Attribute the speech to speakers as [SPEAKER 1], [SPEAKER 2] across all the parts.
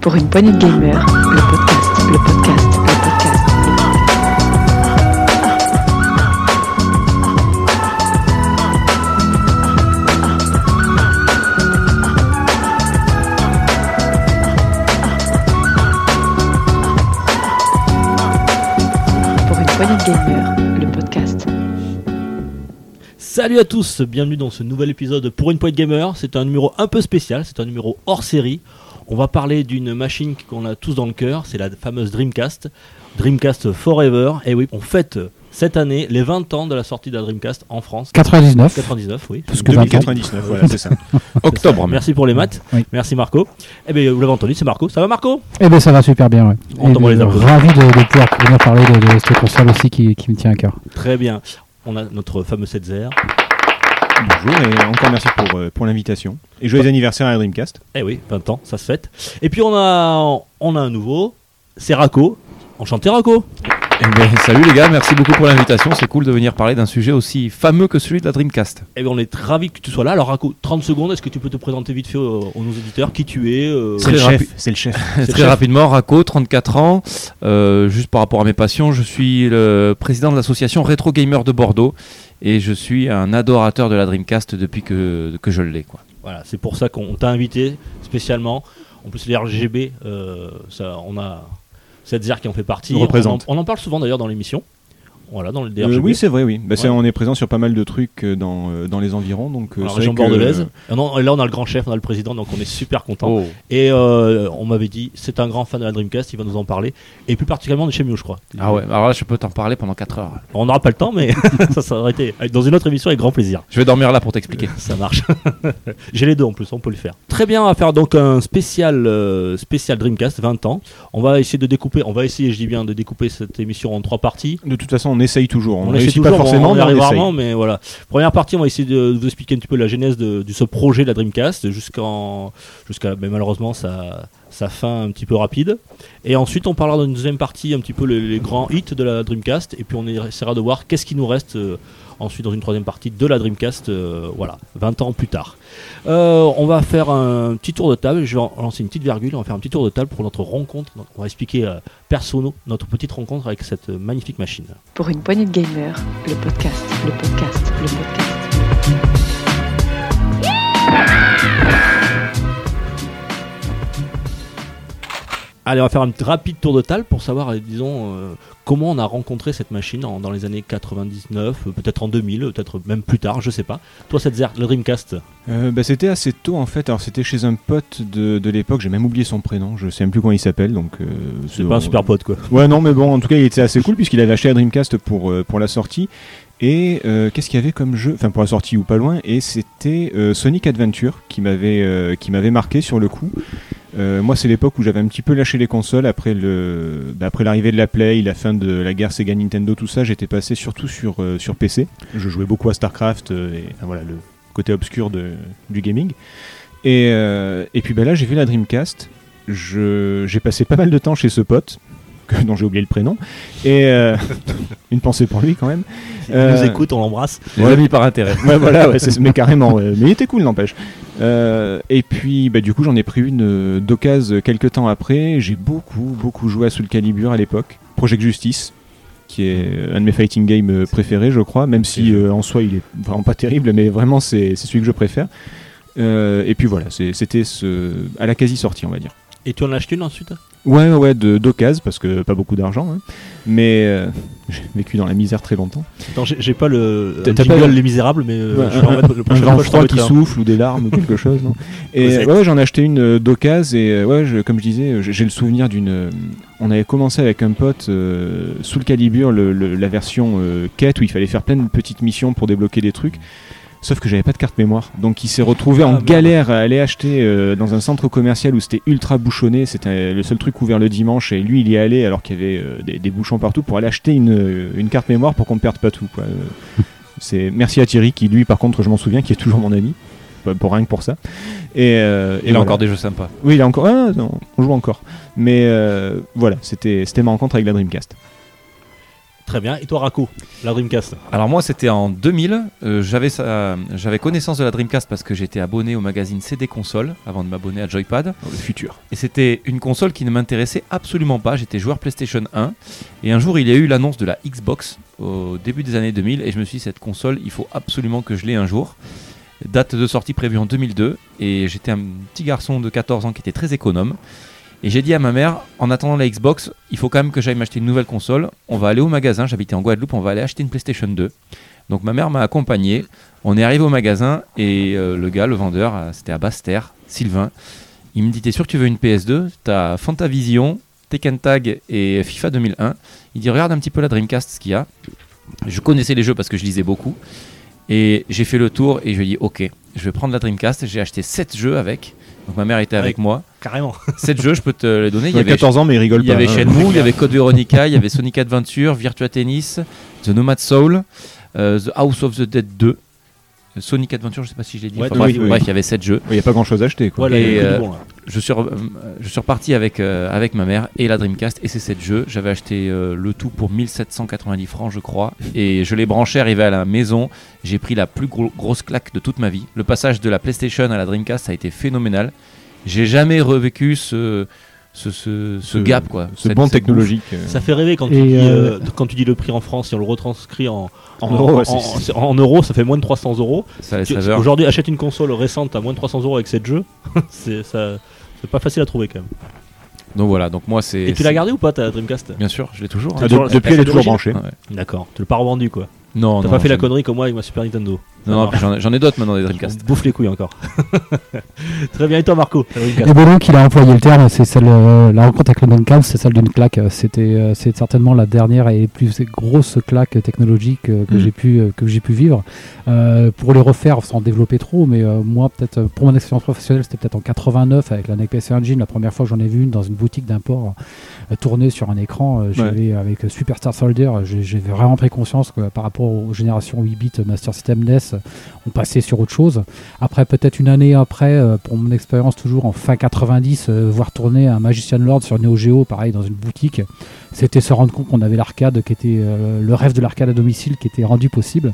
[SPEAKER 1] pour une poignée de gamer, le podcast, le podcast, le podcast. Pour une poignée de gamer, le podcast.
[SPEAKER 2] Salut à tous, bienvenue dans ce nouvel épisode pour une pointe gamer. C'est un numéro un peu spécial, c'est un numéro hors série. On va parler d'une machine qu'on a tous dans le cœur, c'est la fameuse Dreamcast, Dreamcast Forever. Et oui, on fête euh, cette année les 20 ans de la sortie de la Dreamcast en France.
[SPEAKER 3] 99.
[SPEAKER 2] 99, oui.
[SPEAKER 3] Parce que 20 ans.
[SPEAKER 4] 2099, voilà, c'est ça.
[SPEAKER 2] C'est ça.
[SPEAKER 4] Octobre. même.
[SPEAKER 2] Merci pour les maths.
[SPEAKER 3] Oui.
[SPEAKER 2] Merci Marco. Eh bien, vous l'avez entendu, c'est Marco. Ça va Marco
[SPEAKER 3] Eh bien, ça va super bien, ouais.
[SPEAKER 2] On
[SPEAKER 3] Et
[SPEAKER 2] t'envoie
[SPEAKER 3] de-
[SPEAKER 2] les applaudissements.
[SPEAKER 3] ravi de, de pouvoir venir parler de, de cette console aussi qui, qui me tient à cœur.
[SPEAKER 2] Très bien. On a notre fameux 7-0.
[SPEAKER 4] Bonjour et encore merci pour, euh, pour l'invitation. Et joyeux anniversaire à Dreamcast.
[SPEAKER 2] Eh oui, 20 ans, ça se fête. Et puis on a, on a un nouveau, c'est Rako. Enchanté Rako.
[SPEAKER 5] Eh ben, salut les gars, merci beaucoup pour l'invitation. C'est cool de venir parler d'un sujet aussi fameux que celui de la Dreamcast.
[SPEAKER 2] Eh bien, on est ravis que tu sois là. Alors, Rako, 30 secondes, est-ce que tu peux te présenter vite fait aux, aux nos auditeurs qui tu es euh,
[SPEAKER 4] C'est le
[SPEAKER 5] Très
[SPEAKER 4] chef.
[SPEAKER 5] rapi-
[SPEAKER 4] C'est le chef.
[SPEAKER 2] C'est le
[SPEAKER 5] Très
[SPEAKER 2] chef.
[SPEAKER 5] rapidement, Rako, 34 ans. Euh, juste par rapport à mes passions, je suis le président de l'association Retro Gamer de Bordeaux et je suis un adorateur de la Dreamcast depuis que, que je l'ai. quoi.
[SPEAKER 2] Voilà, c'est pour ça qu'on t'a invité spécialement. En plus, les RGB, euh, ça, on a cette ZER qui en fait partie.
[SPEAKER 4] Nous représente.
[SPEAKER 2] On en, on en parle souvent d'ailleurs dans l'émission. Voilà, dans le
[SPEAKER 4] Euh,
[SPEAKER 2] DRGB.
[SPEAKER 4] oui, c'est vrai, oui. Bah, c'est-
[SPEAKER 2] Ouais.
[SPEAKER 4] On est présent sur pas mal de trucs euh, dans, euh, dans les environs. Donc, euh,
[SPEAKER 2] dans la
[SPEAKER 4] c'est
[SPEAKER 2] région
[SPEAKER 4] vrai que,
[SPEAKER 2] bordelaise.
[SPEAKER 4] euh,
[SPEAKER 2] Ah non, et là, on a le grand chef, on a le président, donc on est super content.
[SPEAKER 5] Oh.
[SPEAKER 2] Et euh, on m'avait dit, c'est un grand fan de la Dreamcast, il va nous en parler. Et plus particulièrement de chez Mew, je crois.
[SPEAKER 5] Ah ouais, alors là, je peux t'en parler pendant 4 heures.
[SPEAKER 2] On n'aura pas le temps, mais ça, ça aurait été dans une autre émission avec grand plaisir.
[SPEAKER 5] Je vais dormir là pour t'expliquer.
[SPEAKER 2] Ça marche. J'ai les deux en plus, on peut le faire. Très bien, on va faire donc un spécial, euh, spécial Dreamcast 20 ans. On va essayer de découper, on va essayer, je dis bien, de découper cette émission en trois parties.
[SPEAKER 4] de toute façon, on essaye toujours. On,
[SPEAKER 2] On,
[SPEAKER 4] ne
[SPEAKER 2] essaie
[SPEAKER 4] réussit
[SPEAKER 2] toujours,
[SPEAKER 4] pas forcément,
[SPEAKER 2] on y
[SPEAKER 4] mais on
[SPEAKER 2] arrive
[SPEAKER 4] essaye.
[SPEAKER 2] rarement, mais voilà. Première partie, on va essayer de vous expliquer un petit peu la genèse de, de ce projet de la Dreamcast jusqu'en, jusqu'à, mais malheureusement, sa, sa fin un petit peu rapide. Et ensuite, on parlera dans une deuxième partie un petit peu les, les grands hits de la Dreamcast, et puis on essaiera de voir qu'est-ce qui nous reste euh, ensuite dans une troisième partie de la Dreamcast, euh, voilà, 20 ans plus tard. Euh, on va faire un petit tour de table. Je vais en- lancer une petite virgule. On va faire un petit tour de table pour notre rencontre. Donc, on va expliquer euh, persono notre petite rencontre avec cette euh, magnifique machine.
[SPEAKER 1] Pour une poignée de gamer, le podcast, le podcast, le podcast.
[SPEAKER 2] Allez, on va faire un petit rapide tour de table pour savoir, euh, disons, euh, comment on a rencontré cette machine en- dans les années 99, euh, peut-être en 2000, euh, peut-être même plus tard, je sais pas. Toi, cette Zer, le Dreamcast,
[SPEAKER 4] Euh, bah, c'était assez tôt en fait. Alors c'était chez un pote de, de l'époque. J'ai même oublié son prénom. Je sais même plus comment il s'appelle. Donc euh,
[SPEAKER 2] c'est pas un super pote quoi.
[SPEAKER 4] Ouais, non, mais bon, en tout cas, il était assez cool puisqu'il avait acheté la Dreamcast pour, euh, pour la sortie. Et euh, qu'est-ce qu'il y avait comme jeu Enfin, pour la sortie ou pas loin. Et c'était euh, Sonic Adventure qui m'avait euh, qui m'avait marqué sur le coup. Euh, moi, c'est l'époque où j'avais un petit peu lâché les consoles après le bah, après l'arrivée de la Play, la fin de la guerre Sega Nintendo, tout ça. J'étais passé surtout sur euh, sur PC. Je jouais beaucoup à Starcraft euh, et enfin, voilà le côté obscur de, du gaming. Et, euh, et puis bah, là, j'ai vu la Dreamcast. Je- J'ai passé pas mal de temps chez ce pote, que- dont j'ai oublié le prénom. Et euh, une pensée pour lui quand même.
[SPEAKER 2] Il nous
[SPEAKER 4] Euh,
[SPEAKER 2] écoute, on l'embrasse.
[SPEAKER 5] Les
[SPEAKER 4] Ouais.
[SPEAKER 5] amis par intérêt.
[SPEAKER 4] Ouais, voilà, ouais, c'est- mais carrément. ouais. Mais il était cool, n'empêche. Euh, et puis, bah, du coup, j'en ai pris une euh, d'occasion quelques temps après. J'ai beaucoup, beaucoup joué à Soul Calibur à l'époque. Project Justice, qui est un de mes fighting games euh, préférés, je crois, même si euh, en soi il est vraiment pas terrible, mais vraiment c'est c'est celui que je préfère. Euh, et puis voilà, c'est- c'était ce- à la quasi-sortie, on va dire.
[SPEAKER 2] Et tu en as acheté une ensuite
[SPEAKER 4] Ouais, ouais, ouais, de- d'occasion, parce que pas beaucoup d'argent, hein. mais euh, j'ai vécu dans la misère très longtemps.
[SPEAKER 2] Attends, j'ai j'ai pas le
[SPEAKER 4] T'as-
[SPEAKER 2] un
[SPEAKER 4] t'as pas
[SPEAKER 2] jingle
[SPEAKER 4] le-
[SPEAKER 2] Les Misérables, mais euh,
[SPEAKER 4] Ouais,
[SPEAKER 2] je vais en mettre- le
[SPEAKER 4] un
[SPEAKER 2] prochain
[SPEAKER 4] grand
[SPEAKER 2] fois, je t'en
[SPEAKER 4] froid qui
[SPEAKER 2] mettrai un.
[SPEAKER 4] souffle ou des larmes ou quelque chose non et
[SPEAKER 2] Cosette.
[SPEAKER 4] ouais, ouais, j'en ai acheté une euh, d'occasion et euh, ouais je- comme je disais euh, j'ai j'ai le souvenir d'une euh, on avait commencé avec un pote euh, sous le calibre le- le- la version euh, quête où il fallait faire plein de petites missions pour débloquer des trucs Sauf que j'avais pas de carte mémoire, donc il s'est retrouvé
[SPEAKER 2] Ah,
[SPEAKER 4] en
[SPEAKER 2] merde.
[SPEAKER 4] galère à aller acheter euh, dans un centre commercial où c'était ultra bouchonné, c'était euh, le seul truc ouvert le dimanche, et lui il y est allé alors qu'il y avait euh, des, des bouchons partout pour aller acheter une, euh, une carte mémoire pour qu'on ne perde pas tout. Quoi. Euh, c'est merci à Thierry qui lui par contre je m'en souviens qui est toujours mon ami. Pas Pour rien que pour ça. Et, euh, et
[SPEAKER 5] Il a
[SPEAKER 4] voilà.
[SPEAKER 5] encore des jeux sympas.
[SPEAKER 4] Oui, il a encore. Ah, non, on joue encore. Mais euh, voilà, c'était c'était ma rencontre avec la Dreamcast.
[SPEAKER 2] Très bien. Et toi, Raco, la Dreamcast
[SPEAKER 5] Alors moi c'était en 2000, euh, j'avais ça- j'avais connaissance de la Dreamcast parce que j'étais abonné au magazine CD Console avant de m'abonner à Joypad.
[SPEAKER 4] Dans le futur.
[SPEAKER 5] Et c'était une console qui ne m'intéressait absolument pas, j'étais joueur PlayStation 1. Et un jour il y a eu l'annonce de la Xbox au début des années 2000 et je me suis dit cette console il faut absolument que je l'ai un jour. Date de sortie prévue en 2002 et j'étais un petit garçon de 14 ans qui était très économe. Et j'ai dit à ma mère, en attendant la Xbox, il faut quand même que j'aille m'acheter une nouvelle console. On va aller au magasin, j'habitais en Guadeloupe, on va aller acheter une PlayStation 2. Donc ma mère m'a accompagné. On est arrivé au magasin et euh, le gars, le vendeur, euh, c'était à Basse-Terre, Sylvain. Il me dit T'es sûr que tu veux une PS2 T'as Fantavision, Tekken Tag et FIFA 2001. Il dit Regarde un petit peu la Dreamcast, ce qu'il y a. Je connaissais les jeux parce que je lisais beaucoup. Et j'ai fait le tour et je lui ai dit Ok, je vais prendre la Dreamcast. J'ai acheté 7 jeux avec. Donc ma mère était avec moi.
[SPEAKER 2] Carrément.
[SPEAKER 5] 7 jeux, je peux te les donner.
[SPEAKER 4] Il avait 14 ans, mais il rigole
[SPEAKER 5] Il y
[SPEAKER 4] pas.
[SPEAKER 5] avait
[SPEAKER 4] hein.
[SPEAKER 5] Shenmue, il y avait Code Veronica, il y avait Sonic Adventure, Virtua Tennis, The Nomad Soul, euh, The House of the Dead 2, Sonic Adventure, je sais pas si je l'ai dit.
[SPEAKER 2] Ouais,
[SPEAKER 5] Enfin,
[SPEAKER 4] oui,
[SPEAKER 5] bref,
[SPEAKER 4] oui.
[SPEAKER 5] bref, il y avait 7 jeux.
[SPEAKER 4] Il n'y a pas grand chose à acheter. Quoi.
[SPEAKER 2] Voilà,
[SPEAKER 5] Et,
[SPEAKER 2] il y a que
[SPEAKER 5] euh,
[SPEAKER 2] du bon, là.
[SPEAKER 5] Je suis, re- euh, je suis reparti avec, euh, avec ma mère et la Dreamcast et ces 7 jeux. J'avais acheté euh, le tout pour 1790 francs, je crois. Et je l'ai branché, arrivé à la maison. J'ai pris la plus gro- grosse claque de toute ma vie. Le passage de la PlayStation à la Dreamcast, ça a été phénoménal. J'ai jamais revécu ce, ce, ce,
[SPEAKER 4] Ce-
[SPEAKER 5] ce gap, quoi.
[SPEAKER 4] Ce
[SPEAKER 5] Cette-
[SPEAKER 4] bon
[SPEAKER 5] cette bouffe.
[SPEAKER 4] technologique. euh,
[SPEAKER 2] Ça fait rêver quand tu,
[SPEAKER 3] Et,
[SPEAKER 2] dis,
[SPEAKER 3] euh,
[SPEAKER 2] euh, quand tu dis le prix en France et on le retranscrit en,
[SPEAKER 4] En euros, ouais,
[SPEAKER 2] en-
[SPEAKER 4] c'est-
[SPEAKER 2] en euros, ça fait moins de 300 euros.
[SPEAKER 5] Ça a les
[SPEAKER 2] Tu-
[SPEAKER 5] saveurs.
[SPEAKER 2] Aujourd'hui, achète une console récente à moins de 300 euros avec 7 jeux. c'est ça- c'est pas facile à trouver quand même.
[SPEAKER 5] Donc voilà, donc moi c'est.
[SPEAKER 2] Et, tu
[SPEAKER 5] c'est-
[SPEAKER 2] l'as gardé ou pas ta Dreamcast
[SPEAKER 5] Bien sûr, je l'ai toujours.
[SPEAKER 4] Ah,
[SPEAKER 5] hein.
[SPEAKER 4] de-
[SPEAKER 2] toujours la-
[SPEAKER 4] depuis, elle est
[SPEAKER 2] la-
[SPEAKER 4] toujours
[SPEAKER 2] l'origine
[SPEAKER 4] branchée.
[SPEAKER 5] Ah ouais.
[SPEAKER 2] D'accord, tu l'as pas revendu quoi.
[SPEAKER 5] Non,
[SPEAKER 2] T'as
[SPEAKER 5] non,
[SPEAKER 2] pas fait la
[SPEAKER 5] j'en-
[SPEAKER 2] connerie comme moi avec ma Super Nintendo.
[SPEAKER 5] Non, non, puis j'en ai- j'en ai d'autres maintenant des
[SPEAKER 2] On
[SPEAKER 5] Dreamcast.
[SPEAKER 2] bouffe les couilles encore. Très bien, et toi Marco la Dreamcast
[SPEAKER 3] Et Bolon qui a employé le terme, c'est celle, euh, la rencontre avec le Dreamcast, c'est celle d'une claque. Euh, C'était, euh, c'est certainement la dernière et plus grosse claque technologique euh, que
[SPEAKER 5] Mm.
[SPEAKER 3] j'ai pu, euh, que j'ai pu vivre. Euh, pour les refaire, sans développer trop, mais euh, moi, peut-être, euh, pour mon expérience professionnelle, c'était peut-être en 89 avec la NEC PC Engine, la première fois que j'en ai vu une dans une boutique d'import euh, tournée sur un écran. Euh, j'avais, avec euh, Superstar Soldier, euh, j'ai j'ai vraiment pris conscience que par rapport aux générations 8 bits euh, Master System NES, euh, on passait sur autre chose. Après, peut-être une année après, euh, pour mon expérience toujours en fin 90, euh, voir tourner un Magician Lord sur Neo Geo, pareil, dans une boutique, c'était se rendre compte qu'on avait l'arcade qui était euh, le rêve de l'arcade à domicile qui était rendu possible.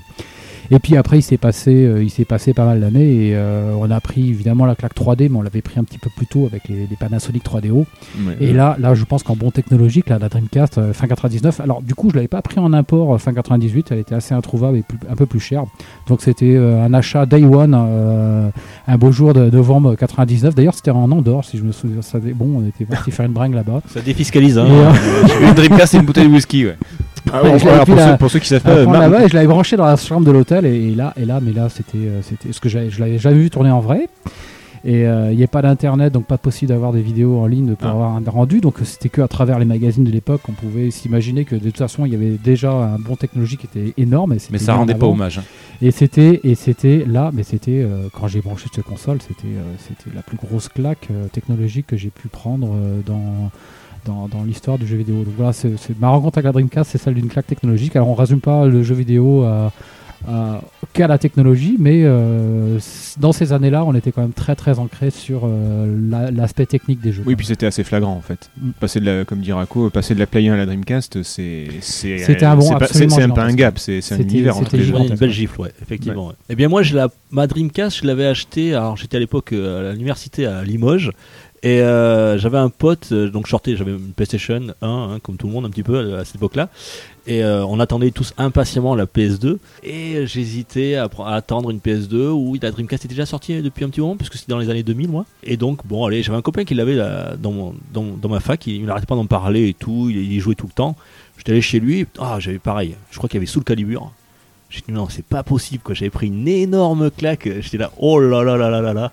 [SPEAKER 3] Et puis après, il s'est passé, euh, il s'est passé pas mal d'années et euh, on a pris évidemment la claque 3D, mais on l'avait pris un petit peu plus tôt avec les, les Panasonic 3DO. Et là, là, je pense qu'en bon technologique, là, la Dreamcast euh, fin 99. Alors, du coup, je l'avais pas pris en import euh, fin 98. Elle était assez introuvable et plus- un peu plus chère. Donc, c'était euh, un achat day one, euh, un beau jour de novembre 99. D'ailleurs, c'était en Andorre, si je me souviens. Ça, avait- bon, on était parti faire une bringue là-bas.
[SPEAKER 2] Ça défiscalise.
[SPEAKER 3] Et,
[SPEAKER 2] Hein.
[SPEAKER 3] euh,
[SPEAKER 5] Une Dreamcast, c'est une bouteille de whisky, ouais.
[SPEAKER 4] Ah
[SPEAKER 3] ouais,
[SPEAKER 4] ouais,
[SPEAKER 3] je l'ai
[SPEAKER 4] alors,
[SPEAKER 3] vu
[SPEAKER 4] pour,
[SPEAKER 3] là-
[SPEAKER 4] ceux, pour ceux qui savent
[SPEAKER 3] à
[SPEAKER 4] pas,
[SPEAKER 3] fond
[SPEAKER 4] Marc-
[SPEAKER 3] là-bas et je l'avais branché dans la chambre de l'hôtel et, et là et là mais là c'était euh, c'était ce que j'avais je l'avais jamais vu tourner en vrai et euh, il n'y a pas d'internet donc pas possible d'avoir des vidéos en ligne pour
[SPEAKER 4] Ah.
[SPEAKER 3] avoir un rendu donc euh, c'était que à travers les magazines de l'époque on pouvait s'imaginer que de toute façon il y avait déjà un bon technologie qui était énorme et c'était
[SPEAKER 5] Mais ça
[SPEAKER 3] mis en
[SPEAKER 5] rendait pas
[SPEAKER 3] avant.
[SPEAKER 5] hommage. hein.
[SPEAKER 3] et c'était et c'était là mais c'était euh, quand j'ai branché cette console c'était euh, c'était la plus grosse claque euh, technologique que j'ai pu prendre euh, dans dans, dans l'histoire du jeu vidéo. Donc voilà, c'est c'est- ma rencontre avec la Dreamcast, c'est celle d'une claque technologique. Alors on résume pas le jeu vidéo à, à- qu'à la technologie, mais euh, c- dans ces années-là, on était quand même très très ancré sur euh, la- l'aspect technique des jeux.
[SPEAKER 4] Oui, puis c'était assez flagrant en fait.
[SPEAKER 3] Mm.
[SPEAKER 4] Passer de la, comme dit Racco, passer de la Play 1 à la Dreamcast, c'est c'est
[SPEAKER 3] C'était un bond
[SPEAKER 4] c'est pas- C'est
[SPEAKER 3] absolument
[SPEAKER 4] c'est même pas un
[SPEAKER 3] gigantesque.
[SPEAKER 4] gap, c'est c'est un
[SPEAKER 3] C'était-
[SPEAKER 4] univers
[SPEAKER 3] c'était
[SPEAKER 4] entre les
[SPEAKER 2] Je
[SPEAKER 4] deux.
[SPEAKER 2] prenais une
[SPEAKER 3] gigantesque.
[SPEAKER 2] belle gifle, ouais, effectivement. ouais. Eh bien, moi, je la, ma Dreamcast, je l'avais achetée. Alors, j'étais à l'époque euh, à l'université à Limoges. Et euh, j'avais un pote, euh, donc je sortais, j'avais une PlayStation 1, hein, comme tout le monde, un petit peu euh, à cette époque-là. Et euh, on attendait tous impatiemment la PS2. Et j'hésitais à, pr- à attendre une PS2 où la Dreamcast était déjà sortie euh, depuis un petit moment, puisque c'était dans les années 2000, moi. Et donc, bon, allez, j'avais un copain qui l'avait là, dans, mon- dans, dans ma fac, il, il n'arrêtait pas d'en parler et tout, il, il y jouait tout le temps. J'étais allé chez lui, ah, j'avais pareil, je crois qu'il y avait Soul Calibur. J'ai dit non, c'est pas possible quoi. J'avais pris une énorme claque. J'étais là, oh là là là là là là.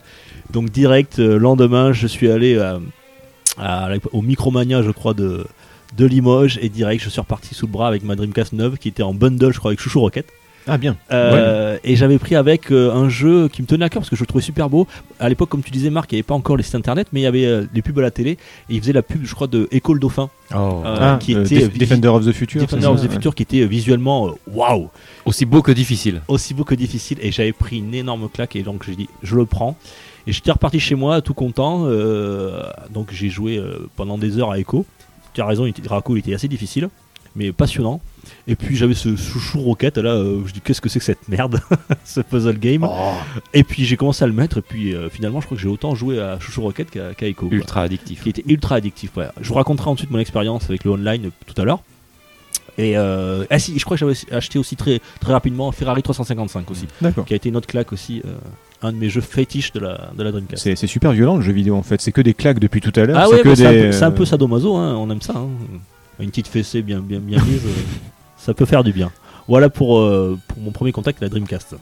[SPEAKER 2] Donc direct euh, lendemain, je suis allé euh, à la- au Micromania, je crois de de Limoges et direct, je suis reparti sous le bras avec ma Dreamcast 9 qui était en bundle, je crois, avec Chouchou Rocket.
[SPEAKER 4] Ah bien.
[SPEAKER 2] Euh, Et j'avais pris avec euh, un jeu qui me tenait à cœur parce que je le trouvais super beau. À l'époque, comme tu disais, Marc, il n'y avait pas encore les sites internet, mais il y avait euh, les pubs à la télé. Et il faisait la pub, je crois, de École Dauphin, euh,
[SPEAKER 4] Ah,
[SPEAKER 2] qui
[SPEAKER 4] euh,
[SPEAKER 2] était
[SPEAKER 4] Def- Defender of the Future.
[SPEAKER 2] Defender
[SPEAKER 4] c'est
[SPEAKER 2] of
[SPEAKER 4] ça
[SPEAKER 2] the Future, qui était euh, visuellement euh, waouh.
[SPEAKER 5] Aussi beau que difficile.
[SPEAKER 2] aussi beau que difficile et j'avais pris une énorme claque et donc j'ai dit je le prends et j'étais reparti chez moi tout content euh, donc j'ai joué euh, pendant des heures à Echo tu as raison il était, Draco, il était assez difficile mais passionnant. Et puis j'avais ce chouchou roquette là, euh, je dis qu'est-ce que c'est que cette merde, ce puzzle game. Et puis j'ai commencé à le mettre, et puis euh, finalement je crois que j'ai autant joué à chouchou roquette qu'à qu'à Echo. quoi
[SPEAKER 5] Ultra addictif.
[SPEAKER 2] qui était ultra addictif. ouais. Je vous raconterai ensuite mon expérience avec le online euh, tout à l'heure. Et euh, ah si, je crois que j'avais aussi- acheté aussi très, très rapidement Ferrari 355 aussi,
[SPEAKER 4] D'accord.
[SPEAKER 2] qui a été une autre claque aussi, euh, un de mes jeux fétiches de la, de la Dreamcast.
[SPEAKER 4] C'est c'est super violent le jeu vidéo en fait. C'est que des claques depuis tout à l'heure.
[SPEAKER 2] Ah ouais,
[SPEAKER 4] que
[SPEAKER 2] mais c'est un
[SPEAKER 4] des,
[SPEAKER 2] peu- c'est un, peu
[SPEAKER 4] euh,
[SPEAKER 2] sadomaso, hein, on aime ça. hein. Une petite fessée bien, bien, bien mise, euh, ça peut faire du bien. Voilà pour, euh, pour mon premier contact avec la Dreamcast.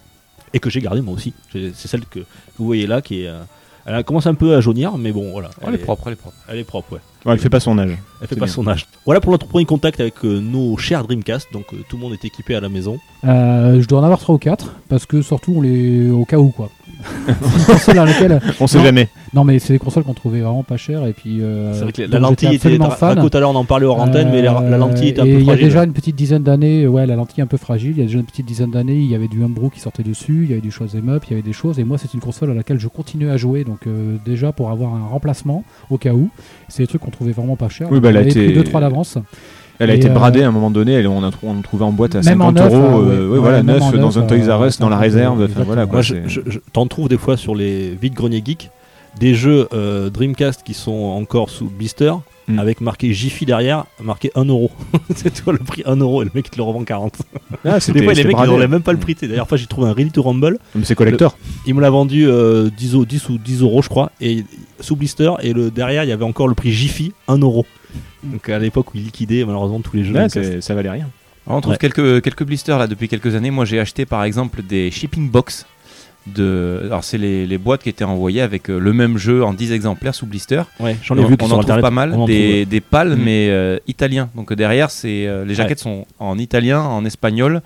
[SPEAKER 2] Et que j'ai gardé moi aussi. J'ai- C'est celle que, que vous voyez là qui est... euh, elle commence un peu à jaunir, mais bon, voilà.
[SPEAKER 5] Elle est propre, elle est propre.
[SPEAKER 2] Elle est propre, ouais.
[SPEAKER 4] ouais, elle fait pas son âge.
[SPEAKER 2] Elle fait
[SPEAKER 4] C'est
[SPEAKER 2] pas
[SPEAKER 4] bien.
[SPEAKER 2] son âge. Voilà pour notre premier contact avec euh, nos chers Dreamcast. Donc euh, tout le monde est équipé à la maison.
[SPEAKER 3] Euh, je dois en avoir 3 ou 4 parce que surtout on les au cas où quoi. C'est une console dans laquelle-
[SPEAKER 4] On sait
[SPEAKER 3] Non.
[SPEAKER 4] jamais.
[SPEAKER 3] Non mais c'est des consoles qu'on trouvait vraiment pas chères et puis euh,
[SPEAKER 2] C'est vrai que la,
[SPEAKER 3] dont
[SPEAKER 2] la lentille
[SPEAKER 3] j'étais
[SPEAKER 2] était.
[SPEAKER 3] absolument fan.
[SPEAKER 2] Raco, tout à l'heure, on en parlait hors antenne, mais la, la lentille était un
[SPEAKER 3] Euh, et
[SPEAKER 2] peu
[SPEAKER 3] Il y a
[SPEAKER 2] fragile.
[SPEAKER 3] déjà une petite dizaine d'années, ouais, la lentille est un peu fragile. Il y a déjà une petite dizaine d'années, il y avait du Umbro qui sortait dessus, il y avait du Shoot'em Up, il y avait des choses. Et moi, c'est une console à laquelle je continuais à jouer. Donc, euh, déjà pour avoir un remplacement au cas où, c'est des trucs qu'on trouvait vraiment pas cher.
[SPEAKER 4] Oui, bah, elle a
[SPEAKER 3] avait
[SPEAKER 4] été-
[SPEAKER 3] pris 2-3 d'avance.
[SPEAKER 4] Elle a
[SPEAKER 3] Et,
[SPEAKER 4] été
[SPEAKER 3] euh,
[SPEAKER 4] bradée à un moment donné. Elle, on, a, trou- on le trouvait en boîte à
[SPEAKER 3] Même en
[SPEAKER 4] 50
[SPEAKER 3] neuf, euh, ouais.
[SPEAKER 4] euros. euh, ouais,
[SPEAKER 3] Ouais,
[SPEAKER 4] voilà,
[SPEAKER 3] même en
[SPEAKER 4] neuf dans
[SPEAKER 3] neuf,
[SPEAKER 4] un Toys
[SPEAKER 3] euh,
[SPEAKER 4] R Us, dans la
[SPEAKER 3] exactement.
[SPEAKER 4] réserve. Enfin, voilà,
[SPEAKER 2] Moi,
[SPEAKER 4] quoi,
[SPEAKER 2] je,
[SPEAKER 4] c'est-
[SPEAKER 2] je- je- t'en trouve des fois sur les vides greniers geeks des jeux euh, Dreamcast qui sont encore sous blister.
[SPEAKER 4] Mm.
[SPEAKER 2] Avec marqué Jiffy derrière, marqué 1€. euro. c'est toi le prix 1€ euro, et le mec il te le revend 40.
[SPEAKER 4] Ah, c'était-
[SPEAKER 2] Des fois, les
[SPEAKER 4] c'était
[SPEAKER 2] mecs ils
[SPEAKER 4] bradé.
[SPEAKER 2] enlèvent même pas le prix. tu sais. D'ailleurs, une fois j'ai trouvé un Ready to Rumble,
[SPEAKER 4] Mais c'est collector.
[SPEAKER 2] Il me l'a vendu euh, 10, euros- 10 ou 10 euros, je crois, et sous blister. Et le derrière, il y avait encore le prix Jiffy, 1 euro. Donc à l'époque où il liquidait malheureusement tous les jeux.
[SPEAKER 4] Là,
[SPEAKER 2] Donc,
[SPEAKER 4] c'est- ça valait rien.
[SPEAKER 5] Alors, on trouve
[SPEAKER 2] Ouais.
[SPEAKER 5] quelques, quelques blisters là depuis quelques années. Moi j'ai acheté par exemple des shipping box. De... Alors c'est les, les boîtes qui étaient envoyées avec euh, le même jeu en 10 exemplaires sous blister.
[SPEAKER 2] c'est- ouais, j'en ai
[SPEAKER 5] on
[SPEAKER 2] vu qui
[SPEAKER 5] on
[SPEAKER 2] sont
[SPEAKER 5] en trouve
[SPEAKER 2] Internet.
[SPEAKER 5] pas mal.
[SPEAKER 2] On en
[SPEAKER 5] des,
[SPEAKER 2] trouve,
[SPEAKER 5] des pales
[SPEAKER 2] Mhm.
[SPEAKER 5] mais euh, italiens. Donc euh, derrière c'est euh, les jaquettes sont en italien, en espagnol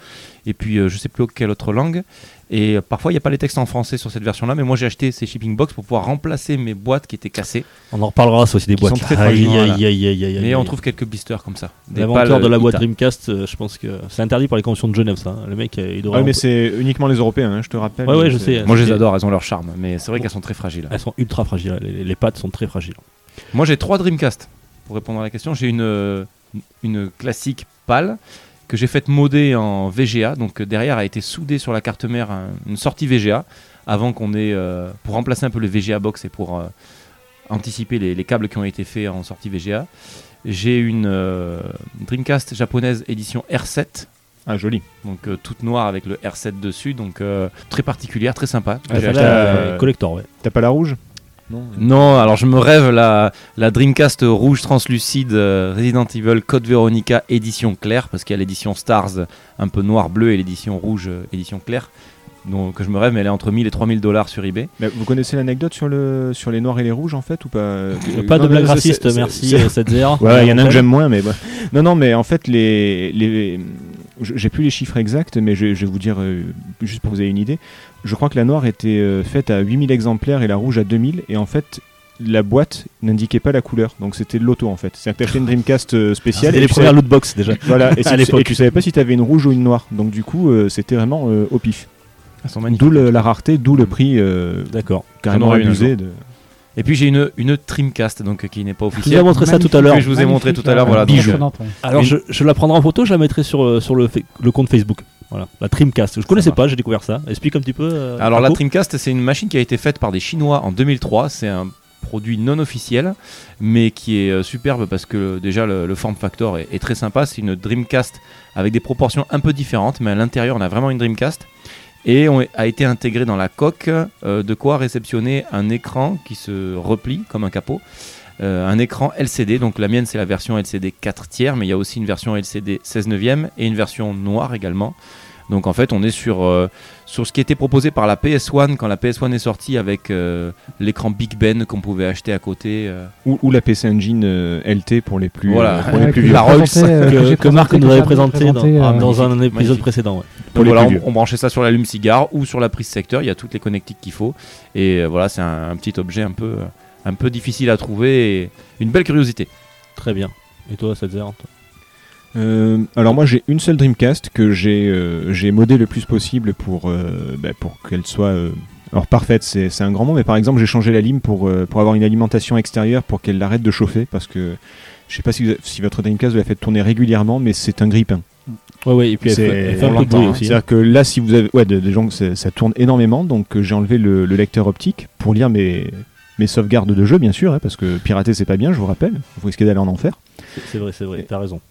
[SPEAKER 5] et puis euh, je sais plus quelle autre langue. Et euh, parfois il n'y a pas les textes en français sur cette version là. Mais moi j'ai acheté ces shipping box pour pouvoir remplacer mes boîtes qui étaient cassées.
[SPEAKER 2] On en reparlera, ça aussi des
[SPEAKER 4] Qui
[SPEAKER 2] boîtes.
[SPEAKER 4] sont très
[SPEAKER 2] aïe,
[SPEAKER 4] fragiles,
[SPEAKER 2] aïe,
[SPEAKER 5] voilà.
[SPEAKER 2] aïe, aïe, aïe, aïe,
[SPEAKER 5] Mais on
[SPEAKER 2] aïe.
[SPEAKER 5] trouve quelques blisters comme ça. Des
[SPEAKER 2] L'inventeur
[SPEAKER 5] pales,
[SPEAKER 2] de la
[SPEAKER 5] euh,
[SPEAKER 2] boîte
[SPEAKER 5] Ita.
[SPEAKER 2] Dreamcast, euh, je pense que c'est interdit par les conventions de Genève, ça. hein. Le mec, euh, il
[SPEAKER 4] Ah,
[SPEAKER 2] devrait.
[SPEAKER 4] oui, mais c'est uniquement les Européens, hein, je te rappelle.
[SPEAKER 2] Ouais, ouais,
[SPEAKER 4] Donc,
[SPEAKER 2] je
[SPEAKER 4] c'est-
[SPEAKER 2] sais.
[SPEAKER 5] Moi je les adore, elles ont leur charme, mais c'est vrai qu'elles sont très fragiles.
[SPEAKER 2] Elles sont ultra fragiles. hein. Les, les pattes sont très fragiles.
[SPEAKER 5] Moi j'ai trois Dreamcast. Pour répondre à la question, j'ai une, euh, une classique pâle que j'ai faite modée en VGA. Donc euh, derrière a été soudée sur la carte mère un- une sortie VGA avant qu'on ait euh, pour remplacer un peu le VGA box et pour euh, anticiper les, les câbles qui ont été faits en sortie VGA. J'ai une euh, Dreamcast japonaise édition R7
[SPEAKER 4] Ah, joli.
[SPEAKER 5] donc euh, toute noire avec le R7 dessus, donc euh, très particulière, très sympa.
[SPEAKER 4] Ah,
[SPEAKER 5] J'ai
[SPEAKER 4] celle-là,
[SPEAKER 5] acheté, euh,
[SPEAKER 2] Euh, collector, ouais.
[SPEAKER 4] T'as pas la rouge Non.
[SPEAKER 5] Non, alors je me rêve la, la Dreamcast rouge translucide euh, Resident Evil Code Veronica édition claire, parce qu'il y a l'édition Stars euh, un peu noir-bleu et l'édition rouge euh, édition claire. Donc que je me rêve, mais elle est entre 1000 et 3000 dollars sur eBay.
[SPEAKER 4] Mais vous connaissez l'anecdote sur, le, sur les noirs et les rouges en fait ou pas Euh,
[SPEAKER 2] Pas
[SPEAKER 4] non,
[SPEAKER 2] de
[SPEAKER 4] mais
[SPEAKER 2] blague
[SPEAKER 4] c'est-
[SPEAKER 2] raciste,
[SPEAKER 4] c'est-
[SPEAKER 2] merci,
[SPEAKER 4] c'est-
[SPEAKER 2] euh, 7-0.
[SPEAKER 4] Ouais, il y en a un que j'aime moins, mais bon. Non, non, mais en fait, les, les, je- j'ai plus les chiffres exacts, mais je, je vais vous dire, euh, juste pour que vous ayez une idée, je crois que la noire était euh, faite à 8000 exemplaires et la rouge à 2000, et en fait, la boîte n'indiquait pas la couleur, donc c'était de l'auto en fait. C'est-à-dire que t'achetais une Dreamcast euh, spéciale.
[SPEAKER 2] Ah, C'était
[SPEAKER 4] et
[SPEAKER 2] les
[SPEAKER 4] tu
[SPEAKER 2] premières
[SPEAKER 4] savais-
[SPEAKER 2] lootbox déjà.
[SPEAKER 4] Voilà, et,
[SPEAKER 2] à
[SPEAKER 4] si tu-
[SPEAKER 2] l'époque.
[SPEAKER 4] et tu savais pas si t'avais une rouge ou une noire, donc du coup, euh, c'était vraiment euh, au pif.
[SPEAKER 5] Elles sont
[SPEAKER 4] D'où le- la rareté, d'où le prix euh,
[SPEAKER 2] D'accord.
[SPEAKER 4] carrément
[SPEAKER 5] aurait Mm. une un
[SPEAKER 4] abusé. De...
[SPEAKER 5] Et puis j'ai une, une Dreamcast, donc euh, qui n'est pas
[SPEAKER 2] Je vous ai
[SPEAKER 5] officielle.
[SPEAKER 2] montré ça tout à
[SPEAKER 5] Que
[SPEAKER 2] l'heure.
[SPEAKER 5] je vous ai montré tout à l'heure, voilà. donc,
[SPEAKER 2] Bijou.
[SPEAKER 5] euh,
[SPEAKER 3] Impressionnante, ouais.
[SPEAKER 2] Alors
[SPEAKER 5] Une-
[SPEAKER 2] je, je la prendrai en photo, je la mettrai sur, euh, sur le, fa- le compte Facebook. Voilà, la Trimcast. Je connaissais
[SPEAKER 5] marche.
[SPEAKER 2] pas, j'ai découvert ça. Explique un petit peu. euh,
[SPEAKER 5] Alors la
[SPEAKER 2] Marco.
[SPEAKER 5] Dreamcast, c'est une machine qui a été faite par des Chinois en 2003. C'est un produit non officiel, mais qui est euh, superbe parce que euh, déjà le, le form factor est, est très sympa. C'est une Dreamcast avec des proportions un peu différentes, mais à l'intérieur, on a vraiment une Dreamcast. Et on est- a été intégré dans la coque euh, de quoi réceptionner un écran qui se replie comme un capot. Euh, un écran LCD, donc la mienne c'est la version LCD 4 tiers, mais il y a aussi une version LCD 16 neuvième et une version noire également. Donc en fait on est sur euh, sur ce qui était proposé par la PS1 quand la PS1 est sortie avec euh, l'écran Big Ben qu'on pouvait acheter à côté. euh.
[SPEAKER 4] Ou, ou la PC Engine euh, LT pour les plus,
[SPEAKER 5] Voilà.
[SPEAKER 4] euh, pour les
[SPEAKER 3] Ouais,
[SPEAKER 4] plus
[SPEAKER 3] que
[SPEAKER 4] vieux.
[SPEAKER 5] la
[SPEAKER 3] j'ai
[SPEAKER 5] Rolls
[SPEAKER 3] présenté, euh,
[SPEAKER 2] que,
[SPEAKER 3] j'ai
[SPEAKER 2] que Marc
[SPEAKER 3] présenté,
[SPEAKER 2] nous avait
[SPEAKER 3] j'ai
[SPEAKER 2] présenté dans, ah,
[SPEAKER 3] euh,
[SPEAKER 2] dans un épisode
[SPEAKER 5] magnifique.
[SPEAKER 2] précédent. ouais.
[SPEAKER 4] Pour
[SPEAKER 5] Donc
[SPEAKER 4] les
[SPEAKER 5] voilà,
[SPEAKER 4] plus vieux.
[SPEAKER 5] on, on branchait ça sur l'allume cigare ou sur la prise secteur, il y a toutes les connectiques qu'il faut. Et euh, voilà, c'est un, un petit objet un peu, euh, un peu difficile à trouver et une belle curiosité.
[SPEAKER 2] Très bien. Et toi, ça te sert, toi
[SPEAKER 4] Euh, alors moi j'ai une seule Dreamcast que j'ai euh, j'ai modée le plus possible pour, euh, bah, pour qu'elle soit... euh, alors parfaite, c'est c'est un grand mot, mais par exemple j'ai changé la lime pour, euh, pour avoir une alimentation extérieure pour qu'elle arrête de chauffer parce que Je sais pas si, vous- si votre Dreamcast vous la faites tourner régulièrement, mais c'est un hein. grippin.
[SPEAKER 2] Ouais, ouais, et puis elle
[SPEAKER 4] C'est-
[SPEAKER 2] fait, elle fait
[SPEAKER 4] on
[SPEAKER 2] un peu de
[SPEAKER 4] l'entend,
[SPEAKER 2] bruit
[SPEAKER 4] hein.
[SPEAKER 2] aussi.
[SPEAKER 4] C'est-à-dire que là, si vous avez, ouais, des, des gens, ça, ça tourne énormément, donc euh, j'ai enlevé le, le lecteur optique pour lire mes, mes sauvegardes de jeu, bien sûr, hein, parce que pirater c'est pas bien, je vous rappelle. Vous risquez d'aller en enfer.
[SPEAKER 2] C'est- C'est vrai, c'est vrai, t'as raison.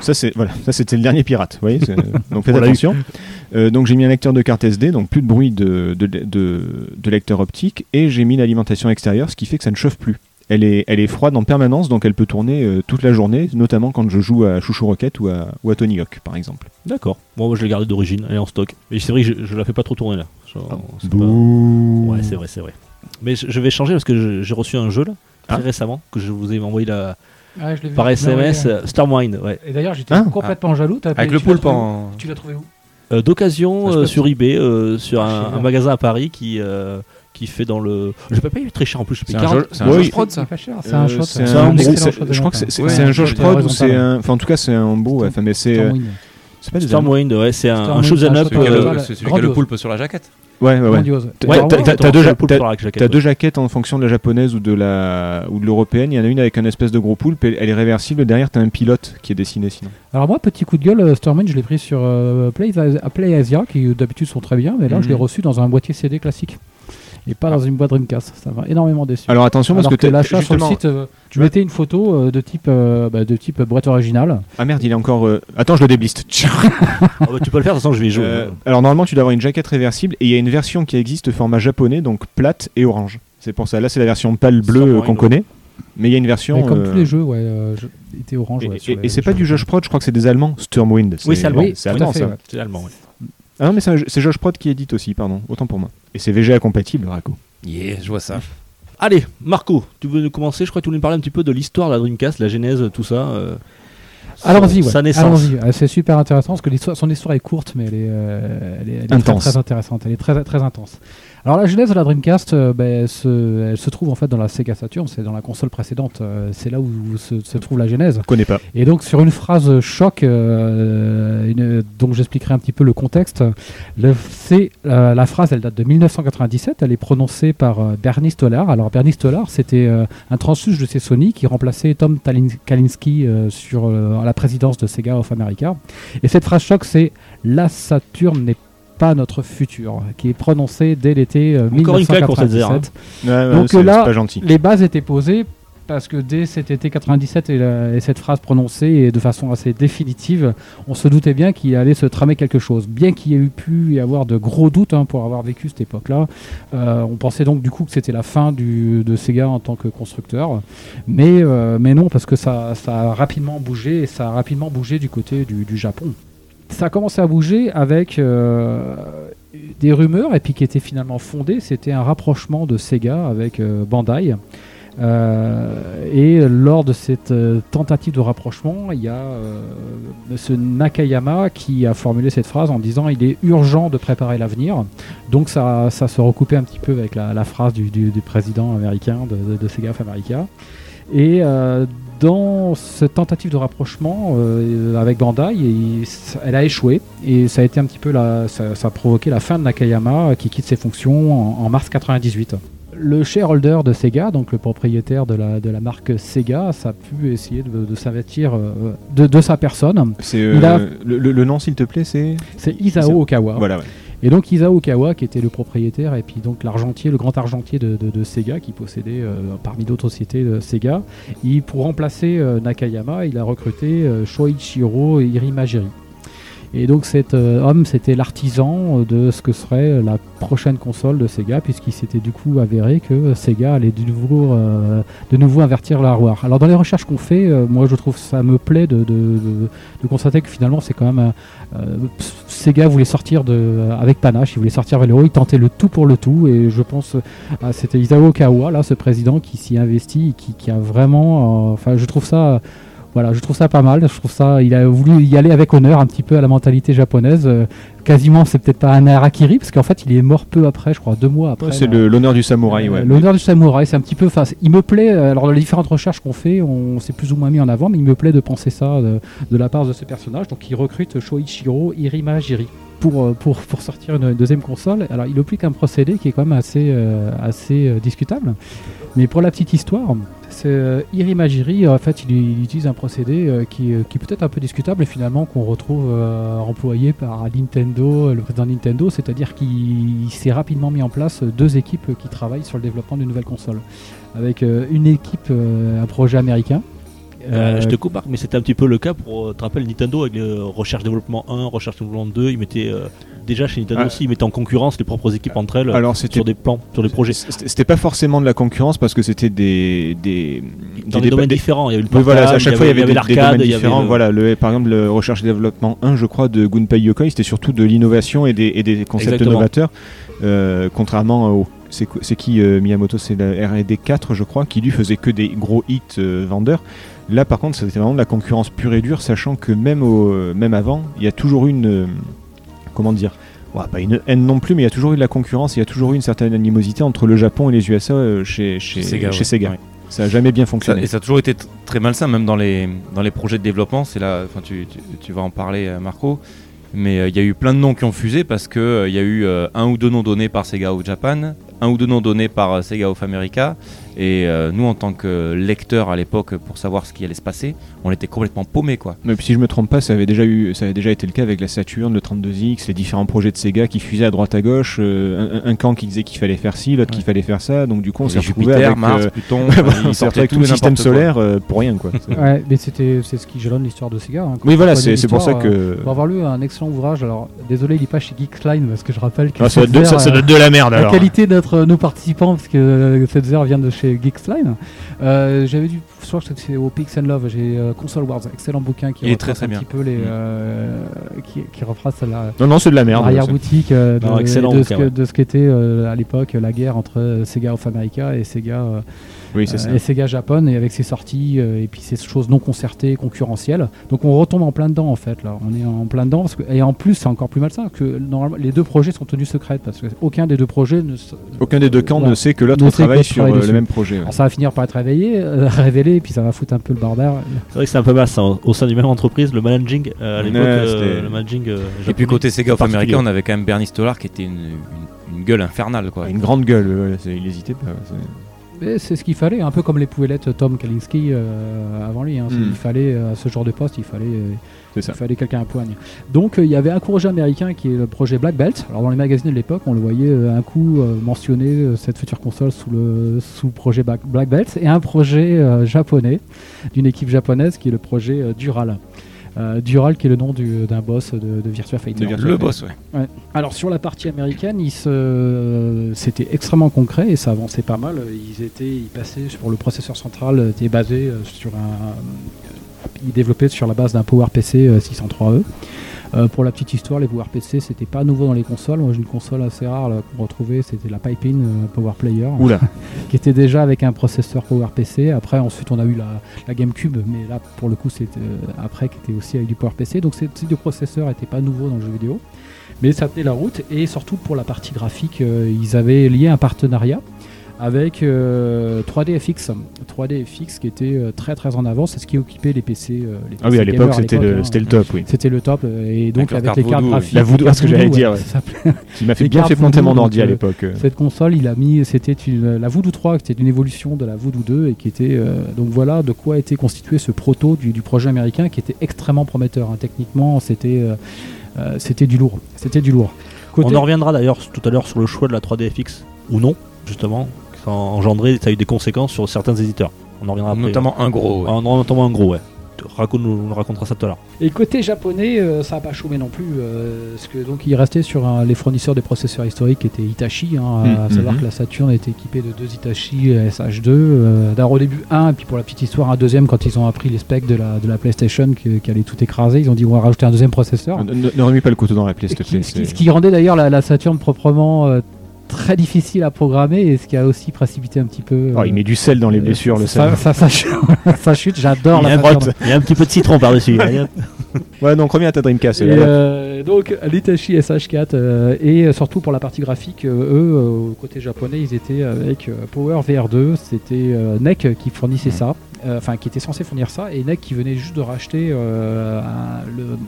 [SPEAKER 4] Ça c'est voilà, ça c'était le dernier pirate. Vous voyez, c'est- donc faites
[SPEAKER 2] On l'a eu.
[SPEAKER 4] attention. Euh, donc j'ai mis un lecteur de carte SD, donc plus de bruit de, de, de- de lecteur optique, et j'ai mis l'alimentation extérieure, ce qui fait que ça ne chauffe plus. Elle est, elle est froide en permanence, donc elle peut tourner euh, toute la journée, notamment quand je joue à Chouchou Rocket ou à, ou à Tony Hawk, par exemple.
[SPEAKER 2] D'accord. Bon, moi je l'ai gardée d'origine, elle est en stock. Mais c'est vrai que je, je la fais pas trop tourner là. Je- c'est pas-
[SPEAKER 4] Bouh.
[SPEAKER 2] Ouais, c'est vrai, c'est vrai. Mais je, je vais changer parce que je- j'ai reçu un jeu là, très
[SPEAKER 4] Ah.
[SPEAKER 2] récemment, que je vous ai envoyé là,
[SPEAKER 3] Ah, je l'ai vu.
[SPEAKER 2] par
[SPEAKER 3] Ouais,
[SPEAKER 2] SMS,
[SPEAKER 3] ouais.
[SPEAKER 2] euh, Starmind, ouais.
[SPEAKER 3] Et d'ailleurs, j'étais
[SPEAKER 4] Hein
[SPEAKER 3] complètement jaloux. t'as
[SPEAKER 5] Ah. Avec
[SPEAKER 3] appelé-
[SPEAKER 5] le
[SPEAKER 3] tu l'as
[SPEAKER 5] poulpe
[SPEAKER 3] trouvé où
[SPEAKER 5] en.
[SPEAKER 3] Tu l'as trouvé où
[SPEAKER 2] Euh, d'occasion
[SPEAKER 5] Ah, je
[SPEAKER 2] euh,
[SPEAKER 5] peux-
[SPEAKER 2] sur eBay, euh, sur
[SPEAKER 3] Ah, je
[SPEAKER 2] un,
[SPEAKER 3] sais pas.
[SPEAKER 2] un magasin à Paris qui, euh, qui fait dans le. Je peux pas eu très cher en plus, je paye
[SPEAKER 5] C'est un
[SPEAKER 2] 40.
[SPEAKER 5] jeu- c'est un
[SPEAKER 4] Oui.
[SPEAKER 5] jeu prod, ça.
[SPEAKER 3] C'est pas cher, C'est
[SPEAKER 4] Euh,
[SPEAKER 3] un shot.
[SPEAKER 4] c'est
[SPEAKER 3] euh,
[SPEAKER 4] un-
[SPEAKER 3] c'est un
[SPEAKER 4] gros-
[SPEAKER 3] excellent
[SPEAKER 4] c'est-
[SPEAKER 3] shot de
[SPEAKER 4] Je crois
[SPEAKER 3] vente,
[SPEAKER 4] que c'est- c'est
[SPEAKER 5] ouais.
[SPEAKER 4] c'est un
[SPEAKER 5] Ouais,
[SPEAKER 4] George
[SPEAKER 3] j'ai
[SPEAKER 4] Prod
[SPEAKER 3] raison,
[SPEAKER 4] ou c'est
[SPEAKER 3] pardon.
[SPEAKER 4] un. Enfin, en tout cas, c'est un beau.
[SPEAKER 3] Storm-
[SPEAKER 4] Enfin, mais c'est. euh,
[SPEAKER 3] Stormwind.
[SPEAKER 4] C'est pas des Allemands.
[SPEAKER 2] Stormwind, ouais, c'est un, un
[SPEAKER 3] Stormwind,
[SPEAKER 2] shoot'em
[SPEAKER 3] c'est
[SPEAKER 2] up.
[SPEAKER 3] un shoot 'em
[SPEAKER 5] Celui qui a
[SPEAKER 2] euh,
[SPEAKER 5] le- C'est celui qui a le
[SPEAKER 3] Grandiose.
[SPEAKER 5] poulpe sur la jaquette.
[SPEAKER 4] Ouais, ouais, ouais.
[SPEAKER 3] Grandiose.
[SPEAKER 4] Ouais,
[SPEAKER 3] Alors,
[SPEAKER 4] t'as-
[SPEAKER 3] ouais,
[SPEAKER 4] t'as- t'as deux
[SPEAKER 2] le
[SPEAKER 4] ja-
[SPEAKER 2] poulpe
[SPEAKER 4] t'as-
[SPEAKER 2] sur la jaquette,
[SPEAKER 4] T'as
[SPEAKER 2] ouais.
[SPEAKER 4] deux jaquettes en fonction de la japonaise ou de la ou de l'européenne. Il y en a une avec un espèce de gros poulpe. Elle, elle est réversible. Derrière, t'as un pilote qui est dessiné. Sinon,
[SPEAKER 3] Alors moi, petit coup de gueule, euh, Stormwind, je l'ai pris sur euh, Play, à Play Asia, qui euh, d'habitude sont très bien, mais là,
[SPEAKER 5] Mhm.
[SPEAKER 3] je l'ai reçu dans un boîtier CD classique. Et pas dans une boîte Dreamcast. Ça m'a énormément déçu.
[SPEAKER 4] alors attention parce
[SPEAKER 3] Alors
[SPEAKER 4] que,
[SPEAKER 3] que
[SPEAKER 4] t'as-
[SPEAKER 3] l'achat sur le
[SPEAKER 4] justement-
[SPEAKER 3] site, euh,
[SPEAKER 4] tu
[SPEAKER 3] tu mettais une photo euh, de type euh, bah, de type boîte originale.
[SPEAKER 4] Ah merde, il est encore. euh, Attends, je le débliste. Tchao.
[SPEAKER 2] Ah bah, tu peux le faire, de toute façon, je vais y jouer.
[SPEAKER 4] Euh, alors normalement, tu dois avoir une jaquette réversible et il y a une version qui existe format japonais, donc plate et orange. C'est pour ça. Là, c'est la version pâle bleue euh, qu'on
[SPEAKER 2] Stormwind.
[SPEAKER 4] connaît. Mais il y a une version.
[SPEAKER 3] Mais comme
[SPEAKER 4] euh,
[SPEAKER 3] tous les jeux, ouais, euh, je- il était orange.
[SPEAKER 4] Et,
[SPEAKER 3] ouais, sur
[SPEAKER 4] et-
[SPEAKER 3] les-
[SPEAKER 4] et c'est pas
[SPEAKER 3] sur-
[SPEAKER 4] du Josh Prod, je crois que c'est des Allemands. Sturmwind.
[SPEAKER 2] Oui, c'est allemand.
[SPEAKER 3] Oui,
[SPEAKER 4] C'est
[SPEAKER 3] tout à
[SPEAKER 4] allemand,
[SPEAKER 3] fait,
[SPEAKER 4] ça.
[SPEAKER 3] ouais.
[SPEAKER 2] C'est allemand, ouais.
[SPEAKER 4] Ah non, mais c'est un jeu- c'est Josh Prod qui édite aussi, pardon. Autant pour moi. Et c'est VGA compatible, Raco.
[SPEAKER 5] Yeah, je vois ça.
[SPEAKER 2] Allez, Marco, tu veux nous commencer Je crois que tu voulais nous parler un petit peu de l'histoire de la Dreamcast, la genèse, tout ça. euh,
[SPEAKER 3] Allons-y,
[SPEAKER 2] sa-
[SPEAKER 3] Ah, ouais.
[SPEAKER 2] Sa naissance.
[SPEAKER 3] Allons-y. Ah, c'est super intéressant parce que l'histoire- son histoire est courte, mais elle est, euh, elle est- elle est
[SPEAKER 4] Intense.
[SPEAKER 3] Très, très intéressante. Elle est très, très intense. Alors la genèse de la Dreamcast, euh, ben, elle, se, elle se trouve en fait dans la Sega Saturn, c'est dans la console précédente. euh, c'est là où se- se trouve la genèse.
[SPEAKER 4] Je connais pas.
[SPEAKER 3] Et donc sur une phrase choc, euh, une- donc j'expliquerai un petit peu le contexte. Le- c'est euh, la phrase, elle date de 1997. Elle est prononcée par euh, Bernie Stolar. Alors Bernie Stolar, c'était euh, un transfuge de chez Sony qui remplaçait Tom Talin- Kalinski euh, sur euh, à la présidence de Sega of America. Et cette phrase choc, c'est la Saturne n'est pas notre futur, qui est prononcée dès l'été euh,
[SPEAKER 2] Encore une claque pour cette
[SPEAKER 3] 1997.
[SPEAKER 2] zère, hein.
[SPEAKER 3] Donc,
[SPEAKER 4] c'est
[SPEAKER 3] euh, là-
[SPEAKER 4] c'est pas gentil.
[SPEAKER 3] Les bases étaient posées parce que dès cet été 97 et, la- et cette phrase prononcée et de façon assez définitive, on se doutait bien qu'il allait se tramer quelque chose. Bien qu'il y ait eu pu y avoir de gros doutes hein, pour avoir vécu cette époque-là, euh, on pensait donc du coup que c'était la fin du- de Sega en tant que constructeur. Mais, euh, mais non, parce que ça, ça a rapidement bougé et ça a rapidement bougé du côté du, du Japon. Ça a commencé à bouger avec euh, des rumeurs et puis qui étaient finalement fondées. C'était un rapprochement de Sega avec euh, Bandai. Euh, et lors de cette euh, tentative de rapprochement, il y a euh, ce Nakayama qui a formulé cette phrase en disant il est urgent de préparer l'avenir. Donc ça, ça se recoupait un petit peu avec la, la phrase du, du- du président américain de, de- de Sega of America. Et euh, dans cette tentative de rapprochement euh, avec Bandai, il- elle a échoué et ça a été un petit peu la, ça, ça a provoqué la fin de Nakayama euh, qui quitte ses fonctions en, en mars 98. Le shareholder de Sega, donc le propriétaire de la, de la marque Sega, ça a pu essayer de, de s'investir euh, de, de sa personne.
[SPEAKER 4] C'est, euh,
[SPEAKER 3] Il a-
[SPEAKER 4] le, le- le nom, s'il te plaît, c'est.
[SPEAKER 3] C'est
[SPEAKER 4] Isao.
[SPEAKER 3] Isao Okawa.
[SPEAKER 4] Voilà, ouais.
[SPEAKER 3] Et donc Isao Okawa, qui était le propriétaire, et puis donc l'argentier, le grand argentier de, de- de Sega, qui possédait euh, parmi d'autres sociétés de Sega, il, pour remplacer euh, Nakayama, il a recruté euh, Shoichiro Irimajiri. Et donc cet euh, homme, c'était l'artisan euh, de ce que serait la prochaine console de Sega, puisqu'il s'était du coup avéré que Sega allait de nouveau, euh, de nouveau invertir la roue. Alors dans les recherches qu'on fait, euh, moi je trouve ça me plaît de, de- de- de constater que finalement c'est quand même un- euh, Sega voulait sortir de, euh, avec panache, il voulait sortir vers le haut, il tentait le tout pour le tout, et je pense, à c'était Isao Okawa, là, ce président qui s'y investit, et qui, qui a vraiment, euh, enfin, je trouve ça, voilà, je trouve ça pas mal, je trouve ça, il a voulu y aller avec honneur, un petit peu à la mentalité japonaise, euh, quasiment, c'est peut-être pas un harakiri, parce qu'en fait, il est mort peu après, je crois, deux mois après.
[SPEAKER 4] c'est
[SPEAKER 3] là.
[SPEAKER 4] le- l'honneur du samouraï, ouais.
[SPEAKER 3] Euh, L'honneur du samouraï, c'est un petit peu. Enfin, c'est- il me plaît. euh, Alors, les différentes recherches qu'on fait, on s'est plus ou moins mis en avant, mais il me plaît de penser ça euh, de, la part de ce personnage. Donc, il recrute Shoichiro Irimajiri pour, euh, pour, pour sortir une deuxième console. Alors, il applique un procédé qui est quand même assez, euh, assez euh, discutable. Mais pour la petite histoire, c'est euh, Irimajiri, en fait, il, il utilise un procédé euh, qui, euh, qui est peut-être un peu discutable et finalement qu'on retrouve euh, employé par Nintendo, euh, le président de Nintendo, c'est-à-dire qu'il il s'est rapidement mis en place euh, deux équipes qui travaillent sur le développement d'une nouvelle console. Avec euh, une équipe, euh, un projet américain.
[SPEAKER 2] Euh,
[SPEAKER 3] euh,
[SPEAKER 2] je te coupe, Marc, mais c'était un petit peu le cas pour, euh, tu te rappelles, Nintendo avec le recherche-développement 1, recherche-développement 2, ils mettaient, euh, déjà chez Nintendo
[SPEAKER 4] Ah.
[SPEAKER 2] aussi, ils mettaient en concurrence les propres équipes entre elles euh,
[SPEAKER 4] Alors c'était
[SPEAKER 2] sur des plans, sur des projets.
[SPEAKER 4] C'était c'était pas forcément de la concurrence parce que c'était des, des,
[SPEAKER 2] Dans des,
[SPEAKER 4] des
[SPEAKER 2] domaines
[SPEAKER 4] des-
[SPEAKER 2] différents, il y avait le
[SPEAKER 4] Oui, voilà, à
[SPEAKER 2] portable,
[SPEAKER 4] chaque fois il y avait, des- des,
[SPEAKER 2] l'arcade,
[SPEAKER 4] domaines
[SPEAKER 2] il y avait
[SPEAKER 4] différents.
[SPEAKER 2] le-
[SPEAKER 4] Voilà, le, par exemple, le recherche et développement 1, je crois, de Gunpei Yokoi, c'était surtout de l'innovation et des, et des concepts
[SPEAKER 2] Exactement.
[SPEAKER 4] novateurs. Euh, contrairement au. C'est quoi- c'est qui euh, Miyamoto C'est la RD 4, je crois, qui lui faisait que des gros hits euh, vendeurs. Là, par contre, c'était vraiment de la concurrence pure et dure, sachant que même, au, euh, même avant, il y a toujours une. euh, comment dire Ouais, pas une haine non plus, mais il y a toujours eu de la concurrence, il y a toujours eu une certaine animosité entre le Japon et les USA euh, chez, chez, chez Sega.
[SPEAKER 5] Sega, ouais. Ouais.
[SPEAKER 4] Ça a jamais bien
[SPEAKER 5] Ça-
[SPEAKER 4] fonctionné.
[SPEAKER 5] et ça a toujours été t- très malsain, même dans les, dans les projets de développement. C'est là, enfin, tu, tu, tu vas en parler, euh, Marco. Mais euh, il y a eu plein de noms qui ont fusé parce que euh, il y a eu euh, un ou deux noms donnés par Sega au Japan, un ou deux noms donnés par euh, Sega of America. Et euh, nous, en tant que lecteurs à l'époque, pour savoir ce qui allait se passer, on était complètement paumés, quoi.
[SPEAKER 4] Mais puis si je me trompe pas, ça avait déjà eu, ça avait déjà été le cas avec la Saturn, le 32X, les différents projets de Sega qui fusaient à droite à gauche, euh, un, un camp qui disait qu'il fallait faire ci, l'autre qu'il fallait faire ça, donc du coup on s'est
[SPEAKER 5] Les
[SPEAKER 4] retrouvé
[SPEAKER 5] Jupiter,
[SPEAKER 4] avec,
[SPEAKER 5] Mars,
[SPEAKER 4] euh,
[SPEAKER 5] Pluton,
[SPEAKER 4] voilà, on s'est
[SPEAKER 5] ils
[SPEAKER 4] retrouvé
[SPEAKER 5] sortaient
[SPEAKER 4] avec
[SPEAKER 5] tout
[SPEAKER 4] tout le système
[SPEAKER 5] solaire.
[SPEAKER 4] solaire euh, pour rien quoi. C'est-
[SPEAKER 3] Ouais, mais c'était c'est ce qui jalonne l'histoire de Sega. hein. Quand
[SPEAKER 4] Oui
[SPEAKER 3] on
[SPEAKER 4] voilà,
[SPEAKER 3] connaît
[SPEAKER 4] c'est c'est pour ça
[SPEAKER 3] l'histoire,
[SPEAKER 4] que.
[SPEAKER 3] euh, Pour avoir lu un excellent ouvrage, alors désolé, il n'est pas chez Geeksline parce que je rappelle que.
[SPEAKER 4] Ah, ça, doit être de,
[SPEAKER 3] Setzer,
[SPEAKER 4] ça- ça doit être de la merde
[SPEAKER 3] La
[SPEAKER 4] alors.
[SPEAKER 3] qualité d'être euh, nos participants, parce que euh, cette heure vient de chez Geeksline. Euh, J'avais dû, je crois que c'était au Pix and Love, j'ai euh, Console Wars, excellent bouquin qui
[SPEAKER 5] Il est
[SPEAKER 3] retrace
[SPEAKER 5] très, très
[SPEAKER 3] un
[SPEAKER 5] bien.
[SPEAKER 3] petit peu les.
[SPEAKER 5] Mm.
[SPEAKER 3] euh, qui, qui retrace la.
[SPEAKER 4] Non non, c'est de la merde.
[SPEAKER 3] Arrière boutique euh, de,
[SPEAKER 2] Non, excellent
[SPEAKER 3] de, ce
[SPEAKER 2] bouquin,
[SPEAKER 3] que-
[SPEAKER 2] ouais.
[SPEAKER 3] de ce qu'était euh, à l'époque la guerre entre euh, Sega of America et Sega euh,
[SPEAKER 4] Oui c'est ça.
[SPEAKER 3] euh, et Sega Japon et avec ses sorties euh, et puis ces choses non concertées, concurrentielles. Donc on retombe en plein dedans en fait là. On est en plein dedans parce que- et en plus c'est encore plus malsain que normalement les deux projets sont tenus secrets parce qu'aucun des deux projets ne. se-
[SPEAKER 4] Aucun des deux camps
[SPEAKER 3] Voilà.
[SPEAKER 4] ne sait que
[SPEAKER 3] Ne
[SPEAKER 4] l'autre
[SPEAKER 3] sait que l'autre
[SPEAKER 4] travaille sur
[SPEAKER 3] travaille
[SPEAKER 4] euh,
[SPEAKER 3] dessus. Ah,
[SPEAKER 4] le même projet. ouais.
[SPEAKER 3] Alors ça va finir par être réveillé, euh, révélé, puis ça va foutre un peu le bordel.
[SPEAKER 2] C'est vrai que c'est un peu masse, hein, au sein d'une même entreprise, le managing euh, à l'époque,
[SPEAKER 4] Ouais,
[SPEAKER 2] euh,
[SPEAKER 4] c'était-
[SPEAKER 2] le managing. euh,
[SPEAKER 5] Et puis
[SPEAKER 2] japonais,
[SPEAKER 5] côté Sega of
[SPEAKER 2] particulier.
[SPEAKER 5] America, on avait quand même Bernie Stolar qui était une, une- une gueule infernale, quoi.
[SPEAKER 4] Une grande gueule, euh, c'est- il hésitait pas. ouais, c'est-
[SPEAKER 3] Mais c'est ce qu'il fallait, un peu comme les pouvait l'être Tom Kalinski euh, avant lui. hein.
[SPEAKER 4] Hmm.
[SPEAKER 3] Il fallait euh, à ce genre de poste, il fallait, euh,
[SPEAKER 4] C'est ça.
[SPEAKER 3] il fallait quelqu'un à poigne. Donc euh, il y avait un projet américain qui est le projet Black Belt. Alors dans les magazines de l'époque, on le voyait euh, un coup euh, mentionner euh, cette future console sous le sous projet Black Black Belt et un projet euh, japonais d'une équipe japonaise qui est le projet euh, Dural. Euh, Dural qui est le nom du- d'un boss de, de Virtua Fighter.
[SPEAKER 4] De Virtua
[SPEAKER 5] Le boss, ouais.
[SPEAKER 3] Alors sur la partie américaine, ils se- euh, c'était extrêmement concret et ça avançait pas mal. Ils étaient, ils passaient sur le processeur central, euh, était basé euh, sur un, ils développaient sur la base d'un PowerPC euh, 603E. Euh, pour la petite histoire, les PowerPC c'était pas nouveau dans les consoles. Moi j'ai une console assez rare là, qu'on retrouvait, c'était la Pipeline euh, Power Player,
[SPEAKER 4] Oula.
[SPEAKER 3] qui était déjà avec un processeur PowerPC. Après ensuite on a eu la, la GameCube, mais là pour le coup c'était euh, après qui était aussi avec du PowerPC. Donc ces types de processeurs n'étaient pas nouveaux dans le jeu vidéo mais ça tenait la route et surtout pour la partie graphique euh, ils avaient lié un partenariat avec euh, 3DFX 3DFX qui était euh, très très en avance c'est ce qui occupait les PC, euh, les
[SPEAKER 4] Ah oui,
[SPEAKER 3] PC
[SPEAKER 4] à l'époque
[SPEAKER 3] gamers
[SPEAKER 4] c'était le,
[SPEAKER 3] hein.
[SPEAKER 4] c'était le top, oui.
[SPEAKER 3] C'était le top euh, et donc
[SPEAKER 5] Avec
[SPEAKER 3] avec,
[SPEAKER 5] leur
[SPEAKER 3] les cartes
[SPEAKER 5] carte voodoo,
[SPEAKER 3] graphiques
[SPEAKER 4] oui. La voodoo,
[SPEAKER 3] carte
[SPEAKER 4] ce que j'allais
[SPEAKER 3] voodoo,
[SPEAKER 4] dire, ouais.
[SPEAKER 3] ça s'appelait.
[SPEAKER 4] Qui m'a fait
[SPEAKER 3] Les
[SPEAKER 4] bien
[SPEAKER 3] cartes
[SPEAKER 4] fait planter mon
[SPEAKER 3] voodoo,
[SPEAKER 4] ordi à
[SPEAKER 3] donc, euh,
[SPEAKER 4] l'époque. euh.
[SPEAKER 3] cette console il a mis c'était une la Voodoo 3 qui était une évolution de la Voodoo 2 et qui était euh, donc voilà de quoi était constitué ce proto du, du projet américain qui était extrêmement prometteur hein. techniquement c'était euh, euh, c'était du lourd c'était du lourd Côté-
[SPEAKER 2] On en reviendra d'ailleurs s- tout à l'heure sur le choix de la 3DFX ou non, justement, qui a engendré, ça a eu des conséquences sur certains éditeurs. On en reviendra après.
[SPEAKER 5] Notamment un gros. ouais.
[SPEAKER 2] En, en- notamment un gros, ouais. Tu- Raconte, nous, nous racontera ça tout à l'heure.
[SPEAKER 3] Et côté japonais, euh, ça n'a pas chômé non plus, euh, parce que donc il restait sur un- les fournisseurs des processeurs historiques qui étaient Hitachi, hein, à
[SPEAKER 4] Mhm.
[SPEAKER 2] Mm-hmm.
[SPEAKER 3] savoir que la Saturn était équipée de deux Hitachi euh, SH2, euh, d'ailleurs au début un, et puis pour la petite histoire un deuxième quand ils ont appris les specs de la, de la PlayStation qui, qui allait tout écraser, ils ont dit on va rajouter un deuxième processeur.
[SPEAKER 4] Oh. Ne, ne- ne remets pas le couteau dans la plaie,
[SPEAKER 3] Ce
[SPEAKER 4] s'il te
[SPEAKER 3] qui,
[SPEAKER 4] plaît.
[SPEAKER 3] ce qui-
[SPEAKER 4] c'est-
[SPEAKER 3] ce qui rendait d'ailleurs la, la Saturn proprement euh, très difficile à programmer et ce qui a aussi précipité un petit peu.
[SPEAKER 4] Oh,
[SPEAKER 3] euh,
[SPEAKER 4] il met du sel dans les blessures, le sel.
[SPEAKER 3] ça, ça, ça chute, ça chute, j'adore
[SPEAKER 2] Il y,
[SPEAKER 3] la
[SPEAKER 2] a un
[SPEAKER 3] Saturn.
[SPEAKER 2] petit- il y a un petit peu de citron par-dessus. Il y a-
[SPEAKER 4] Ouais, donc reviens à ta Dreamcast.
[SPEAKER 3] Et
[SPEAKER 4] là.
[SPEAKER 3] euh, donc l'Itachi SH4 euh, et euh, surtout pour la partie graphique, euh, eux, euh, au côté japonais, ils étaient avec euh, Power VR2, c'était euh, NEC qui fournissait ça, euh, enfin qui était censé fournir ça, et NEC qui venait juste de racheter euh, un- le,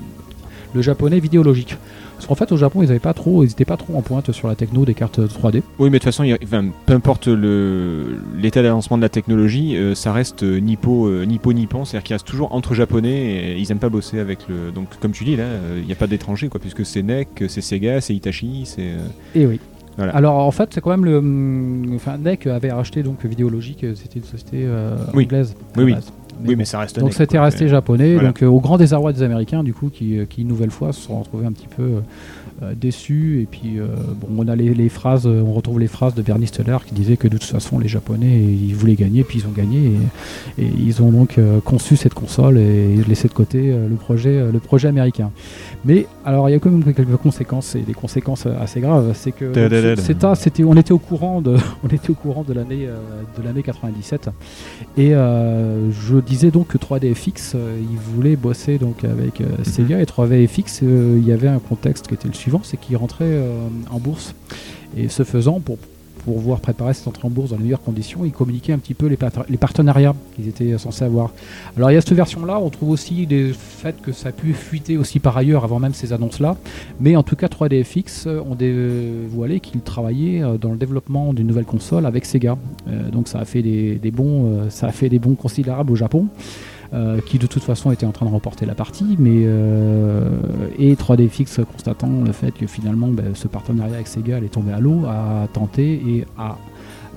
[SPEAKER 3] le japonais vidéologique. Parce qu'en fait, au Japon, ils n'avaient pas trop, ils étaient pas trop en pointe sur la techno des cartes euh, 3D.
[SPEAKER 4] Oui, mais de toute façon, il y a- enfin, peu importe le- l'état d'avancement de la technologie, euh, ça reste euh, nippo, euh, nippo nippon, c'est-à-dire qu'il reste toujours entre japonais. Et ils aiment pas bosser avec le. Donc, comme tu dis là, euh, il n'y a pas d'étrangers quoi, puisque c'est NEC, c'est Sega, c'est Hitachi, c'est. euh,
[SPEAKER 3] Et oui.
[SPEAKER 4] Voilà.
[SPEAKER 3] Alors en fait, c'est quand même le. hum, Enfin, NEC avait racheté donc Vidéologique, euh, c'était une société euh,
[SPEAKER 4] Oui.
[SPEAKER 3] anglaise. à
[SPEAKER 4] Oui,
[SPEAKER 3] la
[SPEAKER 4] oui.
[SPEAKER 3] base. Mais
[SPEAKER 4] Oui,
[SPEAKER 3] bon.
[SPEAKER 4] mais ça reste.
[SPEAKER 3] Donc
[SPEAKER 4] NEC,
[SPEAKER 3] c'était
[SPEAKER 4] quoi,
[SPEAKER 3] resté
[SPEAKER 4] mais-
[SPEAKER 3] japonais,
[SPEAKER 4] Voilà.
[SPEAKER 3] donc euh, au grand désarroi des Américains du coup qui, euh, qui une nouvelle fois se sont retrouvés un petit peu euh, déçus et puis euh, bon on a les, les phrases, euh, on retrouve les phrases de Bernie Stoller qui disait que de toute façon les Japonais ils voulaient gagner puis ils ont gagné et, et ils ont donc euh, conçu cette console et laissé de côté euh, le projet euh, le projet américain. Mais alors il y a quand même quelques conséquences et des conséquences euh, assez graves, c'est que
[SPEAKER 4] Da, da, da, da.
[SPEAKER 3] c'est un- c'était on était au courant de on était au courant de l'année euh, de l'année 97 et euh, je disais donc que 3DFX, euh, ils voulaient bosser donc avec euh, Sega. Et 3DFX, euh, il y avait un contexte qui était le suivant, c'est qu'ils rentraient euh, en bourse. Et ce faisant, pour pour pouvoir préparer cette entrée en bourse dans les meilleures conditions, ils communiquaient un petit peu les, parten- les partenariats qu'ils étaient censés avoir. Alors il y a cette version-là, on trouve aussi des faits que ça a pu fuiter aussi par ailleurs avant même ces annonces-là. Mais en tout cas, 3DFX euh, ont dévoilé qu'ils travaillaient euh, dans le développement d'une nouvelle console avec Sega. Euh, donc ça a fait des, des bons, euh, ça a fait des bons considérables au Japon, euh, qui de toute façon était en train de remporter la partie. Mais euh, et 3DFX constatant le fait que finalement ben, ce partenariat avec Sega allait tomber à l'eau, a tenté et a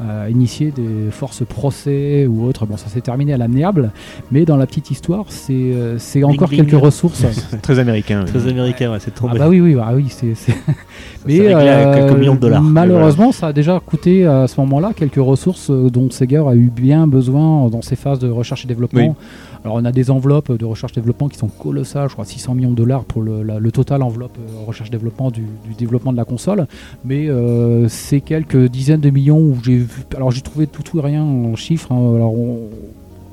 [SPEAKER 3] euh, initié des forces procès ou autres. Bon, ça s'est terminé à l'amiable, mais dans la petite histoire, c'est euh, c'est encore
[SPEAKER 2] ding.
[SPEAKER 3] quelques ressources.
[SPEAKER 4] C'est Très américain. oui.
[SPEAKER 2] Très américain, ouais, c'est
[SPEAKER 3] Ah
[SPEAKER 2] tombé.
[SPEAKER 3] bah oui, oui, bah oui, c'est. c'est- euh,
[SPEAKER 2] s'est réglé à quelques millions de dollars.
[SPEAKER 3] Malheureusement, ça a déjà coûté à ce moment-là quelques ressources euh, dont Sega a eu bien besoin euh, dans ses phases de recherche et développement.
[SPEAKER 4] Oui.
[SPEAKER 3] Alors, on a des enveloppes de recherche et développement qui sont colossales, je crois 600 millions de dollars pour le, la- le total enveloppe euh, recherche et développement du, du développement de la console. Mais euh, c'est quelques dizaines de millions où j'ai vu. Alors, j'ai trouvé tout ou rien en chiffres. hein. Alors, on-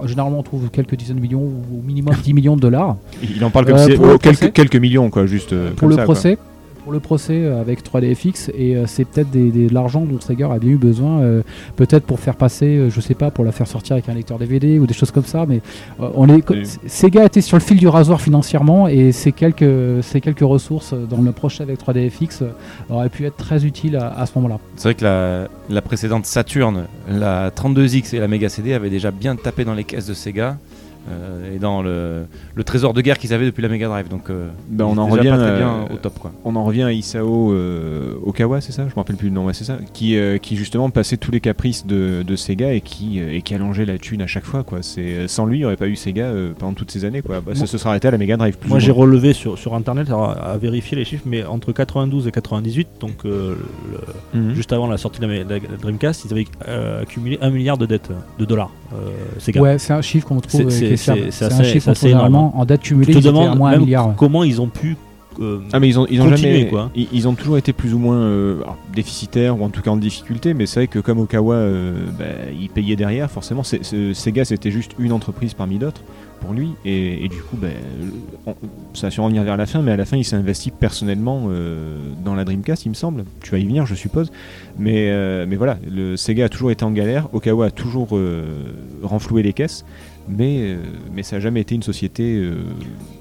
[SPEAKER 3] Généralement, on trouve quelques dizaines de millions ou au minimum 10 millions de dollars
[SPEAKER 4] Il en parle comme
[SPEAKER 3] Euh,
[SPEAKER 4] si
[SPEAKER 3] pour le
[SPEAKER 4] oh,
[SPEAKER 3] procès.
[SPEAKER 4] quelques, quelques millions, quoi, juste. euh,
[SPEAKER 3] pour
[SPEAKER 4] comme
[SPEAKER 3] le
[SPEAKER 4] ça, quoi.
[SPEAKER 3] procès pour le procès euh, avec 3DFX et euh, c'est peut-être des, des- de l'argent dont Sega a bien eu besoin euh, peut-être pour faire passer euh, je sais pas pour la faire sortir avec un lecteur DVD ou des choses comme ça mais euh, on est
[SPEAKER 4] Et-
[SPEAKER 3] Sega était sur le fil du rasoir financièrement et ces quelques ces quelques ressources euh, dans le projet avec 3DFX euh, auraient pu être très utiles à, à ce moment-là
[SPEAKER 5] C'est vrai que la, la précédente Saturn, la 32X et la Mega CD avaient déjà bien tapé dans les caisses de Sega euh, et dans le, le trésor de guerre qu'ils avaient depuis la Mega Drive. Donc, euh,
[SPEAKER 4] Ben, on
[SPEAKER 5] ils
[SPEAKER 4] en
[SPEAKER 5] étaient
[SPEAKER 4] revient
[SPEAKER 5] déjà pas très
[SPEAKER 4] euh,
[SPEAKER 5] bien au top. Quoi.
[SPEAKER 4] on en revient à Isao euh, Okawa, c'est ça Je me rappelle plus le nom, ouais, c'est ça qui, euh, qui justement passait tous les caprices de, de Sega et qui, euh, et qui allongeait la thune à chaque fois. Quoi. C'est- Sans lui, il n'y aurait pas eu Sega euh, pendant toutes ces années. Quoi. Bah,
[SPEAKER 2] Moi-
[SPEAKER 4] ça se serait arrêté à la Mega Drive. Plus
[SPEAKER 2] Moi
[SPEAKER 4] ou
[SPEAKER 2] j'ai
[SPEAKER 4] moins.
[SPEAKER 2] relevé sur, sur internet alors, à, à vérifier les chiffres, mais entre 92 et 98, donc euh, le-
[SPEAKER 4] Mhm.
[SPEAKER 2] juste avant la sortie de la, de la Dreamcast, ils avaient euh, accumulé 1 milliard de dettes de dollars. Euh, Sega.
[SPEAKER 3] ouais c'est un chiffre qu'on trouve
[SPEAKER 2] C'est-
[SPEAKER 3] euh, qui
[SPEAKER 2] c'est-
[SPEAKER 3] est fiable.
[SPEAKER 2] c'est- c'est
[SPEAKER 3] un
[SPEAKER 2] assez-
[SPEAKER 3] chiffre
[SPEAKER 2] c'est
[SPEAKER 3] qu'on
[SPEAKER 2] assez hein.
[SPEAKER 3] trouve généralement en date
[SPEAKER 2] Je
[SPEAKER 3] cumulée
[SPEAKER 2] te
[SPEAKER 3] ils étaient à
[SPEAKER 2] demande
[SPEAKER 3] moins un
[SPEAKER 2] même
[SPEAKER 3] milliard ouais.
[SPEAKER 2] comment ils ont pu. euh,
[SPEAKER 4] Ah mais ils ont ils ont
[SPEAKER 2] Continuer,
[SPEAKER 4] jamais
[SPEAKER 2] quoi.
[SPEAKER 4] Ils, ils ont toujours été plus ou moins euh, alors, déficitaires ou en tout cas en difficulté mais c'est vrai que comme Okawa euh, bah, il payait derrière forcément c'est- c'est- Sega c'était juste une entreprise parmi d'autres pour lui et, et du coup bah, le- on- ça a su revenir vers la fin mais à la fin il s'est investi personnellement euh, dans la Dreamcast il me semble tu vas y venir je suppose mais euh, mais voilà le Sega a toujours été en galère Okawa a toujours euh, renfloué les caisses mais, euh, mais ça n'a jamais été une société, euh,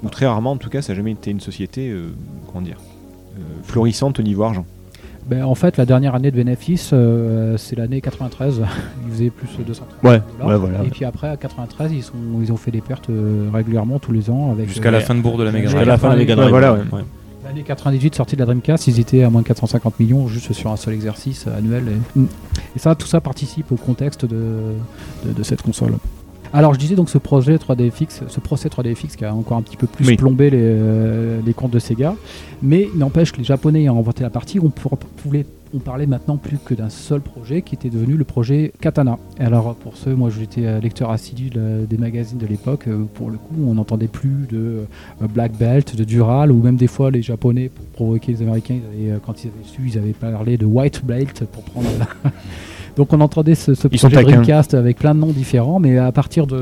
[SPEAKER 4] ou très rarement en tout cas, ça n'a jamais été une société, euh, comment dire, euh, florissante au niveau argent.
[SPEAKER 3] Ben, en fait, la dernière année de bénéfice, euh, c'est l'année 93. Ils faisaient plus de 230
[SPEAKER 2] Ouais,
[SPEAKER 3] dollars.
[SPEAKER 2] ouais, voilà.
[SPEAKER 3] Et puis après, à 93, ils, sont, ils ont fait des pertes euh, régulièrement tous les ans. avec
[SPEAKER 5] Jusqu'à
[SPEAKER 3] euh,
[SPEAKER 5] la fin de bourg de la Mega
[SPEAKER 2] Jusqu'à
[SPEAKER 5] Drive.
[SPEAKER 2] la fin de la Mega Drive.
[SPEAKER 4] Ouais, voilà, ouais.
[SPEAKER 3] L'année 98, sortie de la Dreamcast, ils étaient à moins de 450 millions juste sur un seul exercice euh, annuel. Et, et ça, tout ça participe au contexte de, de- de cette console. Alors, je disais donc ce projet 3DFX, ce procès 3DFX qui a encore un petit peu plus
[SPEAKER 4] Oui.
[SPEAKER 3] plombé les, euh, les comptes de Sega, mais il n'empêche que les Japonais ayant inventé la partie, on, pour- pouvait- on parlait maintenant plus que d'un seul projet qui était devenu le projet Katana. Et alors, pour ceux, moi j'étais euh, lecteur assidu de la- des magazines de l'époque, euh, pour le coup, on n'entendait plus de euh, Black Belt, de Dural, ou même des fois les Japonais pour provoquer les Américains, ils avaient, euh, quand ils avaient su, ils avaient parlé de White Belt pour prendre. la- Donc on entendait ce, ce
[SPEAKER 4] Ils sont
[SPEAKER 3] projet
[SPEAKER 4] taquins.
[SPEAKER 3] Dreamcast avec plein de noms différents, mais à partir de,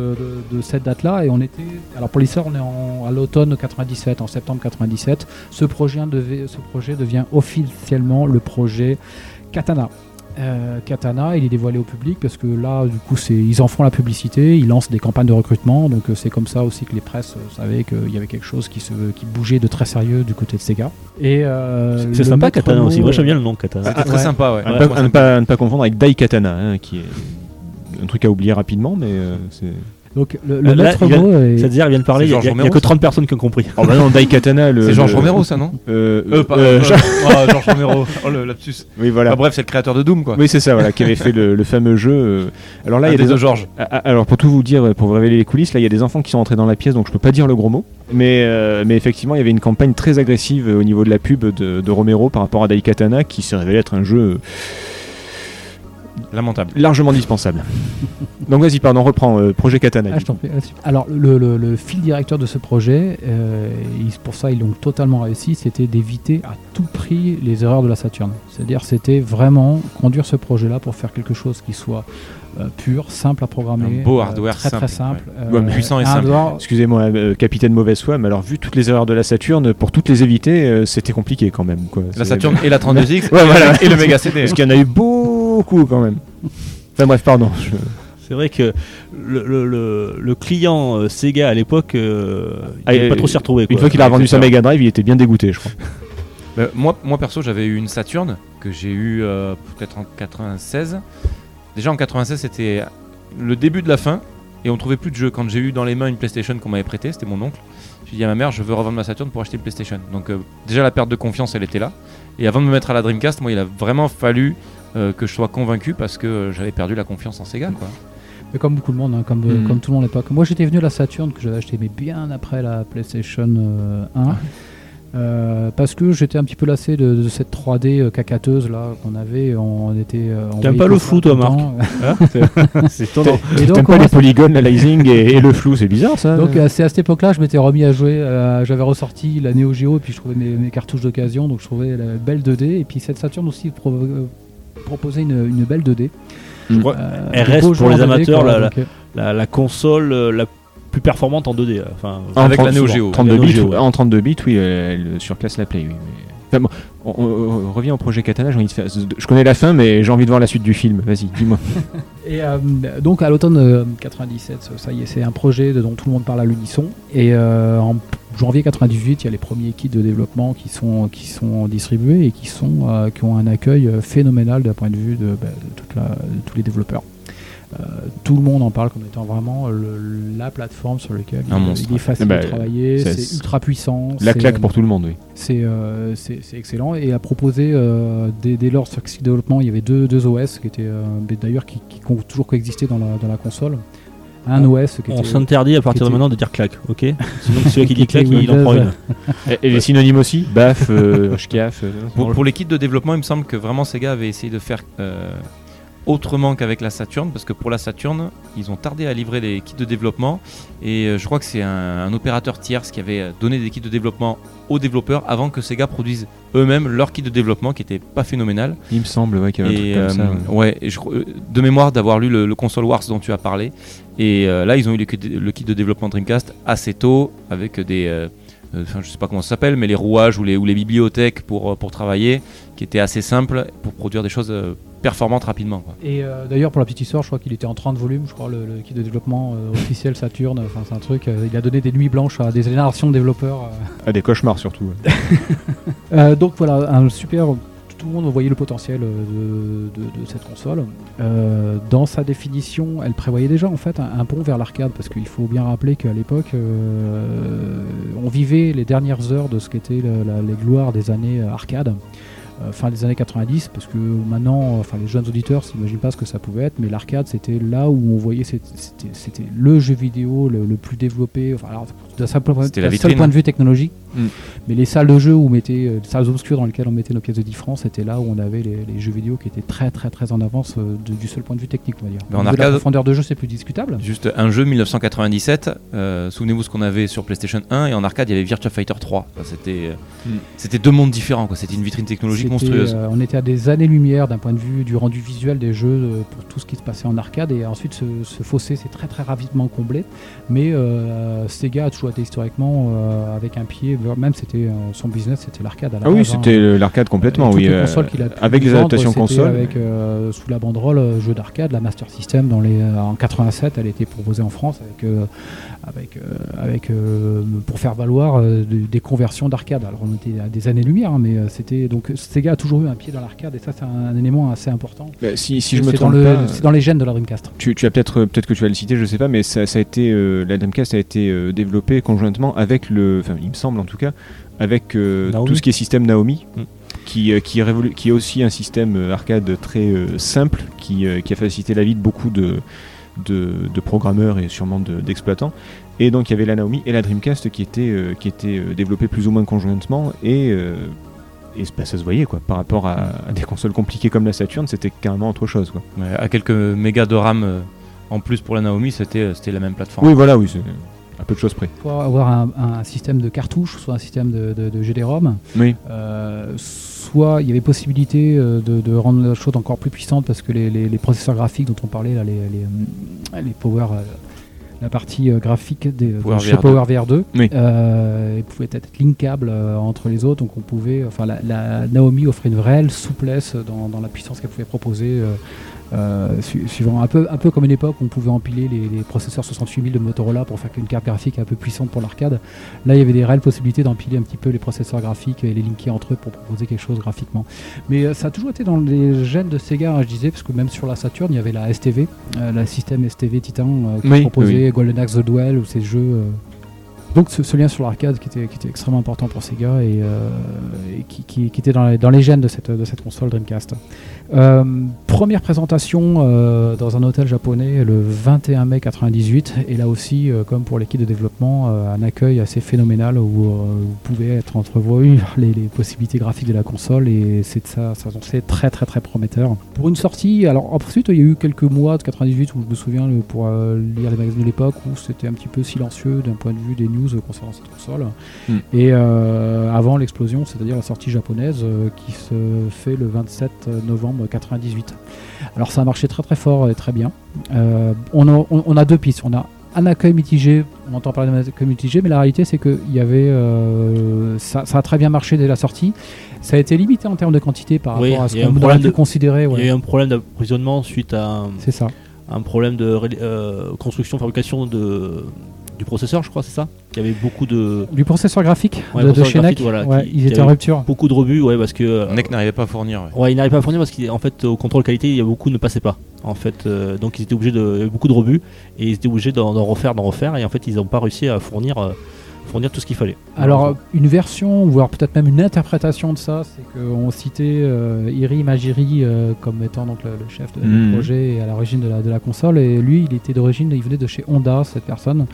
[SPEAKER 3] de- de cette date-là, et on était. Alors pour l'histoire, on est en- à l'automne 97, en septembre 97. Ce projet, devait- ce projet devient officiellement le projet Katana. euh, Katana, il est dévoilé au public parce que là, du coup, c'est, ils en font la publicité, ils lancent des campagnes de recrutement, donc euh, c'est comme ça aussi que les presses euh, savaient qu'il y avait quelque chose qui, se, qui bougeait de très sérieux du côté de Sega. Et, euh,
[SPEAKER 2] C'est-
[SPEAKER 3] le euh,
[SPEAKER 2] C'est sympa
[SPEAKER 3] maître
[SPEAKER 2] Katana
[SPEAKER 3] mot-
[SPEAKER 2] aussi. Moi j'aime bien le nom Katana.
[SPEAKER 5] C'était très
[SPEAKER 3] Ouais.
[SPEAKER 5] sympa, ouais.
[SPEAKER 4] À ne
[SPEAKER 5] Ouais,
[SPEAKER 4] pas-
[SPEAKER 5] moi,
[SPEAKER 4] à
[SPEAKER 5] ça
[SPEAKER 4] ne
[SPEAKER 5] me-
[SPEAKER 4] pas, à ne pas confondre avec Daikatana, hein, qui est un truc à oublier rapidement, mais euh, c'est.
[SPEAKER 3] Donc le,
[SPEAKER 2] Là,
[SPEAKER 3] le maître
[SPEAKER 2] il a-
[SPEAKER 3] mot est-
[SPEAKER 2] C'est-à-dire, il vient de parler,
[SPEAKER 5] C'est
[SPEAKER 2] il y a,
[SPEAKER 5] Georges
[SPEAKER 2] il y a- il y a
[SPEAKER 5] Romero,
[SPEAKER 2] que 30 personnes qui ont compris.
[SPEAKER 4] Oh bah non, Daikatana, le.
[SPEAKER 5] C'est Georges
[SPEAKER 4] le-
[SPEAKER 5] Romero, ça, non
[SPEAKER 4] Euh,
[SPEAKER 5] Euh, pas-
[SPEAKER 4] euh,
[SPEAKER 5] euh, ah, Georges Romero. Oh, le lapsus.
[SPEAKER 4] Oui, voilà.
[SPEAKER 5] Ah, bref, c'est le créateur de Doom, quoi.
[SPEAKER 4] Oui, c'est ça, voilà, qui avait fait le, le fameux jeu. euh. Alors là,
[SPEAKER 5] Ah,
[SPEAKER 4] il y a des,
[SPEAKER 5] désolé, Georges.
[SPEAKER 4] Ah, ah, Alors pour tout vous dire, pour vous révéler les coulisses, là il y a des enfants qui sont entrés dans la pièce, donc je peux pas dire le gros mot. Mais, euh, mais effectivement, il y avait une campagne très agressive euh, au niveau de la pub de, de Romero par rapport à Daikatana, qui s'est révélé être un jeu euh,
[SPEAKER 5] Lamentable.
[SPEAKER 4] largement dispensable. donc vas-y, pardon, reprends euh, Projet Katana.
[SPEAKER 3] Ah, je t'en prie, ah, super. Alors, le, le- le fil directeur de ce projet, euh, il- pour ça, ils l'ont totalement réussi, c'était d'éviter à tout prix les erreurs de la Saturne. C'est-à-dire, c'était vraiment conduire ce projet-là pour faire quelque chose qui soit euh, pur, simple à programmer. euh,
[SPEAKER 5] Un beau hardware
[SPEAKER 3] très, très simple.
[SPEAKER 5] simple,
[SPEAKER 3] euh,
[SPEAKER 4] Ouais, mais
[SPEAKER 5] puissant et
[SPEAKER 3] un
[SPEAKER 5] simple.
[SPEAKER 3] hardware-
[SPEAKER 4] Excusez-moi, euh, capitaine mauvaise foi, mais alors vu toutes les erreurs de la Saturne, pour toutes les éviter, euh, c'était compliqué quand même. Quoi.
[SPEAKER 5] La
[SPEAKER 4] C'est-
[SPEAKER 5] Saturn et la 32X
[SPEAKER 4] Ouais, voilà.
[SPEAKER 5] et le Mega hein. CD.
[SPEAKER 4] Parce qu'il y en a eu beaucoup quand même. Enfin bref, pardon. je-
[SPEAKER 2] C'est vrai que le, le- le- le client euh, Sega à l'époque, euh, il
[SPEAKER 4] Ah,
[SPEAKER 2] n'avait
[SPEAKER 4] euh,
[SPEAKER 2] pas trop s'y retrouver.
[SPEAKER 4] Une
[SPEAKER 2] quoi.
[SPEAKER 4] fois qu'il a
[SPEAKER 2] Ouais,
[SPEAKER 4] vendu
[SPEAKER 2] c'est
[SPEAKER 4] sa
[SPEAKER 2] ça.
[SPEAKER 4] Mega Drive, il était bien dégoûté, je crois.
[SPEAKER 5] Bah, moi, moi perso, j'avais eu une Saturn que j'ai eu euh, peut-être en 96. Déjà en 96, c'était le début de la fin et on trouvait plus de jeux. Quand j'ai eu dans les mains une PlayStation qu'on m'avait prêtée, c'était mon oncle. J'ai dit à ma mère, je veux revendre ma Saturn pour acheter une PlayStation. Donc euh, déjà la perte de confiance, elle était là. Et avant de me mettre à la Dreamcast, moi, il a vraiment fallu euh, que je sois convaincu parce que euh, j'avais perdu la confiance en Sega. Quoi.
[SPEAKER 3] Mais comme beaucoup de monde, hein, comme, euh,
[SPEAKER 2] Hmm.
[SPEAKER 5] Mm.
[SPEAKER 3] comme tout le monde à l'époque. Moi j'étais venu à la Saturn que j'avais acheté mais bien après la PlayStation euh,
[SPEAKER 2] Ah.
[SPEAKER 3] 1. euh, parce que j'étais un petit peu lassé de, de cette 3D euh, cacateuse là qu'on avait, on était. euh, on
[SPEAKER 2] T'aimes
[SPEAKER 3] voyait
[SPEAKER 2] pas le
[SPEAKER 3] tout ça
[SPEAKER 2] flou,
[SPEAKER 3] tout
[SPEAKER 2] toi,
[SPEAKER 3] temps.
[SPEAKER 2] C'est étonnant.
[SPEAKER 3] Et
[SPEAKER 4] T'aimes
[SPEAKER 3] donc, on
[SPEAKER 4] pas les
[SPEAKER 3] reste-
[SPEAKER 4] polygones, le lasing et, et le flou, c'est bizarre ça.
[SPEAKER 3] donc euh, c'est à cette époque-là, je m'étais remis à jouer. euh, J'avais ressorti la Neo Geo et puis je trouvais mes, mes cartouches d'occasion, donc je trouvais la belle 2D. Et puis cette Saturn aussi pro- euh, proposait une, une belle 2D.
[SPEAKER 4] Je
[SPEAKER 2] crois-
[SPEAKER 3] Euh,
[SPEAKER 2] elle
[SPEAKER 3] du
[SPEAKER 2] reste
[SPEAKER 3] beau
[SPEAKER 2] pour
[SPEAKER 3] jeu en
[SPEAKER 2] les
[SPEAKER 3] 2D,
[SPEAKER 2] amateurs,
[SPEAKER 3] quoi,
[SPEAKER 2] la- la-
[SPEAKER 3] donc, euh,
[SPEAKER 2] La, la console euh, la plus performante en 2D. là. Enfin,
[SPEAKER 4] En
[SPEAKER 5] Avec la
[SPEAKER 4] 30
[SPEAKER 5] Neo
[SPEAKER 4] souvent.
[SPEAKER 5] Geo.
[SPEAKER 4] 32
[SPEAKER 2] La Neo
[SPEAKER 4] bits,
[SPEAKER 2] Geo,
[SPEAKER 4] oui.
[SPEAKER 2] ouais.
[SPEAKER 4] En 32 bits, oui, euh, elle surclasse la Play, oui. mais- Enfin bon, on, on- on revient au projet Katana, j'ai envie de faire... Je connais la fin, mais j'ai envie de voir la suite du film. Vas-y, dis-moi.
[SPEAKER 3] Et euh, donc à l'automne euh, 97, ça y est, c'est un projet de- dont tout le monde parle à l'unisson. Et euh, en p- janvier 98, il y a les premiers kits de développement qui sont, qui sont distribués et qui, sont, euh, qui ont un accueil euh, phénoménal d'un point de vue de, bah, de toute la- de tous les développeurs. Euh, tout le monde en parle comme étant vraiment le- la plateforme sur laquelle
[SPEAKER 5] Un
[SPEAKER 3] il-
[SPEAKER 5] monstre.
[SPEAKER 3] il est facile
[SPEAKER 4] Eh ben,
[SPEAKER 3] de travailler,
[SPEAKER 4] ça,
[SPEAKER 3] c'est
[SPEAKER 4] c'est-
[SPEAKER 3] ultra puissant.
[SPEAKER 4] La
[SPEAKER 3] c'est,
[SPEAKER 4] claque
[SPEAKER 3] euh,
[SPEAKER 4] pour tout le monde, oui.
[SPEAKER 3] c'est euh, c'est- c'est excellent et à proposer euh, dès, dès lors sur Xi développement il y avait deux, deux OS qui étaient euh, mais d'ailleurs qui, qui ont toujours coexisté dans la, dans la console un OS qui
[SPEAKER 2] On
[SPEAKER 3] était
[SPEAKER 2] s'interdit à partir de
[SPEAKER 3] était-
[SPEAKER 2] maintenant de dire claque, ok Sinon, celui qui
[SPEAKER 3] Qui
[SPEAKER 2] dit
[SPEAKER 3] était
[SPEAKER 2] claque, il en
[SPEAKER 3] Windows,
[SPEAKER 2] prend
[SPEAKER 3] ouais.
[SPEAKER 2] une.
[SPEAKER 4] Et, et les synonymes aussi Baf, euh, Shkiaf. euh,
[SPEAKER 5] Pour, pour les kits de développement, il me semble que vraiment Sega avait essayé de faire euh, autrement qu'avec la Saturn, parce que pour la Saturn, ils ont tardé à livrer les kits de développement, et euh, je crois que c'est un, un opérateur tierce qui avait euh, donné des kits de développement aux développeurs avant que Sega produise eux-mêmes leur kit de développement, qui était pas phénoménal.
[SPEAKER 4] Il me semble ouais, qu'il y avait
[SPEAKER 5] Et,
[SPEAKER 4] un truc comme
[SPEAKER 5] euh,
[SPEAKER 4] ça. ouais.
[SPEAKER 5] ouais, et je crois- euh, de mémoire d'avoir lu le, le console Wars dont tu as parlé, et euh, là ils ont eu le, kit- le kit de développement Dreamcast assez tôt, avec des... euh, euh, enfin, je sais pas comment ça s'appelle, mais les rouages ou les, ou les bibliothèques pour, euh, pour travailler, qui étaient assez simples pour produire des choses euh, performantes rapidement. quoi.
[SPEAKER 3] et euh, d'ailleurs pour la petite histoire je crois qu'il était en 30 volumes je crois le, le kit de développement euh, officiel Saturn enfin c'est un truc euh, il a donné des nuits blanches à des générations de développeurs euh,
[SPEAKER 4] Ah, des cauchemars surtout.
[SPEAKER 3] Euh, donc voilà, un super. Tout le monde voyait le potentiel euh, de, de- de cette console. Euh, dans sa définition, elle prévoyait déjà en fait un, un pont vers l'arcade, parce qu'il faut bien rappeler qu'à l'époque, euh, on vivait les dernières heures de ce qu'étaient le- la- les gloires des années euh, arcade. euh, Fin des années 90, parce que maintenant, euh, enfin les jeunes auditeurs s'imaginent pas ce que ça pouvait être, mais l'arcade c'était là où on voyait, c'était- c'était c'était le jeu vidéo le, le plus développé, enfin, alors, d'un simple point-
[SPEAKER 5] C'était la
[SPEAKER 3] d'un seul
[SPEAKER 5] vitrine. hein.
[SPEAKER 3] point de vue technologique,
[SPEAKER 4] Mm.
[SPEAKER 3] mais les salles de jeu où on mettait, euh, les salles obscures dans lesquelles on mettait nos pièces de 10 francs, c'était là où on avait les, les jeux vidéo qui étaient très très très en avance euh, de- du seul point de vue technique, on va dire.
[SPEAKER 5] Mais en
[SPEAKER 3] Au niveau de la
[SPEAKER 5] arcade-
[SPEAKER 3] profondeur de jeu, c'est plus discutable.
[SPEAKER 5] Juste un jeu 1997, euh, souvenez-vous ce qu'on avait sur PlayStation 1 et en arcade il y avait Virtua Fighter 3. Enfin, c'était euh,
[SPEAKER 4] Mm.
[SPEAKER 5] c'était deux mondes différents, quoi. c'était une vitrine technologique
[SPEAKER 3] C'était,
[SPEAKER 5] monstrueuse.
[SPEAKER 3] euh, on était à des années-lumière d'un point de vue du rendu visuel des jeux euh, pour tout ce qui se passait en arcade. Et ensuite, ce, ce fossé s'est très très rapidement comblé. Mais euh, Sega a toujours été historiquement euh, avec un pied même c'était euh, son business, c'était l'arcade à la
[SPEAKER 4] Ah oui,
[SPEAKER 3] base, hein.
[SPEAKER 4] c'était euh, l'arcade complètement,
[SPEAKER 3] Toutes
[SPEAKER 4] oui.
[SPEAKER 3] les
[SPEAKER 4] euh,
[SPEAKER 3] consoles qu'il a pu
[SPEAKER 4] avec les
[SPEAKER 3] vendre,
[SPEAKER 4] adaptations
[SPEAKER 3] c'était
[SPEAKER 4] console.
[SPEAKER 3] Avec, euh, sous la banderole euh, jeu d'arcade, la Master System dans les, euh, en 87, elle a été proposée en France avec, euh, avec, euh, avec, euh, pour faire valoir euh, de- des conversions d'arcade. Alors on était à des années-lumière, hein, mais euh, c'était donc Sega a toujours eu un pied dans l'arcade et ça c'est un, élément assez important.
[SPEAKER 4] Bah, si, si je me
[SPEAKER 3] C'est dans
[SPEAKER 4] trompe
[SPEAKER 3] le-
[SPEAKER 4] pas, euh,
[SPEAKER 3] c'est dans les gènes de la Dreamcast.
[SPEAKER 4] tu, tu as peut-être euh, peut-être que tu vas le citer, je sais pas, mais ça, ça a été euh, la Dreamcast a été euh, développée conjointement avec le, enfin il me semble en tout cas, avec euh,
[SPEAKER 2] Naomi.
[SPEAKER 4] tout ce qui est système Naomi,
[SPEAKER 2] Mm.
[SPEAKER 4] qui euh, qui, révolu- qui est aussi un système euh, arcade très euh, simple, qui, euh, qui a facilité la vie de beaucoup de de, de programmeurs et sûrement de- d'exploitants. et donc il y avait la Naomi et la Dreamcast qui étaient euh, qui étaient euh, développées plus ou moins conjointement et euh, et bah, ça se voyait quoi par rapport à, à des consoles compliquées comme la Saturn c'était carrément autre chose quoi
[SPEAKER 5] Ouais, à quelques mégas de RAM euh, en plus pour la Naomi, c'était euh, c'était la même plateforme.
[SPEAKER 4] oui voilà oui c'est à peu de choses près
[SPEAKER 3] Pour avoir un, un système de cartouche, soit un système de, de, de GD-ROM,
[SPEAKER 4] Oui.
[SPEAKER 3] Euh, soit il y avait possibilité euh, de, de rendre la chose encore plus puissante parce que les, les- les processeurs graphiques dont on parlait, là, les, les, euh, les power, euh, la partie euh, graphique des
[SPEAKER 5] Power
[SPEAKER 3] de chez
[SPEAKER 5] VR2.
[SPEAKER 3] Power VR2,
[SPEAKER 4] Oui.
[SPEAKER 3] euh, ils pouvaient être linkables euh, entre les autres, donc on pouvait, enfin la, la Naomi offrait une réelle souplesse dans, dans la puissance qu'elle pouvait proposer. euh, euh, su- suivant un peu, un peu comme une époque où on pouvait empiler les, les processeurs 68000 de Motorola pour faire une carte graphique un peu puissante pour l'arcade. Là, il y avait des réelles possibilités d'empiler un petit peu les processeurs graphiques et les linker entre eux pour proposer quelque chose graphiquement. Mais euh, ça a toujours été dans les gènes de Sega, hein, je disais, parce que même sur la Saturn, il y avait la STV, euh, la système STV Titan euh, qui
[SPEAKER 4] Oui,
[SPEAKER 3] proposait Golden Axe The Duel ou ces jeux. euh. donc ce, ce lien sur l'arcade qui était, qui était extrêmement important pour Sega et, euh, et qui, qui- qui était dans les, dans les gènes de cette, de cette console Dreamcast. Euh, première présentation euh, dans un hôtel japonais le 21 mai 98 et là aussi euh, comme pour l'équipe de développement euh, un accueil assez phénoménal où euh, vous pouvez être entrevu les, les possibilités graphiques de la console et c'est de ça ça annonçait très très très prometteur pour une sortie alors ensuite il y a eu quelques mois de 98 où je me souviens le- pour euh, lire les magazines de l'époque où c'était un petit peu silencieux d'un point de vue des news euh, concernant cette console et euh, avant l'explosion, c'est-à-dire la sortie japonaise euh, qui se fait le 27 novembre 98. Alors ça a marché très très fort et très bien. Euh, on, a, on- on a deux pistes. On a un accueil mitigé, on entend parler d'un accueil mitigé, mais la réalité c'est que il y avait, euh, ça, ça a très bien marché dès la sortie. Ça a été limité en termes de quantité par
[SPEAKER 2] Oui,
[SPEAKER 3] rapport à
[SPEAKER 2] il y
[SPEAKER 3] ce
[SPEAKER 2] a un
[SPEAKER 3] qu'on aurait
[SPEAKER 2] problème
[SPEAKER 3] pu
[SPEAKER 2] de-
[SPEAKER 3] considérer. ouais.
[SPEAKER 2] Il y a eu un problème d'emprisonnement suite à un,
[SPEAKER 3] C'est ça.
[SPEAKER 2] un problème de ré- euh, construction, fabrication de, du processeur, je crois, c'est ça Il y avait beaucoup de,
[SPEAKER 3] Du processeur graphique
[SPEAKER 2] Ouais,
[SPEAKER 3] de, de
[SPEAKER 2] processeur
[SPEAKER 3] chez
[SPEAKER 2] graphique,
[SPEAKER 3] NEC,
[SPEAKER 2] voilà,
[SPEAKER 3] ouais,
[SPEAKER 2] qui-
[SPEAKER 3] ils
[SPEAKER 2] qui
[SPEAKER 3] étaient
[SPEAKER 2] a
[SPEAKER 3] en
[SPEAKER 2] eu-
[SPEAKER 3] rupture.
[SPEAKER 2] beaucoup de rebuts, ouais, parce que euh,
[SPEAKER 5] NEC n'arrivait pas à fournir. ouais.
[SPEAKER 2] Ouais, ils n'arrivaient pas à fournir parce qu'en fait, au contrôle qualité, il y a beaucoup ne passaient pas. En fait, euh, donc ils étaient obligés de il y avait beaucoup de rebuts et ils étaient obligés d'en d'en refaire, d'en refaire. Et en fait, ils n'ont pas réussi à fournir, euh, fournir tout ce qu'il fallait.
[SPEAKER 3] Alors, euh, une version, voire peut-être même une interprétation de ça, c'est qu'on citait euh, Iri Magiri euh, comme étant donc, le, le chef de-
[SPEAKER 4] Mhm.
[SPEAKER 3] du projet et à l'origine de la, de la console. Et lui, il était d'origine, il venait de chez Honda, cette personne.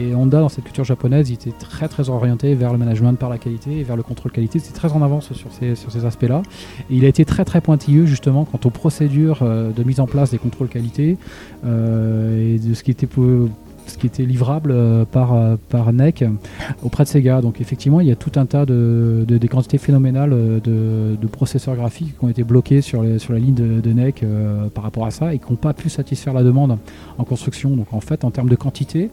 [SPEAKER 3] Et Honda, dans cette culture japonaise, il était très très orienté vers le management par la qualité et vers le contrôle qualité. C'était très en avance sur ces, sur ces aspects-là. Et il a été très très pointilleux justement quant aux procédures euh, de mise en place des contrôles qualité euh, et de ce qui était peu- ce qui était livrable euh, par, euh, par NEC auprès de Sega. Donc effectivement, il y a tout un tas de, de- des quantités phénoménales euh, de, de processeurs graphiques qui ont été bloqués sur, les- sur la ligne de, de NEC euh, par rapport à ça et qui n'ont pas pu satisfaire la demande en construction. Donc en fait, en termes de quantité,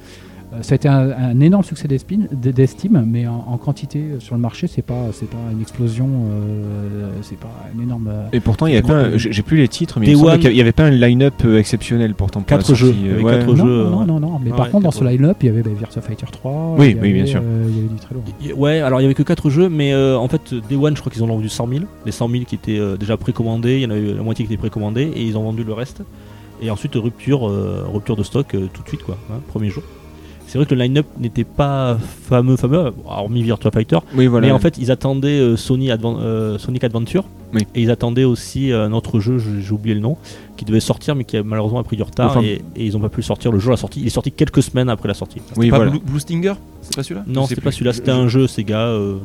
[SPEAKER 3] euh, ça a été un, un énorme succès d'Espin- d- d'estime, mais en, en quantité euh, sur le marché, c'est pas c'est pas une explosion, euh, c'est pas une énorme. euh,
[SPEAKER 4] Et pourtant, il y avait
[SPEAKER 2] Pourquoi
[SPEAKER 4] pas. un- J'ai j'ai plus les titres, mais
[SPEAKER 2] Day
[SPEAKER 4] il me semble
[SPEAKER 2] One.
[SPEAKER 4] qu'il y avait pas un line-up euh, exceptionnel pourtant. Pour la
[SPEAKER 2] Quatre
[SPEAKER 4] sortie,
[SPEAKER 2] jeux,
[SPEAKER 4] euh,
[SPEAKER 2] avec
[SPEAKER 4] ouais.
[SPEAKER 2] quatre jeux.
[SPEAKER 3] non,
[SPEAKER 2] euh,
[SPEAKER 3] non, non, non, mais
[SPEAKER 2] ouais,
[SPEAKER 3] par contre, dans ce
[SPEAKER 2] d'accord.
[SPEAKER 3] line-up, il y avait bah, Virtua Fighter 3,
[SPEAKER 4] ah Oui,
[SPEAKER 3] il y
[SPEAKER 4] oui, bien
[SPEAKER 3] avait,
[SPEAKER 4] sûr.
[SPEAKER 3] euh, il y avait du très lourd.
[SPEAKER 2] Il y- Ouais, alors il n'y avait que 4 jeux, mais euh, en fait, Day One, je crois qu'ils en ont vendu 100 000. Les 100 000 qui étaient euh, déjà précommandés, il y en avait la moitié qui était précommandée et ils ont vendu le reste. Et ensuite, rupture, euh, rupture de stock euh, tout de suite, quoi, hein, premier jour. C'est vrai que le line-up n'était pas fameux, fameux, hormis Virtua Fighter,
[SPEAKER 4] Oui, voilà.
[SPEAKER 2] Mais en fait, ils attendaient euh, Sony Advan- euh, Sonic Adventure
[SPEAKER 4] Oui.
[SPEAKER 2] et ils attendaient aussi euh, un autre jeu, j'ai j'ai oublié le nom, qui devait sortir mais qui a malheureusement a pris du retard
[SPEAKER 4] Enfin-
[SPEAKER 2] et, et ils n'ont pas pu le sortir le jour de la sortie. Il est sorti quelques semaines après la sortie.
[SPEAKER 4] oui,
[SPEAKER 5] pas
[SPEAKER 4] voilà.
[SPEAKER 5] Blue, Blue Stinger C'est pas celui-là
[SPEAKER 2] Non,
[SPEAKER 5] Je sais
[SPEAKER 2] c'était pas
[SPEAKER 5] plus.
[SPEAKER 2] celui-là,
[SPEAKER 5] Ah,
[SPEAKER 2] c'était
[SPEAKER 5] Je-
[SPEAKER 2] un jeu Sega euh,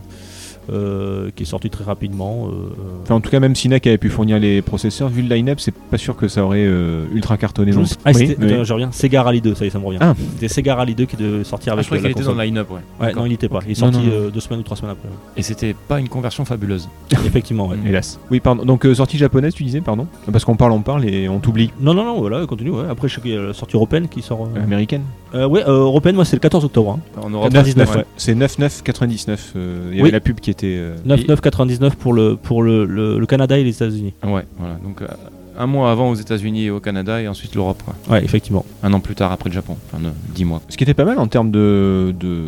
[SPEAKER 2] euh, qui est sorti très rapidement. euh,
[SPEAKER 4] Enfin, en tout cas, même si NEC avait pu fournir les processeurs, vu le line-up, c'est pas sûr que ça aurait euh, ultra cartonné non plus.
[SPEAKER 2] Ah,
[SPEAKER 4] Oui,
[SPEAKER 2] c'était-
[SPEAKER 4] oui.
[SPEAKER 2] attends, je reviens. Sega Rally 2, ça y est, ça me revient.
[SPEAKER 4] Ah.
[SPEAKER 2] C'était Sega Rally 2 qui devait sortir
[SPEAKER 5] Ah,
[SPEAKER 2] avec
[SPEAKER 5] je croyais
[SPEAKER 2] euh, la
[SPEAKER 5] qu'il était dans
[SPEAKER 2] console.
[SPEAKER 5] le line-up, ouais.
[SPEAKER 2] Ouais,
[SPEAKER 5] D'accord.
[SPEAKER 2] non, il était pas. Il est
[SPEAKER 4] Non,
[SPEAKER 2] sorti
[SPEAKER 4] non, non.
[SPEAKER 2] euh, deux semaines ou trois semaines après. ouais.
[SPEAKER 5] Et c'était pas une conversion fabuleuse.
[SPEAKER 2] Effectivement, ouais.
[SPEAKER 5] Mm.
[SPEAKER 4] Hélas. Oui, pardon. Donc, euh, sortie japonaise, tu disais, pardon Parce qu'on parle, on parle et on t'oublie.
[SPEAKER 2] Non, non, non, voilà, continue. ouais. Après, je sais qu'il y a la sortie européenne qui sort. euh,
[SPEAKER 4] Américaine
[SPEAKER 2] Euh, ouais, euh, européenne, moi c'est le 14 octobre. hein.
[SPEAKER 5] En Europe,
[SPEAKER 2] 99,
[SPEAKER 5] ouais.
[SPEAKER 2] ouais.
[SPEAKER 4] C'est 99,99. euh, Il y
[SPEAKER 2] Oui.
[SPEAKER 4] avait la pub qui était. euh,
[SPEAKER 2] 9,999 pour, le, pour le, le- le Canada et les États-Unis.
[SPEAKER 5] Ouais, voilà. Donc euh, un mois avant aux États-Unis et au Canada et ensuite l'Europe. quoi.
[SPEAKER 2] Ouais, effectivement.
[SPEAKER 5] Un an plus tard après le Japon. Enfin, non, dix mois.
[SPEAKER 4] Ce qui était pas mal en termes de, de,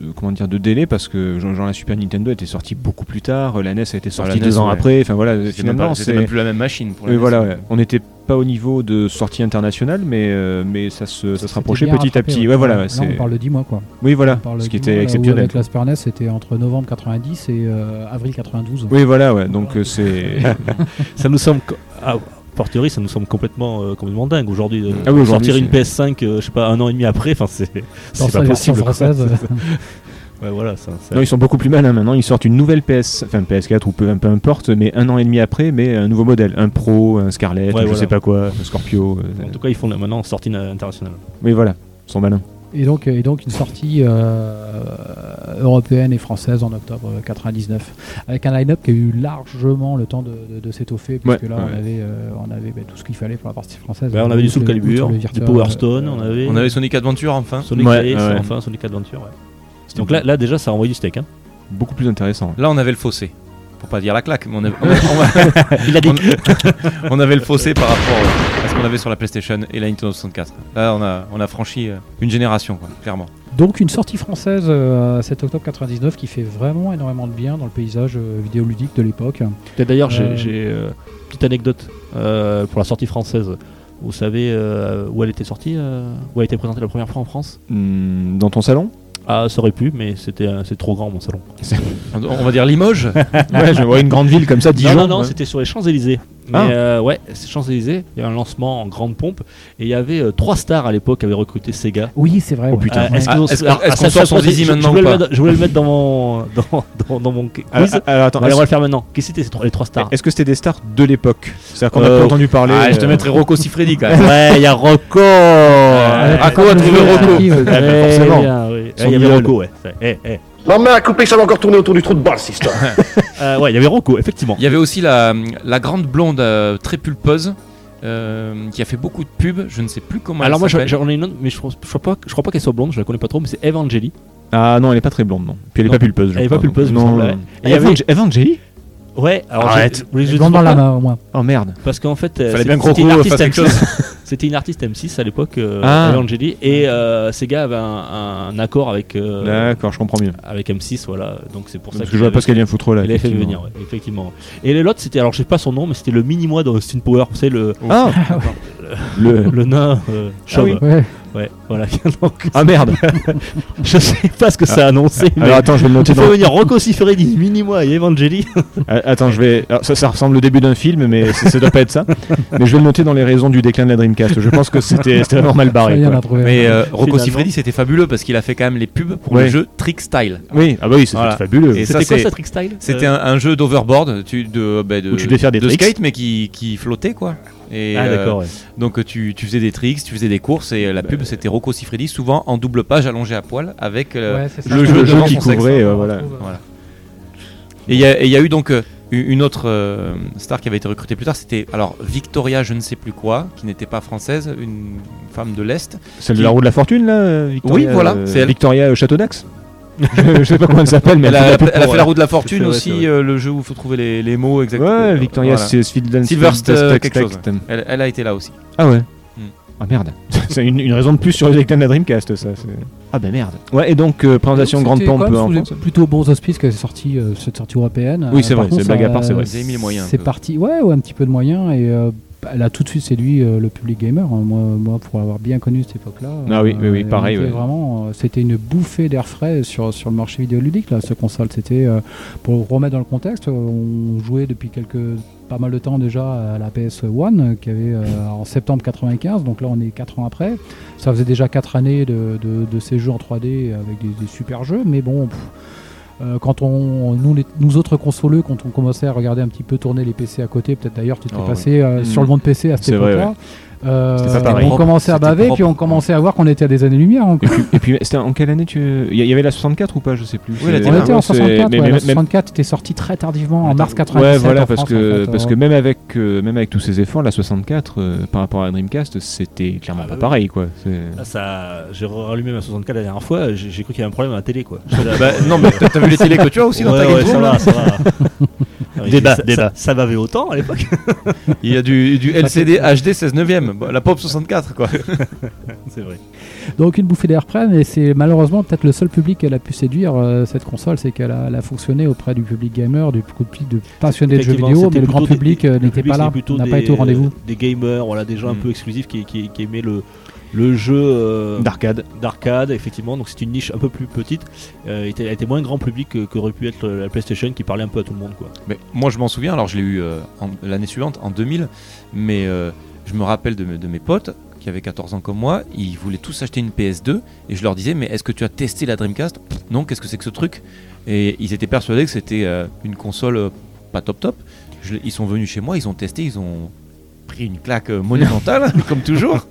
[SPEAKER 4] de- comment dire de délai parce que genre, genre, la Super Nintendo était sortie beaucoup plus tard, la NES a été sortie
[SPEAKER 5] la
[SPEAKER 4] deux
[SPEAKER 5] NES,
[SPEAKER 4] ans
[SPEAKER 5] ouais.
[SPEAKER 4] après. Enfin voilà,
[SPEAKER 5] C'était même, pas-
[SPEAKER 4] finalement
[SPEAKER 5] c'était
[SPEAKER 4] c'est
[SPEAKER 5] même plus la même machine pour la E
[SPEAKER 4] oui,
[SPEAKER 5] NES.
[SPEAKER 4] voilà, ouais. on n'était pas au niveau de sortie internationale mais euh, mais ça se, ça se
[SPEAKER 3] C'était
[SPEAKER 4] rapprochait
[SPEAKER 3] bien
[SPEAKER 4] petit à
[SPEAKER 3] rattrapé,
[SPEAKER 4] petit. Ouais, voilà,
[SPEAKER 3] Là, on
[SPEAKER 4] c'est
[SPEAKER 3] parle de 10 mois, quoi.
[SPEAKER 4] oui
[SPEAKER 3] On
[SPEAKER 4] voilà,
[SPEAKER 3] parle
[SPEAKER 4] ce qui
[SPEAKER 3] du mois,
[SPEAKER 4] était
[SPEAKER 3] là où
[SPEAKER 4] exceptionnel.
[SPEAKER 3] Avec la Super NES, c'était entre novembre 90 et euh, avril 92.
[SPEAKER 4] Oui voilà, ouais. Donc euh, c'est
[SPEAKER 2] ça nous semble. co- ah, A fortiori, ça nous semble complètement, euh, complètement dingue aujourd'hui. de
[SPEAKER 4] Ah oui, aujourd'hui,
[SPEAKER 2] sortir une
[SPEAKER 4] c'est-
[SPEAKER 2] PS5, euh, je sais pas, un an et demi après, enfin c'est
[SPEAKER 3] Dans
[SPEAKER 2] c'est
[SPEAKER 3] sa
[SPEAKER 2] pas
[SPEAKER 3] version
[SPEAKER 2] possible. quoi.
[SPEAKER 3] française,
[SPEAKER 2] Ouais, voilà, ça, ça-
[SPEAKER 4] non, ils sont beaucoup plus malins maintenant, ils sortent une nouvelle PS enfin PS4 ou peu, peu importe mais un an et demi après mais un nouveau modèle, un Pro, un Scarlett,
[SPEAKER 2] Ouais,
[SPEAKER 4] je
[SPEAKER 2] voilà.
[SPEAKER 4] sais pas quoi, un Scorpio. euh,
[SPEAKER 2] En tout cas, ils font là, maintenant en sortie na- internationale.
[SPEAKER 4] Oui voilà, ils sont malins.
[SPEAKER 3] Et donc, et donc une sortie euh, européenne et française en octobre 99, avec un line-up qui a eu largement le temps de, de- de s'étoffer, puisque
[SPEAKER 4] Ouais,
[SPEAKER 3] là on
[SPEAKER 4] ouais.
[SPEAKER 3] avait, euh, on avait bah, tout ce qu'il fallait pour la partie française.
[SPEAKER 2] Bah, on avait du Soul
[SPEAKER 3] Outre le-
[SPEAKER 2] Calibur,
[SPEAKER 3] outre le
[SPEAKER 2] du
[SPEAKER 3] Virtua,
[SPEAKER 2] Power Stone,
[SPEAKER 3] euh,
[SPEAKER 2] on avait,
[SPEAKER 5] On avait Sonic Adventure enfin.
[SPEAKER 2] Sonic
[SPEAKER 4] Ouais,
[SPEAKER 2] Ace,
[SPEAKER 4] ouais.
[SPEAKER 2] enfin Sonic Adventure. ouais. Donc là, là déjà, ça envoie du steak. hein.
[SPEAKER 4] beaucoup plus intéressant.
[SPEAKER 5] Là, on avait le fossé. Pour pas dire la claque, mais on avait, on- on-
[SPEAKER 2] Il a dit.
[SPEAKER 5] on- on avait le fossé par rapport euh, à ce qu'on avait sur la PlayStation et la Nintendo 64. Là, on a, on a franchi euh, une génération, quoi, clairement.
[SPEAKER 3] Donc une sortie française euh, 7 octobre 99 qui fait vraiment énormément de bien dans le paysage euh, vidéoludique de l'époque.
[SPEAKER 2] Et D'ailleurs, j'ai-
[SPEAKER 3] Euh.
[SPEAKER 2] j'ai euh, petite anecdote euh, pour la sortie française. Vous savez euh, où elle était sortie, euh, où elle a été présentée la première fois en France
[SPEAKER 4] Hmm, dans ton salon
[SPEAKER 2] Ah, ça aurait pu, mais c'était euh, c'est trop grand mon salon.
[SPEAKER 5] On, on va dire Limoges.
[SPEAKER 4] Ouais, je vois une grande ville comme ça, Dijon.
[SPEAKER 2] non, non, non,
[SPEAKER 4] ouais.
[SPEAKER 2] c'était sur les Champs Élysées. Mais
[SPEAKER 4] Ah.
[SPEAKER 2] euh, ouais, c'est Champs Élysées. Il y a un lancement en grande pompe et il y avait euh, trois stars à l'époque qui avaient recruté Sega.
[SPEAKER 3] Oui, c'est vrai.
[SPEAKER 4] Oh
[SPEAKER 3] ouais.
[SPEAKER 4] putain.
[SPEAKER 2] Euh, est-ce
[SPEAKER 5] Ah,
[SPEAKER 2] qu'on-
[SPEAKER 5] est-ce qu'on-
[SPEAKER 2] alors,
[SPEAKER 5] est-ce
[SPEAKER 2] ah,
[SPEAKER 5] qu'on
[SPEAKER 2] ça,
[SPEAKER 5] sort
[SPEAKER 2] ça,
[SPEAKER 5] son
[SPEAKER 2] ça,
[SPEAKER 5] Easy
[SPEAKER 2] je- je
[SPEAKER 5] maintenant
[SPEAKER 2] voulais
[SPEAKER 5] ou
[SPEAKER 2] le
[SPEAKER 5] pas
[SPEAKER 2] mettre- Je voulais le mettre dans mon dans, dans, dans mon quiz.
[SPEAKER 4] Alors, alors, Ah, attends,
[SPEAKER 2] Allez, on va
[SPEAKER 4] est-ce-
[SPEAKER 2] le faire maintenant. Qui c'était ces trois- les trois stars
[SPEAKER 4] est-ce que c'était des stars de l'époque C'est-à-dire qu'on a
[SPEAKER 2] Euh,
[SPEAKER 4] pas entendu parler.
[SPEAKER 5] Ah, je te
[SPEAKER 4] euh,
[SPEAKER 5] mettrai Rocco Siffredi quand même.
[SPEAKER 2] Ouais, il y a Rocco Euh,
[SPEAKER 5] Ah, à quoi trouver Rocco
[SPEAKER 2] Ah, bah,
[SPEAKER 4] Eh
[SPEAKER 2] forcément.
[SPEAKER 4] bien,
[SPEAKER 2] Ouais,
[SPEAKER 4] Son
[SPEAKER 2] Il y avait
[SPEAKER 4] idole.
[SPEAKER 2] Rocco, ouais. Ça, eh, eh.
[SPEAKER 6] Ma main a coupé, ça va encore tourner autour du trou de balle, cette histoire.
[SPEAKER 2] Euh, ouais, il y avait Rocco, effectivement.
[SPEAKER 5] Il y avait aussi la, la grande blonde euh, très pulpeuse euh, qui a fait beaucoup de pubs. Je ne sais plus comment
[SPEAKER 2] Alors
[SPEAKER 5] elle
[SPEAKER 2] moi j'en
[SPEAKER 5] s'appelle.
[SPEAKER 2] j'en ai une autre, mais je, pense- je crois pas, je crois pas qu'elle soit blonde, je la connais pas trop, mais c'est Evangeli.
[SPEAKER 4] Ah non, elle est pas très blonde, non. Puis elle est
[SPEAKER 2] Non.
[SPEAKER 4] pas pulpeuse. je
[SPEAKER 2] Elle est
[SPEAKER 4] crois,
[SPEAKER 2] pas pulpeuse, il me
[SPEAKER 4] non.
[SPEAKER 2] semble, ouais.
[SPEAKER 4] non.
[SPEAKER 2] Et il y avait-
[SPEAKER 4] Evang- Evangeli
[SPEAKER 2] Ouais, alors j'ai-
[SPEAKER 4] Arrête.
[SPEAKER 2] vous voulez que je dise
[SPEAKER 3] Et Blanc dans la
[SPEAKER 2] pourquoi
[SPEAKER 3] main au moins.
[SPEAKER 4] Oh merde.
[SPEAKER 2] Parce qu'en fait, euh,
[SPEAKER 4] Fallait
[SPEAKER 2] c'est-
[SPEAKER 4] bien que
[SPEAKER 2] c'était une
[SPEAKER 4] Rocco
[SPEAKER 2] artiste
[SPEAKER 4] fasse quelque
[SPEAKER 2] M6. C'était une artiste M6 à l'époque, euh,
[SPEAKER 4] Ah.
[SPEAKER 2] Evangeli, et euh, Sega avait un, un accord avec euh,
[SPEAKER 4] D'accord, je comprends mieux.
[SPEAKER 2] avec M6, voilà. Donc c'est pour ça
[SPEAKER 4] Parce
[SPEAKER 2] que
[SPEAKER 4] que je vois pas ce qu'elle vient foutre là.
[SPEAKER 2] Il avait fait
[SPEAKER 4] effectivement.
[SPEAKER 2] venir, ouais, effectivement. Et l'autre, c'était, alors je sais pas son nom, mais c'était le mini moi dans Austin Power, vous savez, le,
[SPEAKER 4] Ah Le.
[SPEAKER 2] le nain euh, chauve.
[SPEAKER 4] oui.
[SPEAKER 3] Ouais.
[SPEAKER 2] Ouais, voilà. Donc,
[SPEAKER 4] Ah merde
[SPEAKER 2] je sais pas ce que ça a annoncé, mais.
[SPEAKER 4] Ah. Alors attends, je vais le noter
[SPEAKER 2] il faut
[SPEAKER 4] dans.
[SPEAKER 2] venir Rocco Siffredi, mini moi et Evangeli.
[SPEAKER 4] Ah, Attends, je vais. alors, ça, ça ressemble au début d'un film, mais ça, ça doit pas être ça. Mais je vais le noter dans les raisons du déclin de la Dreamcast. Je pense que c'était c'était vraiment mal
[SPEAKER 3] Ça y
[SPEAKER 4] barré.
[SPEAKER 3] est, on
[SPEAKER 4] quoi.
[SPEAKER 3] a trouvé.
[SPEAKER 5] Mais euh, Rocco
[SPEAKER 2] Finalement.
[SPEAKER 5] Siffredi c'était fabuleux parce qu'il a fait quand même les pubs pour le
[SPEAKER 4] Ouais.
[SPEAKER 5] jeu Trick Style.
[SPEAKER 4] Oui, ah bah oui, c'était
[SPEAKER 5] Voilà.
[SPEAKER 4] fabuleux.
[SPEAKER 5] Et ça,
[SPEAKER 2] C'était quoi
[SPEAKER 5] c'est-
[SPEAKER 2] ça, Trick Style
[SPEAKER 5] C'était
[SPEAKER 2] Euh,
[SPEAKER 5] un, un jeu d'overboard, tu, de, bah, de,
[SPEAKER 4] Où tu devais faire des
[SPEAKER 5] de
[SPEAKER 4] tricks.
[SPEAKER 5] skate, mais qui, qui flottait quoi. Et,
[SPEAKER 2] Ah,
[SPEAKER 5] euh,
[SPEAKER 2] d'accord, ouais.
[SPEAKER 5] donc tu, tu faisais des tricks, tu faisais des courses et euh, la pub c'était Rocco Siffredi, souvent en double page allongé à poil avec. euh,
[SPEAKER 3] Ouais, c'est ça.
[SPEAKER 5] le jeu
[SPEAKER 4] Le jeu
[SPEAKER 5] devant
[SPEAKER 4] qui
[SPEAKER 5] son sexe,
[SPEAKER 4] couvrait,
[SPEAKER 5] hein,
[SPEAKER 4] euh,
[SPEAKER 5] on
[SPEAKER 4] voilà.
[SPEAKER 5] Voilà. Et il y, a- et il y a eu donc euh, une autre euh, star qui avait été recrutée plus tard, c'était alors Victoria, je ne sais plus quoi, qui n'était pas française, une femme de l'Est.
[SPEAKER 4] Celle de la roue de la fortune, là euh, Victoria,
[SPEAKER 5] Oui, voilà,
[SPEAKER 4] euh,
[SPEAKER 5] c'est elle.
[SPEAKER 4] Victoria euh, Château d'Ax je, je sais pas comment elle s'appelle, mais
[SPEAKER 5] elle, a,
[SPEAKER 4] fait la pub
[SPEAKER 5] elle a
[SPEAKER 4] pour,
[SPEAKER 5] fait la roue de la fortune
[SPEAKER 4] c'est vrai,
[SPEAKER 5] aussi,
[SPEAKER 4] c'est vrai.
[SPEAKER 5] euh, le jeu où il faut trouver les, les mots
[SPEAKER 4] euh,
[SPEAKER 5] exactement.
[SPEAKER 4] Ouais, Victoria
[SPEAKER 5] Voilà.
[SPEAKER 4] Silverstone.
[SPEAKER 5] Silverstone, quelque chose. Elle, elle a été là aussi.
[SPEAKER 4] Ah ouais.
[SPEAKER 5] Hmm.
[SPEAKER 4] Ah merde. c'est une, une raison de plus sur le déclin de la Dreamcast, ça. c'est- Ah bah merde. Ouais, et donc euh, présentation grande
[SPEAKER 3] ben, C'était
[SPEAKER 4] pompe
[SPEAKER 3] quand même
[SPEAKER 4] en
[SPEAKER 3] sous les
[SPEAKER 4] France.
[SPEAKER 3] plutôt bons auspices que c'est sorti euh, cette sortie européenne.
[SPEAKER 4] Oui, c'est
[SPEAKER 3] Euh, par
[SPEAKER 4] vrai,
[SPEAKER 3] contre,
[SPEAKER 4] c'est blague à
[SPEAKER 3] ça-
[SPEAKER 4] part, c'est vrai.
[SPEAKER 5] Vous avez mis les moyens, un
[SPEAKER 3] C'est
[SPEAKER 5] peu.
[SPEAKER 3] parti, ouais, ouais, un petit peu de moyens et euh, bah, elle a tout de suite séduit euh, le public gamer. hein. Moi, moi, pour avoir bien connu cette époque-là.
[SPEAKER 4] Ah oui, oui, oui,
[SPEAKER 3] on
[SPEAKER 4] pareil,
[SPEAKER 3] était
[SPEAKER 4] ouais.
[SPEAKER 3] Vraiment, euh, c'était une bouffée d'air frais sur sur le marché vidéoludique là. Ce console, c'était euh, pour remettre dans le contexte, euh, on jouait depuis quelques pas mal de temps déjà à la PS1 euh, qui avait euh, en septembre 95 donc là on est 4 ans après ça faisait déjà 4 années de, de- de ces jeux en 3D avec des, des super jeux mais bon pff, euh, quand on nous, les- nous autres consoleux quand on commençait à regarder un petit peu tourner les PC à côté peut-être d'ailleurs tu t'es
[SPEAKER 5] Oh,
[SPEAKER 3] passé euh,
[SPEAKER 4] Mhm.
[SPEAKER 3] sur le monde PC à cette
[SPEAKER 4] C'est vrai,
[SPEAKER 3] époque-là euh,
[SPEAKER 4] C'était pas pareil.
[SPEAKER 3] on commençait à
[SPEAKER 5] C'était
[SPEAKER 3] baver,
[SPEAKER 5] propre.
[SPEAKER 3] puis on commençait à voir qu'on était à des années-lumière. hein.
[SPEAKER 4] Et puis, et puis, c'était en quelle année tu. Il y- il y avait la 64 ou pas Je sais plus.
[SPEAKER 5] Oui, la
[SPEAKER 4] C'est-
[SPEAKER 3] On était en
[SPEAKER 4] c'est-
[SPEAKER 3] 64,
[SPEAKER 4] mais-
[SPEAKER 3] ouais,
[SPEAKER 4] mais-
[SPEAKER 3] la
[SPEAKER 4] mais-
[SPEAKER 3] 64 était sortie très tardivement, en mars 97.
[SPEAKER 4] Ouais, voilà,
[SPEAKER 3] en
[SPEAKER 4] parce
[SPEAKER 3] France,
[SPEAKER 4] que
[SPEAKER 3] en fait,
[SPEAKER 4] parce
[SPEAKER 3] euh,
[SPEAKER 4] que même avec euh, même avec tous ces efforts, la 64 euh, par rapport à la Dreamcast, c'était clairement
[SPEAKER 2] Ah,
[SPEAKER 4] pas
[SPEAKER 2] bah oui.
[SPEAKER 4] pareil, quoi. C'est-
[SPEAKER 2] Là, ça, j'ai rallumé ma 64 la dernière fois, j'ai j'ai cru qu'il y avait un problème à la télé quoi.
[SPEAKER 5] Bah, non, mais t'as t'as vu les télés que tu as aussi dans
[SPEAKER 2] Ouais,
[SPEAKER 5] ta
[SPEAKER 2] ouais,
[SPEAKER 5] Gamecube,
[SPEAKER 2] ça
[SPEAKER 5] là
[SPEAKER 2] va, ça va. Ah oui,
[SPEAKER 7] Débat,
[SPEAKER 2] ça-
[SPEAKER 7] débat.
[SPEAKER 2] Ça, ça bavait autant à l'époque.
[SPEAKER 5] Il y a du, du LCD HD 16 neuvième, Bon, la pop 64 quoi.
[SPEAKER 2] C'est vrai.
[SPEAKER 3] Donc une bouffée d'air prenne et c'est malheureusement peut-être le seul public qu'elle a pu séduire euh, cette console, c'est qu'elle a, elle a fonctionné auprès du public gamer, du public de passionnés de jeux
[SPEAKER 2] Effectivement,
[SPEAKER 3] vidéo,
[SPEAKER 2] c'était
[SPEAKER 3] mais le grand
[SPEAKER 2] plutôt des-
[SPEAKER 3] public
[SPEAKER 2] des-
[SPEAKER 3] euh,
[SPEAKER 2] le
[SPEAKER 3] n'était
[SPEAKER 2] public,
[SPEAKER 3] pas là,
[SPEAKER 2] c'était plutôt
[SPEAKER 3] n'a
[SPEAKER 2] des- euh,
[SPEAKER 3] pas été au rendez-vous.
[SPEAKER 2] Des gamers, voilà, des gens un
[SPEAKER 5] Mm.
[SPEAKER 2] peu exclusifs qui, qui, qui aimaient le, le jeu euh,
[SPEAKER 4] D'arcade.
[SPEAKER 2] d'arcade, effectivement. Donc c'est une niche un peu plus petite. Euh, était- elle était moins grand public que- qu'aurait pu être la PlayStation qui parlait un peu à tout le monde. Quoi.
[SPEAKER 5] Mais moi je m'en souviens, alors je l'ai eu euh, en- l'année suivante, en 2000, mais euh, je me rappelle de, mes- de mes potes qui avaient 14 ans comme moi, ils voulaient tous acheter une PS2 et je leur disais mais est-ce que tu as testé la Dreamcast Pff, Non, qu'est-ce que c'est que ce truc Et ils étaient persuadés que c'était euh, une console euh, pas top top. Je l'ai- ils sont venus chez moi, ils ont testé, ils ont pris une claque euh, monumentale comme toujours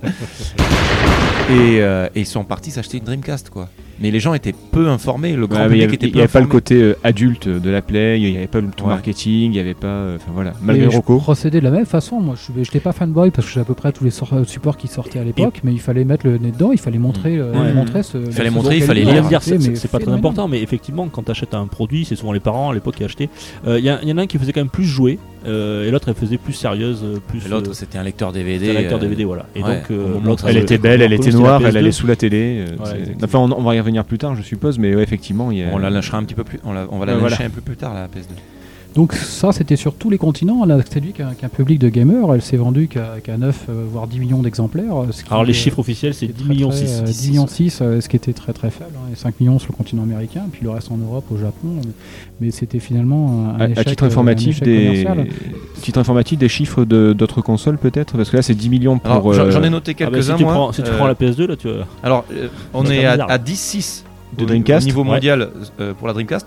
[SPEAKER 5] et, euh, et ils sont partis s'acheter une Dreamcast quoi. Mais les gens étaient peu informés, le grand
[SPEAKER 4] Ouais, mais il
[SPEAKER 5] public
[SPEAKER 4] y avait,
[SPEAKER 5] était
[SPEAKER 4] il
[SPEAKER 5] peu
[SPEAKER 4] y avait pas le
[SPEAKER 5] informé.
[SPEAKER 4] côté euh, adulte de la Play, il y avait pas le ton
[SPEAKER 5] Ouais.
[SPEAKER 4] marketing, il y avait pas. euh, Enfin voilà, malgré
[SPEAKER 3] Et je
[SPEAKER 4] Rocco.
[SPEAKER 3] procédais de la même façon. Moi, je n'étais pas fanboy parce que j'ai à peu près tous les sor- euh, supports qui sortaient à l'époque, mais il fallait mettre le nez dedans, il fallait montrer, euh,
[SPEAKER 4] Ouais.
[SPEAKER 3] montrer ce.
[SPEAKER 5] Il fallait
[SPEAKER 3] ce
[SPEAKER 5] montrer, il
[SPEAKER 3] dont
[SPEAKER 5] fallait
[SPEAKER 3] elle
[SPEAKER 5] lire.
[SPEAKER 3] est,
[SPEAKER 2] Rien
[SPEAKER 5] lire,
[SPEAKER 2] de dire, c'est- c'est
[SPEAKER 3] mais
[SPEAKER 2] c'est pas très
[SPEAKER 3] phénoménal.
[SPEAKER 2] important, mais effectivement, quand tu achètes un produit, c'est souvent les parents à l'époque qui achetaient. Euh, Il y, a- y en a un qui faisait quand même plus jouer, euh, et l'autre elle faisait plus sérieuse, euh, plus.
[SPEAKER 5] Et L'autre,
[SPEAKER 2] euh,
[SPEAKER 5] c'était un lecteur DVD.
[SPEAKER 2] c'est un lecteur
[SPEAKER 5] euh,
[SPEAKER 2] DVD, voilà. Et
[SPEAKER 5] ouais,
[SPEAKER 2] donc,
[SPEAKER 5] au
[SPEAKER 2] euh,
[SPEAKER 5] moment
[SPEAKER 2] l'autre,
[SPEAKER 5] où
[SPEAKER 4] Elle
[SPEAKER 5] ça-
[SPEAKER 4] était belle, elle
[SPEAKER 2] Pour nous,
[SPEAKER 4] était
[SPEAKER 2] c'était la
[SPEAKER 4] noire, elle
[SPEAKER 2] PS2.
[SPEAKER 4] allait sous la télé. euh,
[SPEAKER 2] Ouais,
[SPEAKER 4] c'est-
[SPEAKER 2] exactement.
[SPEAKER 4] enfin, on, on va y revenir plus tard, je suppose, mais ouais, effectivement, il y a.
[SPEAKER 5] On la lâchera un petit peu plus. On, la, on va la
[SPEAKER 2] Euh,
[SPEAKER 4] Ouais,
[SPEAKER 5] lâcher
[SPEAKER 4] voilà.
[SPEAKER 5] un peu plus tard, la PS2.
[SPEAKER 3] Donc ça, c'était sur tous les continents. Elle a séduit qu'un qu'un public de gamers. Elle s'est vendue qu'à qu'à 9, euh, voire 10 millions d'exemplaires. euh, ce qui
[SPEAKER 2] Alors les
[SPEAKER 3] est-
[SPEAKER 2] chiffres officiels, c'est
[SPEAKER 3] qui est
[SPEAKER 2] 10
[SPEAKER 3] très,
[SPEAKER 2] millions Ah, bah,
[SPEAKER 3] très,
[SPEAKER 2] 6.
[SPEAKER 3] euh, 10 millions 6, euh, ce qui était très très faible. hein, et 5 millions sur le continent américain, puis le reste en Europe, au Japon. euh, Mais c'était finalement un,
[SPEAKER 4] À, à
[SPEAKER 3] échec,
[SPEAKER 4] titre
[SPEAKER 3] euh,
[SPEAKER 4] informatif,
[SPEAKER 3] un échec
[SPEAKER 4] des
[SPEAKER 3] commercial.
[SPEAKER 4] titre informatif des chiffres de- d'autres consoles peut-être parce que là c'est 10 millions pour
[SPEAKER 5] Alors,
[SPEAKER 4] euh,
[SPEAKER 5] j'en- j'en ai noté
[SPEAKER 2] Ah bah, si
[SPEAKER 5] quelques-uns,
[SPEAKER 2] tu
[SPEAKER 5] moi.
[SPEAKER 2] prends, si tu
[SPEAKER 5] Euh,
[SPEAKER 2] prends la PS2, là, tu vois.
[SPEAKER 5] Alors, euh, on
[SPEAKER 2] C'est
[SPEAKER 5] est
[SPEAKER 2] un
[SPEAKER 5] à,
[SPEAKER 2] milliard.
[SPEAKER 5] à 10-6
[SPEAKER 4] De
[SPEAKER 5] au-
[SPEAKER 4] Dreamcast,
[SPEAKER 5] au niveau
[SPEAKER 4] ouais.
[SPEAKER 5] mondial euh, pour la Dreamcast.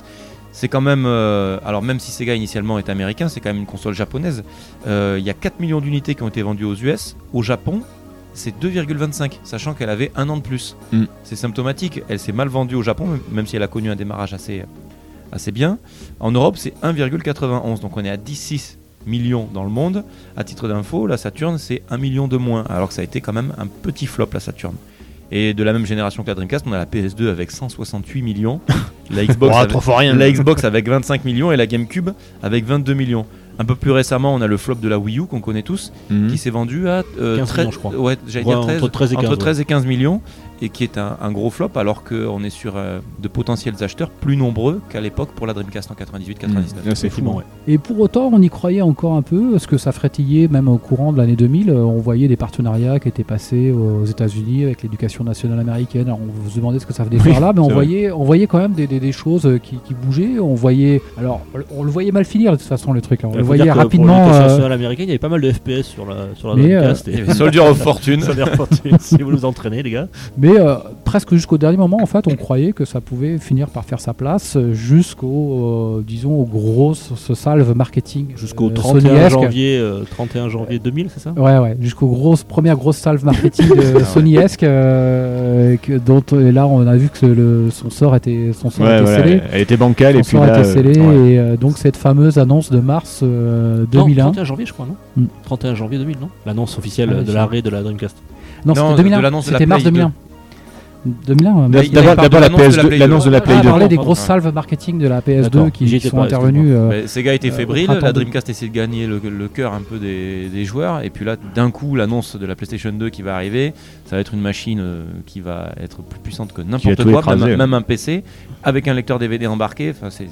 [SPEAKER 5] C'est quand même. euh, alors, même si Sega initialement est américain, c'est quand même une console japonaise. Euh, Il y a 4 millions d'unités qui ont été vendues aux US. Au Japon, c'est 2,25, sachant qu'elle avait un an de plus.
[SPEAKER 4] Mm.
[SPEAKER 5] C'est symptomatique. Elle s'est mal vendue au Japon, même- même si elle a connu un démarrage assez, assez bien. En Europe, c'est 1,91. Donc, on est à 16 millions dans le monde. À titre d'info, la Saturn, c'est 1 million de moins, alors que ça a été quand même un petit flop, la Saturn. Et de la même génération que la Dreamcast, on a la PS2 avec 168 millions, la Xbox,
[SPEAKER 7] Bon,
[SPEAKER 5] avec,
[SPEAKER 7] trois fois rien.
[SPEAKER 5] la Xbox avec 25 millions et la GameCube avec 22 millions. Un peu plus récemment, on a le flop de la Wii U qu'on connaît tous,
[SPEAKER 4] Mhm.
[SPEAKER 5] qui s'est vendu à euh,
[SPEAKER 2] 15
[SPEAKER 5] 13
[SPEAKER 2] Hmm. millions, je crois.
[SPEAKER 5] ouais, j'allais
[SPEAKER 2] Ouais,
[SPEAKER 5] dire 13,
[SPEAKER 2] entre 13 et 15,
[SPEAKER 5] et 15 millions, et qui est un, un gros flop, alors qu'on est sur euh, de potentiels acheteurs plus nombreux qu'à l'époque pour la Dreamcast en
[SPEAKER 2] Hmm.
[SPEAKER 5] 98-99.
[SPEAKER 4] Mhm. Ah, c'est fou.
[SPEAKER 2] Effectivement, ouais.
[SPEAKER 3] Et pour autant, on y croyait encore un peu, parce que ça frétillait même au courant de l'année 2000. euh, On voyait des partenariats qui étaient passés aux États-Unis avec l'éducation nationale américaine. Alors on se demandait ce que ça venait faire là, mais on
[SPEAKER 4] c'est
[SPEAKER 3] voyait, on voyait quand même des, des- des choses euh, qui, qui bougeaient. On voyait, alors on- on le voyait mal finir de toute façon le truc. hein. On
[SPEAKER 2] Faut
[SPEAKER 3] le
[SPEAKER 2] dire
[SPEAKER 3] voyait
[SPEAKER 2] que
[SPEAKER 3] rapidement.
[SPEAKER 2] Pour
[SPEAKER 3] euh,
[SPEAKER 2] nationale américaine, il y avait pas mal de FPS sur la, sur la
[SPEAKER 3] Mais, euh,
[SPEAKER 2] Dreamcast.
[SPEAKER 5] Il y
[SPEAKER 2] et-
[SPEAKER 5] avait Soldier of Fortune.
[SPEAKER 2] Ça a l'air fortuné, si vous nous entraînez, les gars.
[SPEAKER 3] Mais euh, presque jusqu'au dernier moment, en fait, on croyait que ça pouvait finir par faire sa place euh, jusqu'au, euh, disons, aux grosses salves marketing.
[SPEAKER 2] Jusqu'au
[SPEAKER 3] euh,
[SPEAKER 2] 31
[SPEAKER 3] sonyesque.
[SPEAKER 2] janvier, euh, 31 janvier 2000, c'est ça
[SPEAKER 3] Ouais, ouais, jusqu'aux grosses, premières grosses salves marketing
[SPEAKER 4] Ah
[SPEAKER 3] de Sony-esque, euh, que- dont, et là, on a vu que le, son sort était, son sort
[SPEAKER 4] Ouais,
[SPEAKER 3] était
[SPEAKER 4] voilà,
[SPEAKER 3] scellé.
[SPEAKER 4] elle était bancale et
[SPEAKER 3] Son
[SPEAKER 4] puis
[SPEAKER 3] sort
[SPEAKER 4] là
[SPEAKER 3] était
[SPEAKER 4] euh,
[SPEAKER 3] scellé,
[SPEAKER 4] ouais.
[SPEAKER 3] et euh, donc cette fameuse annonce de mars euh,
[SPEAKER 2] Non,
[SPEAKER 3] 2001.
[SPEAKER 2] 31 janvier, je crois, non
[SPEAKER 3] Hmm.
[SPEAKER 2] 31 janvier 2000, non L'annonce officielle
[SPEAKER 3] Ah,
[SPEAKER 2] euh,
[SPEAKER 3] oui,
[SPEAKER 2] de
[SPEAKER 3] c'est-
[SPEAKER 2] l'arrêt de la Dreamcast.
[SPEAKER 3] Non,
[SPEAKER 5] Non,
[SPEAKER 3] c'était
[SPEAKER 5] de
[SPEAKER 3] 2001.
[SPEAKER 5] l'annonce de la
[SPEAKER 3] C'était mars
[SPEAKER 5] Play
[SPEAKER 3] 2001. 2001, ouais,
[SPEAKER 5] Mais
[SPEAKER 4] D'abord-
[SPEAKER 5] il avait
[SPEAKER 4] D'abord
[SPEAKER 5] parlé
[SPEAKER 4] d'abord la
[SPEAKER 5] de l'annonce de la
[SPEAKER 4] PS2,
[SPEAKER 5] Play
[SPEAKER 4] l'annonce de la
[SPEAKER 3] Ah,
[SPEAKER 4] Play
[SPEAKER 3] euh, on
[SPEAKER 4] 2.
[SPEAKER 3] parlait des
[SPEAKER 5] pardon.
[SPEAKER 3] grosses salves marketing de la PS2
[SPEAKER 2] D'accord,
[SPEAKER 3] qui,
[SPEAKER 2] j'y
[SPEAKER 3] qui
[SPEAKER 2] étais
[SPEAKER 3] sont
[SPEAKER 2] pas,
[SPEAKER 3] intervenues. euh,
[SPEAKER 5] Mais Sega était
[SPEAKER 3] Euh, au
[SPEAKER 5] fébrile,
[SPEAKER 3] printemps
[SPEAKER 5] la
[SPEAKER 3] de-
[SPEAKER 5] Dreamcast essayait de gagner le, le cœur un peu des, des joueurs, et puis là, d'un coup, l'annonce de la PlayStation 2 qui va arriver, ça va être une machine euh, qui va être plus puissante que n'importe
[SPEAKER 4] tout
[SPEAKER 5] quoi,
[SPEAKER 4] écraser,
[SPEAKER 5] même,
[SPEAKER 4] ouais.
[SPEAKER 5] même un PC, avec un lecteur DVD embarqué. Enfin, c'est-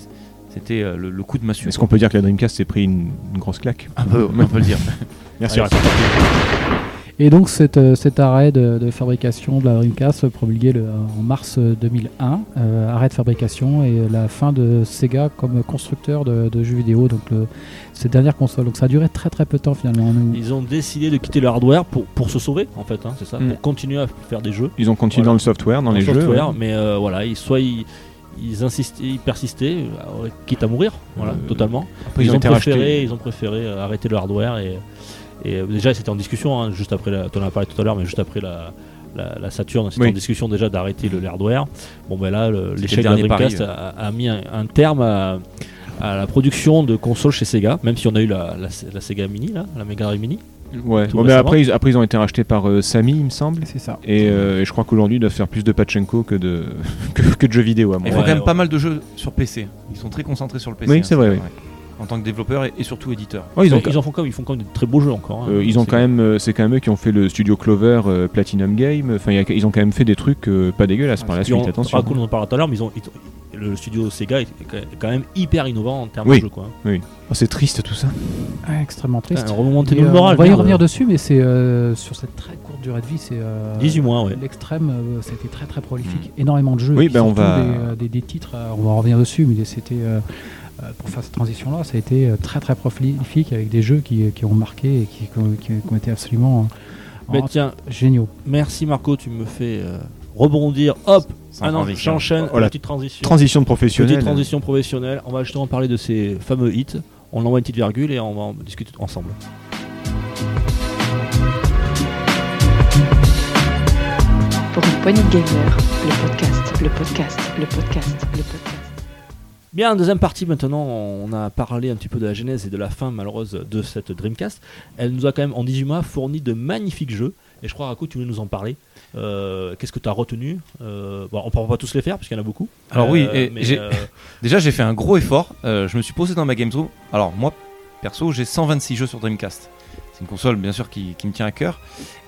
[SPEAKER 5] c'était euh, le, le coup de massue.
[SPEAKER 4] Est-ce qu'on peut dire que la Dreamcast s'est pris une, une grosse claque
[SPEAKER 5] un peu, on peut le dire.
[SPEAKER 4] Merci. Raph.
[SPEAKER 3] Et donc cette, euh, cet arrêt de, de fabrication de la Dreamcast euh, promulgué le- en mars euh, 2001, euh, arrêt de fabrication et la fin de Sega comme constructeur de, de jeux vidéo, donc le, cette dernière console. Donc ça a duré très très peu de temps finalement. Nous-
[SPEAKER 2] Hmm. Ils ont décidé de quitter le hardware pour, pour se sauver, en fait, hein, c'est ça,
[SPEAKER 4] Hmm.
[SPEAKER 2] pour continuer à faire des jeux.
[SPEAKER 4] Ils ont continué
[SPEAKER 2] Voilà.
[SPEAKER 4] dans le software, dans les
[SPEAKER 2] software,
[SPEAKER 4] jeux. ouais.
[SPEAKER 2] mais euh, voilà, ils, soit ils, ils insistaient, ils persistaient, euh, quitte à mourir, voilà,
[SPEAKER 4] Euh,
[SPEAKER 2] totalement.
[SPEAKER 4] Après,
[SPEAKER 2] ils, ont
[SPEAKER 4] été
[SPEAKER 2] préféré,
[SPEAKER 4] rachetés.
[SPEAKER 2] ils ont préféré euh, arrêter le hardware et, Et euh, déjà, c'était en discussion, hein, juste après, tu en as parlé tout à l'heure, mais juste après la, la, la Saturn, c'était
[SPEAKER 4] Oui.
[SPEAKER 2] en discussion déjà d'arrêter le l'hardware. Bon, ben là, le-
[SPEAKER 5] le
[SPEAKER 2] l'échec de la
[SPEAKER 5] dernier
[SPEAKER 2] Dreamcast
[SPEAKER 5] pari,
[SPEAKER 2] a, a mis un, un terme à, à la production de consoles chez Sega, même si on a eu la, la, la Sega Mini, là, la Mega Drive Mini.
[SPEAKER 4] Ouais.
[SPEAKER 2] Tout
[SPEAKER 4] Bon, mais
[SPEAKER 2] récemment.
[SPEAKER 4] après, ils, après, ils ont été rachetés par euh, Samy, il me semble.
[SPEAKER 3] C'est ça.
[SPEAKER 4] Et, euh, et je crois qu'aujourd'hui, ils doivent faire plus de Pachenko que de, que, que de jeux vidéo, à mon
[SPEAKER 5] Il
[SPEAKER 2] Ouais,
[SPEAKER 5] faut quand
[SPEAKER 4] avis.
[SPEAKER 5] même
[SPEAKER 2] ouais.
[SPEAKER 5] pas mal de jeux sur PC. Ils sont très concentrés sur le PC.
[SPEAKER 4] Oui, c'est vrai, oui.
[SPEAKER 5] En tant que développeur et, et surtout éditeur.
[SPEAKER 4] Ouais, ils,
[SPEAKER 2] Ils,
[SPEAKER 4] ont,
[SPEAKER 2] ils en font quand même, ils font quand même de très beaux jeux encore. hein.
[SPEAKER 4] euh, ils ont quand même, euh, c'est quand même eux qui ont fait le studio Clover, euh, Platinum Game. Enfin, il y a- ils ont quand même fait des trucs euh, pas dégueulasses par la
[SPEAKER 2] Puis on-
[SPEAKER 4] suite. Attention.
[SPEAKER 2] Raccoon, on en parlera tout à l'heure, mais ils ont, ils- le studio Sega est quand même hyper innovant en termes
[SPEAKER 4] Oui.
[SPEAKER 2] de jeu. Quoi.
[SPEAKER 4] Oh, c'est triste tout ça.
[SPEAKER 3] Ouais, Ah, extrêmement triste.
[SPEAKER 2] Putain, Remontez-nous
[SPEAKER 3] Et,
[SPEAKER 2] Ah, le
[SPEAKER 3] euh,
[SPEAKER 2] moral.
[SPEAKER 3] on va y
[SPEAKER 2] merde.
[SPEAKER 3] revenir dessus, mais c'est euh, sur cette très courte durée de vie, c'est euh,
[SPEAKER 2] 18 mois, ouais.
[SPEAKER 3] L'extrême, euh, c'était très très prolifique, énormément de jeux. et
[SPEAKER 4] Oui,
[SPEAKER 3] puis
[SPEAKER 4] ben, on
[SPEAKER 3] surtout
[SPEAKER 4] va-
[SPEAKER 3] des, euh, des, des titres. euh, on va en revenir dessus, mais c'était euh, euh, pour faire cette transition-là, ça a été euh, très très prolifique avec des jeux qui, qui ont marqué et qui, qui ont- qui ont été absolument euh,
[SPEAKER 2] Mais
[SPEAKER 3] en-
[SPEAKER 2] tiens,
[SPEAKER 3] géniaux.
[SPEAKER 2] merci Marco, tu me fais euh, rebondir. Hop,
[SPEAKER 5] Sans
[SPEAKER 2] ah non,
[SPEAKER 5] transition.
[SPEAKER 2] j'enchaîne.
[SPEAKER 4] Oh, la
[SPEAKER 2] petite transition.
[SPEAKER 4] Transition de professionnel.
[SPEAKER 2] Petite transition professionnelle. On va justement parler de ces fameux hits. On envoie une petite virgule et on va en discuter ensemble.
[SPEAKER 1] Pour une poignée de gamers, le podcast, le podcast, le podcast, le podcast.
[SPEAKER 2] Bien, deuxième partie maintenant, on a parlé un petit peu de la genèse et de la fin malheureuse de cette Dreamcast. Elle nous a quand même en 18 mois fourni de magnifiques jeux. Et je crois, Raku, tu voulais nous en parler. Euh, Qu'est-ce que tu as retenu Euh, bon, On ne pourra pas tous les faire, puisqu'il y en a beaucoup.
[SPEAKER 5] Alors oui, et
[SPEAKER 2] mais,
[SPEAKER 5] j'ai-
[SPEAKER 2] euh,
[SPEAKER 5] Déjà, j'ai fait un gros effort. Euh, je me suis posé dans ma Games Room. Alors, moi, perso, j'ai 126 jeux sur Dreamcast. C'est une console, bien sûr, qui, qui me tient à cœur.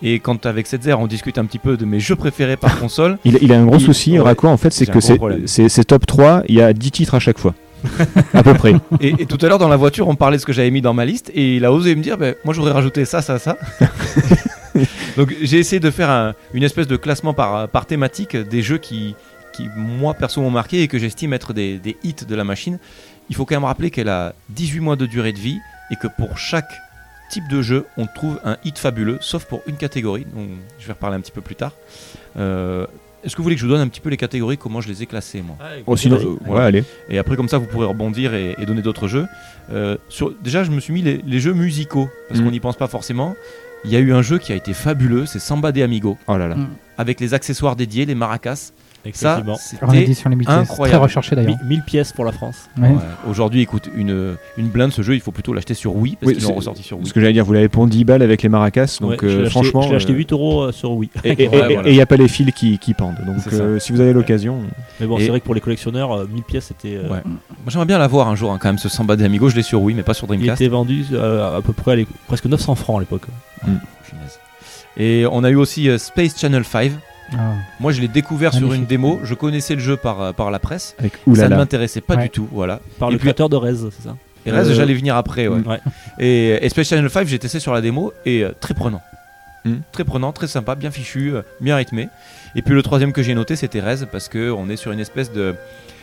[SPEAKER 5] Et quand, avec 7-0, on discute un petit peu de mes jeux préférés par console,
[SPEAKER 4] Il, il a un gros
[SPEAKER 5] Il-
[SPEAKER 4] souci,
[SPEAKER 5] ouais,
[SPEAKER 4] Raccoon, en fait, c'est
[SPEAKER 5] j'ai un
[SPEAKER 4] que
[SPEAKER 5] gros
[SPEAKER 4] c'est-
[SPEAKER 5] problème.
[SPEAKER 4] c'est c'est top 3, il y a 10 titres à chaque fois. à peu près.
[SPEAKER 5] et, et tout à l'heure, dans la voiture, on parlait de ce que j'avais mis dans ma liste. Et il a osé me dire Ben, Moi, j'aurais rajouté ça, ça, ça. Donc, j'ai essayé de faire un- une espèce de classement par, par thématique des jeux qui, qui, moi, perso, m'ont marqué et que j'estime être des, des hits de la machine. Il faut quand même rappeler qu'elle a 18 mois de durée de vie et que pour chaque type de jeu, on trouve un hit fabuleux, sauf pour une catégorie. Donc, je vais reparler un petit peu plus tard. Euh, Est-ce que vous voulez que je vous donne un petit peu les catégories, comment je les ai classées, moi
[SPEAKER 4] Oh, sinon,
[SPEAKER 2] Vas-y.
[SPEAKER 4] euh, ouais, allez.
[SPEAKER 5] et après, comme ça, vous pourrez rebondir et, et donner d'autres jeux. Euh, sur, déjà, je me suis mis les, les jeux musicaux, parce
[SPEAKER 4] Mhm.
[SPEAKER 5] qu'on n'y pense pas forcément. Il y a eu un jeu qui a été fabuleux, c'est Samba des Amigos,
[SPEAKER 4] Oh là là.
[SPEAKER 5] avec les accessoires dédiés, les maracas. Ça,
[SPEAKER 2] Effectivement.
[SPEAKER 3] En
[SPEAKER 5] c'était.
[SPEAKER 3] édition limitée, c'est très
[SPEAKER 5] incroyable.
[SPEAKER 3] recherché d'ailleurs.
[SPEAKER 2] 1000 pièces pour la France.
[SPEAKER 3] Ouais.
[SPEAKER 5] Ouais. Aujourd'hui, écoute, une, une blinde, ce jeu, il faut plutôt l'acheter sur Wii, parce
[SPEAKER 4] Oui,
[SPEAKER 5] qu'ils l'ont
[SPEAKER 4] c'est-
[SPEAKER 5] ressorti sur Wii.
[SPEAKER 4] Ce que j'allais dire, vous l'avez pour 10 balles avec les maracas,
[SPEAKER 2] Ouais,
[SPEAKER 4] donc
[SPEAKER 2] je l'ai
[SPEAKER 4] euh,
[SPEAKER 2] acheté-
[SPEAKER 4] franchement.
[SPEAKER 2] Je l'ai acheté
[SPEAKER 4] euh,
[SPEAKER 2] 8 euros euh, sur Wii.
[SPEAKER 4] Et il
[SPEAKER 5] Ouais, voilà.
[SPEAKER 4] n'y a pas les fils qui, qui pendent. Donc
[SPEAKER 5] C'est ça.
[SPEAKER 4] euh, si vous avez l'occasion.
[SPEAKER 2] Mais bon,
[SPEAKER 5] Et-
[SPEAKER 2] c'est vrai que pour les collectionneurs, euh, 1000 pièces, c'était. euh,
[SPEAKER 5] Ouais. Moi, j'aimerais bien l'avoir un jour, hein, quand même, ce Samba des Amigos. Je l'ai sur Wii, mais pas sur
[SPEAKER 2] Il
[SPEAKER 5] Dreamcast.
[SPEAKER 2] était vendu euh, à peu près à l'é- presque 900 francs à l'époque.
[SPEAKER 5] Punaise. Et on a eu aussi euh, Space Channel 5.
[SPEAKER 3] Ah.
[SPEAKER 5] Moi, je l'ai découvert sur
[SPEAKER 3] Magnifique.
[SPEAKER 5] une démo. Je connaissais le jeu par, euh, par la presse.
[SPEAKER 4] Avec
[SPEAKER 5] ça ne
[SPEAKER 4] oulala.
[SPEAKER 5] m'intéressait pas
[SPEAKER 3] Ouais.
[SPEAKER 5] du tout, voilà.
[SPEAKER 2] Par
[SPEAKER 5] Et
[SPEAKER 2] le
[SPEAKER 5] puis-
[SPEAKER 2] créateur de Rez, c'est ça
[SPEAKER 5] Et Rez,
[SPEAKER 4] Euh,
[SPEAKER 5] j'allais venir après, ouais.
[SPEAKER 2] Ouais.
[SPEAKER 5] Et, et Space Channel 5, j'ai testé sur la démo et euh, très prenant.
[SPEAKER 4] Mm.
[SPEAKER 5] Très prenant, très sympa, bien fichu, euh, bien rythmé. Et puis le troisième que j'ai noté, c'était Rez, parce qu'on est sur une espèce de.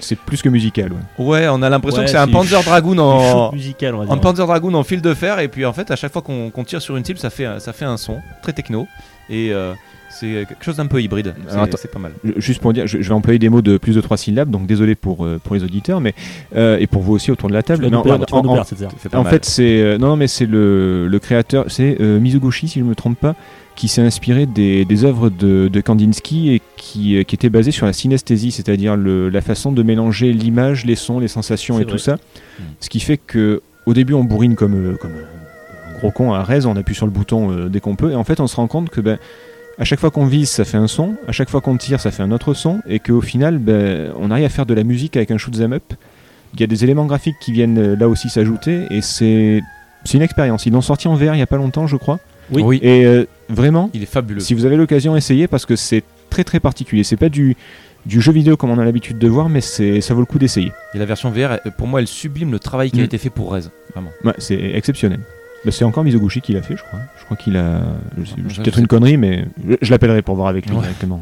[SPEAKER 4] C'est plus que musical. ouais.
[SPEAKER 5] Ouais, on a l'impression
[SPEAKER 2] Ouais,
[SPEAKER 5] que c'est un
[SPEAKER 2] c'est-
[SPEAKER 5] Panzer Dragoon
[SPEAKER 4] Oh.
[SPEAKER 2] Du shoot
[SPEAKER 5] en.
[SPEAKER 2] musical, on va dire.
[SPEAKER 5] Un Panzer Dragoon en fil de fer, et puis en fait, à chaque fois qu'on qu'on tire sur une cible, ça fait, un- ça fait un son très techno. Et euh, c'est quelque chose d'un peu hybride. C'est-
[SPEAKER 4] Alors, attends.
[SPEAKER 5] C'est pas mal.
[SPEAKER 4] Je- Juste pour dire, je, je vais employer des mots de plus de 3 syllabes, donc désolé pour, euh, pour les auditeurs, mais euh, et pour vous aussi autour de la
[SPEAKER 2] Tu
[SPEAKER 4] table.
[SPEAKER 2] vas
[SPEAKER 4] Mais
[SPEAKER 2] nous
[SPEAKER 4] en-
[SPEAKER 2] perdre, tu vas
[SPEAKER 4] en-
[SPEAKER 2] nous
[SPEAKER 4] en-
[SPEAKER 2] perdre, c'est ça.
[SPEAKER 5] C'est pas
[SPEAKER 4] En
[SPEAKER 5] mal.
[SPEAKER 4] fait, c'est euh, non, non, mais c'est le, le créateur, c'est euh, Mizoguchi, si je ne me trompe pas, qui s'est inspiré des, des œuvres de, de Kandinsky et qui, euh, qui était basé sur la synesthésie, c'est-à-dire le- la façon de mélanger l'image, les sons, les sensations
[SPEAKER 2] C'est
[SPEAKER 4] et
[SPEAKER 2] vrai.
[SPEAKER 4] tout ça.
[SPEAKER 5] Mm.
[SPEAKER 4] Ce qui fait que au début, on bourrine comme euh, comme un gros con à raise, on appuie sur le bouton euh, dès qu'on peut, et en fait, on se rend compte que ben à chaque fois qu'on vise, ça fait un son. À chaque fois qu'on tire, ça fait un autre son. Et qu'au final, ben, on arrive à faire de la musique avec un shoot 'em up. Il y a des éléments graphiques qui viennent euh, là aussi s'ajouter. Et c'est c'est une expérience. Ils l'ont sorti en VR il y a pas longtemps, je crois.
[SPEAKER 2] Oui.
[SPEAKER 5] Oui,
[SPEAKER 4] Et euh, vraiment,
[SPEAKER 5] il est fabuleux.
[SPEAKER 4] si vous avez l'occasion, essayez parce que c'est très très particulier. C'est pas du, du jeu vidéo comme on a l'habitude de voir, mais c'est- ça vaut le coup d'essayer.
[SPEAKER 5] Et la version VR, euh, pour moi, elle sublime le travail qui a
[SPEAKER 4] Mm.
[SPEAKER 5] été fait pour Rez. Vraiment.
[SPEAKER 4] Ouais, c'est exceptionnel. Ben, c'est encore Mizoguchi qui l'a fait, je crois. Je crois qu'il a. je sais-
[SPEAKER 5] je
[SPEAKER 4] C'est
[SPEAKER 5] sais
[SPEAKER 4] peut-être une connerie, mais je, je l'appellerai pour voir avec lui
[SPEAKER 5] Ouais.
[SPEAKER 4] directement.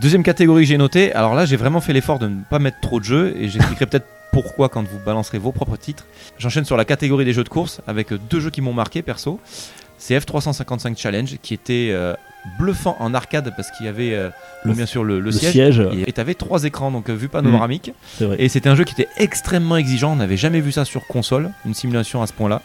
[SPEAKER 5] Deuxième catégorie que j'ai notée, alors là j'ai vraiment fait l'effort de ne pas mettre trop de jeux et j'expliquerai peut-être pourquoi quand vous balancerez vos propres titres. J'enchaîne sur la catégorie des jeux de course avec euh, deux jeux qui m'ont marqué perso. C'est F355 Challenge qui était euh, bluffant en arcade parce qu'il y avait euh,
[SPEAKER 2] Le-
[SPEAKER 5] bien sûr le, le
[SPEAKER 2] Le
[SPEAKER 5] siège.
[SPEAKER 2] siège, Mhm.
[SPEAKER 5] Et tu avais trois écrans, donc euh, vue panoramique.
[SPEAKER 2] c'est vrai.
[SPEAKER 5] Et c'était un jeu qui était extrêmement exigeant. On n'avait jamais vu ça sur console, une simulation à ce point-là.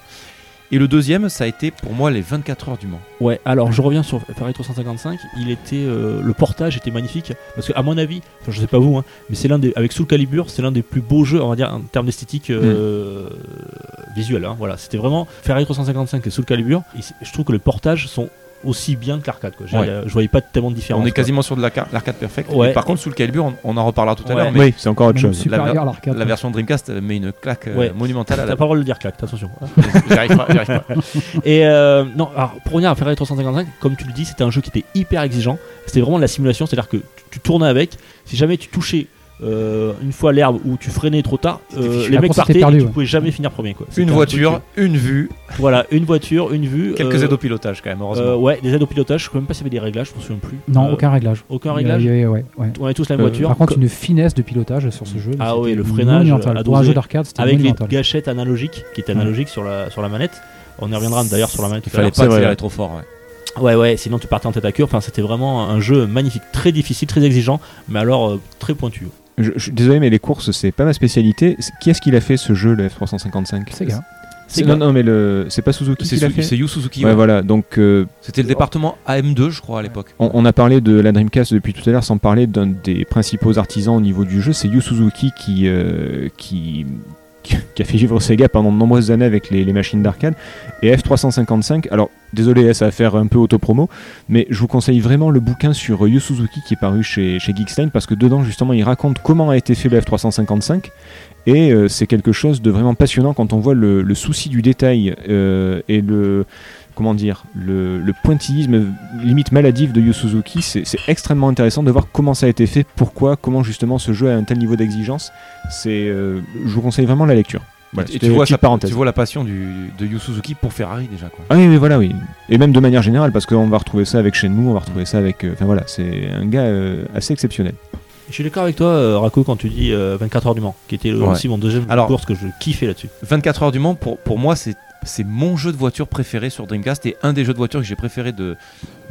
[SPEAKER 5] Et le deuxième, ça a été pour moi les 24 heures du Mans.
[SPEAKER 2] Ouais, alors je reviens sur Ferrari 355. Il était, euh, le portage était magnifique parce que, à mon avis, enfin, je sais pas vous, hein, mais c'est l'un des, avec Soul Calibur, c'est l'un des plus beaux jeux, on va dire, en termes d'esthétique euh, visuelle. hein, voilà, c'était vraiment Ferrari 355 et Soul Calibur. et c'est- je trouve que les portages sont aussi bien que l'arcade. Quoi. J'ai-
[SPEAKER 5] Ouais.
[SPEAKER 2] euh, Je voyais pas tellement de différence.
[SPEAKER 5] on est
[SPEAKER 2] quoi.
[SPEAKER 5] quasiment sur de la car- l'arcade perfect.
[SPEAKER 2] Ouais.
[SPEAKER 5] Et par contre, sous le calibre, on, on en reparlera tout à
[SPEAKER 2] Ouais.
[SPEAKER 5] l'heure. Mais
[SPEAKER 4] Oui, c'est encore autre
[SPEAKER 3] Même
[SPEAKER 4] chose.
[SPEAKER 3] supérieur
[SPEAKER 5] la-
[SPEAKER 3] à l'arcade.
[SPEAKER 5] la version Dreamcast met une claque euh,
[SPEAKER 2] Ouais.
[SPEAKER 5] monumentale à
[SPEAKER 2] T'as
[SPEAKER 5] la.
[SPEAKER 2] pas le droit de le dire, claque, attention.
[SPEAKER 5] J'arrive pas, j'arrive pas.
[SPEAKER 2] Et euh, non, alors pour revenir à Ferrari 355, comme tu le dis, c'était un jeu qui était hyper exigeant. C'était vraiment de la simulation, c'est-à-dire que tu, tu tournais avec. Si jamais tu touchais euh, une fois l'herbe ou tu freinais trop tard, euh,
[SPEAKER 5] fichu.
[SPEAKER 2] les
[SPEAKER 3] La
[SPEAKER 2] mecs
[SPEAKER 3] course était
[SPEAKER 2] partaient
[SPEAKER 3] perdue,
[SPEAKER 2] et tu
[SPEAKER 3] ouais.
[SPEAKER 2] pouvais jamais finir premier. Quoi. C'était
[SPEAKER 5] Une
[SPEAKER 2] un
[SPEAKER 5] voiture,
[SPEAKER 2] truc,
[SPEAKER 5] une vue,
[SPEAKER 2] euh, voilà, une voiture, une vue.
[SPEAKER 5] quelques
[SPEAKER 2] euh,
[SPEAKER 5] aides au pilotage quand même,
[SPEAKER 2] euh,
[SPEAKER 5] heureusement.
[SPEAKER 2] Ouais, des aides au pilotage. Je ne sais même pas s'il y avait des réglages, je me souviens plus.
[SPEAKER 3] Non,
[SPEAKER 2] Euh,
[SPEAKER 3] aucun réglage.
[SPEAKER 2] aucun
[SPEAKER 3] Il y a-
[SPEAKER 2] réglage.
[SPEAKER 3] il y a- ouais, ouais.
[SPEAKER 2] On avait tous la même
[SPEAKER 4] Euh,
[SPEAKER 2] voiture.
[SPEAKER 3] Par contre,
[SPEAKER 2] Co-
[SPEAKER 3] une finesse de pilotage sur ce jeu.
[SPEAKER 2] Ah
[SPEAKER 3] c'était
[SPEAKER 2] ouais, le freinage,
[SPEAKER 5] euh,
[SPEAKER 3] monumental.
[SPEAKER 2] à
[SPEAKER 3] Pour un
[SPEAKER 2] doser,
[SPEAKER 3] jeu d'arcade, c'était
[SPEAKER 2] avec les
[SPEAKER 3] monumental.
[SPEAKER 2] gâchettes analogiques, qui étaient analogiques sur, la, sur la manette. On y reviendra d'ailleurs sur la manette.
[SPEAKER 5] Il
[SPEAKER 2] tout à l'heure.
[SPEAKER 5] fallait
[SPEAKER 4] c'est
[SPEAKER 5] pas accélérer
[SPEAKER 4] vrai.
[SPEAKER 5] trop fort.
[SPEAKER 2] Ouais,
[SPEAKER 5] ouais.
[SPEAKER 2] ouais, sinon tu partais en tête à queue. Enfin, c'était vraiment un jeu magnifique, très difficile, très exigeant, mais alors euh, très pointu.
[SPEAKER 4] Je, je suis désolé, mais les courses, c'est pas ma spécialité. C'est- Qui est-ce qui l'a fait ce jeu, le F355
[SPEAKER 3] C'est gars.
[SPEAKER 4] C'est-
[SPEAKER 2] Sega.
[SPEAKER 4] Non, non, mais le... c'est pas Suzuki
[SPEAKER 5] C'est
[SPEAKER 4] qui l'a
[SPEAKER 5] Su-
[SPEAKER 4] fait
[SPEAKER 5] c'est Yu Suzuki.
[SPEAKER 4] Ouais,
[SPEAKER 5] ouais.
[SPEAKER 4] voilà. Donc, euh,
[SPEAKER 5] C'était le département AM2, je crois, à l'époque.
[SPEAKER 4] on, on a parlé de la Dreamcast depuis tout à l'heure sans parler d'un des principaux artisans au niveau du jeu. C'est Yu Suzuki qui, euh, qui, qui a fait vivre Sega pendant de nombreuses années avec les, les machines d'arcade. Et F355, alors désolé, hein, ça va faire un peu autopromo, mais je vous conseille vraiment le bouquin sur euh, Yu Suzuki qui est paru chez, chez Geekstein parce que dedans, justement, il raconte comment a été fait le F355. Et euh, c'est quelque chose de vraiment passionnant quand on voit le, le souci du détail euh, et le comment dire le, le pointillisme limite maladif de Yu Suzuki. C'est c'est extrêmement intéressant de voir comment ça a été fait, pourquoi, comment justement ce jeu a un tel niveau d'exigence. C'est, euh, je vous conseille vraiment la lecture. Voilà,
[SPEAKER 5] et
[SPEAKER 4] c'était
[SPEAKER 5] tu
[SPEAKER 4] une
[SPEAKER 5] vois,
[SPEAKER 4] petite
[SPEAKER 5] sa-
[SPEAKER 4] parenthèse.
[SPEAKER 5] tu vois la passion du, de Yu Suzuki pour Ferrari déjà. Quoi.
[SPEAKER 4] Ah oui, oui, voilà, oui. Et même de manière générale, parce qu'on va retrouver ça avec chez nous, on va retrouver ça avec. euh, Enfin voilà, c'est un gars euh, assez exceptionnel.
[SPEAKER 2] Je suis d'accord avec toi, euh, Rako, quand tu dis euh, 24 heures du Mans, qui était
[SPEAKER 5] Ouais.
[SPEAKER 2] aussi mon deuxième
[SPEAKER 5] Alors-
[SPEAKER 2] course que je kiffais là-dessus.
[SPEAKER 5] 24 heures du Mans, pour, pour moi, c'est c'est mon jeu de voiture préféré sur Dreamcast et un des jeux de voiture que j'ai préféré de,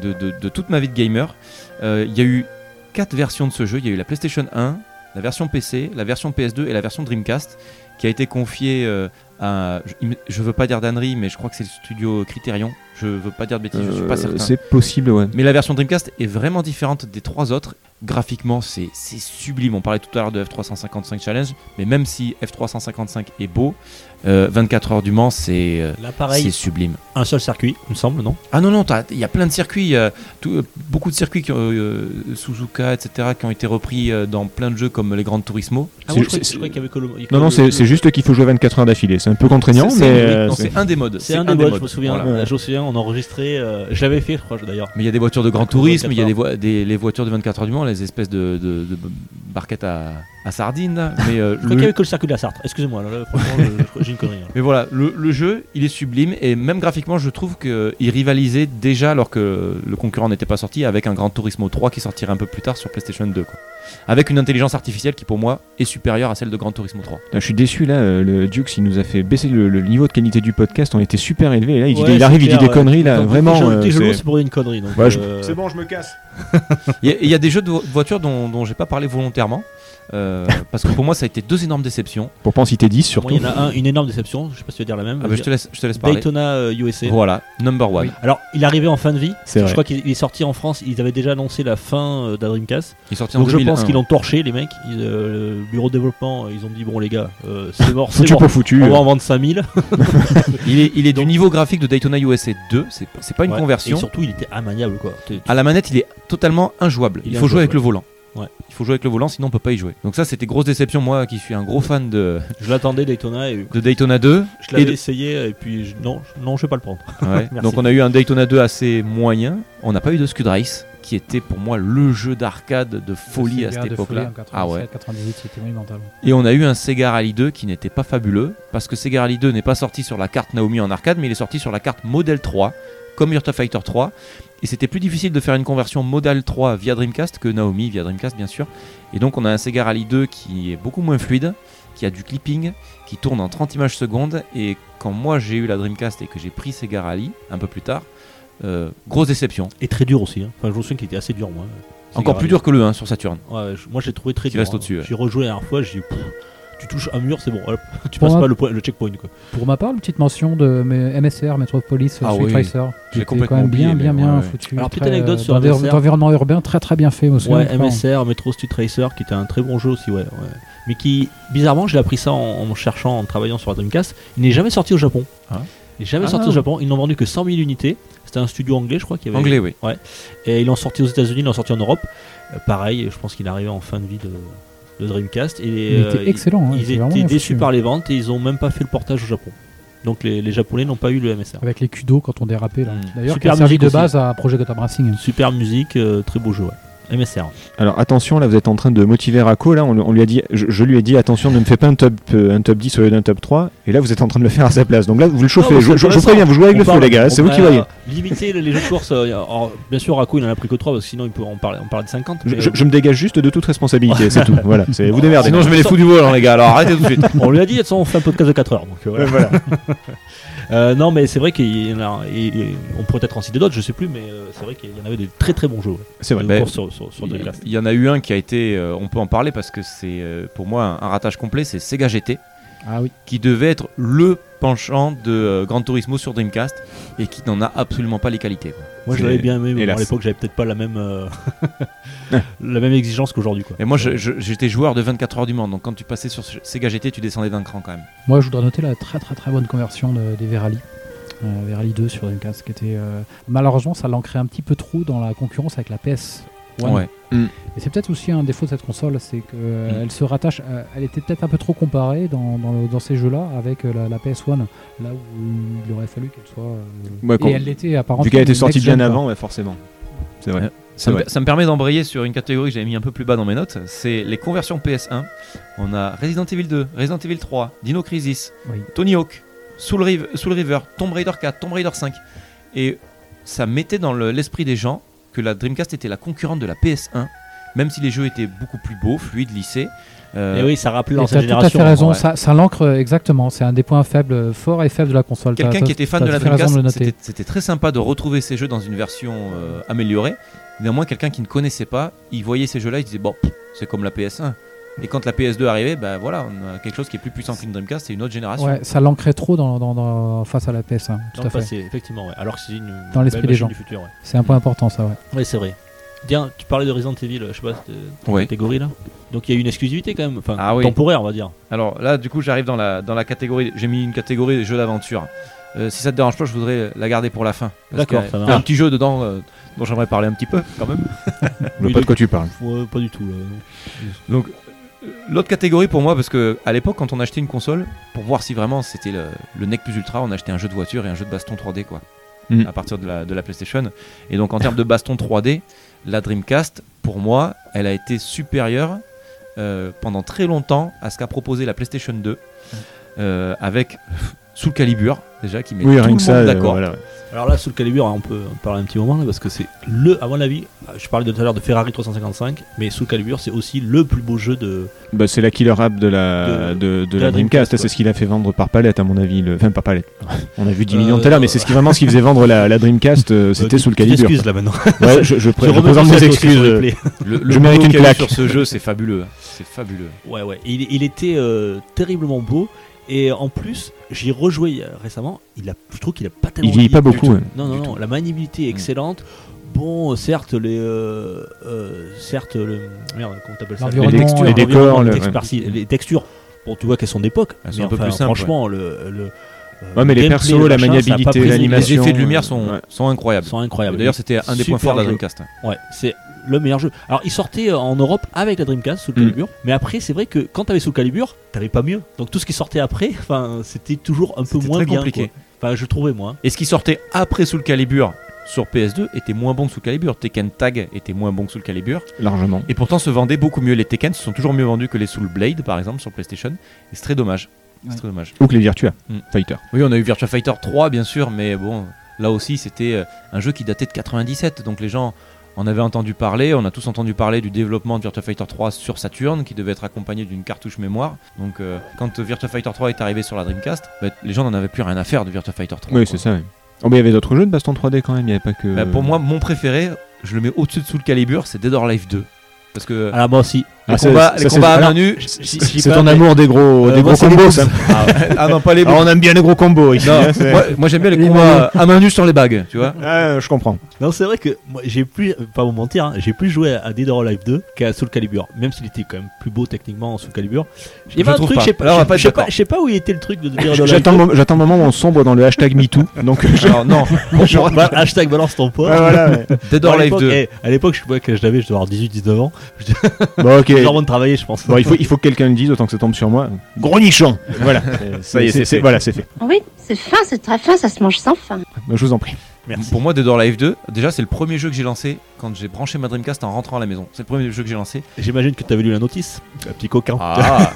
[SPEAKER 5] de, de- de toute ma vie de gamer. Euh, Il y a eu quatre versions de ce jeu. Il y a eu la PlayStation 1, la version PC, la version PS2 et la version Dreamcast qui a été confiée euh, à... Je, il me- je veux pas dire d'annerie, mais je crois que c'est le studio Criterion. Je veux pas dire de bêtises, je suis pas
[SPEAKER 4] Euh,
[SPEAKER 5] certain.
[SPEAKER 4] c'est possible, ouais.
[SPEAKER 5] Mais la version Dreamcast est vraiment différente des trois autres. Graphiquement, c'est c'est sublime. On parlait tout à l'heure de F355 Challenge, mais même si F355 est beau, euh, 24 heures du Mans, c'est euh, c'est
[SPEAKER 2] L'appareil,
[SPEAKER 5] sublime.
[SPEAKER 2] un seul circuit, il me semble, non
[SPEAKER 5] Ah non, non, t'as- il y a plein de circuits, euh, tout- euh, beaucoup de circuits, qui ont, euh, Suzuka, etc., qui ont été repris euh, dans plein de jeux comme les Grandes Turismo.
[SPEAKER 2] Ah,
[SPEAKER 4] C'est-
[SPEAKER 2] moi, je croyais
[SPEAKER 4] c'est-
[SPEAKER 2] je croyais qu'il y avait que le. que
[SPEAKER 4] Non, non,
[SPEAKER 2] le-
[SPEAKER 4] c'est c'est juste qu'il faut jouer 24 heures d'affilée. C'est un peu contraignant,
[SPEAKER 5] Euh, C'est-
[SPEAKER 4] mais.
[SPEAKER 5] c'est- oui,
[SPEAKER 4] euh,
[SPEAKER 5] non,
[SPEAKER 4] c'est-
[SPEAKER 5] c'est un des modes.
[SPEAKER 2] C'est un des modes, je me souviens.
[SPEAKER 5] voilà.
[SPEAKER 2] Voilà, Je me souviens, on enregistrait. euh, je l'avais fait, je crois, d'ailleurs.
[SPEAKER 5] Mais il y a des voitures de grand
[SPEAKER 2] D'accord,
[SPEAKER 5] tourisme, il y a
[SPEAKER 2] 24
[SPEAKER 5] des, voi- des- les voitures de 24 heures du Mans, les espèces de, de- de barquettes à, à sardines. là. Mais, euh,
[SPEAKER 2] Je croyais
[SPEAKER 5] le-
[SPEAKER 2] qu'il y avait que le circuit de la Sarthe. Excusez-moi, là, là, franchement, je- je- j'ai une connerie. hein.
[SPEAKER 5] Mais voilà, le, le jeu, il est sublime et même graphiquement, je trouve qu'il rivalisait déjà alors que le concurrent n'était pas sorti avec un Grand Turismo 3 qui sortirait un peu plus tard sur PlayStation 2. quoi. Avec une intelligence artificielle qui pour moi est supérieure à celle de Grand Turismo 3.
[SPEAKER 4] Putain, je suis déçu là, euh, le Dukes il nous a fait baisser le, le niveau de qualité du podcast, on était super élevé et là il, dit-
[SPEAKER 2] Ouais,
[SPEAKER 4] il arrive,
[SPEAKER 2] c'est
[SPEAKER 4] il
[SPEAKER 2] clair,
[SPEAKER 4] dit des
[SPEAKER 2] ouais.
[SPEAKER 4] conneries là,
[SPEAKER 2] Quand
[SPEAKER 4] vraiment.
[SPEAKER 2] j'ai un
[SPEAKER 4] euh,
[SPEAKER 2] petit jeu
[SPEAKER 4] c'est-
[SPEAKER 2] lourd, c'est pour une connerie. donc,
[SPEAKER 4] Ouais, je-
[SPEAKER 2] euh,
[SPEAKER 6] bon, je me casse.
[SPEAKER 5] Il y a- il y, a des jeux de vo- voitures dont, dont j'ai pas parlé volontairement. euh, parce que pour moi, ça a été deux énormes déceptions.
[SPEAKER 4] Pour pas en citer 10
[SPEAKER 2] Pour moi,
[SPEAKER 4] surtout.
[SPEAKER 2] il y en a un, une énorme déception. Je sais pas si tu vas dire la même.
[SPEAKER 5] Ah bah, je, te laisse, je te laisse parler.
[SPEAKER 2] Daytona euh, USA.
[SPEAKER 5] Voilà, number one.
[SPEAKER 2] Alors, il arrivait en fin de vie.
[SPEAKER 4] C'est
[SPEAKER 2] Je
[SPEAKER 4] vrai.
[SPEAKER 2] crois qu'il est sorti en France. Ils avaient déjà annoncé la fin euh, de la Dreamcast.
[SPEAKER 5] Il est sorti en
[SPEAKER 2] Donc, je
[SPEAKER 5] 2001.
[SPEAKER 2] pense qu'ils l'ont torché, les mecs. Ils, euh, le bureau de développement, ils ont dit Bon, les gars, euh, c'est mort, c'est
[SPEAKER 4] Foutu
[SPEAKER 2] mort.
[SPEAKER 4] pour foutu.
[SPEAKER 2] On
[SPEAKER 4] euh,
[SPEAKER 2] va en vendre 5000.
[SPEAKER 5] Il est, il est du niveau graphique de Daytona USA 2, c'est c'est pas une
[SPEAKER 2] Ouais,
[SPEAKER 5] conversion.
[SPEAKER 2] Et surtout, il était amaniable, quoi. Tu- tu-
[SPEAKER 5] À la manette, il est totalement injouable.
[SPEAKER 2] Il
[SPEAKER 5] Il,
[SPEAKER 2] est
[SPEAKER 5] faut jouer avec
[SPEAKER 2] injouable,
[SPEAKER 5] le volant.
[SPEAKER 2] Ouais.
[SPEAKER 5] Il faut jouer avec le volant, sinon on peut pas y jouer. Donc ça, c'était grosse déception, moi qui suis un gros fan de,
[SPEAKER 2] Je l'attendais, Daytona, et
[SPEAKER 5] de Daytona 2.
[SPEAKER 2] je l'avais
[SPEAKER 5] Et de-
[SPEAKER 2] essayé, et puis je- non, je- non, je vais pas le prendre.
[SPEAKER 5] Ouais.
[SPEAKER 2] Merci.
[SPEAKER 5] Donc on a eu un Daytona 2 assez moyen. On n'a pas eu de Scud Race, qui était pour moi le jeu d'arcade de folie à
[SPEAKER 3] Sega
[SPEAKER 5] cette
[SPEAKER 3] de
[SPEAKER 5] époque-là.
[SPEAKER 3] folie en
[SPEAKER 5] Ah ouais.
[SPEAKER 3] 97, 98, c'était monumental.
[SPEAKER 5] Et on a eu un Sega Rally 2 qui n'était pas fabuleux, parce que Sega Rally 2 n'est pas sorti sur la carte Naomi en arcade, mais il est sorti sur la carte Model 3, comme Virtua Fighter 3. Et c'était plus difficile de faire une conversion Model 3 via Dreamcast que Naomi via Dreamcast, bien sûr. Et donc on a un Sega Rally 2 qui est beaucoup moins fluide, qui a du clipping, qui tourne en 30 images secondes. Et quand moi j'ai eu la Dreamcast et que j'ai pris Sega Rally un peu plus tard, euh, grosse déception.
[SPEAKER 2] Et très dur aussi. hein. Enfin, je me souviens qu'il était assez dur, moi.
[SPEAKER 5] Encore plus dur que le 1 sur Saturn.
[SPEAKER 2] Ouais, je- moi, j'ai trouvé très
[SPEAKER 5] Qui
[SPEAKER 2] dur. hein.
[SPEAKER 5] reste au-dessus, ouais.
[SPEAKER 2] J'ai rejoué la dernière fois, j'ai dit Pff, tu touches un mur, c'est bon. hop, tu passes
[SPEAKER 3] Ouais.
[SPEAKER 2] pas le, point- le checkpoint. Quoi.
[SPEAKER 3] Pour ma part, une petite mention de mes MSR, Metropolis
[SPEAKER 5] Ah
[SPEAKER 3] Street
[SPEAKER 5] oui.
[SPEAKER 3] Racer.
[SPEAKER 5] J'ai
[SPEAKER 3] C'était
[SPEAKER 5] complètement
[SPEAKER 3] quand même bien,
[SPEAKER 5] oublié,
[SPEAKER 3] bien,
[SPEAKER 5] mais
[SPEAKER 3] bien
[SPEAKER 5] ouais, ouais.
[SPEAKER 3] foutu.
[SPEAKER 2] Alors, petite
[SPEAKER 3] très,
[SPEAKER 2] anecdote
[SPEAKER 3] euh,
[SPEAKER 2] sur
[SPEAKER 3] dans des-
[SPEAKER 2] MSR.
[SPEAKER 3] dans environnement urbain très très bien fait. moi, je me
[SPEAKER 2] Ouais,
[SPEAKER 3] souviens, enfin,
[SPEAKER 2] MSR, Metro Street Racer, qui était un très bon jeu aussi, ouais. ouais. Mais qui, bizarrement, j'ai appris ça en, en cherchant, en travaillant sur la Dreamcast, il n'est jamais sorti au Japon.
[SPEAKER 5] Ah.
[SPEAKER 2] Il n'est jamais
[SPEAKER 5] Ah.
[SPEAKER 2] sorti au Japon, ils n'ont vendu que 100 000 unités. C'était un studio anglais, je crois, qui avait.
[SPEAKER 5] Anglais, oui.
[SPEAKER 2] Et ils l'ont sorti aux États-Unis, ils l'ont sorti en Europe. Euh, pareil, je pense qu'il arrivait en fin de vie de, de Dreamcast. Et,
[SPEAKER 3] Il
[SPEAKER 2] euh,
[SPEAKER 3] était excellent. hein,
[SPEAKER 2] ils
[SPEAKER 3] c'est vraiment
[SPEAKER 2] étaient
[SPEAKER 3] bien
[SPEAKER 2] déçus
[SPEAKER 3] foutu.
[SPEAKER 2] par les ventes et ils n'ont même pas fait le portage au Japon. Donc les, les Japonais n'ont pas eu le MSR.
[SPEAKER 3] Avec les cudos quand on dérapait. là.
[SPEAKER 5] Mm.
[SPEAKER 3] D'ailleurs, qui
[SPEAKER 2] Super
[SPEAKER 3] a servi
[SPEAKER 2] musique
[SPEAKER 3] de
[SPEAKER 2] aussi.
[SPEAKER 3] base à Projet Gotham Racing.
[SPEAKER 2] Super musique, euh, très beau jeu, ouais. MSR.
[SPEAKER 4] Alors attention, là vous êtes en train de motiver Rako. Là, on, lui- on lui a dit, je, je lui ai dit, attention, ne me fais pas un top, euh, un top 10 au lieu d'un top 3. Et là, vous êtes en train de le faire à sa place. Donc là, vous le chauffez.
[SPEAKER 2] mais
[SPEAKER 4] je,
[SPEAKER 2] c'est
[SPEAKER 4] je- je
[SPEAKER 2] intéressant.
[SPEAKER 4] préviens, vous jouez avec
[SPEAKER 2] On
[SPEAKER 4] le feu,
[SPEAKER 2] parle- euh,
[SPEAKER 4] les gars. C'est
[SPEAKER 2] on
[SPEAKER 4] vous qui
[SPEAKER 2] parle-
[SPEAKER 4] voyez.
[SPEAKER 2] Limiter les les jeux de course. euh, alors, bien sûr, Raku, il en a pris que 3 parce que sinon il peut en parler, on parle de 50.
[SPEAKER 4] Je,
[SPEAKER 2] mais,
[SPEAKER 4] je- je me dégage juste de toute responsabilité, c'est tout. Voilà, c'est vous démerdez.
[SPEAKER 5] Sinon, je mets les fous du vol, hein, les gars. Alors arrêtez tout de suite.
[SPEAKER 2] euh, on lui a dit, de toute façon, on fait un podcast de 4 heures. Donc, euh, voilà.
[SPEAKER 4] Ouais, voilà.
[SPEAKER 2] Euh, non, mais c'est vrai qu'il y en a. il- il- on pourrait peut-être en citer d'autres, je sais plus, mais euh, c'est vrai qu'il y en avait des très très bons jeux ouais,
[SPEAKER 4] C'est vrai. Ben,
[SPEAKER 2] de
[SPEAKER 5] mais-
[SPEAKER 2] course sur, sur, sur
[SPEAKER 5] Il
[SPEAKER 2] Dreamcast.
[SPEAKER 5] il y en a eu un qui a été, euh, on peut en parler parce que c'est euh, pour moi un, un ratage complet, c'est Sega GT
[SPEAKER 3] Ah oui.
[SPEAKER 5] qui devait être le penchant de euh, Gran Turismo sur Dreamcast et qui n'en a absolument pas les qualités. quoi.
[SPEAKER 2] Moi, je
[SPEAKER 4] C'est-
[SPEAKER 2] l'avais bien aimé, mais bon,
[SPEAKER 4] hélas.
[SPEAKER 2] à l'époque, j'avais peut-être pas la même euh, la même exigence qu'aujourd'hui. quoi.
[SPEAKER 5] Et moi je- je- j'étais joueur de 24 heures du monde, donc quand tu passais sur ce- Sega GT, tu descendais d'un cran quand même.
[SPEAKER 3] Moi, je voudrais noter la très très très bonne conversion de- des Verali. Euh, Verali 2 sur Dreamcast, qui était. euh, Malheureusement, ça l'ancrait un petit peu trop dans la concurrence avec la PS. One.
[SPEAKER 5] Ouais.
[SPEAKER 3] Et c'est peut-être aussi un défaut de cette console, c'est qu'elle
[SPEAKER 4] Mm.
[SPEAKER 3] se rattache. à- elle était peut-être un peu trop comparée dans, dans le- dans ces jeux-là avec euh, la, la PS1, là où il aurait fallu qu'elle soit. euh,
[SPEAKER 4] Ouais, quand-
[SPEAKER 3] et elle l'était apparemment.
[SPEAKER 4] Vu qu'elle était
[SPEAKER 3] next
[SPEAKER 4] sortie
[SPEAKER 3] gen,
[SPEAKER 4] bien
[SPEAKER 3] quoi.
[SPEAKER 4] avant, ouais, forcément. C'est vrai.
[SPEAKER 5] Ouais.
[SPEAKER 4] C'est
[SPEAKER 5] Ça, me,
[SPEAKER 4] vrai.
[SPEAKER 5] ça me permet d'embrayer sur une catégorie que j'avais mis un peu plus bas dans mes notes, c'est les conversions PS1. On a Resident Evil 2, Resident Evil 3, Dino Crisis,
[SPEAKER 3] Oui.
[SPEAKER 5] Tony Hawk, Soul, Riv- Soul River, Tomb Raider 4, Tomb Raider 5. Et ça mettait dans le- l'esprit des gens que la Dreamcast était la concurrente de la PS1, même si les jeux étaient beaucoup plus beaux, fluides, lissés. Euh,
[SPEAKER 2] Et oui, ça rappelait
[SPEAKER 3] Et
[SPEAKER 2] l'ancienne
[SPEAKER 3] T'as tout à
[SPEAKER 2] génération.
[SPEAKER 3] fait raison,
[SPEAKER 5] ouais.
[SPEAKER 3] ça, ça l'ancre euh, exactement. C'est un des points faibles, euh, forts et faibles de la console. T'as-
[SPEAKER 5] Quelqu'un
[SPEAKER 3] t'as-
[SPEAKER 5] qui était fan
[SPEAKER 3] t'as
[SPEAKER 5] de la
[SPEAKER 3] tout fait raison
[SPEAKER 5] Dreamcast,
[SPEAKER 3] le noter.
[SPEAKER 5] c'était- c'était très sympa de retrouver ces jeux dans une version euh, améliorée. Néanmoins, quelqu'un qui ne connaissait pas, il voyait ces jeux-là, il disait bon, pff, c'est comme la PS1. Et quand la PS2 arrivait, ben voilà, on a quelque chose qui est plus puissant qu'une Dreamcast, c'est une autre génération.
[SPEAKER 3] Ouais, ça l'ancrait trop dans, dans- dans- face à la PS1.
[SPEAKER 2] dans le
[SPEAKER 3] Tout à fait.
[SPEAKER 2] passé, effectivement. ouais. Alors que c'est une
[SPEAKER 3] Dans l'esprit
[SPEAKER 2] belle
[SPEAKER 3] des
[SPEAKER 2] machine
[SPEAKER 3] gens.
[SPEAKER 2] du futur. ouais.
[SPEAKER 3] C'est un point important, ça. Ouais.
[SPEAKER 2] Oui, c'est vrai. Tiens, tu parlais de Resident Evil, je sais pas, cette
[SPEAKER 5] Ouais.
[SPEAKER 2] catégorie là. Donc il y a eu une exclusivité quand même, enfin
[SPEAKER 5] Ah oui.
[SPEAKER 2] temporaire, on va dire.
[SPEAKER 5] Alors là, du coup, j'arrive dans la, dans la catégorie, j'ai mis une catégorie des jeux d'aventure. Euh, si ça te dérange pas, je voudrais la garder pour la fin. Parce
[SPEAKER 2] D'accord,
[SPEAKER 5] que,
[SPEAKER 2] ça
[SPEAKER 5] euh,
[SPEAKER 2] marche.
[SPEAKER 5] Il y a un petit jeu dedans euh, dont j'aimerais parler un petit peu quand même.
[SPEAKER 4] Je vois pas de quoi tu parles.
[SPEAKER 2] Ouais, pas du tout. là.
[SPEAKER 5] Donc euh, l'autre catégorie pour moi parce que à l'époque quand on achetait une console pour voir si vraiment c'était le, le nec plus ultra on achetait un jeu de voiture et un jeu de baston 3D quoi
[SPEAKER 4] Mm.
[SPEAKER 5] à partir de la, de la PlayStation et donc en termes de baston 3D la Dreamcast pour moi elle a été supérieure euh, pendant très longtemps à ce qu'a proposé la PlayStation 2 euh, avec Soul Calibur déjà qui met
[SPEAKER 4] Oui,
[SPEAKER 5] tout le
[SPEAKER 4] rien
[SPEAKER 5] monde
[SPEAKER 4] que ça. euh,
[SPEAKER 5] d'accord
[SPEAKER 4] voilà.
[SPEAKER 2] Alors là, sous le Calibur, on peut en parler un petit moment là, parce que c'est le, à mon avis, je parlais tout à l'heure de Ferrari 355, mais sous le Calibur, c'est aussi le plus beau jeu de.
[SPEAKER 4] Bah, c'est la killer app de la,
[SPEAKER 2] De-
[SPEAKER 4] de, de
[SPEAKER 2] de
[SPEAKER 4] la
[SPEAKER 2] la
[SPEAKER 4] Dreamcast.
[SPEAKER 2] Dreamcast,
[SPEAKER 4] C'est ce qu'il a fait vendre par palette, à mon avis. Le... Enfin, par palette. On a vu 10 millions
[SPEAKER 2] Euh,
[SPEAKER 4] tout à l'heure, mais c'est ce qui, vraiment ce qui faisait vendre la, la Dreamcast. euh, C'était
[SPEAKER 2] Euh,
[SPEAKER 4] sous le
[SPEAKER 2] tu- tu
[SPEAKER 4] calibre.
[SPEAKER 2] t'excuses, là maintenant.
[SPEAKER 4] Ouais, je, je, pré-
[SPEAKER 2] Tu
[SPEAKER 4] je
[SPEAKER 2] remets
[SPEAKER 4] présente
[SPEAKER 2] tout
[SPEAKER 4] mes
[SPEAKER 2] ça, toi, sur
[SPEAKER 4] excuses.
[SPEAKER 2] le
[SPEAKER 4] euh,
[SPEAKER 2] replay.
[SPEAKER 5] le,
[SPEAKER 4] Je mérite
[SPEAKER 5] boulot
[SPEAKER 4] une
[SPEAKER 5] qu'il y a eu
[SPEAKER 4] claque.
[SPEAKER 5] sur ce jeu c'est fabuleux hein. c'est fabuleux
[SPEAKER 2] Ouais, ouais. Il, il était euh, terriblement beau. Et en plus, j'y ai rejoué euh, récemment. Il a, je trouve qu'il a pas tellement.
[SPEAKER 4] Il vieillit pas
[SPEAKER 2] vieilli du
[SPEAKER 4] beaucoup,
[SPEAKER 2] tout.
[SPEAKER 4] ouais.
[SPEAKER 2] Non, non,
[SPEAKER 5] Du
[SPEAKER 2] non. La maniabilité est
[SPEAKER 5] Mm.
[SPEAKER 2] excellente. Bon, euh, certes, les. euh, euh, certes, le. Merde, comment t'appelles ça
[SPEAKER 3] L'environnement, Les textures,
[SPEAKER 4] les
[SPEAKER 2] l'environnement,
[SPEAKER 4] décors,
[SPEAKER 2] les,
[SPEAKER 4] le-
[SPEAKER 2] textures,
[SPEAKER 4] ouais.
[SPEAKER 2] par-ci, les textures. Bon, tu vois qu'elles sont d'époque.
[SPEAKER 5] Elles sont
[SPEAKER 2] mais
[SPEAKER 5] un peu
[SPEAKER 2] enfin,
[SPEAKER 5] plus simples,
[SPEAKER 2] Franchement, le. le euh,
[SPEAKER 4] Ouais, mais les
[SPEAKER 2] gameplay,
[SPEAKER 4] persos,
[SPEAKER 2] le
[SPEAKER 4] la
[SPEAKER 2] machin, ça a pas
[SPEAKER 4] maniabilité,
[SPEAKER 2] pris-
[SPEAKER 5] les
[SPEAKER 4] l'animation.
[SPEAKER 5] effets de lumière sont,
[SPEAKER 4] ouais.
[SPEAKER 5] sont incroyables
[SPEAKER 2] sont incroyables.
[SPEAKER 5] d'ailleurs c'était un des points
[SPEAKER 2] Super
[SPEAKER 5] forts de la
[SPEAKER 2] jeu.
[SPEAKER 5] Dreamcast hein.
[SPEAKER 2] Ouais, c'est le meilleur jeu. Alors, il sortait euh, en Europe avec la Dreamcast sous le
[SPEAKER 4] Mm.
[SPEAKER 2] Calibur, mais après, c'est vrai que quand t'avais sous le Calibur, t'avais pas mieux. Donc tout ce qui sortait après, enfin, c'était toujours un peu
[SPEAKER 5] C'était
[SPEAKER 2] moins
[SPEAKER 5] très
[SPEAKER 2] bien,
[SPEAKER 5] compliqué.
[SPEAKER 2] quoi. Enfin, je trouvais moins.
[SPEAKER 5] Et ce qui sortait après Soul Calibur sur PS2 était moins bon que Soul Calibur. Tekken Tag était moins bon que Soul Calibur.
[SPEAKER 4] Largement.
[SPEAKER 5] Et pourtant se vendaient beaucoup mieux. Les Tekken se sont toujours mieux vendus que les Soul Blade, par exemple, sur PlayStation. Et c'est très dommage. C'est
[SPEAKER 3] Ouais.
[SPEAKER 5] très dommage.
[SPEAKER 4] Ou que les Virtua
[SPEAKER 5] Mm.
[SPEAKER 4] Fighter.
[SPEAKER 5] Oui, on a eu Virtua Fighter 3, bien sûr, mais bon, là aussi, c'était euh, un jeu qui datait de 97. Donc les gens en avaient entendu parler. On a tous entendu parler du développement de Virtua Fighter 3 sur Saturn, qui devait être accompagné d'une cartouche mémoire. Donc euh, quand Virtua Fighter 3 est arrivé sur la Dreamcast, bah, les gens n'en avaient plus rien à faire de Virtua Fighter 3.
[SPEAKER 4] Oui,
[SPEAKER 5] quoi.
[SPEAKER 4] c'est ça. ouais. Oh, mais il y avait d'autres jeux de baston 3D quand même. Il n'y avait pas que.
[SPEAKER 5] Bah, pour moi, mon préféré, je le mets au-dessus de Soul Calibur, c'est Dead or Life 2. Parce que
[SPEAKER 2] Ah, moi aussi.
[SPEAKER 5] les
[SPEAKER 4] Ah, ça-
[SPEAKER 5] combats,
[SPEAKER 4] ça,
[SPEAKER 5] les
[SPEAKER 4] c'est-
[SPEAKER 5] combats à
[SPEAKER 4] alors,
[SPEAKER 5] main nue.
[SPEAKER 4] C'est ton amour des
[SPEAKER 2] euh,
[SPEAKER 4] gros, des gros
[SPEAKER 5] moi, c'est
[SPEAKER 4] combos,
[SPEAKER 5] les
[SPEAKER 4] ça.
[SPEAKER 5] Ah, ouais. Ah non, pas les
[SPEAKER 4] Ah, on aime bien les gros combos ici.
[SPEAKER 5] Non,
[SPEAKER 4] hein, c'est-
[SPEAKER 5] moi, moi, j'aime bien les combats à main nue sur les bagues, tu vois.
[SPEAKER 4] Ah, je comprends.
[SPEAKER 2] Non, c'est vrai que moi, j'ai plus, euh, pas vous mentir, hein, j'ai plus joué à Dead or Alive 2 qu'à Soul Calibur. Même s'il était quand même plus beau techniquement en Soul Calibur. Il y
[SPEAKER 5] Je
[SPEAKER 2] avait un
[SPEAKER 5] trouve
[SPEAKER 2] truc,
[SPEAKER 5] pas.
[SPEAKER 2] je sais pas,
[SPEAKER 5] Là, on va
[SPEAKER 2] je-
[SPEAKER 5] pas être
[SPEAKER 2] je sais pas,
[SPEAKER 5] d'accord.
[SPEAKER 2] je sais pas où il était le truc de Dead or Alive 2.
[SPEAKER 4] J'attends le mom- j'attends le moment où on sombre dans le hashtag MeToo. Donc,
[SPEAKER 5] Alors, non,
[SPEAKER 4] je-
[SPEAKER 2] Bon, bah, hashtag balance ton poids.
[SPEAKER 4] Ouais, voilà, ouais.
[SPEAKER 5] Dead
[SPEAKER 2] Bon,
[SPEAKER 5] or
[SPEAKER 2] à
[SPEAKER 5] Alive
[SPEAKER 2] l'époque,
[SPEAKER 5] 2.
[SPEAKER 2] eh, à l'époque, je sais pas que je l'avais, je devais avoir 18-19 ans.
[SPEAKER 4] Bon, ok.
[SPEAKER 2] J'ai vraiment de travailler, je pense.
[SPEAKER 4] Bon, il faut, il faut que quelqu'un le dise, autant que ça tombe sur moi. Gros nichon Voilà. Ça y est, c'est fait. Voilà, c'est fait. Bah,
[SPEAKER 7] Oui, c'est fin, c'est très fin, ça se mange sans fin.
[SPEAKER 4] Je vous en prie.
[SPEAKER 2] Merci.
[SPEAKER 5] Pour moi, Dead or Alive 2, déjà, c'est le premier jeu que j'ai lancé quand j'ai branché ma Dreamcast en rentrant à la maison. C'est le premier jeu que j'ai lancé.
[SPEAKER 2] J'imagine que t'avais lu la notice. Un petit coquin.
[SPEAKER 5] Ah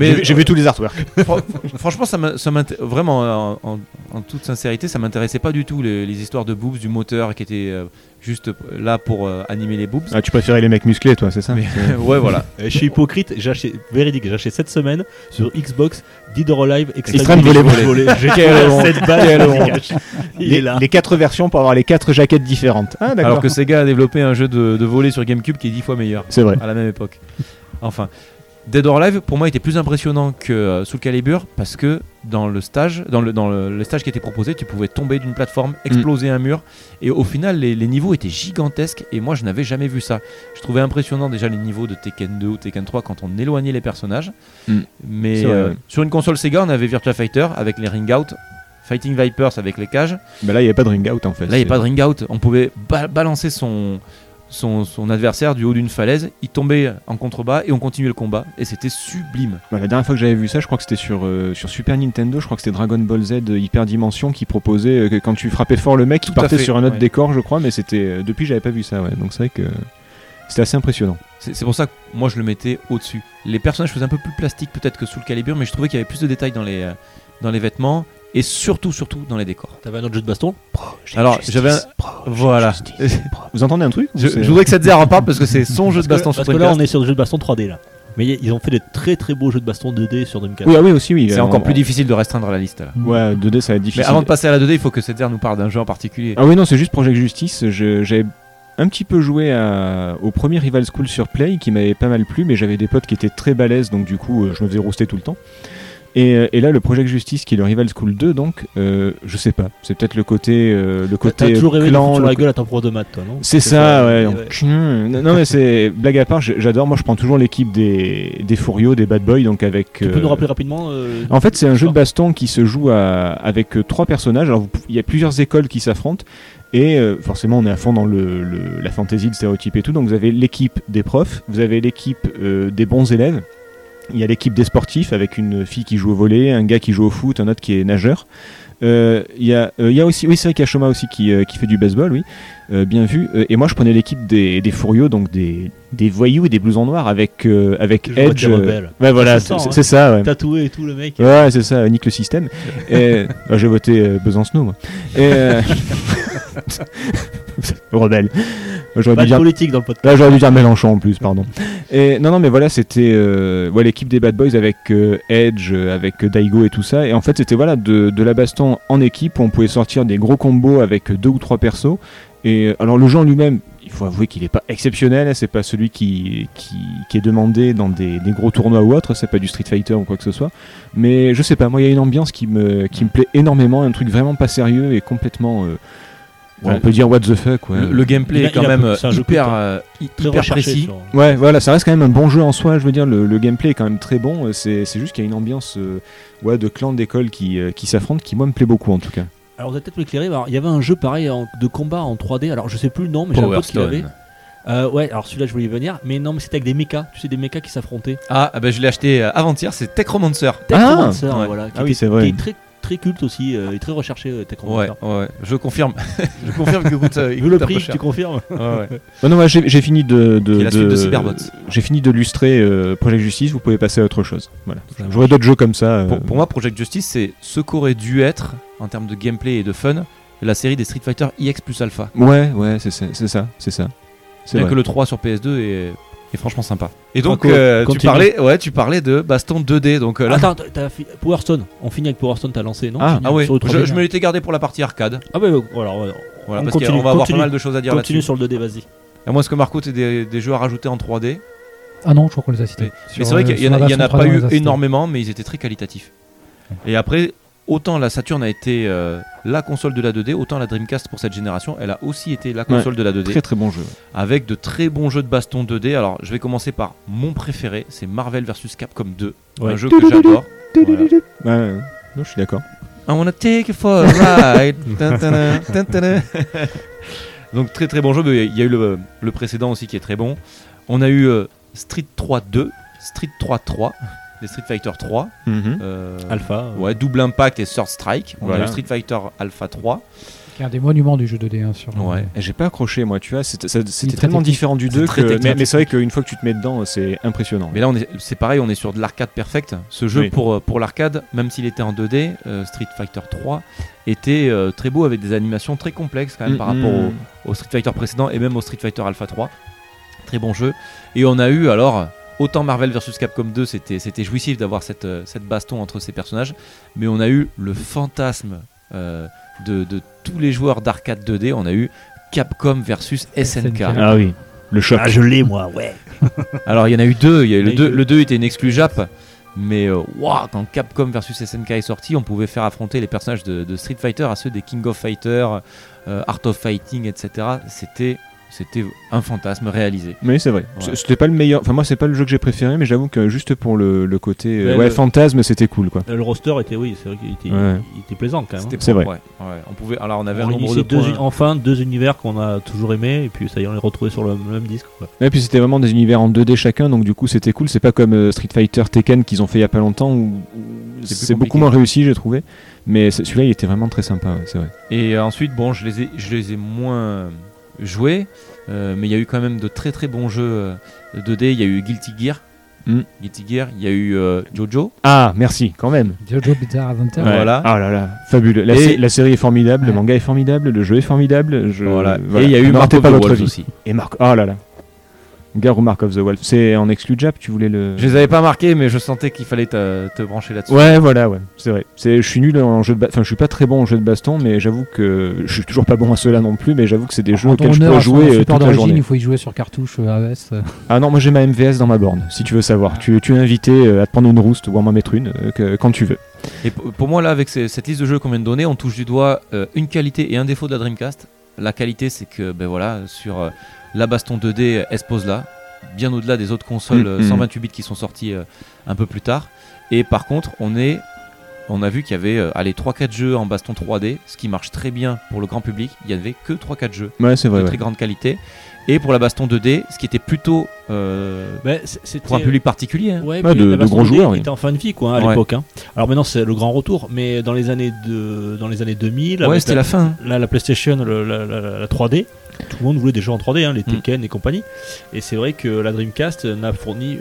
[SPEAKER 4] J'ai vu- J'ai vu tous les artworks.
[SPEAKER 5] Fran- Franchement, ça m'in- ça m'int- vraiment, euh, en, en toute sincérité, ça m'intéressait pas du tout les, les histoires de boobs, du moteur qui était euh, juste là pour euh, animer les boobs.
[SPEAKER 4] Ah, tu préférais les mecs musclés, toi, c'est ça
[SPEAKER 5] Mais- ouais, voilà.
[SPEAKER 2] Euh, Je suis hypocrite, j'ai acheté, véridique, j'ai acheté cette semaine sur Xbox Dead or Alive
[SPEAKER 4] Extrême Volleyball.
[SPEAKER 2] Volleyball. J'ai
[SPEAKER 4] Quel honte.
[SPEAKER 2] trouvé cette
[SPEAKER 4] Quel
[SPEAKER 2] balle.
[SPEAKER 4] honte.
[SPEAKER 2] Il est
[SPEAKER 4] les,
[SPEAKER 2] là.
[SPEAKER 4] les quatre versions pour avoir les quatre jaquettes différentes. Ah,
[SPEAKER 5] Alors
[SPEAKER 4] d'accord.
[SPEAKER 5] que Sega a développé un jeu de, de volley sur GameCube qui est 10 fois meilleur
[SPEAKER 4] C'est vrai.
[SPEAKER 5] à la même époque. Enfin, Dead or Alive pour moi était plus impressionnant que euh, Soul Calibur parce que dans le stage, dans le, dans le, le stage qui était proposé, tu pouvais tomber d'une plateforme,
[SPEAKER 4] Mm.
[SPEAKER 5] exploser un mur et au final les, les niveaux étaient gigantesques et moi je n'avais jamais vu ça. Je trouvais impressionnant déjà les niveaux de Tekken 2 ou Tekken 3 quand on éloignait les personnages.
[SPEAKER 4] Mm.
[SPEAKER 5] Mais
[SPEAKER 4] C'est vrai,
[SPEAKER 5] euh,
[SPEAKER 4] ouais.
[SPEAKER 5] sur une console Sega, on avait Virtua Fighter avec les ring out, Fighting Vipers avec les cages
[SPEAKER 4] Mais Bah, là, il n'y avait pas de ring out en fait.
[SPEAKER 5] Là, il n'y a
[SPEAKER 4] C'est-
[SPEAKER 5] pas de ring out. On pouvait ba- balancer son, son, son adversaire du haut d'une falaise. Il tombait en contrebas et on continuait le combat. Et c'était sublime.
[SPEAKER 4] Bah, la dernière fois que j'avais vu ça, je crois que c'était sur, euh, sur Super Nintendo, je crois que c'était Dragon Ball Z euh, Hyper Dimension qui proposait euh, que quand tu frappais fort le mec, il
[SPEAKER 5] Tout à
[SPEAKER 4] partait
[SPEAKER 5] fait,
[SPEAKER 4] sur un autre
[SPEAKER 5] ouais.
[SPEAKER 4] décor, je crois, mais c'était euh, depuis j'avais pas vu ça, ouais. Donc c'est vrai que c'était assez impressionnant.
[SPEAKER 5] C'est c'est pour ça que moi, je le mettais au-dessus. Les personnages faisaient un peu plus plastique peut-être que sous le calibre, mais je trouvais qu'il y avait plus de détails dans les, euh, dans les vêtements et surtout, surtout dans les décors.
[SPEAKER 2] T'avais un autre jeu de baston
[SPEAKER 5] Alors, j'avais un- Voilà.
[SPEAKER 4] Vous entendez un truc ou
[SPEAKER 5] Je,
[SPEAKER 4] c'est-
[SPEAKER 5] je voudrais que Setzer en parle parce que c'est son jeu de
[SPEAKER 2] Parce que-
[SPEAKER 5] baston sur
[SPEAKER 2] Euh, Parce que là, on
[SPEAKER 5] Dreamcast.
[SPEAKER 2] est sur des jeux de baston 3D là. Mais y- ils ont fait des très très beaux jeux de baston 2D sur Dreamcast.
[SPEAKER 4] Oui, ah oui, aussi, oui.
[SPEAKER 5] C'est
[SPEAKER 4] euh,
[SPEAKER 5] encore
[SPEAKER 4] on-
[SPEAKER 5] plus difficile de restreindre la liste. Là.
[SPEAKER 4] Ouais, 2D, ça va être
[SPEAKER 5] Mais
[SPEAKER 4] difficile.
[SPEAKER 5] avant de passer à la 2D, il faut que Setzer nous parle d'un jeu en particulier.
[SPEAKER 4] Ah oui, non, c'est juste Project Justice. Je- J'avais un petit peu joué à- au premier Rival School sur Play qui m'avait pas mal plu, mais j'avais des potes qui étaient très balèzes, donc du coup, euh, je me faisais rouster tout le temps. Et, euh, et là, le Project Justice, qui est le Rival School 2, donc, euh, je sais pas. C'est peut-être le côté, euh, le
[SPEAKER 2] T'as- T'as
[SPEAKER 4] côté
[SPEAKER 2] toujours rêvé de
[SPEAKER 4] clan.
[SPEAKER 2] foutre
[SPEAKER 4] le
[SPEAKER 2] la
[SPEAKER 4] co-
[SPEAKER 2] gueule à ton prof de maths, toi, non
[SPEAKER 4] C'est ça, ouais. Non, non, mais c'est blague à part. j'- J'adore. Moi, je prends toujours l'équipe des des furios, des bad boys, donc avec.
[SPEAKER 2] Tu peux
[SPEAKER 4] euh,
[SPEAKER 2] nous rappeler rapidement euh,
[SPEAKER 4] en fait, c'est un jeu de baston qui se joue à- avec euh, trois personnages. Alors, vous pou- il y a plusieurs écoles qui s'affrontent. Et euh, forcément, on est à fond dans le, le- la fantaisie, le stéréotype et tout. Donc, vous avez l'équipe des profs, vous avez l'équipe euh, des bons élèves, il y a l'équipe des sportifs avec une fille qui joue au volet, un gars qui joue au foot, un autre qui est nageur. Euh, Il y, a- euh, il y a aussi, oui, c'est vrai qu'il y a Shoma aussi qui, euh, qui fait du baseball, oui, Euh, bien vu. Euh, et moi, je prenais l'équipe des, des furieux, donc des, des voyous et des blousons noirs avec, euh, avec
[SPEAKER 2] Je vois
[SPEAKER 4] Edge.
[SPEAKER 2] des
[SPEAKER 4] euh,
[SPEAKER 2] rebelles.
[SPEAKER 4] ouais,
[SPEAKER 2] Ça
[SPEAKER 4] voilà, c'est
[SPEAKER 2] sent, hein.
[SPEAKER 4] c'est ça, ouais.
[SPEAKER 2] Tatoué et tout, le mec.
[SPEAKER 4] Ouais, c'est ça, nique le système. Et, bah, j'ai voté euh, Besancenot, moi. Et, euh, Rebelle. J'aurais
[SPEAKER 2] Pas
[SPEAKER 4] dû
[SPEAKER 2] de
[SPEAKER 4] dire.
[SPEAKER 2] politique dans le podcast.
[SPEAKER 4] Là, j'aurais dû dire Mélenchon en plus, pardon. Et non, non, mais voilà, c'était euh, ouais, l'équipe des Bad Boys avec euh, Edge, euh, avec euh, Daigo et tout ça. Et en fait, c'était voilà de, de la baston en équipe où on pouvait sortir des gros combos avec deux ou trois persos. Et euh, alors, le jeu en lui-même, il faut avouer qu'il n'est pas exceptionnel. hein, C'est pas celui qui, qui, qui est demandé dans des, des gros tournois ou autre. C'est pas du Street Fighter ou quoi que ce soit. Mais je sais pas, moi, il y a une ambiance qui me, qui me plaît énormément. Un truc vraiment pas sérieux et complètement. euh, ouais, on peut dire what the fuck. Ouais.
[SPEAKER 5] Le, le gameplay
[SPEAKER 2] Il a-
[SPEAKER 5] est quand
[SPEAKER 2] il a-
[SPEAKER 5] même euh,
[SPEAKER 2] c'est un jeu
[SPEAKER 5] hyper,
[SPEAKER 2] coûteux.
[SPEAKER 5] euh, hy-
[SPEAKER 2] Très
[SPEAKER 5] hyper
[SPEAKER 2] recherché
[SPEAKER 5] précis.
[SPEAKER 2] sur-
[SPEAKER 4] Ouais, voilà, ça reste quand même un bon jeu en soi. Je veux dire, le, le gameplay est quand même très bon. euh, C'est c'est juste qu'il y a une ambiance euh, ouais, de clan d'école qui, euh, qui s'affrontent qui, moi, me plaît beaucoup en tout cas.
[SPEAKER 2] Alors, vous allez peut-être m'éclairer. Alors, Il y avait un jeu pareil en- de combat en 3D. Alors, je sais plus le nom, mais j'ai un
[SPEAKER 5] Power
[SPEAKER 2] pote qui l'avait.
[SPEAKER 5] Stone.
[SPEAKER 2] Euh, ouais, alors celui-là, je voulais y venir. Mais non, mais c'était avec des mechas. Tu sais, des mechas qui s'affrontaient.
[SPEAKER 5] Ah, ah bah je l'ai acheté euh, avant-hier, c'est Techromancer.
[SPEAKER 2] Techromancer,
[SPEAKER 5] ouais.
[SPEAKER 2] voilà. Qui
[SPEAKER 4] Ah oui,
[SPEAKER 2] était-
[SPEAKER 4] c'est vrai.
[SPEAKER 2] Qui est très, très culte aussi euh, et très recherché, euh,
[SPEAKER 5] Ouais,
[SPEAKER 2] Techromancer.
[SPEAKER 5] ouais, je confirme. je confirme qu'il coûte, euh, il
[SPEAKER 2] Vu le
[SPEAKER 5] coûte un peu
[SPEAKER 2] prix,
[SPEAKER 5] cher.
[SPEAKER 2] tu confirmes
[SPEAKER 5] Ouais, ouais.
[SPEAKER 4] Bah non, moi, j'ai j'ai fini de. de
[SPEAKER 5] Qui est
[SPEAKER 2] Euh,
[SPEAKER 5] la suite de Cyberbots.
[SPEAKER 4] J'ai fini de lustrer euh, Project Justice, vous pouvez passer à autre chose. Voilà. J'aurais d'autres jeux comme ça. euh,
[SPEAKER 5] Pour, pour moi, Project Justice, c'est ce qu'aurait dû être, en termes de gameplay et de fun, la série des Street Fighter IX plus Alpha.
[SPEAKER 4] Ouais, ouais, c'est c'est- c'est ça, c'est ça. C'est
[SPEAKER 5] Bien
[SPEAKER 4] vrai.
[SPEAKER 5] que le 3 sur PS2 est, est franchement sympa. Et donc,
[SPEAKER 2] Franco,
[SPEAKER 5] euh, tu,
[SPEAKER 2] continue.
[SPEAKER 5] parlais, ouais, tu parlais de baston 2D. Donc, euh, là,
[SPEAKER 2] Attends, t'as- t'as fi- Power Stone. On finit avec Power Stone, t'as lancé, non
[SPEAKER 4] Ah,
[SPEAKER 2] Tu-
[SPEAKER 5] ah ouais,
[SPEAKER 2] sur le 3D,
[SPEAKER 5] je, je me l'étais gardé pour la partie arcade.
[SPEAKER 2] Ah ouais, ouais, voilà. ouais.
[SPEAKER 5] Voilà,
[SPEAKER 2] On
[SPEAKER 5] parce qu'on
[SPEAKER 2] continue,
[SPEAKER 5] va avoir
[SPEAKER 2] continue.
[SPEAKER 5] pas mal de choses à dire
[SPEAKER 2] Continue
[SPEAKER 5] là-dessus.
[SPEAKER 2] sur le 2D, vas-y.
[SPEAKER 5] À moins que Marco, tu des, des jeux à rajouter en 3D.
[SPEAKER 3] Ah non, je crois qu'on les a cités.
[SPEAKER 5] Mais mais c'est vrai qu'il n'y en, a- il y en a pas eu énormément, mais ils étaient très qualitatifs. Et après, autant la Saturn a été euh, la console de la 2D, autant la Dreamcast pour cette génération, elle a aussi été la console de la 2D,
[SPEAKER 4] Très très bon jeu.
[SPEAKER 5] avec de très bons jeux de baston 2D. Alors, je vais commencer par mon préféré, c'est Marvel vs Capcom 2,
[SPEAKER 2] Ouais.
[SPEAKER 5] un jeu que j'adore. Voilà.
[SPEAKER 4] Ouais, ouais, ouais. Non, je suis d'accord.
[SPEAKER 5] I wanna take you for a ride. Tan, tan, tan, tan, tan. Donc très très bon jeu, mais il y a eu le, le précédent aussi qui est très bon. On a eu euh, Street 3 2, Street 3 3, les Street Fighter 3, euh,
[SPEAKER 2] Alpha. euh,
[SPEAKER 5] ouais, Double Impact et Third Strike. On a
[SPEAKER 4] Voilà.
[SPEAKER 5] eu Street Fighter Alpha 3.
[SPEAKER 3] C'est un des monuments du jeu 2D. hein, sur le-
[SPEAKER 5] Ouais.
[SPEAKER 4] Eh, J'ai pas accroché, moi, tu vois. C'était ça- c'était
[SPEAKER 3] très
[SPEAKER 4] tellement
[SPEAKER 3] technique.
[SPEAKER 4] différent du
[SPEAKER 5] C'est
[SPEAKER 4] 2
[SPEAKER 5] très
[SPEAKER 4] que.
[SPEAKER 5] technique.
[SPEAKER 4] Mais, mais c'est vrai qu'une fois que tu te mets dedans, c'est impressionnant.
[SPEAKER 5] Mais là on est, c'est pareil, on est sur de l'arcade perfect. Ce jeu
[SPEAKER 4] Oui.
[SPEAKER 5] pour, euh, pour l'arcade, même s'il était en 2D, euh, Street Fighter 3 était euh, très beau avec des animations très complexes quand même par
[SPEAKER 4] Mhm.
[SPEAKER 5] rapport au, au Street Fighter précédent et même au Street Fighter Alpha 3. Très bon jeu. Et on a eu alors, autant Marvel vs Capcom 2, c'était c'était jouissif d'avoir cette, euh, cette baston entre ces personnages, mais on a eu le fantasme euh, de, de tous les joueurs d'arcade 2D, on a eu Capcom versus SNK.
[SPEAKER 3] SNK.
[SPEAKER 2] Ah oui.
[SPEAKER 4] Le choc.
[SPEAKER 2] Ah, je l'ai, moi, ouais.
[SPEAKER 5] Alors il y en a eu deux, il y a eu le
[SPEAKER 2] Mais
[SPEAKER 5] 2
[SPEAKER 2] je-
[SPEAKER 5] le 2 était une exclu Jap, mais euh, waouh, quand Capcom versus SNK est sorti, on pouvait faire affronter les personnages de, de Street Fighter à ceux des King of Fighter, euh, Art of Fighting, etc. C'était c'était un fantasme réalisé.
[SPEAKER 4] Mais c'est vrai.
[SPEAKER 5] Ouais.
[SPEAKER 4] C'était pas le meilleur. Enfin, moi, c'est pas le jeu que j'ai préféré, mais j'avoue que juste pour le, le côté. euh,
[SPEAKER 2] Ouais,
[SPEAKER 4] ouais,
[SPEAKER 2] le-
[SPEAKER 4] fantasme, c'était cool, quoi.
[SPEAKER 2] Euh, Le roster était, oui, c'est vrai qu'il était,
[SPEAKER 4] Ouais.
[SPEAKER 2] il était plaisant quand même. hein.
[SPEAKER 5] C'était
[SPEAKER 4] C'est
[SPEAKER 5] pour-
[SPEAKER 4] vrai.
[SPEAKER 5] ouais, ouais. On pouvait, alors on avait
[SPEAKER 2] On
[SPEAKER 5] un nombre
[SPEAKER 2] réunissait
[SPEAKER 5] de
[SPEAKER 2] deux
[SPEAKER 5] points.
[SPEAKER 2] uni- enfin deux univers qu'on a toujours aimé et puis ça y est, on les retrouvait sur le même disque. quoi.
[SPEAKER 4] Et puis c'était vraiment des univers en 2D chacun, donc du coup c'était cool. C'est pas comme euh, Street Fighter Tekken qu'ils ont fait il y a pas longtemps, où où
[SPEAKER 5] C'est plus
[SPEAKER 4] c'est beaucoup
[SPEAKER 5] compliqué.
[SPEAKER 4] moins réussi, j'ai trouvé. Mais c- celui-là, il était vraiment très sympa, ouais, c'est vrai.
[SPEAKER 5] Et euh, ensuite, bon, je les ai, je les ai moins joués, euh, mais il y a eu quand même de très très bons jeux euh, 2D. Il y a eu Guilty Gear,
[SPEAKER 4] Mm.
[SPEAKER 5] Guilty Gear. Il y a eu euh, JoJo.
[SPEAKER 4] Ah, merci, quand même.
[SPEAKER 3] Jojo Bizarre Adventure.
[SPEAKER 5] Ouais. Voilà.
[SPEAKER 4] Ah là là, fabuleux. La,
[SPEAKER 5] Et-
[SPEAKER 4] sé- la série est formidable, le
[SPEAKER 3] Ouais.
[SPEAKER 4] manga est formidable, le jeu est formidable. Je...
[SPEAKER 5] Et il y a eu
[SPEAKER 4] Ne ratez
[SPEAKER 5] Marco
[SPEAKER 4] pas
[SPEAKER 5] the
[SPEAKER 4] votre
[SPEAKER 5] Wolf
[SPEAKER 4] vie.
[SPEAKER 5] aussi.
[SPEAKER 4] Et Mark. Oh là là. Garou Mark of the Wolf. C'est en exclu Jap, tu voulais le.
[SPEAKER 5] Je les avais pas marqués, mais je sentais qu'il fallait te, te brancher là-dessus.
[SPEAKER 4] Ouais, voilà, ouais, c'est vrai. C'est, je suis nul en jeu de, ba- enfin, je suis pas très bon en jeu de baston, mais j'avoue que je suis toujours pas bon à cela non plus, mais j'avoue que c'est des jeux
[SPEAKER 3] Quand
[SPEAKER 4] auxquels
[SPEAKER 3] on
[SPEAKER 4] je
[SPEAKER 3] a
[SPEAKER 4] peux
[SPEAKER 3] un
[SPEAKER 4] jouer euh,
[SPEAKER 3] support
[SPEAKER 4] toute la
[SPEAKER 3] d'origine,
[SPEAKER 4] journée.
[SPEAKER 3] il faut y jouer sur cartouche euh, AES. euh.
[SPEAKER 4] Ah non, moi j'ai ma MVS dans ma borne, si tu veux savoir. Tu, tu es invité euh, à te prendre une rouste ou à m'en mettre une euh, que- quand tu veux.
[SPEAKER 5] Et p- pour moi, là, avec ces- cette liste de jeux qu'on vient de donner, on touche du doigt euh, une qualité et un défaut de la Dreamcast. La qualité, c'est que, ben voilà, sur euh, la baston 2D, euh, elle se pose là, bien au-delà des autres consoles
[SPEAKER 4] Mm,
[SPEAKER 5] euh,
[SPEAKER 4] mm.
[SPEAKER 5] 128 bits qui sont sorties euh, un peu plus tard. Et par contre, on est. On a vu qu'il y avait euh, allez, 3-4 jeux en baston 3D, ce qui marche très bien pour le grand public. Il n'y avait que 3-4 jeux
[SPEAKER 4] Ouais, c'est vrai.
[SPEAKER 5] de très grande qualité. Et pour la baston 2D, ce qui était plutôt euh,
[SPEAKER 2] Mais Bah, c- c'était-
[SPEAKER 5] pour un public particulier. hein.
[SPEAKER 2] Ouais,
[SPEAKER 4] Ouais,
[SPEAKER 2] puis
[SPEAKER 4] de-
[SPEAKER 2] la
[SPEAKER 4] de
[SPEAKER 2] version
[SPEAKER 4] gros
[SPEAKER 2] 2D
[SPEAKER 4] joueurs, oui.
[SPEAKER 2] était en fin de vie quoi hein, à
[SPEAKER 5] Ouais.
[SPEAKER 2] l'époque. hein. Alors maintenant c'est le grand retour, mais dans les années de, dans les années 2000,
[SPEAKER 5] ouais,
[SPEAKER 2] avec
[SPEAKER 5] c'était la fin. hein.
[SPEAKER 2] la, la PlayStation, le- la, la- la 3D, tout le monde voulait des jeux en 3D, hein, les
[SPEAKER 5] Mm.
[SPEAKER 2] Tekken et compagnie. Et c'est vrai que la Dreamcast n'a fourni, euh,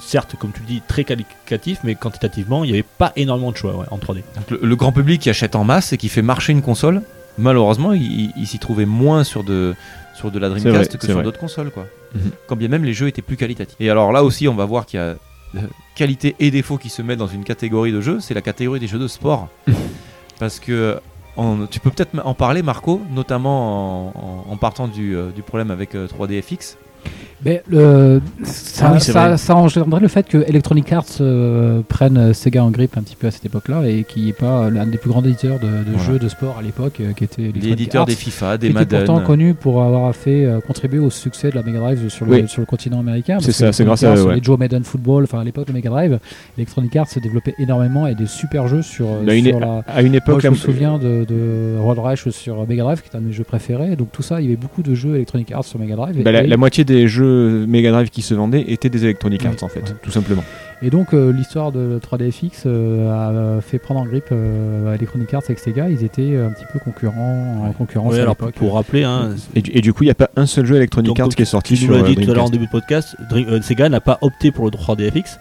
[SPEAKER 2] certes, comme tu le dis, très qualitatif, mais quantitativement, il n'y avait pas énormément de choix ouais, en 3D.
[SPEAKER 5] Donc, le, le grand public qui achète en masse et qui fait marcher une console, malheureusement, il, il- il s'y trouvait moins sur de, sur de la
[SPEAKER 4] C'est
[SPEAKER 5] Dreamcast
[SPEAKER 4] vrai,
[SPEAKER 5] que
[SPEAKER 4] c'est
[SPEAKER 5] sur
[SPEAKER 4] vrai.
[SPEAKER 5] d'autres consoles. Quoi.
[SPEAKER 4] Mhm.
[SPEAKER 5] Quand bien même les jeux étaient plus qualitatifs. Et alors là aussi, on va voir qu'il y a euh, qualité et défaut qui se mettent dans une catégorie de jeux, c'est la catégorie des jeux de sport. Parce que en- tu peux peut-être en parler, Marco, notamment en, en- en partant du, euh, du problème avec euh, 3DFX.
[SPEAKER 3] Mais le, ça,
[SPEAKER 2] Ah oui, c'est
[SPEAKER 3] ça,
[SPEAKER 2] vrai.
[SPEAKER 3] ça engendrait le fait que Electronic Arts euh, prenne euh, Sega en grippe un petit peu à cette époque-là et qu'il n'y ait pas euh, l'un des plus grands éditeurs de, de
[SPEAKER 5] Voilà.
[SPEAKER 3] jeux de sport à l'époque euh, qui était Electronic
[SPEAKER 5] L'éditeur
[SPEAKER 3] Arts,
[SPEAKER 5] des FIFA, des
[SPEAKER 3] qui était
[SPEAKER 5] Madden.
[SPEAKER 3] pourtant connu pour avoir fait euh, contribuer au succès de la Mega Drive sur le,
[SPEAKER 4] Oui.
[SPEAKER 3] sur le continent américain.
[SPEAKER 4] C'est
[SPEAKER 3] parce
[SPEAKER 4] ça,
[SPEAKER 3] que
[SPEAKER 4] c'est
[SPEAKER 3] Electronic
[SPEAKER 4] grâce à
[SPEAKER 3] Arts,
[SPEAKER 4] eux, ouais.
[SPEAKER 3] les Joe Madden Football, enfin à l'époque de Mega Drive, Electronic Arts se développait énormément et des super jeux sur, euh,
[SPEAKER 4] Bah, une-
[SPEAKER 3] sur la.
[SPEAKER 4] À une
[SPEAKER 3] Moi,
[SPEAKER 4] époque,
[SPEAKER 3] je
[SPEAKER 4] là,
[SPEAKER 3] me souviens de, de Road Rash sur Mega Drive, qui est un de mes jeux préférés. Donc tout ça, il y avait beaucoup de jeux Electronic Arts sur Mega Drive.
[SPEAKER 4] bah, la,
[SPEAKER 3] Et-
[SPEAKER 4] la moitié des jeux Mega Drive qui se vendaient étaient des Electronic Arts
[SPEAKER 3] Oui,
[SPEAKER 4] en fait,
[SPEAKER 3] ouais.
[SPEAKER 4] tout simplement.
[SPEAKER 3] Et donc euh, l'histoire de 3DFX euh, a fait prendre en grippe euh, Electronic Arts avec Sega. Ils étaient euh, un petit peu concurrents en concurrence
[SPEAKER 2] Ouais,
[SPEAKER 3] à
[SPEAKER 2] alors,
[SPEAKER 3] l'époque.
[SPEAKER 2] pour rappeler, hein,
[SPEAKER 4] Et du, et du coup, il n'y a pas un seul jeu Electronic
[SPEAKER 2] Donc,
[SPEAKER 4] Arts
[SPEAKER 2] comme
[SPEAKER 4] qui est sorti
[SPEAKER 2] tu
[SPEAKER 4] sur
[SPEAKER 2] nous
[SPEAKER 4] euh,
[SPEAKER 2] l'as dit tout à l'heure en
[SPEAKER 4] Dreamcast.
[SPEAKER 2] début de podcast, Dream- euh, Sega n'a pas opté pour le 3DFX.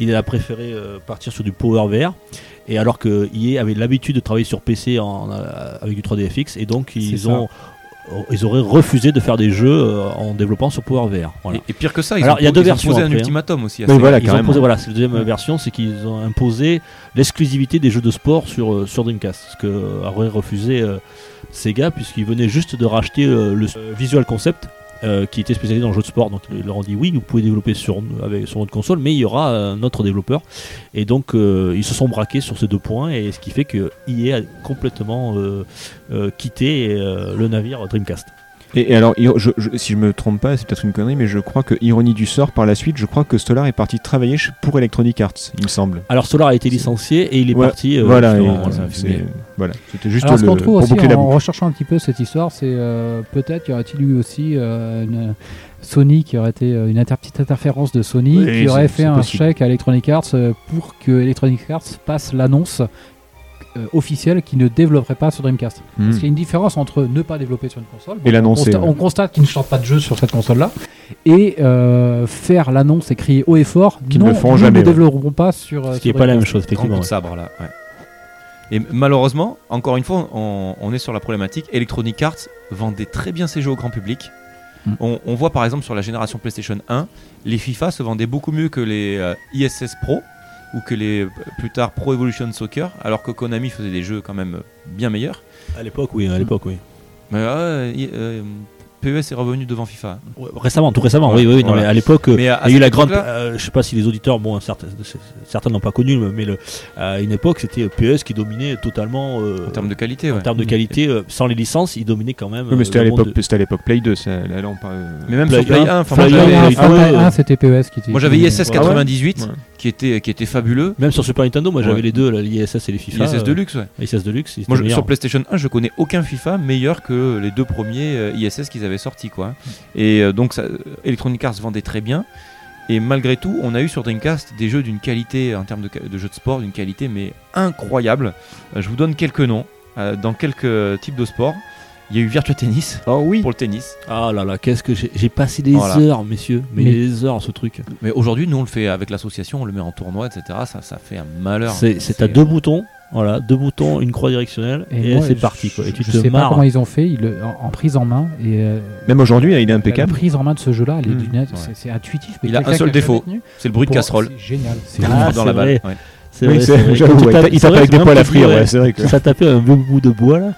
[SPEAKER 2] Il a préféré euh, partir sur du Power VR. Et alors que EA avait l'habitude de travailler sur PC en, euh, avec du 3DFX, et donc
[SPEAKER 3] C'est
[SPEAKER 2] ils
[SPEAKER 3] ça.
[SPEAKER 2] ont, euh, ils auraient refusé de faire des jeux euh, en développant sur Power VR. Voilà.
[SPEAKER 5] Et, et pire que ça, ils
[SPEAKER 2] Alors,
[SPEAKER 5] ont,
[SPEAKER 2] il y a
[SPEAKER 5] po-
[SPEAKER 2] deux
[SPEAKER 5] ils ont
[SPEAKER 2] versions
[SPEAKER 5] posé un
[SPEAKER 2] après, hein.
[SPEAKER 5] ultimatum aussi. à
[SPEAKER 4] Oui,
[SPEAKER 5] Sega.
[SPEAKER 4] voilà,
[SPEAKER 2] Ils ont
[SPEAKER 4] Ah, carrément.
[SPEAKER 2] imposé- voilà, c'est la deuxième version, c'est qu'ils ont imposé l'exclusivité des jeux de sport sur, euh, sur Dreamcast, ce que aurait refusé euh, Sega puisqu'ils venaient juste de racheter euh, le euh, Visual Concept euh, qui était spécialisé dans le jeu de sport. Donc ils leur ont dit oui, vous pouvez développer sur, avec, sur notre console, mais il y aura euh, un autre développeur. Et donc euh, ils se sont braqués sur ces deux points, et ce qui fait que EA a complètement euh, euh, quitté euh, le navire Dreamcast.
[SPEAKER 4] Et, et alors, ir- je- je- si je me trompe pas, c'est peut-être une connerie, mais je crois que, ironie du sort, par la suite, je crois que Stolar est parti travailler chez- pour Electronic Arts, il me semble.
[SPEAKER 2] Alors Solar a été licencié et il est
[SPEAKER 4] Ouais,
[SPEAKER 2] parti. euh,
[SPEAKER 4] voilà,
[SPEAKER 2] justement,
[SPEAKER 4] et,
[SPEAKER 2] voilà.
[SPEAKER 4] euh, c'est- voilà. c'était juste
[SPEAKER 3] Alors, ce
[SPEAKER 4] le,
[SPEAKER 3] qu'on trouve
[SPEAKER 4] pour
[SPEAKER 3] aussi
[SPEAKER 4] boucler la
[SPEAKER 3] en
[SPEAKER 4] boucle.
[SPEAKER 3] recherchant un petit peu cette histoire, c'est euh, peut-être y aurait-il eu aussi euh, une- Sony qui aurait été euh, une inter- petite interférence de Sony
[SPEAKER 4] Oui,
[SPEAKER 3] qui aurait
[SPEAKER 4] c'est-
[SPEAKER 3] fait
[SPEAKER 4] c'est
[SPEAKER 3] un
[SPEAKER 4] possible.
[SPEAKER 3] chèque à Electronic Arts euh, pour que Electronic Arts passe l'annonce euh, officielle qui ne développerait pas sur Dreamcast. Parce qu'il y a une différence entre ne pas développer sur une console.
[SPEAKER 4] Hmm. Et
[SPEAKER 3] on,
[SPEAKER 4] l'annoncer.
[SPEAKER 3] consta-
[SPEAKER 4] ouais.
[SPEAKER 2] Euh,
[SPEAKER 3] on constate qu'il ne sort pas de jeu sur cette console-là. Et euh, faire l'annonce et crier haut et fort
[SPEAKER 4] Qu'ils ne
[SPEAKER 3] non,
[SPEAKER 4] le feront
[SPEAKER 3] nous
[SPEAKER 4] jamais,
[SPEAKER 3] Ne
[SPEAKER 4] ouais.
[SPEAKER 3] développerons pas sur. euh,
[SPEAKER 2] Ce qui n'est
[SPEAKER 3] sur
[SPEAKER 2] pas la
[SPEAKER 3] Dreamcast.
[SPEAKER 2] même chose,
[SPEAKER 5] Grand
[SPEAKER 2] effectivement.
[SPEAKER 5] coup de sabre là. ouais. Et malheureusement, encore une fois, on, on est sur la problématique. Electronic Arts vendait très bien ses jeux au grand public.
[SPEAKER 2] Hmm.
[SPEAKER 3] Mm.
[SPEAKER 5] On, on voit par exemple sur la génération PlayStation 1, les FIFA se vendaient beaucoup mieux que les euh, ISS Pro ou que les euh, plus tard Pro Evolution Soccer, alors que Konami faisait des jeux quand même euh, bien meilleurs.
[SPEAKER 2] À l'époque, oui, à l'époque, oui.
[SPEAKER 5] Mais euh, i- euh, PES est revenu devant FIFA.
[SPEAKER 2] Ouais, Récemment, tout récemment,
[SPEAKER 5] Voilà,
[SPEAKER 2] oui, oui, oui, non,
[SPEAKER 5] voilà.
[SPEAKER 2] mais à l'époque, euh,
[SPEAKER 5] Mais à- à
[SPEAKER 2] il y a eu
[SPEAKER 5] cette
[SPEAKER 2] la grande.
[SPEAKER 5] époque-là-
[SPEAKER 2] euh, je sais pas si les auditeurs, bon, certains, certains n'ont pas connu, mais le- à une époque, c'était PES qui dominait totalement euh,
[SPEAKER 5] En termes de qualité,
[SPEAKER 2] en
[SPEAKER 5] ouais.
[SPEAKER 2] termes de qualité. euh, sans les licences, il dominait quand même.
[SPEAKER 4] Oui, mais
[SPEAKER 2] euh,
[SPEAKER 4] c'était à
[SPEAKER 2] le
[SPEAKER 4] l'époque
[SPEAKER 2] monde
[SPEAKER 4] c'était à l'époque Play 2, ça, euh, là, là, on parle.
[SPEAKER 5] Mais même
[SPEAKER 2] Play
[SPEAKER 5] sur Play 1, enfin, moi
[SPEAKER 2] Play
[SPEAKER 5] j'avais-
[SPEAKER 2] un,
[SPEAKER 3] Ah,
[SPEAKER 2] il faut-
[SPEAKER 3] ah, ouais, ah, c'était PES qui était.
[SPEAKER 5] moi j'avais ISS
[SPEAKER 3] Ouais.
[SPEAKER 5] 98
[SPEAKER 4] Ah ouais
[SPEAKER 5] qui, était, qui était fabuleux.
[SPEAKER 2] de- Même sur Super Nintendo, moi j'avais
[SPEAKER 5] Ouais.
[SPEAKER 2] les deux, l'ISS et les FIFA.
[SPEAKER 5] ISS de luxe, ouais.
[SPEAKER 2] euh, ISS Deluxe. ils étaient
[SPEAKER 5] Moi, je-
[SPEAKER 2] meilleurs.
[SPEAKER 5] sur PlayStation 1, je connais aucun FIFA meilleur que les deux premiers euh, ISS qu'ils avaient sortis. Quoi. Et euh, donc, ça, euh, Electronic Arts vendait très bien. Et malgré tout, on a eu sur Dreamcast des jeux d'une qualité, en termes de, ca- de jeux de sport, d'une qualité mais incroyable. Euh, je vous donne quelques noms. Euh, dans quelques types de sports, il y a eu Virtua Tennis
[SPEAKER 4] Oh oui
[SPEAKER 5] pour le tennis.
[SPEAKER 2] Ah là là, qu'est-ce que j'ai j'ai passé des
[SPEAKER 5] Voilà.
[SPEAKER 2] heures, messieurs, mais,
[SPEAKER 3] Mais-
[SPEAKER 2] des heures ce truc.
[SPEAKER 5] Mais aujourd'hui, nous, on le fait avec l'association, on le met en tournoi, etc. Ça, ça fait un malheur.
[SPEAKER 2] C'est c'est à deux boutons, voilà, deux boutons, une croix directionnelle, et,
[SPEAKER 3] moi,
[SPEAKER 2] c'est
[SPEAKER 3] je-
[SPEAKER 2] parti. Quoi. Et tu
[SPEAKER 3] je
[SPEAKER 2] te
[SPEAKER 3] sais pas
[SPEAKER 2] marres.
[SPEAKER 3] comment ils ont fait ils le- en, en prise en main et euh,
[SPEAKER 4] Même aujourd'hui, hein, il est
[SPEAKER 3] la- la
[SPEAKER 2] Ah,
[SPEAKER 4] impeccable.
[SPEAKER 3] prise en main de ce jeu-là, elle est
[SPEAKER 4] Mm,
[SPEAKER 3] d'une-
[SPEAKER 5] ouais.
[SPEAKER 3] c'est- c'est intuitif. Mais
[SPEAKER 5] Il a un
[SPEAKER 3] quelqu'un
[SPEAKER 5] seul
[SPEAKER 3] qui jamais
[SPEAKER 5] défaut,
[SPEAKER 3] tenu,
[SPEAKER 5] C'est le bruit de
[SPEAKER 3] pour-
[SPEAKER 5] casserole.
[SPEAKER 3] C'est génial. C'est
[SPEAKER 2] Ah,
[SPEAKER 5] dans la
[SPEAKER 2] c'est
[SPEAKER 5] balle.
[SPEAKER 2] vrai.
[SPEAKER 5] ouais.
[SPEAKER 2] C'est
[SPEAKER 4] Oui,
[SPEAKER 2] vrai, c'est
[SPEAKER 4] c'est-
[SPEAKER 2] vrai.
[SPEAKER 4] j'avoue,
[SPEAKER 2] Quand tu
[SPEAKER 4] ouais,
[SPEAKER 2] tapes- c'est
[SPEAKER 4] il tape
[SPEAKER 2] vrai,
[SPEAKER 4] avec
[SPEAKER 2] c'est
[SPEAKER 4] des
[SPEAKER 2] même
[SPEAKER 4] poils à
[SPEAKER 2] pas dit,
[SPEAKER 4] frire,
[SPEAKER 2] ouais.
[SPEAKER 4] ouais, c'est vrai que.
[SPEAKER 2] Ça tapait un vieux bout de bois là.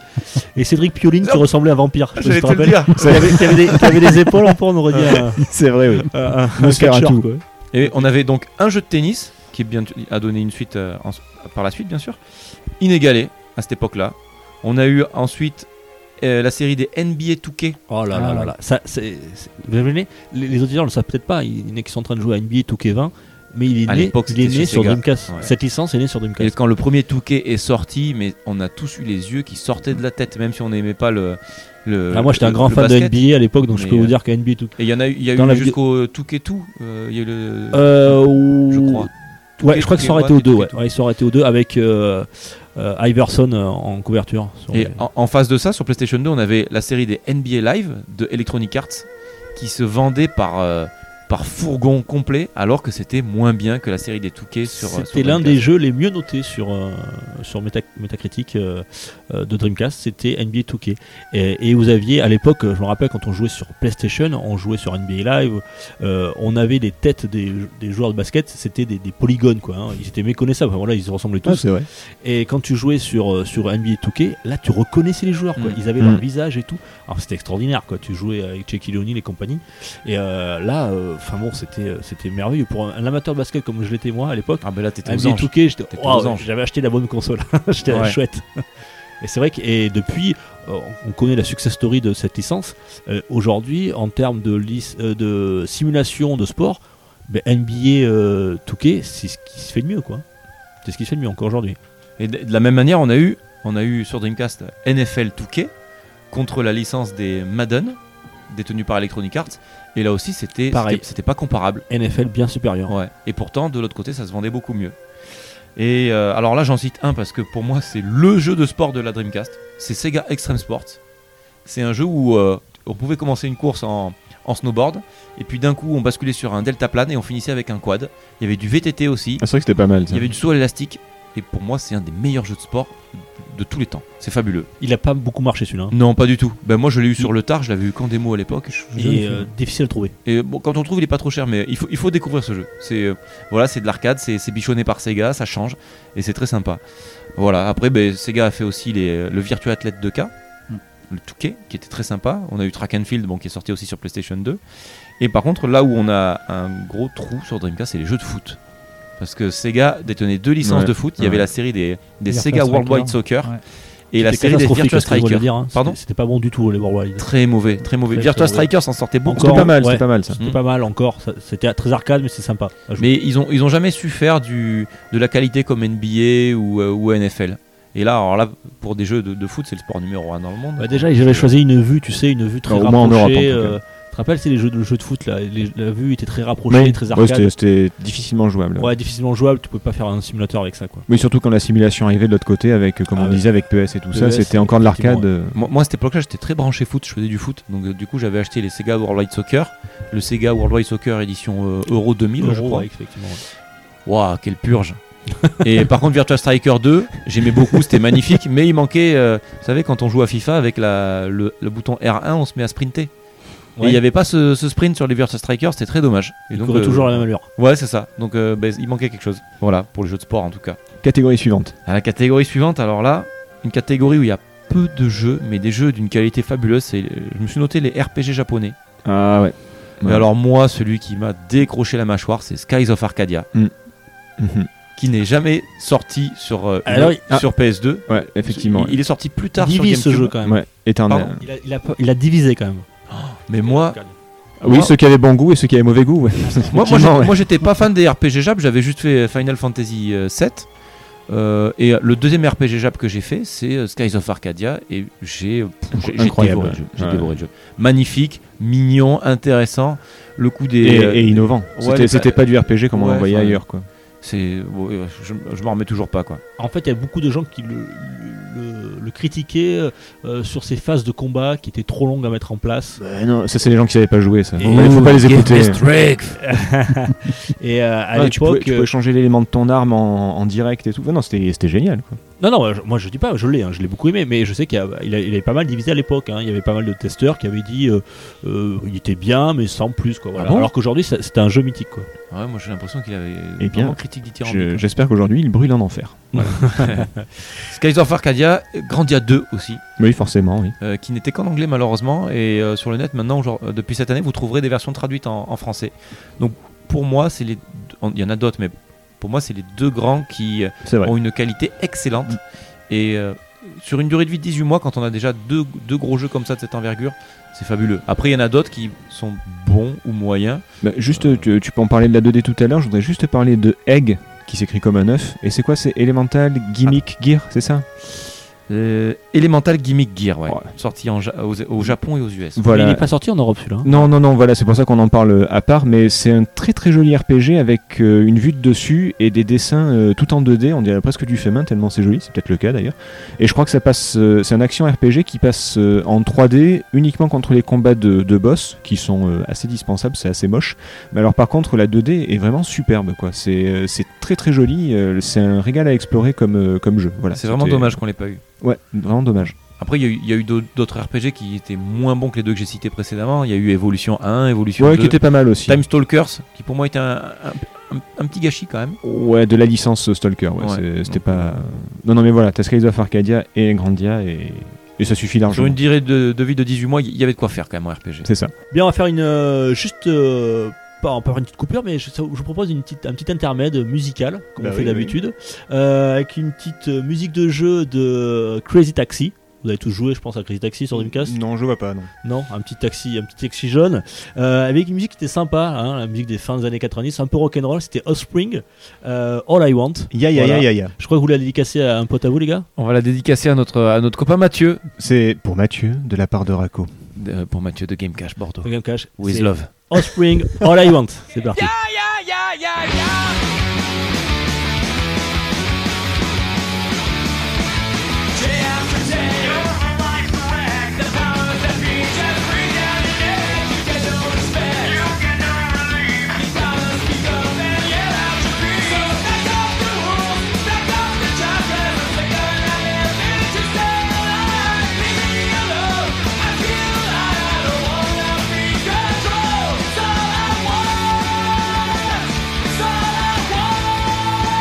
[SPEAKER 2] Et Cédric Pioline qui ressemblait à un vampire. Je sais pas si tu te rappelles. Qui avait, qui avait des, qui avait des épaules en porn, on aurait dit. un-
[SPEAKER 4] C'est vrai, oui.
[SPEAKER 2] Un, un,
[SPEAKER 4] Nous faire à
[SPEAKER 2] catcheur,
[SPEAKER 4] tout.
[SPEAKER 2] quoi.
[SPEAKER 5] Et on avait donc un jeu de tennis qui est bien, a donné une suite euh, en- par la suite, bien sûr, inégalé à cette époque-là. On a eu ensuite euh, la série des NBA 2K.
[SPEAKER 2] Oh là
[SPEAKER 3] Ah
[SPEAKER 2] là
[SPEAKER 3] ouais.
[SPEAKER 2] là là. Ça, c'est, c'est- vous imaginez, les, les auditeurs ne le savent peut-être pas. Il y en a qui sont en train de jouer à NBA 2K20, mais il est
[SPEAKER 5] À
[SPEAKER 2] né,
[SPEAKER 5] l'époque,
[SPEAKER 2] il est
[SPEAKER 5] c'était
[SPEAKER 2] né sur
[SPEAKER 5] sur Sega.
[SPEAKER 2] Dreamcast.
[SPEAKER 5] Ouais.
[SPEAKER 2] Cette licence est née sur Dreamcast.
[SPEAKER 5] Et quand le premier 2K est sorti, mais on a tous eu les yeux qui sortaient de la tête, même si on n'aimait pas le. le
[SPEAKER 2] Ah, moi, j'étais un
[SPEAKER 5] euh, le-
[SPEAKER 2] grand
[SPEAKER 5] le
[SPEAKER 2] fan
[SPEAKER 5] basket.
[SPEAKER 2] de NBA à l'époque, donc je
[SPEAKER 5] Mais,
[SPEAKER 2] peux vous
[SPEAKER 5] euh,
[SPEAKER 2] dire qu'à NBA 2K.
[SPEAKER 5] Et il y en a eu, il y a
[SPEAKER 2] Dans la
[SPEAKER 5] eu
[SPEAKER 2] vidéo-
[SPEAKER 5] jusqu'au 2K2. euh, Il y a eu le.
[SPEAKER 2] Euh, ou-
[SPEAKER 5] je crois.
[SPEAKER 2] Ouais, je crois qu'ils sont
[SPEAKER 5] 2K1,
[SPEAKER 2] arrêtés aux
[SPEAKER 5] et
[SPEAKER 2] deux.
[SPEAKER 5] 2K2.
[SPEAKER 2] Ouais. Ouais, ils sont arrêtés aux deux avec euh, euh, Iverson euh, en couverture. sur
[SPEAKER 5] Et
[SPEAKER 2] les-
[SPEAKER 5] en, en face de ça, sur PlayStation 2, on avait la série des NBA Live de Electronic Arts qui se vendait par, euh, par fourgon complet alors que c'était moins bien que la série des Touquets sur. euh,
[SPEAKER 2] C'était
[SPEAKER 5] sur
[SPEAKER 2] l'un des
[SPEAKER 5] Dreamcast.
[SPEAKER 2] jeux les mieux notés sur, euh, sur Meta- Metacritic euh, euh, de Dreamcast, c'était NBA 2K. Et, et vous aviez à l'époque, euh, je me rappelle quand on jouait sur PlayStation, on jouait sur NBA Live, euh, on avait les têtes des, des joueurs de basket, c'était des, des polygones quoi. hein. Ils étaient méconnaissables, Enfin, voilà, ils se ressemblaient tous.
[SPEAKER 4] Ah, vrai.
[SPEAKER 2] Et quand tu jouais sur, euh, sur NBA 2K, là tu reconnaissais les joueurs, quoi.
[SPEAKER 5] Mm.
[SPEAKER 2] ils avaient leur
[SPEAKER 4] Mm.
[SPEAKER 2] visage et tout. Alors c'était extraordinaire, quoi. tu jouais avec Shaquille O'Neal et compagnie. Et euh, là, euh, enfin bon, c'était euh, c'était merveilleux. Pour un, un amateur de basket comme je l'étais moi à l'époque,
[SPEAKER 5] Ah, ben là, t'étais
[SPEAKER 2] NBA
[SPEAKER 5] aux anges.
[SPEAKER 2] 2K, j'étais-
[SPEAKER 5] T'étais
[SPEAKER 2] Waouh,
[SPEAKER 5] aux anges.
[SPEAKER 2] j'avais acheté la bonne console, j'étais
[SPEAKER 5] Ouais.
[SPEAKER 2] chouette. Et c'est vrai que et depuis, euh, on connaît la success story de cette licence. Euh, Aujourd'hui, en termes de, lic- euh, de simulation de sport, ben, NBA euh, 2K, c'est ce qui se fait de mieux, quoi. C'est ce qui se fait de mieux encore aujourd'hui.
[SPEAKER 5] Et de, de la même manière, on a eu, on a eu sur Dreamcast NFL 2K contre la licence des Madden détenue par Electronic Arts. Et là aussi, c'était
[SPEAKER 2] Pareil.
[SPEAKER 5] c'était- c'était pas comparable.
[SPEAKER 2] NFL bien supérieur.
[SPEAKER 5] Ouais. Et pourtant, de l'autre côté, ça se vendait beaucoup mieux. Et euh, alors là, j'en cite un parce que pour moi, c'est le jeu de sport de la Dreamcast. C'est Sega Extreme Sports. C'est un jeu où euh, on pouvait commencer une course en, en snowboard, et puis d'un coup, on basculait sur un deltaplane et on finissait avec un quad. Il y avait du VTT aussi,
[SPEAKER 4] Ah, c'est vrai que c'était pas mal.
[SPEAKER 5] il
[SPEAKER 4] Ça.
[SPEAKER 5] y avait du saut à l'élastique. Et pour moi, c'est un des meilleurs jeux de sport de tous les temps. C'est fabuleux.
[SPEAKER 2] Il a pas beaucoup marché celui-là. hein.
[SPEAKER 5] Non, pas du tout. Ben moi, je l'ai eu sur le tard. Je l'avais eu qu'en démo à l'époque. Je- je-
[SPEAKER 2] Et euh, difficile à trouver.
[SPEAKER 5] et bon, quand on le trouve, il est pas trop cher, mais il faut, il faut découvrir ce jeu. C'est euh, voilà, c'est de l'arcade, c'est c'est bichonné par Sega, ça change et c'est très sympa. Voilà. Après, ben, Sega a fait aussi les, le Virtua Athlete 2K,
[SPEAKER 3] Mm.
[SPEAKER 5] le Touquet, qui était très sympa. On a eu Track and Field, bon, qui est sorti aussi sur PlayStation 2. Et par contre, là où on a un gros trou sur Dreamcast, c'est les jeux de foot. Parce que Sega détenait deux licences
[SPEAKER 4] Ouais,
[SPEAKER 5] de foot. Il y
[SPEAKER 4] ouais.
[SPEAKER 5] avait la série des, des
[SPEAKER 3] Virtua
[SPEAKER 5] Sega
[SPEAKER 3] Striker.
[SPEAKER 5] Worldwide Soccer
[SPEAKER 3] Ouais.
[SPEAKER 5] et la
[SPEAKER 2] C'était
[SPEAKER 5] série des
[SPEAKER 2] catastrophique,
[SPEAKER 5] Virtua
[SPEAKER 2] ce que je voulais
[SPEAKER 5] Striker.
[SPEAKER 2] dire, hein. C'était-
[SPEAKER 5] Pardon
[SPEAKER 2] C'était pas bon du tout, les Worldwide.
[SPEAKER 5] Très mauvais, très mauvais.
[SPEAKER 2] Très,
[SPEAKER 5] Virtua
[SPEAKER 2] très mauvais.
[SPEAKER 5] Striker s'en sortait beaucoup.
[SPEAKER 2] Encore,
[SPEAKER 4] C'était pas mal,
[SPEAKER 2] ouais.
[SPEAKER 4] c'était pas mal ça.
[SPEAKER 2] C'était
[SPEAKER 5] Mm.
[SPEAKER 2] pas mal encore. ça- C'était très arcade, mais c'est sympa. à jouer.
[SPEAKER 5] Mais ils ont, ils ont jamais su faire du, de la qualité comme NBA ou, euh, ou NFL. Et là, alors là, pour des jeux de, de foot, c'est le sport numéro un dans le monde.
[SPEAKER 2] Bah, déjà, ils avaient choisi une vue, tu sais, une vue très
[SPEAKER 4] Bah, Au moins en Europe, en tout
[SPEAKER 2] rapprochée.
[SPEAKER 4] cas.
[SPEAKER 2] euh, tu te rappelles, c'est les jeux de, le jeu de foot, là, les- la vue était très rapprochée,
[SPEAKER 4] Ouais,
[SPEAKER 2] très
[SPEAKER 4] ouais,
[SPEAKER 2] arcade.
[SPEAKER 4] c'était- C'était difficilement jouable.
[SPEAKER 2] Ouais, difficilement jouable, tu pouvais pas faire un simulateur avec ça quoi.
[SPEAKER 4] Mais surtout quand la simulation arrivait de l'autre côté, avec, euh, comme
[SPEAKER 2] Ah
[SPEAKER 4] on
[SPEAKER 2] ouais.
[SPEAKER 4] disait, avec PES et tout ça,
[SPEAKER 2] PES,
[SPEAKER 4] c'était encore de l'arcade. euh,
[SPEAKER 5] Moi, moi, à cette époque-là, j'étais très branché foot, je faisais du foot. Donc, euh, du coup, j'avais acheté les Sega Worldwide Soccer, le Sega Worldwide Soccer édition euh, Euro 2000, je
[SPEAKER 2] Euro,
[SPEAKER 5] crois.
[SPEAKER 2] ouais, effectivement. ouais.
[SPEAKER 5] Waouh, quelle purge! et par contre, Virtua Striker 2, j'aimais beaucoup, c'était magnifique, mais il manquait, euh, vous savez, quand on joue à FIFA avec la, le, le bouton R1, on se met à sprinter. Et
[SPEAKER 2] Ouais.
[SPEAKER 5] il n'y avait pas ce, ce sprint sur les Virtua Striker, c'était très dommage. Et
[SPEAKER 2] Il courait
[SPEAKER 5] euh,
[SPEAKER 2] toujours à la même allure.
[SPEAKER 5] Ouais, c'est ça. Donc euh, bah, il manquait quelque chose. Voilà, pour les jeux de sport en tout cas.
[SPEAKER 4] Catégorie suivante.
[SPEAKER 5] À la catégorie suivante, alors là, une catégorie où il y a peu de jeux, mais des jeux d'une qualité fabuleuse. c'est- Je me suis noté les RPG japonais.
[SPEAKER 4] Ah ouais.
[SPEAKER 5] Mais
[SPEAKER 4] Ouais.
[SPEAKER 5] alors moi, celui qui m'a décroché la mâchoire, c'est Skies of Arcadia,
[SPEAKER 4] Mhm.
[SPEAKER 5] qui n'est jamais sorti sur, euh,
[SPEAKER 2] Alors,
[SPEAKER 5] une- sur PS2.
[SPEAKER 4] Ouais, effectivement.
[SPEAKER 5] Il, il est sorti plus tard
[SPEAKER 2] Il divise
[SPEAKER 5] sur
[SPEAKER 2] ce
[SPEAKER 5] GameCube.
[SPEAKER 2] jeu quand même.
[SPEAKER 4] Ouais, éternel.
[SPEAKER 5] Pardon
[SPEAKER 2] Il, a, il a pas- il a divisé quand même.
[SPEAKER 5] Mais moi,
[SPEAKER 4] euh, Oui,
[SPEAKER 5] Moi-
[SPEAKER 4] ceux qui avaient bon goût et ceux qui avaient mauvais goût. ouais.
[SPEAKER 5] Moi, moi,
[SPEAKER 4] Effectivement,
[SPEAKER 5] j'étais-
[SPEAKER 4] ouais.
[SPEAKER 5] moi, j'étais pas fan des RPG Jap, j'avais juste fait Final Fantasy euh, 7. Euh, et le deuxième RPG Jap que j'ai fait, c'est euh, Skies of Arcadia. Et j'ai pff, j'ai- j'ai
[SPEAKER 4] Incroyable,
[SPEAKER 5] dévoré,
[SPEAKER 4] ouais.
[SPEAKER 5] le jeu, j'ai
[SPEAKER 4] Ouais.
[SPEAKER 5] dévoré le jeu. Magnifique, mignon, intéressant. Le coup des.
[SPEAKER 4] Et,
[SPEAKER 5] euh,
[SPEAKER 4] et innovant. C'était-
[SPEAKER 5] mais- bah,
[SPEAKER 4] C'était pas du RPG comme on
[SPEAKER 5] Ouais,
[SPEAKER 4] en voyait
[SPEAKER 5] enfin,
[SPEAKER 4] ailleurs. Quoi.
[SPEAKER 5] euh, c'est- ouais, ouais, je, je m'en remets toujours pas, quoi.
[SPEAKER 2] En fait, il y a beaucoup de gens qui le, le- le critiquaient euh, sur ses phases de combat qui étaient trop longues à mettre en place.
[SPEAKER 4] Bah, non, ça c'est les gens qui savaient pas jouer. Ça.
[SPEAKER 2] Et-
[SPEAKER 4] Il faut pas les écouter.
[SPEAKER 2] Et euh, à
[SPEAKER 4] Ouais, tu, pouvais,
[SPEAKER 2] l'époque,
[SPEAKER 4] tu pouvais changer l'élément de ton arme en, en direct et tout. Ouais, Non, c'était c'était génial. quoi.
[SPEAKER 2] Non, non, je- moi je dis pas, je l'ai, hein, je l'ai beaucoup aimé, mais je sais qu'il y a- il a- il avait pas mal divisé à l'époque. hein. il y avait pas mal de testeurs qui avaient dit euh, euh, il était bien, mais sans plus. Quoi, voilà.
[SPEAKER 5] Ah bon
[SPEAKER 2] Alors qu'aujourd'hui, ça- c'était un jeu mythique. Quoi.
[SPEAKER 5] Ouais, moi j'ai l'impression qu'il avait
[SPEAKER 4] Eh bien,
[SPEAKER 5] vraiment critique dithyrambique. hein.
[SPEAKER 4] Je- J'espère qu'aujourd'hui il brûle en enfer.
[SPEAKER 5] Skies of Arcadia, euh, Grandia 2 aussi,
[SPEAKER 4] Oui, forcément, oui.
[SPEAKER 5] euh, qui n'était qu'en anglais malheureusement. Et euh, sur le net maintenant, genre, euh, depuis cette année, vous trouverez des versions traduites en, en français. Donc pour moi, c'est les. en- Il y en a d'autres, mais pour moi, c'est les deux grands qui euh,
[SPEAKER 4] C'est vrai.
[SPEAKER 5] ont une qualité excellente. Et euh, sur une durée de vie de 18 mois, quand on a déjà deux, deux gros jeux comme ça de cette envergure, c'est fabuleux. Après, il y en a d'autres qui sont bons ou moyens.
[SPEAKER 4] Bah, juste, tu, tu peux en parler de la 2D tout à l'heure. Je voudrais juste parler de Egg qui s'écrit comme un œuf. Et c'est quoi C'est Elemental Gimmick Gear, c'est ça
[SPEAKER 5] Euh, Elemental Gimmick Gear, ouais,
[SPEAKER 4] Ouais.
[SPEAKER 5] sorti en Ja- aux- au Japon et aux US.
[SPEAKER 2] Mais il
[SPEAKER 4] Voilà.
[SPEAKER 2] n'est pas sorti en Europe celui-là. hein.
[SPEAKER 4] Non, non, non, voilà, c'est pour ça qu'on en parle euh, à part, mais c'est un très très joli RPG avec euh, une vue de dessus et des dessins euh, tout en 2D, on dirait presque du fait main tellement c'est joli, c'est peut-être le cas d'ailleurs. Et je crois que ça passe, euh, c'est un action RPG qui passe euh, en 3D uniquement contre les combats de, de boss qui sont euh, assez dispensables, c'est assez moche. Mais alors par contre, la 2D est vraiment superbe, quoi. C'est euh, c'est très très joli, euh, c'est un régal à explorer comme, euh, comme jeu. Voilà,
[SPEAKER 5] c'est vraiment
[SPEAKER 4] C'était-
[SPEAKER 5] dommage qu'on l'ait pas eu.
[SPEAKER 4] Ouais, vraiment dommage.
[SPEAKER 5] Après, il y a eu- il y a eu, d'au- d'autres RPG qui étaient moins bons que les deux que j'ai cités précédemment. Il y a eu Evolution 1, Evolution
[SPEAKER 4] Ouais,
[SPEAKER 5] 2,
[SPEAKER 4] qui était pas mal aussi.
[SPEAKER 5] Time Stalkers, qui pour moi était un, un- un- un petit gâchis quand même.
[SPEAKER 4] Ouais, de la licence euh, Stalker, ouais,
[SPEAKER 5] Ouais.
[SPEAKER 4] c'est- c'était pas... Non, non, mais voilà, t'as Skies of Arcadia et Grandia, et, et ça suffit
[SPEAKER 5] Sur
[SPEAKER 4] largement.
[SPEAKER 5] une durée de, de vie de 18 mois, il y avait de quoi faire quand même en RPG.
[SPEAKER 4] C'est ça.
[SPEAKER 2] Bien, on va faire une. euh, juste. euh, pas, on peut faire une petite coupure, mais je, ça- je vous propose une petite, un petit intermède musical, comme on
[SPEAKER 4] Bah oui,
[SPEAKER 2] fait
[SPEAKER 4] oui.
[SPEAKER 2] d'habitude, euh, avec une petite euh, musique de jeu de Crazy Taxi. Vous avez tous joué, je pense, à Crazy Taxi sur Dreamcast.
[SPEAKER 4] Non, je vois pas, non.
[SPEAKER 2] Non, un petit taxi, un petit taxi jaune, euh, avec une musique qui était sympa, hein, la musique des fins des années 90, un peu rock'n'roll, c'était Offspring, euh, All I Want.
[SPEAKER 4] Ya,
[SPEAKER 2] ya, ya, ya,
[SPEAKER 4] ya.
[SPEAKER 2] Je crois que vous la dédicacez à un pote à vous, les gars.
[SPEAKER 5] On va la dédicacer à notre, à notre copain Mathieu,
[SPEAKER 4] C'est pour Mathieu, de la part de Racco.
[SPEAKER 5] de- pour Mathieu de Gamecash Bordeaux.
[SPEAKER 2] Le Game Cash.
[SPEAKER 5] With
[SPEAKER 2] c'est
[SPEAKER 5] love.
[SPEAKER 2] Offspring, All I Want. C'est parti.
[SPEAKER 8] Control! It's all I want! It's all I want!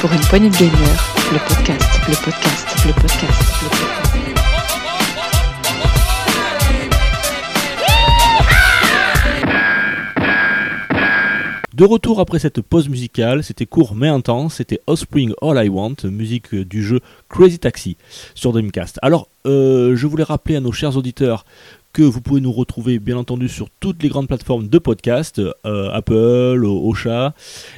[SPEAKER 1] pour une poignée de gagneurs, le podcast, le podcast, le podcast, le podcast.
[SPEAKER 2] De retour après cette pause musicale, c'était court mais intense, c'était Offspring All I Want, musique euh, du jeu Crazy Taxi sur Dreamcast. Alors, euh, je voulais rappeler à nos chers auditeurs que vous pouvez nous retrouver bien entendu sur toutes les grandes plateformes de podcast, euh, Apple, Ocha,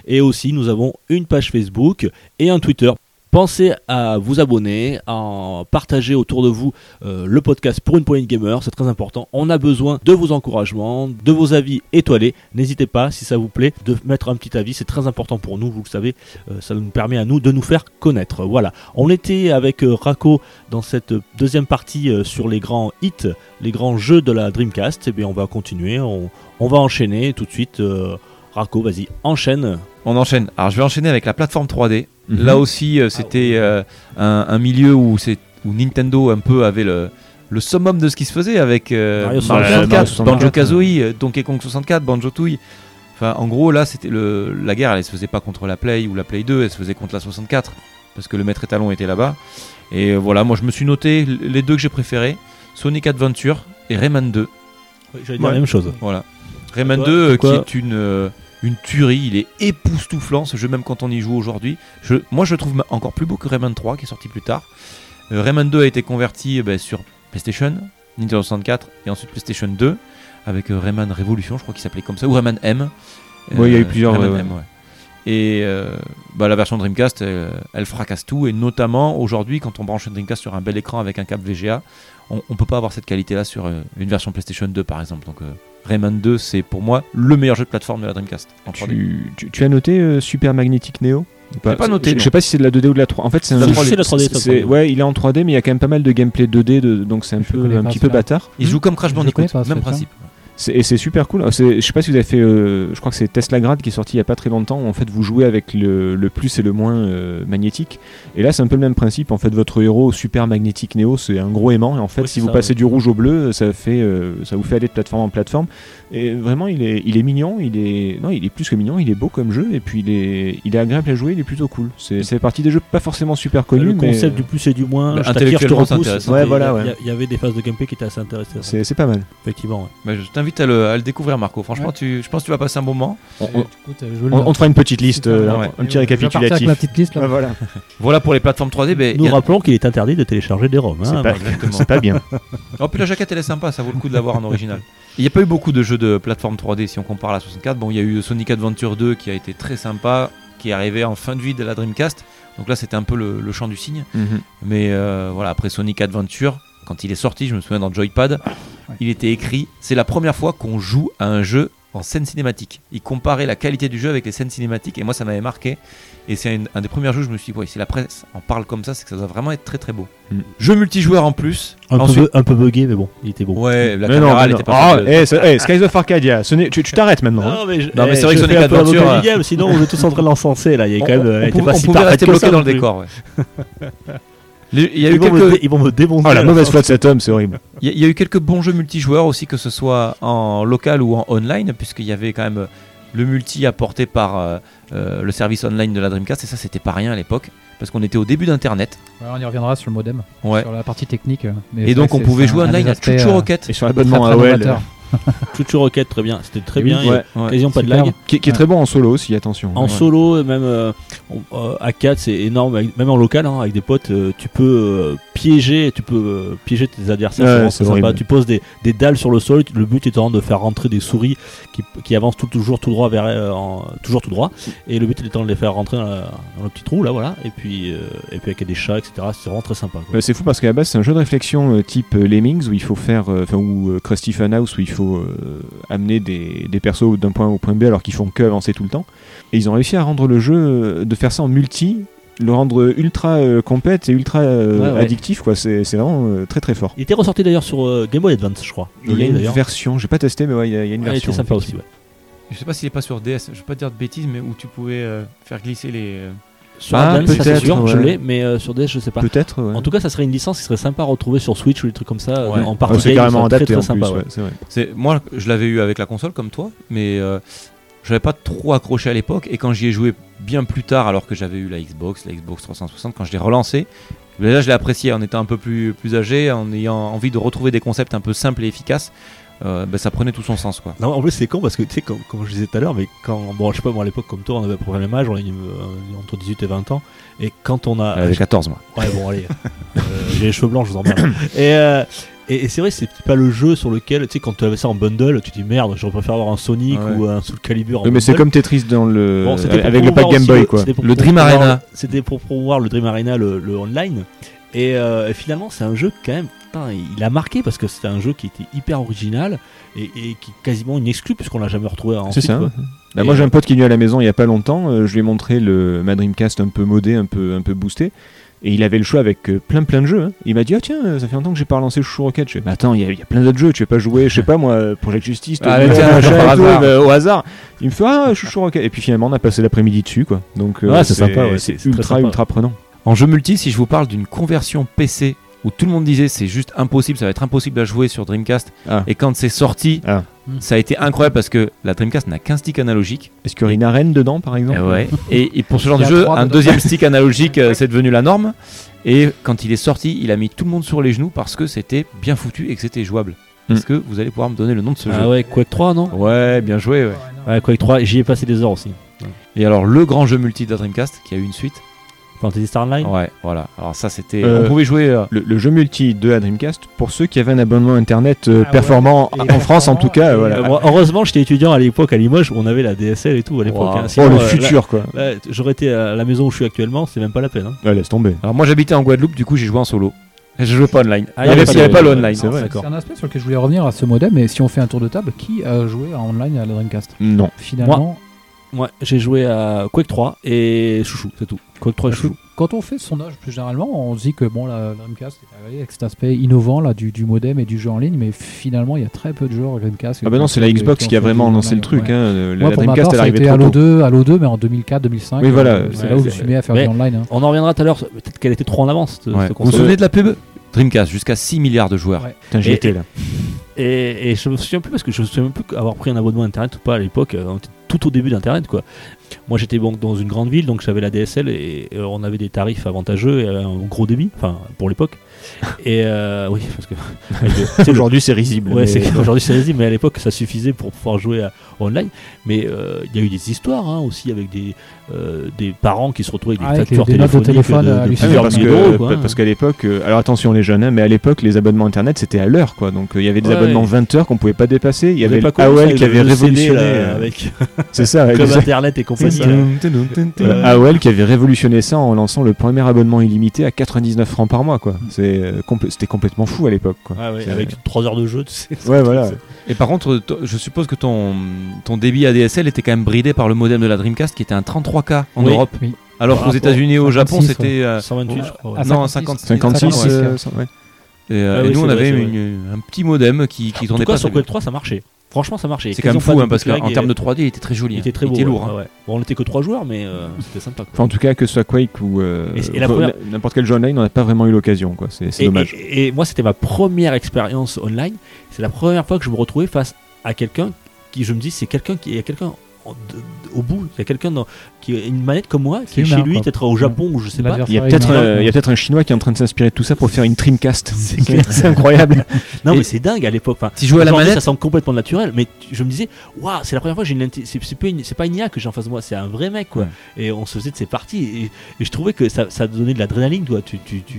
[SPEAKER 2] et aussi nous avons une page Facebook et un Twitter. Pensez à vous abonner, à partager autour de vous euh, le podcast pour une poignée de gamers, c'est très important. On a besoin de vos encouragements, de vos avis étoilés. N'hésitez pas, si ça vous plaît, de mettre un petit avis, c'est très important pour nous, vous le savez, euh, ça nous permet à nous de nous faire connaître. Voilà, on était avec euh, Rako dans cette deuxième partie euh, sur les grands hits, les grands jeux de la Dreamcast. Et bien on va continuer, on, on va enchaîner tout de suite. euh, Rako, vas-y, enchaîne.
[SPEAKER 5] On enchaîne. Alors je vais enchaîner avec la plateforme 3D.
[SPEAKER 4] Mhm.
[SPEAKER 5] Là aussi, euh, c'était euh, un, un milieu où, c'est- où Nintendo un peu avait le, le summum de ce qui se faisait avec euh,
[SPEAKER 2] Mario
[SPEAKER 5] Mario
[SPEAKER 2] 64,
[SPEAKER 5] 64,
[SPEAKER 4] Mario
[SPEAKER 5] Banjo Kazooie, euh, Donkey Kong 64, Banjo Tooie. Enfin, en gros, là, c'était le, la guerre. Elle, elle se faisait pas contre la Play ou la Play 2, elle se faisait contre la 64 parce que le maître étalon était là-bas. Et euh, voilà, moi, je me suis noté l- les deux que j'ai préférés Sonic Adventure et Rayman 2.
[SPEAKER 2] J'allais
[SPEAKER 4] dire
[SPEAKER 2] la
[SPEAKER 4] la
[SPEAKER 2] même chose.
[SPEAKER 5] Voilà. Rayman
[SPEAKER 2] Toi,
[SPEAKER 5] 2 euh, qui
[SPEAKER 2] pourquoi
[SPEAKER 5] est une, euh, une tuerie, il est époustouflant ce jeu même quand on y joue aujourd'hui. Je, moi je le trouve ma- encore plus beau que Rayman 3 qui est sorti plus tard. Euh, Rayman 2 a été converti euh, ben, sur PlayStation, Nintendo 64 et ensuite PlayStation 2 avec euh, Rayman Revolution je crois qu'il s'appelait comme ça ou Rayman M. Euh,
[SPEAKER 4] Ouais, il y a eu plusieurs,
[SPEAKER 5] Rayman
[SPEAKER 4] ouais,
[SPEAKER 5] M, ouais. Et euh, bah, la version Dreamcast, elle, elle fracasse tout. Et notamment aujourd'hui, quand on branche une Dreamcast sur un bel écran avec un câble VGA, on ne peut pas avoir cette qualité-là sur euh, une version PlayStation 2 par exemple. Donc euh, Rayman 2, c'est pour moi le meilleur jeu de plateforme de la Dreamcast. En 3D.
[SPEAKER 4] Tu, tu- tu as noté euh, Super Magnetic Neo Ou
[SPEAKER 5] l'ai pas noté,
[SPEAKER 4] Je- Je
[SPEAKER 5] non.
[SPEAKER 4] sais pas si c'est de la 2D ou de la 3D. En fait, c'est un
[SPEAKER 2] C'est
[SPEAKER 4] jeu-
[SPEAKER 2] la 3D, c'est la 3D.
[SPEAKER 4] c'est- Ouais, il est en 3D, mais il y a quand même pas mal de gameplay 2D, de- donc c'est un,
[SPEAKER 3] Je
[SPEAKER 4] peu,
[SPEAKER 3] connais
[SPEAKER 4] un
[SPEAKER 3] pas
[SPEAKER 4] petit peu
[SPEAKER 3] celui-là.
[SPEAKER 4] bâtard.
[SPEAKER 5] Il se joue comme Crash
[SPEAKER 3] Je
[SPEAKER 5] Bandicoot,
[SPEAKER 3] connais pas,
[SPEAKER 5] même
[SPEAKER 3] c'est
[SPEAKER 5] principe.
[SPEAKER 4] C'est- Et c'est super cool. Alors, c'est- Je sais pas si vous avez fait, euh, je crois que c'est Tesla Grad qui est sorti il y a pas très longtemps. où, en fait, vous jouez avec le, le plus et le moins euh, magnétique. Et là, c'est un peu le même principe. En fait, votre héros super magnétique Neo, c'est un gros aimant. Et en fait,
[SPEAKER 2] Oui,
[SPEAKER 4] si
[SPEAKER 2] c'est
[SPEAKER 4] vous
[SPEAKER 2] ça,
[SPEAKER 4] passez
[SPEAKER 2] ouais.
[SPEAKER 4] du rouge au bleu, ça fait, euh, ça vous fait aller de plateforme en plateforme. Et vraiment, il est, il est mignon. Il est, non, il est plus que mignon. Il est beau comme jeu. Et puis, il est, il est agréable à jouer. Il est plutôt cool. C'est, c'est partie des jeux pas forcément super connus.
[SPEAKER 2] le
[SPEAKER 4] mais-
[SPEAKER 2] concept du plus et du moins,
[SPEAKER 5] Bah,
[SPEAKER 2] je t'attire, je te
[SPEAKER 5] intellectuellement, c'est
[SPEAKER 2] repousse.
[SPEAKER 5] intéressant.
[SPEAKER 4] Ouais,
[SPEAKER 2] Il y a-
[SPEAKER 4] voilà, ouais.
[SPEAKER 2] il y a- Il y avait des phases de gameplay qui étaient assez intéressantes.
[SPEAKER 4] euh, c'est, c'est pas mal.
[SPEAKER 2] Effectivement, ouais.
[SPEAKER 5] Bah, je t'invite à le, à le découvrir Marco. Franchement,
[SPEAKER 3] Ouais.
[SPEAKER 5] tu, je pense que tu vas passer un bon moment.
[SPEAKER 4] On,
[SPEAKER 3] Euh, écoute, euh, je vais le
[SPEAKER 4] on-
[SPEAKER 3] noter.
[SPEAKER 4] on te fera une petite liste, euh,
[SPEAKER 5] Ouais.
[SPEAKER 4] un petit
[SPEAKER 3] Je vais partir avec
[SPEAKER 4] récapitulatif.
[SPEAKER 3] ma petite liste. là.
[SPEAKER 4] Ouais, Ah, voilà.
[SPEAKER 5] Voilà pour les plateformes 3D. ben, il
[SPEAKER 2] Nous
[SPEAKER 5] y a-
[SPEAKER 2] rappelons qu'il est interdit de télécharger des ROM.
[SPEAKER 4] C'est
[SPEAKER 2] Hein,
[SPEAKER 4] pas-
[SPEAKER 5] exactement.
[SPEAKER 4] c'est pas bien.
[SPEAKER 5] Oh, puis la jaquette elle est sympa, ça vaut le coup de l'avoir en original. Il n'y a pas eu beaucoup de jeux de plateforme 3D si on compare à la 64. Bon, il y a eu Sonic Adventure 2 qui a été très sympa, qui est arrivé en fin de vie de la Dreamcast. Donc là, c'était un peu le, le champ du signe.
[SPEAKER 4] Mhm.
[SPEAKER 5] Mais euh, voilà, après Sonic Adventure, quand il est sorti, je me souviens dans Joypad, il était écrit c'est la première fois qu'on joue à un jeu en scène cinématique. Il comparait la qualité du jeu avec les scènes cinématiques et moi ça m'avait marqué. Et c'est une- un des premiers jeux où je me suis dit, ouais, si la presse en parle comme ça, c'est que ça doit vraiment être très très beau.
[SPEAKER 4] Mm.
[SPEAKER 5] Jeu multijoueur en plus.
[SPEAKER 2] Un,
[SPEAKER 5] Ensuite-
[SPEAKER 2] peu, bu- un peu bugué, mais bon, il était bon.
[SPEAKER 5] Ouais, la
[SPEAKER 4] Mais non,
[SPEAKER 5] caméra
[SPEAKER 4] mais
[SPEAKER 5] elle
[SPEAKER 4] non.
[SPEAKER 5] était pas.
[SPEAKER 4] Ah, eh, ça- eh, Skies of Arcadia, ce n'est- tu tu t'arrêtes maintenant. hein.
[SPEAKER 2] mais, je-
[SPEAKER 5] Non, mais
[SPEAKER 2] eh,
[SPEAKER 5] c'est vrai que
[SPEAKER 2] je
[SPEAKER 5] Sonic
[SPEAKER 2] fais un peu
[SPEAKER 5] Adventure,
[SPEAKER 2] l'avocat du diable, sinon on est tous en train de l'encenser là. Il y a quand même. elle était
[SPEAKER 5] pouvait-
[SPEAKER 2] pas
[SPEAKER 5] on
[SPEAKER 2] si
[SPEAKER 5] pouvait
[SPEAKER 2] parfaite
[SPEAKER 5] rester
[SPEAKER 2] que
[SPEAKER 5] bloqué
[SPEAKER 2] ça non
[SPEAKER 5] dans le
[SPEAKER 2] plus.
[SPEAKER 5] décor. ouais. Les- Il y, a eu
[SPEAKER 2] Ils vont, me
[SPEAKER 5] quelques,
[SPEAKER 2] dé- ils vont me démonter.
[SPEAKER 4] Oh la
[SPEAKER 2] là.
[SPEAKER 4] mauvaise foi de cet homme, c'est horrible.
[SPEAKER 5] il y a- il y a eu quelques bons jeux multijoueurs aussi, que ce soit en local ou en online, puisqu'il y avait quand même euh, le multi apporté par euh, euh, le service online de la Dreamcast, et ça c'était pas rien à l'époque, parce qu'on était au début d'Internet.
[SPEAKER 3] Ouais, on y reviendra sur le modem,
[SPEAKER 5] Ouais.
[SPEAKER 3] sur la partie technique. euh, mais
[SPEAKER 5] Et
[SPEAKER 3] c'est
[SPEAKER 5] donc
[SPEAKER 3] vrai
[SPEAKER 5] on
[SPEAKER 3] que
[SPEAKER 5] pouvait
[SPEAKER 3] c'est
[SPEAKER 5] jouer
[SPEAKER 3] un- un
[SPEAKER 5] online
[SPEAKER 3] des
[SPEAKER 5] à
[SPEAKER 3] aspects, euh,
[SPEAKER 5] Chuchu Rocket.
[SPEAKER 4] Et sur
[SPEAKER 3] très,
[SPEAKER 4] l'abonnement
[SPEAKER 3] très
[SPEAKER 4] euh, à OL,
[SPEAKER 3] novateur.
[SPEAKER 2] Chuchu Rocket, très bien. C'était très
[SPEAKER 4] Et
[SPEAKER 2] bien.
[SPEAKER 4] oui,
[SPEAKER 2] il y a
[SPEAKER 4] ouais,
[SPEAKER 5] Ouais.
[SPEAKER 2] Quasiment pas de
[SPEAKER 3] Superbe.
[SPEAKER 2] lag.
[SPEAKER 4] qui, qui est
[SPEAKER 3] Ouais.
[SPEAKER 4] très bon en solo aussi, attention. hein.
[SPEAKER 2] En
[SPEAKER 4] Ouais.
[SPEAKER 2] solo, et même euh, on- euh, à 4, c'est énorme. avec- Même en local, hein, avec des potes, euh, tu peux euh, piéger, tu peux euh, piéger tes adversaires.
[SPEAKER 4] Ouais,
[SPEAKER 2] vraiment
[SPEAKER 4] c'est
[SPEAKER 2] très sympa.
[SPEAKER 4] horrible.
[SPEAKER 2] Tu poses des, des dalles sur le sol. tu- Le but étant de faire rentrer des souris qui, qui avancent tout- toujours tout droit vers, euh, en- toujours tout droit. Et le but étant de les faire rentrer dans, la- dans le petit trou là, voilà. Et puis, euh, et puis avec des chats, etc. C'est vraiment très sympa. quoi.
[SPEAKER 4] Euh, c'est fou parce qu'à la base c'est un jeu de réflexion euh, type euh, Lemmings où il faut faire, euh, enfin ou euh, Krusty Funhouse où il faut euh, amener des, des persos d'un point A au point B alors qu'ils font que avancer tout le temps. Et ils ont réussi à rendre le jeu, euh, de faire ça en multi, le rendre ultra euh, compète et ultra euh,
[SPEAKER 2] Ouais, ouais.
[SPEAKER 4] addictif quoi. C'est c'est vraiment euh, très très fort.
[SPEAKER 2] Il était ressorti d'ailleurs sur euh, Game Boy Advance, je crois.
[SPEAKER 4] Il y a
[SPEAKER 2] l'ai,
[SPEAKER 4] une
[SPEAKER 2] d'ailleurs.
[SPEAKER 4] version, j'ai pas testé mais ouais, il y a, il y a une
[SPEAKER 2] Ouais, il
[SPEAKER 4] version.
[SPEAKER 2] Ah, était sympa aussi. ouais.
[SPEAKER 5] Je sais pas s'il est pas sur DS, je veux pas dire de bêtises, mais où tu pouvais euh, faire glisser les. euh,
[SPEAKER 2] Sur
[SPEAKER 4] Ah,
[SPEAKER 2] Advance, ça c'est
[SPEAKER 4] peut-être,
[SPEAKER 2] sûr, je
[SPEAKER 4] ouais.
[SPEAKER 2] l'ai, mais euh, sur DS, je sais pas.
[SPEAKER 4] Peut-être. ouais.
[SPEAKER 2] En tout cas, ça serait une licence qui serait sympa à retrouver sur Switch ou des trucs comme ça euh,
[SPEAKER 5] Ouais.
[SPEAKER 2] en
[SPEAKER 4] Ah,
[SPEAKER 2] partie.
[SPEAKER 4] c'est carrément
[SPEAKER 2] très,
[SPEAKER 4] adapté
[SPEAKER 2] très
[SPEAKER 4] en
[SPEAKER 2] sympa.
[SPEAKER 4] plus,
[SPEAKER 2] ouais.
[SPEAKER 4] ouais, c'est vrai.
[SPEAKER 5] C'est moi, je l'avais eu avec la console comme toi, mais euh, j'avais pas trop accroché à l'époque. Et quand j'y ai joué bien plus tard, alors que j'avais eu la Xbox, la Xbox 360, quand je l'ai relancée. Mais Là, je l'ai apprécié en étant un peu plus, plus âgé, en ayant envie de retrouver des concepts un peu simples et efficaces. euh, ben, ça prenait tout son sens, quoi.
[SPEAKER 2] Non, en plus c'est con parce que tu sais, comme, comme je disais tout à l'heure, mais quand, bon, je sais pas, moi à l'époque comme toi, on avait à peu près le même âge, on avait euh, entre 18 et 20 ans, et quand on a,
[SPEAKER 4] Ah,
[SPEAKER 5] J'avais 14 mois.
[SPEAKER 2] ouais bon allez, euh, j'ai les cheveux blancs, je vous emmerde. Et, euh, et, et c'est vrai, c'est pas le jeu sur lequel, tu sais, quand tu avais ça en bundle, tu dis merde, j'aurais préféré avoir un Sonic
[SPEAKER 5] Ouais.
[SPEAKER 2] ou un Soul Calibur. En
[SPEAKER 4] Oui, mais c'est
[SPEAKER 2] bundle.
[SPEAKER 4] comme Tetris dans le
[SPEAKER 2] Bon, c'était pour
[SPEAKER 4] Euh, avec le pack
[SPEAKER 2] promouvoir
[SPEAKER 4] Game
[SPEAKER 2] aussi
[SPEAKER 4] Boy quoi.
[SPEAKER 2] c'était pour
[SPEAKER 5] Le Dream
[SPEAKER 2] promouvoir-
[SPEAKER 5] Arena.
[SPEAKER 2] C'était pour promouvoir le Dream Arena, le, le online. Et, euh, et finalement, c'est un jeu quand même. putain, Il a marqué parce que c'était un jeu qui était hyper original et, et qui est quasiment une exclue puisqu'on l'a jamais retrouvé.
[SPEAKER 4] C'est
[SPEAKER 2] ensuite,
[SPEAKER 4] ça.
[SPEAKER 2] quoi.
[SPEAKER 4] Bah,
[SPEAKER 2] Et- euh,
[SPEAKER 4] moi j'ai un pote qui est venu à la maison il y a pas longtemps, euh, je lui ai montré le ma Dreamcast un peu modé, un peu un peu boosté. Et il avait le choix avec euh, plein plein de jeux. hein. Il m'a dit ah tiens euh, ça fait longtemps que j'ai pas relancé le Chou Rocket. Je fais bah attends il y, a- il y a plein d'autres jeux tu veux pas jouer je sais pas moi euh, Project Justice
[SPEAKER 5] Ah,
[SPEAKER 4] Tony
[SPEAKER 5] tiens,
[SPEAKER 4] Hawk,
[SPEAKER 5] par
[SPEAKER 4] machin et tout,
[SPEAKER 5] hasard.
[SPEAKER 4] bah, au hasard. Il me fait ah Chouchou Rocket et puis finalement on a passé l'après-midi dessus quoi. Donc euh,
[SPEAKER 2] Ouais, c'est sympa, ouais, c'est-
[SPEAKER 4] c'est
[SPEAKER 2] c'est très
[SPEAKER 4] ultra
[SPEAKER 2] sympa.
[SPEAKER 4] ultra prenant.
[SPEAKER 5] En jeu multi, si je vous parle d'une conversion PC où tout le monde disait c'est juste impossible, ça va être impossible à jouer sur Dreamcast,
[SPEAKER 4] Ah.
[SPEAKER 5] et quand c'est sorti,
[SPEAKER 4] Ah.
[SPEAKER 5] ça a été incroyable parce que la Dreamcast n'a qu'un stick analogique.
[SPEAKER 4] Est-ce qu'il y aurait une arène dedans par exemple
[SPEAKER 5] Eh ouais. et, et pour ce genre
[SPEAKER 3] Il y
[SPEAKER 5] de
[SPEAKER 3] a
[SPEAKER 5] jeu,
[SPEAKER 3] trois
[SPEAKER 5] un
[SPEAKER 3] dedans.
[SPEAKER 5] deuxième stick analogique, euh, c'est devenu la norme. Et quand il est sorti, il a mis tout le monde sur les genoux parce que c'était bien foutu et que c'était jouable.
[SPEAKER 4] Hmm.
[SPEAKER 5] Est-ce que vous allez pouvoir me donner le nom de ce
[SPEAKER 2] Ah
[SPEAKER 5] jeu
[SPEAKER 2] ouais, Quake 3, non
[SPEAKER 5] Ouais, bien joué. ouais.
[SPEAKER 2] Ouais, Quake 3, j'y ai passé des heures aussi.
[SPEAKER 5] Et alors, le grand jeu multi de la Dreamcast qui a eu une suite.
[SPEAKER 2] Fantasy Star Online
[SPEAKER 5] Ouais, voilà. Alors, ça, c'était.
[SPEAKER 4] Euh,
[SPEAKER 5] On pouvait jouer. euh,
[SPEAKER 4] le, le jeu multi de la Dreamcast pour ceux qui avaient un abonnement internet euh,
[SPEAKER 3] Ah ouais,
[SPEAKER 4] performant
[SPEAKER 3] et
[SPEAKER 4] en- en France en tout cas
[SPEAKER 3] performant,
[SPEAKER 4] voilà.
[SPEAKER 2] Euh, moi, heureusement, j'étais étudiant à l'époque à Limoges, on avait la DSL et tout à l'époque.
[SPEAKER 5] Wow.
[SPEAKER 2] hein.
[SPEAKER 5] Oh,
[SPEAKER 4] Oh
[SPEAKER 2] Sinon,
[SPEAKER 4] le
[SPEAKER 2] euh,
[SPEAKER 4] futur quoi.
[SPEAKER 2] là- là, J'aurais été à la maison où je suis actuellement, c'est même pas la peine. hein.
[SPEAKER 4] Ouais, laisse tomber.
[SPEAKER 5] Alors moi j'habitais en Guadeloupe, du coup j'ai joué en solo. Et Je jouais pas online.
[SPEAKER 2] Ah,
[SPEAKER 5] il n'y
[SPEAKER 2] y
[SPEAKER 5] avait,
[SPEAKER 2] avait
[SPEAKER 5] il y avait
[SPEAKER 2] pas
[SPEAKER 5] pas
[SPEAKER 2] de-
[SPEAKER 5] le online. hein.
[SPEAKER 2] c'est vrai.
[SPEAKER 3] C'est un aspect sur lequel je voulais revenir à ce modem, mais si on fait un tour de table, qui a joué en online à la Dreamcast
[SPEAKER 4] Non.
[SPEAKER 3] Finalement,
[SPEAKER 2] Moi, j'ai joué à Quake 3 et Chouchou, c'est tout. Quake 3 et Chouchou.
[SPEAKER 3] quand on fait son âge plus généralement, on se dit que bon, la la Dreamcast est arrivée avec cet aspect innovant là, du, du modem et du jeu en ligne, mais finalement, il y a très peu de jeux à Dreamcast.
[SPEAKER 4] Ah bah non, c'est la
[SPEAKER 3] qui-
[SPEAKER 4] Xbox qui a
[SPEAKER 3] ont fait
[SPEAKER 4] vraiment
[SPEAKER 3] du
[SPEAKER 4] lancé le
[SPEAKER 3] online,
[SPEAKER 4] truc.
[SPEAKER 3] ouais.
[SPEAKER 4] Hein. euh, La,
[SPEAKER 3] Moi,
[SPEAKER 4] la
[SPEAKER 3] pour ma
[SPEAKER 4] Dreamcast,
[SPEAKER 3] part,
[SPEAKER 4] elle
[SPEAKER 3] ça a
[SPEAKER 4] arrivait
[SPEAKER 3] été
[SPEAKER 4] trop
[SPEAKER 3] Halo
[SPEAKER 4] tôt.
[SPEAKER 3] 2, Halo 2, mais en 2004-2005.
[SPEAKER 4] Oui, voilà,
[SPEAKER 3] euh,
[SPEAKER 4] ouais,
[SPEAKER 3] C'est là où je
[SPEAKER 2] c'est-
[SPEAKER 3] suis mis à faire
[SPEAKER 2] mais-
[SPEAKER 3] du online. hein.
[SPEAKER 2] On en reviendra tout à l'heure, peut-être qu'elle était trop en avance. cette-
[SPEAKER 5] Ouais.
[SPEAKER 2] cette
[SPEAKER 5] Vous vous
[SPEAKER 2] console.
[SPEAKER 5] souvenez de la pub Dreamcast, jusqu'à 6 milliards de joueurs.
[SPEAKER 3] Ouais.
[SPEAKER 4] Putain, j'y
[SPEAKER 2] Et-
[SPEAKER 4] étais là.
[SPEAKER 2] Et, et je me souviens plus parce que je me souviens même plus avoir pris un abonnement internet ou pas à l'époque, euh, on était tout au début d'internet quoi. Moi j'étais donc dans une grande ville donc j'avais la DSL et euh, on avait des tarifs avantageux et euh, un gros débit, enfin pour l'époque. Et euh, oui, parce que. c'est le-
[SPEAKER 4] Aujourd'hui, c'est risible.
[SPEAKER 2] Ouais,
[SPEAKER 4] mais-
[SPEAKER 2] c'est aujourd'hui c'est risible, mais à l'époque ça suffisait pour pouvoir jouer à- online. Mais euh, il y a eu des histoires hein, aussi avec des, euh, des parents qui se retrouvaient avec des
[SPEAKER 3] Ah, avec
[SPEAKER 2] factures
[SPEAKER 3] les- des notes au
[SPEAKER 2] téléphoniques
[SPEAKER 3] téléphone,
[SPEAKER 2] de- de,
[SPEAKER 3] hallucinantes.
[SPEAKER 4] Ah, mais
[SPEAKER 2] plusieurs
[SPEAKER 4] parce
[SPEAKER 2] milliers d'euros,
[SPEAKER 4] que
[SPEAKER 2] quoi,
[SPEAKER 4] pa-
[SPEAKER 2] hein.
[SPEAKER 4] parce qu'à l'époque, euh, alors attention les jeunes, hein, mais à l'époque les abonnements internet c'était à l'heure quoi, donc euh, il y avait des
[SPEAKER 2] Ouais,
[SPEAKER 4] abonnements
[SPEAKER 2] ouais.
[SPEAKER 4] 20 heures qu'on pouvait pas dépasser. Il y
[SPEAKER 2] On
[SPEAKER 4] avait
[SPEAKER 2] avait
[SPEAKER 4] le
[SPEAKER 2] connu ça
[SPEAKER 4] AOL
[SPEAKER 2] avec
[SPEAKER 4] qui avait
[SPEAKER 2] le CD,
[SPEAKER 4] révolutionné,
[SPEAKER 2] là,
[SPEAKER 4] euh,
[SPEAKER 2] avec
[SPEAKER 4] c'est ça, avec
[SPEAKER 2] Club
[SPEAKER 4] les-
[SPEAKER 2] Internet et compagnie. là.
[SPEAKER 3] Mmh.
[SPEAKER 4] Voilà, AOL qui avait révolutionné ça en lançant le premier abonnement illimité à 99 francs par mois quoi. C'est euh, compl- c'était complètement fou à l'époque quoi.
[SPEAKER 2] Ah ouais,
[SPEAKER 4] C'est-
[SPEAKER 2] avec 3 heures de jeu, tu sais.
[SPEAKER 4] Ouais voilà.
[SPEAKER 5] Et par contre, to- je suppose que ton, ton débit ADSL était quand même bridé par le modem de la Dreamcast qui était un 33K en
[SPEAKER 2] Oui.
[SPEAKER 5] Europe.
[SPEAKER 3] Oui.
[SPEAKER 5] Alors
[SPEAKER 2] Par
[SPEAKER 5] qu'aux
[SPEAKER 2] rapport-
[SPEAKER 5] États-Unis et au Japon
[SPEAKER 3] 56,
[SPEAKER 5] c'était... euh,
[SPEAKER 2] 128,
[SPEAKER 3] ouais.
[SPEAKER 2] je crois.
[SPEAKER 3] Ah,
[SPEAKER 2] ouais.
[SPEAKER 5] non, un
[SPEAKER 3] 56.
[SPEAKER 4] 56
[SPEAKER 5] ouais.
[SPEAKER 4] euh, ça- ouais.
[SPEAKER 5] Et, euh,
[SPEAKER 2] Ah
[SPEAKER 5] et
[SPEAKER 2] oui,
[SPEAKER 5] nous
[SPEAKER 2] c'est
[SPEAKER 5] on
[SPEAKER 2] vrai,
[SPEAKER 5] avait
[SPEAKER 2] c'est vrai.
[SPEAKER 5] une- un petit modem qui, qui
[SPEAKER 2] En
[SPEAKER 5] tournait
[SPEAKER 2] tout cas,
[SPEAKER 5] pas.
[SPEAKER 2] sur
[SPEAKER 5] celui-
[SPEAKER 2] Quake 3, ça marchait. Franchement, ça marchait.
[SPEAKER 5] C'est quand même
[SPEAKER 2] Ils ont
[SPEAKER 5] fou
[SPEAKER 2] pas
[SPEAKER 5] hein, parce
[SPEAKER 2] découpé
[SPEAKER 5] qu'en
[SPEAKER 2] et-
[SPEAKER 5] termes de 3D il était très joli.
[SPEAKER 2] Il
[SPEAKER 5] hein.
[SPEAKER 2] était très beau.
[SPEAKER 5] lourd. hein.
[SPEAKER 2] ouais, ouais. Bon, on était que 3 joueurs, mais euh, c'était sympa. quoi.
[SPEAKER 4] Enfin, en tout cas, que ce soit Quake ou euh,
[SPEAKER 2] Et- et la
[SPEAKER 4] ou
[SPEAKER 2] première-
[SPEAKER 4] n'importe quel jeu online, on n'a pas vraiment eu l'occasion. quoi. C'est c'est
[SPEAKER 2] Et-
[SPEAKER 4] dommage.
[SPEAKER 2] Et, et moi, c'était ma première expérience online. C'est la première fois que je me retrouvais face à quelqu'un qui, je me dis, c'est quelqu'un qui il y a quelqu'un en- de- de- au bout, il y a quelqu'un dans- qui a une manette comme moi, qui
[SPEAKER 3] C'est
[SPEAKER 2] est
[SPEAKER 3] humain,
[SPEAKER 2] chez lui,
[SPEAKER 3] quoi.
[SPEAKER 2] peut-être au Japon ou je sais pas.
[SPEAKER 4] Il y a
[SPEAKER 3] L'adversaire
[SPEAKER 4] peut-être
[SPEAKER 3] humain.
[SPEAKER 4] un, il y a peut-être un Chinois qui est en train de s'inspirer de tout ça pour faire une Dreamcast. C'est c'est incroyable.
[SPEAKER 2] Non,
[SPEAKER 5] Et-
[SPEAKER 2] mais c'est dingue à l'époque. Enfin,
[SPEAKER 5] Si je jouais à la
[SPEAKER 2] Aujourd'hui,
[SPEAKER 5] manette,
[SPEAKER 2] ça semble complètement naturel, mais tu- je me disais, waouh, c'est la première fois que j'ai une inté- c'est c'est pas une c'est pas une IA que j'ai en face de moi, c'est un vrai mec quoi.
[SPEAKER 5] Ouais.
[SPEAKER 2] Et on se faisait de ses parties et, et je trouvais que ça, ça donnait de l'adrénaline toi. Tu, tu, tu...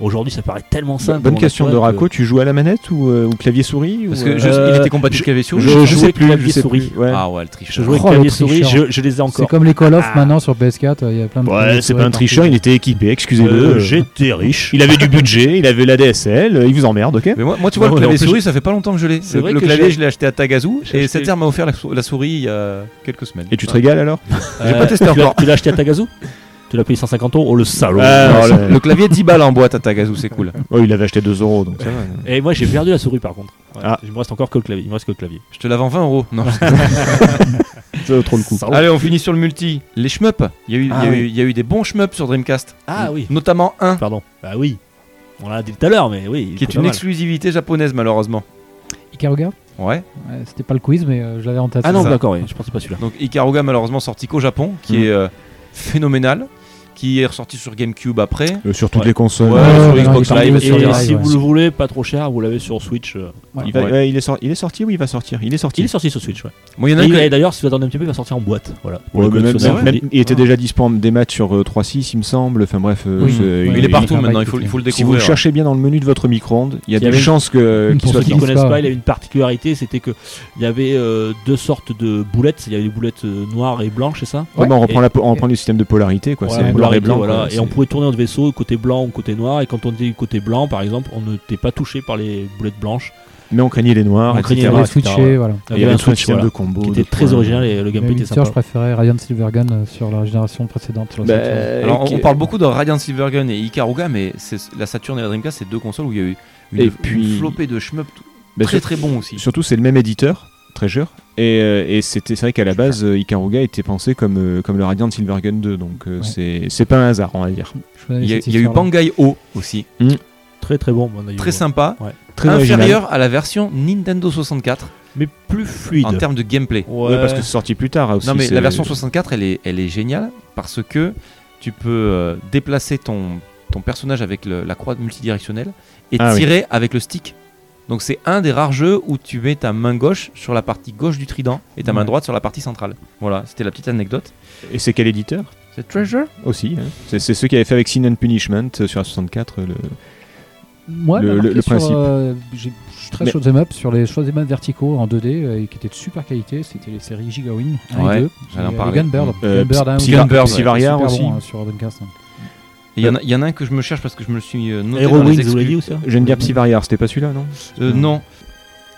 [SPEAKER 2] Aujourd'hui, ça paraît tellement simple.
[SPEAKER 4] Bonne question de
[SPEAKER 2] naturel que-
[SPEAKER 4] Raco. Tu joues à la manette ou, euh, ou clavier souris
[SPEAKER 5] parce
[SPEAKER 4] ou,
[SPEAKER 5] que
[SPEAKER 4] euh,
[SPEAKER 5] je-
[SPEAKER 2] euh,
[SPEAKER 5] il était compatible clavier souris.
[SPEAKER 2] je-
[SPEAKER 4] je, je
[SPEAKER 2] jouais
[SPEAKER 4] sais plus.
[SPEAKER 2] clavier
[SPEAKER 4] je sais
[SPEAKER 2] souris.
[SPEAKER 4] plus, ouais.
[SPEAKER 5] Ah ouais, le tricheur.
[SPEAKER 2] Je jouais
[SPEAKER 3] Oh,
[SPEAKER 2] avec clavier
[SPEAKER 3] le
[SPEAKER 2] souris,
[SPEAKER 3] tricheur.
[SPEAKER 2] je, je les ai
[SPEAKER 3] C'est
[SPEAKER 2] encore.
[SPEAKER 3] comme les Call of
[SPEAKER 2] Ah.
[SPEAKER 3] maintenant sur PS4, euh, il y a plein de.
[SPEAKER 4] Ouais, c'est pas un tricheur. Il était équipé. Excusez-le.
[SPEAKER 2] Euh, J'étais riche.
[SPEAKER 4] il avait du budget. Il avait la DSL. euh, Il vous emmerde, ok
[SPEAKER 5] Mais moi, moi, tu vois,
[SPEAKER 4] Non,
[SPEAKER 5] le
[SPEAKER 4] mais en
[SPEAKER 5] clavier
[SPEAKER 4] plus,
[SPEAKER 5] souris, ça fait pas longtemps que je l'ai.
[SPEAKER 2] C'est
[SPEAKER 5] Le,
[SPEAKER 2] vrai
[SPEAKER 5] le
[SPEAKER 2] que
[SPEAKER 5] clavier,
[SPEAKER 2] j'ai-
[SPEAKER 5] je l'ai acheté à Tagazou
[SPEAKER 2] j'ai
[SPEAKER 5] et
[SPEAKER 2] acheté-
[SPEAKER 5] cette terre m'a offert la, sou- la souris il y a quelques semaines.
[SPEAKER 4] Et tu te régales alors
[SPEAKER 5] J'ai pas
[SPEAKER 2] tu
[SPEAKER 5] testé
[SPEAKER 2] l'as-
[SPEAKER 5] encore.
[SPEAKER 2] Tu l'as acheté à Tagazu Tu l'as payé 150 euros Oh le salaud.
[SPEAKER 4] Ah,
[SPEAKER 5] Alors,
[SPEAKER 4] ouais,
[SPEAKER 5] le,
[SPEAKER 4] c'est-
[SPEAKER 5] le clavier 10 balles en boîte à Tagazou, c'est cool.
[SPEAKER 4] Oh, il avait acheté 2 euros. Donc ça va.
[SPEAKER 2] Et moi, j'ai perdu la souris par contre. Ouais,
[SPEAKER 4] Ah.
[SPEAKER 2] Il me reste encore que le clavier. Il me reste que le clavier.
[SPEAKER 5] Je te la vends 20 euros. Non.
[SPEAKER 4] Ça vaut trop le coup.
[SPEAKER 2] Salaud.
[SPEAKER 5] Allez, on finit sur le multi. Les shmups. Il y, a eu- il y
[SPEAKER 4] Ah
[SPEAKER 5] a
[SPEAKER 4] oui.
[SPEAKER 5] eu- il y a eu des bons shmups sur Dreamcast.
[SPEAKER 2] Ah oui.
[SPEAKER 5] Notamment un
[SPEAKER 2] Pardon. Bah oui. On l'a dit tout à l'heure, mais oui.
[SPEAKER 5] qui est
[SPEAKER 2] pas
[SPEAKER 5] une
[SPEAKER 2] mal.
[SPEAKER 5] exclusivité japonaise malheureusement.
[SPEAKER 3] Ikaruga
[SPEAKER 5] Ouais.
[SPEAKER 3] Ouais, C'était pas le quiz, mais euh, je l'avais en tête.
[SPEAKER 2] Ah non,
[SPEAKER 5] ça.
[SPEAKER 2] d'accord, oui. je pensais pas celui-là.
[SPEAKER 5] Donc Ikaruga malheureusement sorti qu'au Japon, qui
[SPEAKER 4] Mm.
[SPEAKER 5] est euh, phénoménal qui est ressorti sur GameCube après.
[SPEAKER 4] Euh, sur toutes
[SPEAKER 2] Ouais.
[SPEAKER 4] les consoles.
[SPEAKER 5] Ouais,
[SPEAKER 2] Ah,
[SPEAKER 3] ouais,
[SPEAKER 5] sur
[SPEAKER 3] ouais, il est
[SPEAKER 5] Xbox
[SPEAKER 3] sorti
[SPEAKER 5] Live.
[SPEAKER 3] aussi,
[SPEAKER 2] Et,
[SPEAKER 5] sur
[SPEAKER 3] ouais.
[SPEAKER 5] Xbox.
[SPEAKER 2] si vous le voulez, pas trop cher, vous l'avez sur Switch. euh.
[SPEAKER 4] Il, va-
[SPEAKER 5] Ouais.
[SPEAKER 4] ouais, il est sor- il est sorti ou il va sortir Il est sorti.
[SPEAKER 2] Il est sorti sur Switch, ouais.
[SPEAKER 5] Moi, il y en a
[SPEAKER 2] Et
[SPEAKER 5] un
[SPEAKER 2] il-
[SPEAKER 5] que-
[SPEAKER 2] et d'ailleurs, si vous attendez un petit peu, il va sortir en boîte. Voilà. Pour
[SPEAKER 4] Ouais,
[SPEAKER 2] les
[SPEAKER 4] mais même-
[SPEAKER 2] collectionneurs,
[SPEAKER 4] même-
[SPEAKER 2] je
[SPEAKER 4] même-
[SPEAKER 2] dis-
[SPEAKER 4] il était déjà dispo en démat sur euh, 3.6, il me semble. Enfin bref, euh,
[SPEAKER 3] Oui.
[SPEAKER 4] c'est-
[SPEAKER 3] Oui,
[SPEAKER 5] il
[SPEAKER 3] il est
[SPEAKER 5] est partout
[SPEAKER 3] un
[SPEAKER 5] maintenant,
[SPEAKER 3] bail
[SPEAKER 5] il faut,
[SPEAKER 3] de
[SPEAKER 5] il faut le
[SPEAKER 4] Si vous le
[SPEAKER 5] découvrir.
[SPEAKER 4] cherchez bien dans le menu de votre micro-ondes, il y a
[SPEAKER 2] Il y
[SPEAKER 4] des
[SPEAKER 2] avait-
[SPEAKER 4] chances que-
[SPEAKER 3] Une
[SPEAKER 4] qu'il
[SPEAKER 2] Pour
[SPEAKER 4] soit
[SPEAKER 2] ceux qui
[SPEAKER 3] Ils
[SPEAKER 2] ne
[SPEAKER 4] dedans.
[SPEAKER 3] connaissent
[SPEAKER 2] connaissent
[SPEAKER 3] pas,
[SPEAKER 2] pas, il y avait une particularité, c'était que il y avait euh, deux sortes de boulettes. Il y avait des boulettes euh, noires et blanches, c'est ça
[SPEAKER 4] Ouais, bah, on, reprend
[SPEAKER 2] Et-
[SPEAKER 4] la po- on reprend le système de polarité, quoi.
[SPEAKER 2] Voilà,
[SPEAKER 4] c'est
[SPEAKER 2] noir
[SPEAKER 4] noir et blanc.
[SPEAKER 2] voilà.
[SPEAKER 4] quoi,
[SPEAKER 2] Et
[SPEAKER 4] c'est-
[SPEAKER 2] on pouvait tourner notre vaisseau côté blanc ou côté noir. Et quand on était du côté blanc, par exemple, on n'était pas touché par les boulettes blanches.
[SPEAKER 4] Mais on craignait les noirs,
[SPEAKER 2] On craignait
[SPEAKER 4] etc.
[SPEAKER 2] les
[SPEAKER 3] avait
[SPEAKER 2] noirs,
[SPEAKER 3] switché,
[SPEAKER 2] etc., Il
[SPEAKER 3] voilà.
[SPEAKER 4] Et
[SPEAKER 2] y
[SPEAKER 4] Il y
[SPEAKER 2] avait
[SPEAKER 4] avait
[SPEAKER 2] un
[SPEAKER 4] tout un
[SPEAKER 2] switch
[SPEAKER 4] système
[SPEAKER 2] voilà,
[SPEAKER 4] de combo.
[SPEAKER 2] qui
[SPEAKER 4] de
[SPEAKER 2] était très
[SPEAKER 4] points.
[SPEAKER 2] original et le gameplay
[SPEAKER 3] Mais
[SPEAKER 2] était
[SPEAKER 3] Victor, je
[SPEAKER 2] sympa.
[SPEAKER 3] préférais Ryan Silvergun euh, sur la génération précédente. sur la hein.
[SPEAKER 4] Bah,
[SPEAKER 3] Saturn.
[SPEAKER 5] Alors, on-
[SPEAKER 4] qui-
[SPEAKER 5] on parle beaucoup de Radiant Silvergun et Ikaruga, mais c'est la Saturn et la Dreamcast, c'est deux consoles où il y a eu une,
[SPEAKER 4] Et
[SPEAKER 5] une
[SPEAKER 4] puis-
[SPEAKER 5] flopée de shmup t-
[SPEAKER 4] bah,
[SPEAKER 5] très
[SPEAKER 4] sur-
[SPEAKER 5] très bon aussi.
[SPEAKER 4] Surtout, c'est le même éditeur, Treasure. Et, euh, et c'était c'est vrai qu'à la base, euh, Ikaruga était pensé comme, euh, comme le Radiant Silvergun 2. Donc, euh,
[SPEAKER 3] Ouais.
[SPEAKER 4] c'est c'est pas un hasard, on va dire.
[SPEAKER 3] Je connais
[SPEAKER 5] Il y a,
[SPEAKER 3] cette
[SPEAKER 5] il y a eu
[SPEAKER 3] histoire-là.
[SPEAKER 5] Bangai O aussi,
[SPEAKER 2] Très très bon. mon avis,
[SPEAKER 5] très
[SPEAKER 2] ouais.
[SPEAKER 5] sympa,
[SPEAKER 4] Très original.
[SPEAKER 5] inférieur à la version Nintendo 64
[SPEAKER 2] Mais plus fluide.
[SPEAKER 5] en termes de gameplay.
[SPEAKER 4] Ouais, parce que c'est sorti plus tard hein, aussi.
[SPEAKER 5] non mais
[SPEAKER 4] c'est-
[SPEAKER 5] la version 64, elle est, elle est géniale parce que tu peux euh, déplacer ton, ton personnage avec le- la croix multidirectionnelle et
[SPEAKER 4] Ah oui.
[SPEAKER 5] tirer avec le stick. Donc c'est un des rares jeux où tu mets ta main gauche sur la partie gauche du trident et ta main
[SPEAKER 3] Ouais.
[SPEAKER 5] droite sur la partie centrale. Voilà, c'était la petite anecdote.
[SPEAKER 4] Et c'est quel éditeur
[SPEAKER 5] C'est Treasure
[SPEAKER 4] aussi hein. C'est c'est ceux qui avaient fait avec Sin and Punishment euh, sur la 64. euh, le-
[SPEAKER 3] Moi,
[SPEAKER 4] le-
[SPEAKER 3] le,
[SPEAKER 4] le- le principe.
[SPEAKER 3] principe. euh, j'ai je suis très
[SPEAKER 4] Mais-
[SPEAKER 3] shoot'em up sur les shoot'em up verticaux en 2D euh, et qui étaient de super qualité. C'était les séries Giga Wing 1
[SPEAKER 5] Ouais,
[SPEAKER 3] et 2.
[SPEAKER 5] j'allais en
[SPEAKER 3] Et, euh,
[SPEAKER 5] parler.
[SPEAKER 3] Gunbird.
[SPEAKER 4] Euh,
[SPEAKER 3] Gunbird, hein,
[SPEAKER 4] Psy-
[SPEAKER 3] aussi,
[SPEAKER 5] Gunbird,
[SPEAKER 3] c'était
[SPEAKER 4] Psyvaria
[SPEAKER 3] super
[SPEAKER 4] aussi.
[SPEAKER 3] bon, hein, sur Dreamcast. hein.
[SPEAKER 5] Il y, en a- il y en a un que je me cherche parce que je me le suis euh, noté
[SPEAKER 2] Hero
[SPEAKER 5] dans les
[SPEAKER 2] Wings, vous
[SPEAKER 5] exclus.
[SPEAKER 2] l'avez dit aussi hein
[SPEAKER 4] Je viens de dire Psyvariar, c'était pas celui-là, non
[SPEAKER 5] Euh, Non, Euh,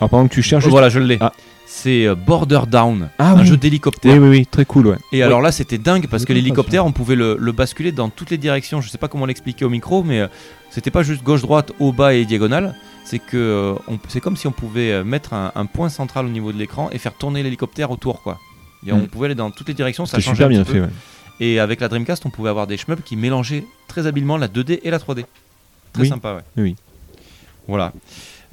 [SPEAKER 4] Alors pendant que tu cherches. juste-
[SPEAKER 5] voilà, je l'ai.
[SPEAKER 4] Ah.
[SPEAKER 5] C'est euh, Border Down,
[SPEAKER 4] Ah
[SPEAKER 5] un
[SPEAKER 4] oui.
[SPEAKER 5] jeu d'hélicoptère.
[SPEAKER 4] Oui, oui, oui, très cool, ouais.
[SPEAKER 5] Et alors là, c'était dingue parce
[SPEAKER 3] Je
[SPEAKER 5] que
[SPEAKER 3] connais pas
[SPEAKER 5] l'hélicoptère, on pouvait le, le basculer dans toutes les directions. Je sais pas comment l'expliquer au micro, mais euh, c'était pas juste gauche, droite, haut, bas et diagonale. C'est que euh, on- c'est comme si on pouvait euh, mettre un, un point central au niveau de l'écran et faire tourner l'hélicoptère autour, quoi. Et
[SPEAKER 4] Mm.
[SPEAKER 5] on pouvait aller dans toutes les directions, ça
[SPEAKER 4] C'était
[SPEAKER 5] changeait
[SPEAKER 4] super
[SPEAKER 5] un
[SPEAKER 4] bien
[SPEAKER 5] petit peu.
[SPEAKER 4] fait, ouais.
[SPEAKER 5] Et avec la Dreamcast, on pouvait avoir des shmups qui mélangeaient très habilement la 2D et la 3D. Très
[SPEAKER 4] Oui.
[SPEAKER 5] sympa, ouais.
[SPEAKER 4] Oui.
[SPEAKER 5] Voilà.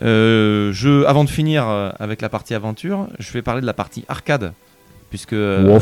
[SPEAKER 5] Euh, je, avant de finir euh, avec la partie aventure, je vais parler de la partie arcade. Puisque. euh,
[SPEAKER 4] Wow.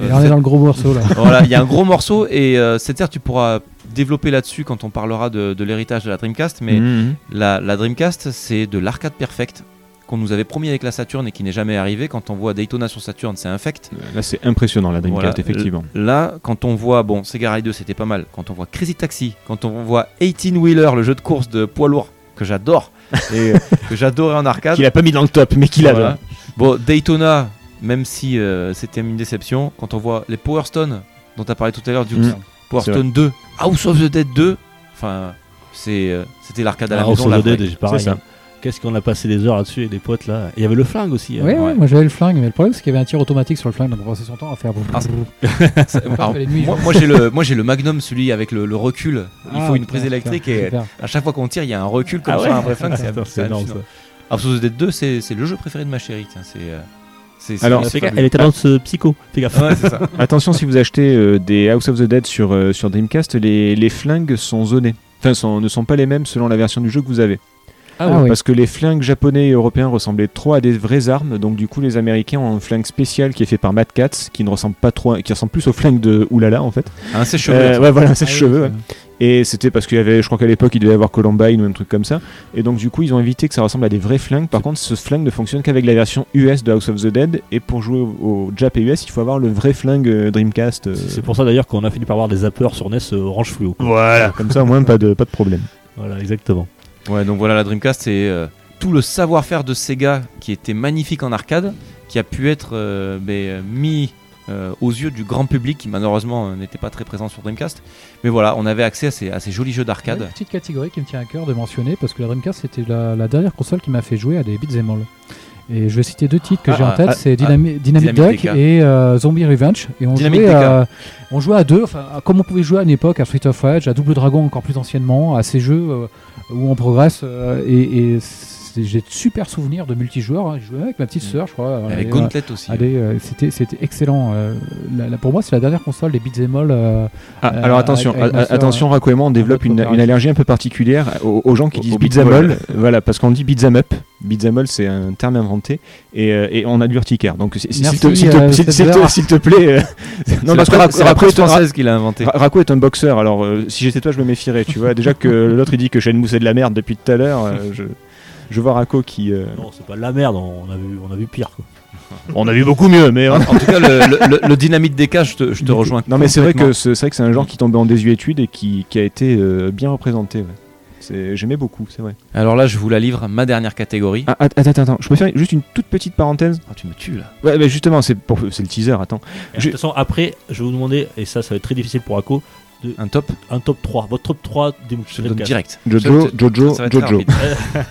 [SPEAKER 5] euh,
[SPEAKER 3] Et là, on est dans le gros morceau là.
[SPEAKER 5] voilà, il y a un gros morceau et euh, cette terre, tu pourras développer là-dessus quand on parlera de, de l'héritage de la Dreamcast. Mais
[SPEAKER 4] Mhm.
[SPEAKER 5] la, la Dreamcast, c'est de l'arcade perfect qu'on nous avait promis avec la Saturn et qui n'est jamais arrivé. Quand on voit Daytona sur Saturn, c'est infect.
[SPEAKER 4] Là, c'est impressionnant, la Dreamcast,
[SPEAKER 5] Voilà.
[SPEAKER 4] effectivement.
[SPEAKER 5] Là, quand on voit, bon, Sega Rally 2, c'était pas mal. Quand on voit Crazy Taxi, quand on voit 18 Wheeler, le jeu de course de poids lourd que j'adore, et euh, que j'adorais en arcade.
[SPEAKER 4] Qu'il a pas mis dans le top, mais qu'il
[SPEAKER 5] Ah Voilà.
[SPEAKER 4] a.
[SPEAKER 5] Bon, Daytona, même si euh, c'était une déception, quand on voit les Power Stone dont tu as parlé tout à l'heure, du
[SPEAKER 4] Mm.
[SPEAKER 5] Power
[SPEAKER 4] C'est
[SPEAKER 5] Stone 2, House of the Dead 2, enfin, c'est, euh, c'était l'arcade à la
[SPEAKER 2] Ah,
[SPEAKER 5] maison.
[SPEAKER 2] House
[SPEAKER 5] la
[SPEAKER 2] of the
[SPEAKER 5] vraie.
[SPEAKER 2] Dead, j'ai pareil,
[SPEAKER 4] C'est ça.
[SPEAKER 2] hein. Qu'est-ce qu'on a passé des heures là-dessus et des potes là Et Il y avait le flingue aussi.
[SPEAKER 3] Oui,
[SPEAKER 2] hein.
[SPEAKER 3] ouais,
[SPEAKER 5] ouais.
[SPEAKER 3] moi j'avais le flingue, mais le problème c'est qu'il y avait un tir automatique sur le flingue, donc on passait son temps à faire.
[SPEAKER 5] Ah,
[SPEAKER 2] hein.
[SPEAKER 5] C'est- alors,
[SPEAKER 3] fallait l'ennemi,
[SPEAKER 5] moi, moi, j'ai le, moi j'ai le Magnum, celui avec le, le recul. Il
[SPEAKER 3] Ah,
[SPEAKER 5] faut une
[SPEAKER 3] putain,
[SPEAKER 5] prise électrique et
[SPEAKER 3] super.
[SPEAKER 5] à chaque fois qu'on tire, il y a un recul comme ça, un vrai flingue. C'est,
[SPEAKER 2] Putain,
[SPEAKER 5] c'est
[SPEAKER 2] Ah c'est énorme,
[SPEAKER 5] hallucinant.
[SPEAKER 2] ça.
[SPEAKER 5] House of the Dead 2, c'est, c'est le jeu préféré de ma chérie. tiens, c'est, euh, c'est, c'est-
[SPEAKER 4] Alors,
[SPEAKER 5] c'est
[SPEAKER 2] Fais gaffe,
[SPEAKER 5] fabuleux.
[SPEAKER 2] Elle était dans ce psycho, fais gaffe.
[SPEAKER 5] Ouais, c'est ça.
[SPEAKER 4] Attention, si vous achetez euh, des House of the Dead sur, euh, sur Dreamcast, les, les flingues sont zonées. Enfin, sont- ne sont pas les mêmes selon la version du jeu que vous avez.
[SPEAKER 3] Ah, oui.
[SPEAKER 4] Parce que les flingues japonais et européens ressemblaient trop à des vraies armes, donc du coup les Américains ont un flingue spécial qui est fait par Mad Katz, qui ne ressemble pas trop, à- qui ressemble plus au flingue de Oulala en fait.
[SPEAKER 5] Un sèche-cheveux.
[SPEAKER 4] Euh, ouais, voilà, c'est
[SPEAKER 3] Ah oui,
[SPEAKER 5] hein.
[SPEAKER 4] cheveux.
[SPEAKER 3] c'est-
[SPEAKER 4] Et c'était parce qu'il y avait, je crois qu'à l'époque, il devait y avoir Columbine ou un truc comme ça. Et donc, du coup, ils ont évité que ça ressemble à des vrais flingues. Par contre, ce flingue ne fonctionne qu'avec la version US de House of the Dead. Et pour jouer au, au Jap et US, il faut avoir le vrai flingue euh, Dreamcast. euh,
[SPEAKER 2] C'est pour ça d'ailleurs qu'on a fini par avoir des zappers sur NES euh, orange fluo.
[SPEAKER 4] voilà. Comme ça, au moins, pas de, pas de problème.
[SPEAKER 2] Voilà, exactement.
[SPEAKER 5] Ouais, donc voilà, la Dreamcast, c'est euh, tout le savoir-faire de Sega qui était magnifique en arcade, qui a pu être euh, mais, euh, mis euh, aux yeux du grand public qui malheureusement euh, n'était pas très présent sur Dreamcast. Mais voilà, on avait accès à ces, à ces jolis jeux
[SPEAKER 3] Ouais,
[SPEAKER 5] d'arcade.
[SPEAKER 3] Petite catégorie qui me tient à cœur de mentionner parce que la Dreamcast c'était la, la dernière console qui m'a fait jouer à des beat'em all. Et je vais citer deux titres que
[SPEAKER 5] Ah,
[SPEAKER 3] j'ai en
[SPEAKER 5] ah,
[SPEAKER 3] tête,
[SPEAKER 5] ah,
[SPEAKER 3] c'est
[SPEAKER 5] ah,
[SPEAKER 3] Dynami- Dynamite,
[SPEAKER 5] Dynamite
[SPEAKER 3] Duck
[SPEAKER 5] Deka.
[SPEAKER 3] et euh, Zombie Revenge. Et on
[SPEAKER 5] Dynamite
[SPEAKER 3] jouait,
[SPEAKER 5] Deka.
[SPEAKER 3] à, on jouait à deux, enfin à- comme on pouvait jouer à une époque à Street of Rage, à Double Dragon encore plus anciennement, à ces jeux euh, où on progresse euh, et, et c- c'est- j'ai de super souvenirs de multijoueurs. hein. Je jouais avec ma petite
[SPEAKER 5] Mm.
[SPEAKER 3] sœur, je crois.
[SPEAKER 5] Avec
[SPEAKER 3] Et, euh,
[SPEAKER 5] Gauntlet aussi.
[SPEAKER 3] allez, euh, c'était c'était excellent. euh, la- la- pour moi, c'est la dernière console des beats et molles, euh,
[SPEAKER 4] Ah,
[SPEAKER 3] Euh,
[SPEAKER 4] alors attention,
[SPEAKER 3] avec- avec
[SPEAKER 4] a-
[SPEAKER 3] ma sœur,
[SPEAKER 4] attention, Racco et moi, on développe
[SPEAKER 3] notre
[SPEAKER 4] une,
[SPEAKER 3] coopérative.
[SPEAKER 4] une allergie un peu particulière aux, aux gens qui
[SPEAKER 5] Au-
[SPEAKER 4] disent
[SPEAKER 5] au
[SPEAKER 4] beat'em
[SPEAKER 5] beatball.
[SPEAKER 4] all, voilà, parce qu'on dit beat'em up. Beat'em all, c'est un terme inventé et, euh, et on a de l'urticaire. Donc si- si- s'il
[SPEAKER 3] Merci,
[SPEAKER 4] te, s'il te-
[SPEAKER 3] euh,
[SPEAKER 4] s'il- s'il te-
[SPEAKER 3] César.
[SPEAKER 4] s'il te plaît, euh, non
[SPEAKER 5] C'est la
[SPEAKER 4] parce que Ah,
[SPEAKER 5] presse-
[SPEAKER 4] Racco-
[SPEAKER 5] c'est la
[SPEAKER 4] Racco
[SPEAKER 5] presse
[SPEAKER 4] est un-
[SPEAKER 5] française qui l'a inventé.
[SPEAKER 4] Ra- Racco est un boxeur, alors euh, si j'étais toi, je me méfierais. Tu vois, déjà que l'autre il dit que Shenmue c'est de la merde depuis tout à l'heure, euh, je, je vois Racco qui. euh,
[SPEAKER 2] Non, c'est pas de la merde, on a vu, on a vu pire. Quoi.
[SPEAKER 4] On a vu beaucoup mieux, mais.
[SPEAKER 5] En, en tout cas, le, le- le- le dynamite des cas, je te, je te rejoins.
[SPEAKER 4] ah. Non, mais c'est vrai que
[SPEAKER 5] complètement.
[SPEAKER 4] c'est c'est vrai que c'est un genre qui tombait en désuétude et qui, qui a été euh, bien représenté. ouais. C'est- J'aimais beaucoup, c'est vrai.
[SPEAKER 5] Alors là, je vous la livre, ma dernière catégorie.
[SPEAKER 4] Ah, att- attends, attends, attends, je peux faire juste une toute petite parenthèse
[SPEAKER 5] Ah, tu me tues là.
[SPEAKER 4] Ouais, mais justement, c'est pour c'est le teaser, attends.
[SPEAKER 2] Et De
[SPEAKER 4] Je-
[SPEAKER 2] toute façon, après, je vais vous demander, et ça, ça va être très difficile pour Akko,
[SPEAKER 5] Un top,
[SPEAKER 2] un top 3, votre top 3 des
[SPEAKER 5] je te
[SPEAKER 2] Motion
[SPEAKER 5] le donne
[SPEAKER 2] Dreamcast.
[SPEAKER 5] direct.
[SPEAKER 4] Jojo,
[SPEAKER 5] Ça, ça-
[SPEAKER 4] Jojo,
[SPEAKER 5] ça va être très
[SPEAKER 4] Jojo.
[SPEAKER 5] rapide.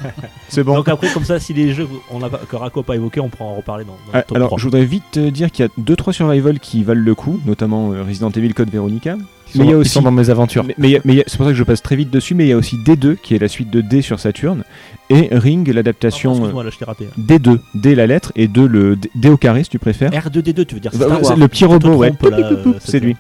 [SPEAKER 4] C'est bon.
[SPEAKER 2] Donc après, comme ça, si les jeux on a pas, que Rako n'a pas évoqué, on pourra en reparler dans, dans le
[SPEAKER 4] Ah,
[SPEAKER 2] top
[SPEAKER 4] Alors,
[SPEAKER 2] 3.
[SPEAKER 4] je voudrais vite euh, dire qu'il y a 2-3 survival qui valent le coup, notamment euh, Resident Evil Code Veronica.
[SPEAKER 5] Ils
[SPEAKER 4] il y
[SPEAKER 5] sont-
[SPEAKER 4] a
[SPEAKER 5] Ils sont
[SPEAKER 4] aussi-
[SPEAKER 5] dans mes aventures.
[SPEAKER 4] Mais, mais il y a- mais il y a- c'est pour ça que je passe très vite dessus, mais il y a aussi D2 qui est la suite de D sur Saturn et Ring,
[SPEAKER 2] Pardon,
[SPEAKER 4] l'adaptation euh,
[SPEAKER 2] Excuse-moi, là, je t'ai raté.
[SPEAKER 4] D2, D la lettre et 2 le D, D au carré si tu préfères.
[SPEAKER 2] R2D2, tu veux dire
[SPEAKER 4] Bah,
[SPEAKER 2] Star
[SPEAKER 4] ouais,
[SPEAKER 2] Wars.
[SPEAKER 4] c'est le petit
[SPEAKER 2] Tu te
[SPEAKER 4] robot, ouais.
[SPEAKER 2] trompes, là,
[SPEAKER 4] Poup, poup, poup,
[SPEAKER 2] euh,
[SPEAKER 4] C'est lui.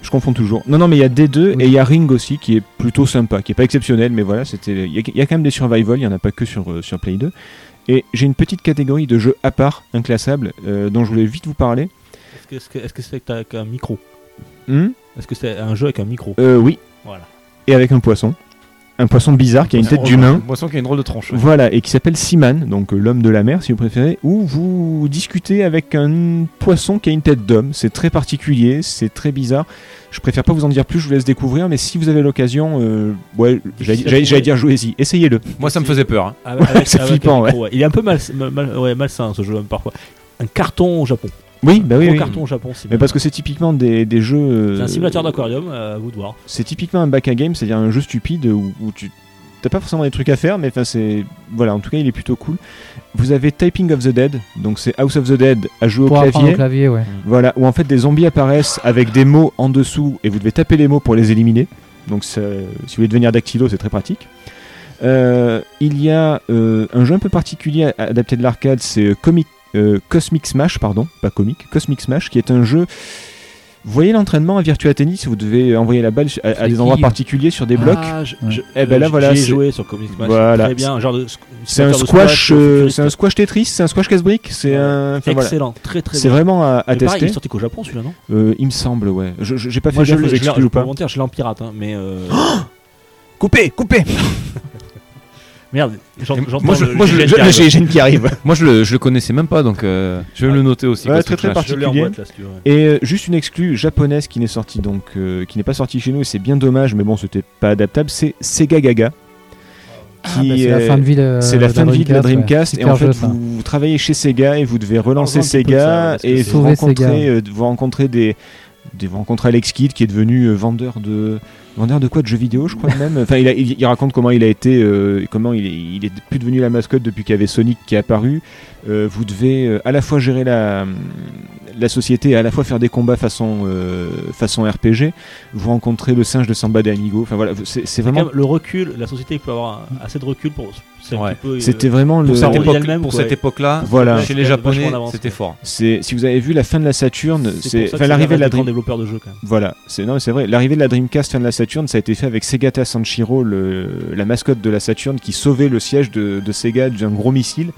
[SPEAKER 4] Je confonds toujours. Non, non, mais il y a D2 et il y a Ring aussi qui est plutôt sympa, qui est pas exceptionnel, mais voilà, c'était. Il y, a- il y a quand même des survival, il y en a pas que sur, euh, sur Play 2. Et j'ai une petite catégorie de jeux à part, inclassables, euh, dont je voulais vite vous parler.
[SPEAKER 2] Est-ce que- est-ce que est-ce que c'est avec un micro
[SPEAKER 4] Hmm
[SPEAKER 2] Est-ce que c'est un jeu avec un micro
[SPEAKER 4] Euh, oui,
[SPEAKER 2] Voilà.
[SPEAKER 4] et avec un poisson. Un poisson bizarre qui a une tête d'humain.
[SPEAKER 5] Boisson qui a une drôle de tronche.
[SPEAKER 4] Voilà, et qui s'appelle Seaman, donc euh, l'homme de la mer si vous préférez, où vous discutez avec un poisson qui a une tête d'homme. C'est très particulier, c'est très bizarre. Je préfère pas vous en dire plus, je vous laisse découvrir, mais si vous avez l'occasion, euh, ouais, j'allais
[SPEAKER 2] Difficile à
[SPEAKER 4] j'allais- j'allais
[SPEAKER 2] trouver.
[SPEAKER 4] dire jouez-y, essayez-le.
[SPEAKER 5] Moi, ça me faisait peur. hein.
[SPEAKER 2] Avec- avec-
[SPEAKER 4] c'est
[SPEAKER 2] avec un
[SPEAKER 4] flippant,
[SPEAKER 2] micro, Il est un peu mal, mal- mal- ouais, malsain ce jeu, même parfois. Un carton au Japon.
[SPEAKER 4] Oui, bah oui,
[SPEAKER 2] Gros
[SPEAKER 4] oui.
[SPEAKER 2] carton au Japon, c'est
[SPEAKER 4] Mais
[SPEAKER 2] bien.
[SPEAKER 4] parce que c'est typiquement des, des jeux. euh,
[SPEAKER 2] C'est un simulateur d'aquarium, euh, à vous de voir.
[SPEAKER 4] C'est typiquement un back à game, c'est-à-dire un jeu stupide où, où tu t'as pas forcément des trucs à faire, mais enfin c'est voilà, en tout cas il est plutôt cool. Vous avez Typing of the Dead, donc c'est House of the Dead à jouer
[SPEAKER 3] pour
[SPEAKER 4] au
[SPEAKER 3] apprendre
[SPEAKER 4] clavier.
[SPEAKER 3] au clavier, ouais.
[SPEAKER 4] Voilà, où en fait des zombies apparaissent avec des mots en dessous et vous devez taper les mots pour les éliminer. Donc ça- si vous voulez devenir dactylo, c'est très pratique. Euh, il y a euh, un jeu un peu particulier a- adapté de l'arcade, c'est euh, Comic- euh, Cosmic Smash, pardon, pas comique, Cosmic Smash, qui est un jeu. Vous voyez l'entraînement à Virtua Tennis, vous devez envoyer la balle à, à
[SPEAKER 3] C'est
[SPEAKER 4] des
[SPEAKER 3] qui,
[SPEAKER 4] endroits
[SPEAKER 3] euh
[SPEAKER 4] particuliers sur des blocs.
[SPEAKER 2] Ah, je-
[SPEAKER 3] Ouais.
[SPEAKER 2] je-
[SPEAKER 4] Eh ben là,
[SPEAKER 2] j'y
[SPEAKER 4] voilà,
[SPEAKER 2] ai
[SPEAKER 4] c'est-
[SPEAKER 2] joué sur Comic Smash.
[SPEAKER 4] Voilà.
[SPEAKER 2] Très bien, un genre de. squ-
[SPEAKER 4] C'est un
[SPEAKER 2] simulateur de
[SPEAKER 4] squash,
[SPEAKER 2] euh,
[SPEAKER 4] euh,
[SPEAKER 2] futuriste.
[SPEAKER 4] c'est un squash Tetris, c'est un squash casse-brique, c'est un. enfin, voilà.
[SPEAKER 2] Excellent, très très
[SPEAKER 4] C'est
[SPEAKER 2] bien.
[SPEAKER 4] vraiment à, à
[SPEAKER 2] Mais pareil, il est
[SPEAKER 4] tester.
[SPEAKER 2] sorti qu'au Japon celui-là, non
[SPEAKER 4] Euh, il me semble, ouais. Je- je- J'ai pas fait
[SPEAKER 2] Moi, je
[SPEAKER 4] gaffe aux
[SPEAKER 2] l'ai- je l'ai-
[SPEAKER 4] exclus
[SPEAKER 2] je
[SPEAKER 4] ou
[SPEAKER 2] peux
[SPEAKER 4] pas. Ah
[SPEAKER 2] pas mentir, je l'ai en pirate, hein, mais euh,
[SPEAKER 4] Coupez, coupez.
[SPEAKER 2] merde, j'en- j'entends.
[SPEAKER 5] moi, je-
[SPEAKER 2] le-
[SPEAKER 5] moi, je-
[SPEAKER 2] le-
[SPEAKER 5] je-
[SPEAKER 2] le-
[SPEAKER 5] j'ai-
[SPEAKER 4] qui arrive.
[SPEAKER 5] Moi, je le, je le connaissais même pas, donc euh, je vais me le noter aussi.
[SPEAKER 4] Ouais,
[SPEAKER 5] quoi,
[SPEAKER 4] très,
[SPEAKER 5] ce truc-là.
[SPEAKER 4] très
[SPEAKER 2] je l'ai en
[SPEAKER 4] particulier.
[SPEAKER 2] boîte là, si tu veux. ouais.
[SPEAKER 4] Et euh, juste une exclue japonaise qui n'est sortie donc euh, qui n'est pas sortie chez nous et c'est bien dommage, mais bon, c'était pas adaptable. C'est Sega Gaga.
[SPEAKER 3] Ah, bah, c'est Euh, la
[SPEAKER 4] est-
[SPEAKER 3] fin de vie de,
[SPEAKER 4] c'est la fin de vie de la Dreamcast
[SPEAKER 3] ouais.
[SPEAKER 4] et en
[SPEAKER 3] Super
[SPEAKER 4] fait
[SPEAKER 3] jeu, ça.
[SPEAKER 4] vous, vous travaillez chez Sega et vous devez relancer
[SPEAKER 2] Parlons un petit peu de ça,
[SPEAKER 4] Sega
[SPEAKER 2] parce que
[SPEAKER 4] et
[SPEAKER 2] c'est-
[SPEAKER 4] vous
[SPEAKER 3] Sauver Sega.
[SPEAKER 4] rencontrez, euh, vous rencontrez des, des vous rencontrez Alex Kidd qui est devenu euh, vendeur de vendeur de quoi de jeux vidéo je crois même. Enfin il, a- il- il raconte comment il a été euh, comment il est, il est plus devenu la mascotte depuis qu'il y avait Sonic qui est apparu. Euh, vous devez euh, à la fois gérer la hum, la société et à la fois faire des combats façon euh, façon RPG. Vous rencontrez le singe de Samba de Amigo. Enfin voilà c'est c'est
[SPEAKER 2] C'est quand
[SPEAKER 4] vraiment
[SPEAKER 2] même le recul, la société peut avoir un- assez de recul pour. c'est un
[SPEAKER 5] Ouais.
[SPEAKER 2] petit peu, euh,
[SPEAKER 4] c'était vraiment le
[SPEAKER 5] Pour, cette
[SPEAKER 2] Pour
[SPEAKER 5] époque-
[SPEAKER 2] elle-même,
[SPEAKER 5] pour
[SPEAKER 2] quoi.
[SPEAKER 5] cette époque-là,
[SPEAKER 4] Voilà.
[SPEAKER 5] chez
[SPEAKER 2] Ouais, c'était
[SPEAKER 5] les Japonais,
[SPEAKER 2] vachement en avance,
[SPEAKER 5] c'était
[SPEAKER 2] quoi.
[SPEAKER 5] fort.
[SPEAKER 4] C'est si vous avez vu la fin de la Saturn,
[SPEAKER 2] pour
[SPEAKER 4] c'est
[SPEAKER 2] ça que
[SPEAKER 4] enfin, l'arrivée de la
[SPEAKER 2] des grands
[SPEAKER 4] Dream...
[SPEAKER 2] développeurs de jeux quand même.
[SPEAKER 4] voilà, c'est non, c'est vrai, l'arrivée de la Dreamcast fin de la Saturn, ça a été fait avec Segata Sanshiro, le- la mascotte de la Saturn qui sauvait le siège de, de Sega d'un gros missile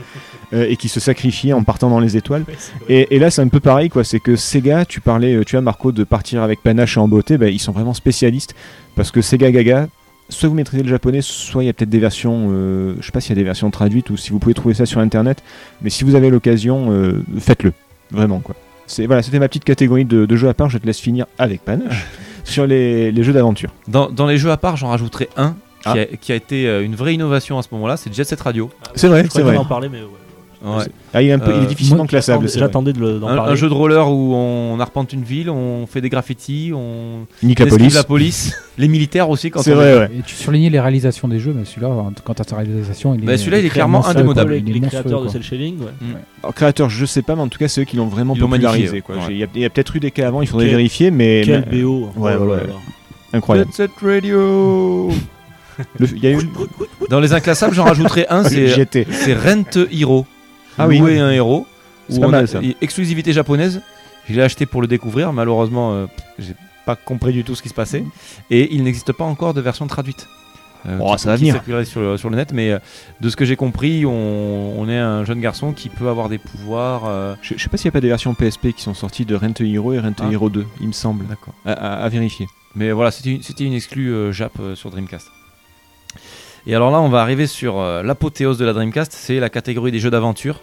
[SPEAKER 4] euh, et qui se sacrifiait en partant dans les étoiles. Et, et là, c'est un peu pareil, quoi. C'est que Sega, tu parlais, euh, tu as Marco de partir avec panache et en beauté, bah, ils sont vraiment spécialistes parce que Sega Gaga. Soit vous maîtrisez le japonais, soit il y a peut-être des versions, euh, je sais pas s'il y a des versions traduites ou si vous pouvez trouver ça sur internet, mais si vous avez l'occasion, euh, faites-le. Vraiment quoi. C'est voilà, c'était ma petite catégorie de, de jeux à part, je te laisse finir avec panache sur les, les jeux d'aventure.
[SPEAKER 5] Dans, dans les jeux à part, j'en rajouterai un qui,
[SPEAKER 4] Ah.
[SPEAKER 5] a, qui a été euh, une vraie innovation à ce moment-là, c'est Jet Set Radio.
[SPEAKER 4] C'est vrai,
[SPEAKER 2] Je
[SPEAKER 4] c'est
[SPEAKER 2] crois
[SPEAKER 4] vrai.
[SPEAKER 2] qu'on en parlait, mais ouais.
[SPEAKER 5] Ouais.
[SPEAKER 4] Ah, il est un peu il est
[SPEAKER 5] Euh,
[SPEAKER 4] difficilement
[SPEAKER 2] Moi,
[SPEAKER 4] classable, c'est vrai.
[SPEAKER 2] J'attendais de le- d'en
[SPEAKER 5] Un,
[SPEAKER 2] parler.
[SPEAKER 5] un jeu de roller où on arpente une ville, on fait des graffitis, on
[SPEAKER 4] Nick la
[SPEAKER 5] esquive
[SPEAKER 4] police.
[SPEAKER 5] la police, les militaires aussi quand
[SPEAKER 4] C'est
[SPEAKER 5] on
[SPEAKER 4] vrai, ouais.
[SPEAKER 3] Et tu surlignais les réalisations des jeux, mais celui-là, en- quant à sa réalisation, il est.
[SPEAKER 5] Bah, celui-là, il est clairement
[SPEAKER 3] monstrueux,
[SPEAKER 5] indémodable.
[SPEAKER 3] quoi.
[SPEAKER 2] Les,
[SPEAKER 3] Il est
[SPEAKER 2] les
[SPEAKER 3] monstrueux,
[SPEAKER 2] créateurs de
[SPEAKER 3] quoi.
[SPEAKER 2] cell shading, ouais.
[SPEAKER 4] Alors, créateur, je sais pas, mais en tout cas, c'est eux qui l'ont vraiment
[SPEAKER 5] Ils l'ont
[SPEAKER 4] popularisé.
[SPEAKER 5] magnifié,
[SPEAKER 4] quoi.
[SPEAKER 5] ouais.
[SPEAKER 4] J'ai- Il y a, il y a peut-être eu des cas avant, il faudrait
[SPEAKER 2] Quel- hein.
[SPEAKER 4] vérifier, mais
[SPEAKER 2] Quel
[SPEAKER 4] mais-
[SPEAKER 2] BO.
[SPEAKER 4] ouais, ouais, ouais.
[SPEAKER 2] Oh là là.
[SPEAKER 4] incroyable.
[SPEAKER 5] Jet Set Radio
[SPEAKER 4] Le- Il y a eu
[SPEAKER 5] Dans les inclassables, j'en rajouterai un, c'est euh,
[SPEAKER 4] j'étais.
[SPEAKER 5] c'est Rent Hero.
[SPEAKER 4] Ah oui.
[SPEAKER 5] Louer un héros.
[SPEAKER 4] C'est
[SPEAKER 5] Où
[SPEAKER 4] pas
[SPEAKER 5] on
[SPEAKER 4] mal,
[SPEAKER 5] a-
[SPEAKER 4] ça.
[SPEAKER 5] et- Exclusivité japonaise. Je l'ai acheté pour le découvrir. Malheureusement, euh, pff, j'ai pas compris du tout ce qui se passait. Et il n'existe pas encore de version traduite. Euh,
[SPEAKER 4] Oh,
[SPEAKER 5] qui-
[SPEAKER 4] ça va
[SPEAKER 5] qui
[SPEAKER 4] venir.
[SPEAKER 5] circulerait sur, le- sur le net, mais euh, de ce que j'ai compris, on, on est un jeune garçon qui peut avoir des pouvoirs. euh,
[SPEAKER 4] Je, je sais pas s'il n'y a pas des versions PSP qui sont sorties de Rent a Hero et Rent a
[SPEAKER 5] Ah.
[SPEAKER 4] Hero 2, il me semble.
[SPEAKER 5] D'accord.
[SPEAKER 4] À, à- à vérifier.
[SPEAKER 5] Mais voilà, c'était une, c'était une exclue euh, Jap euh, sur Dreamcast. Et alors là, on va arriver sur euh, l'apothéose de la Dreamcast, c'est la catégorie des jeux d'aventure.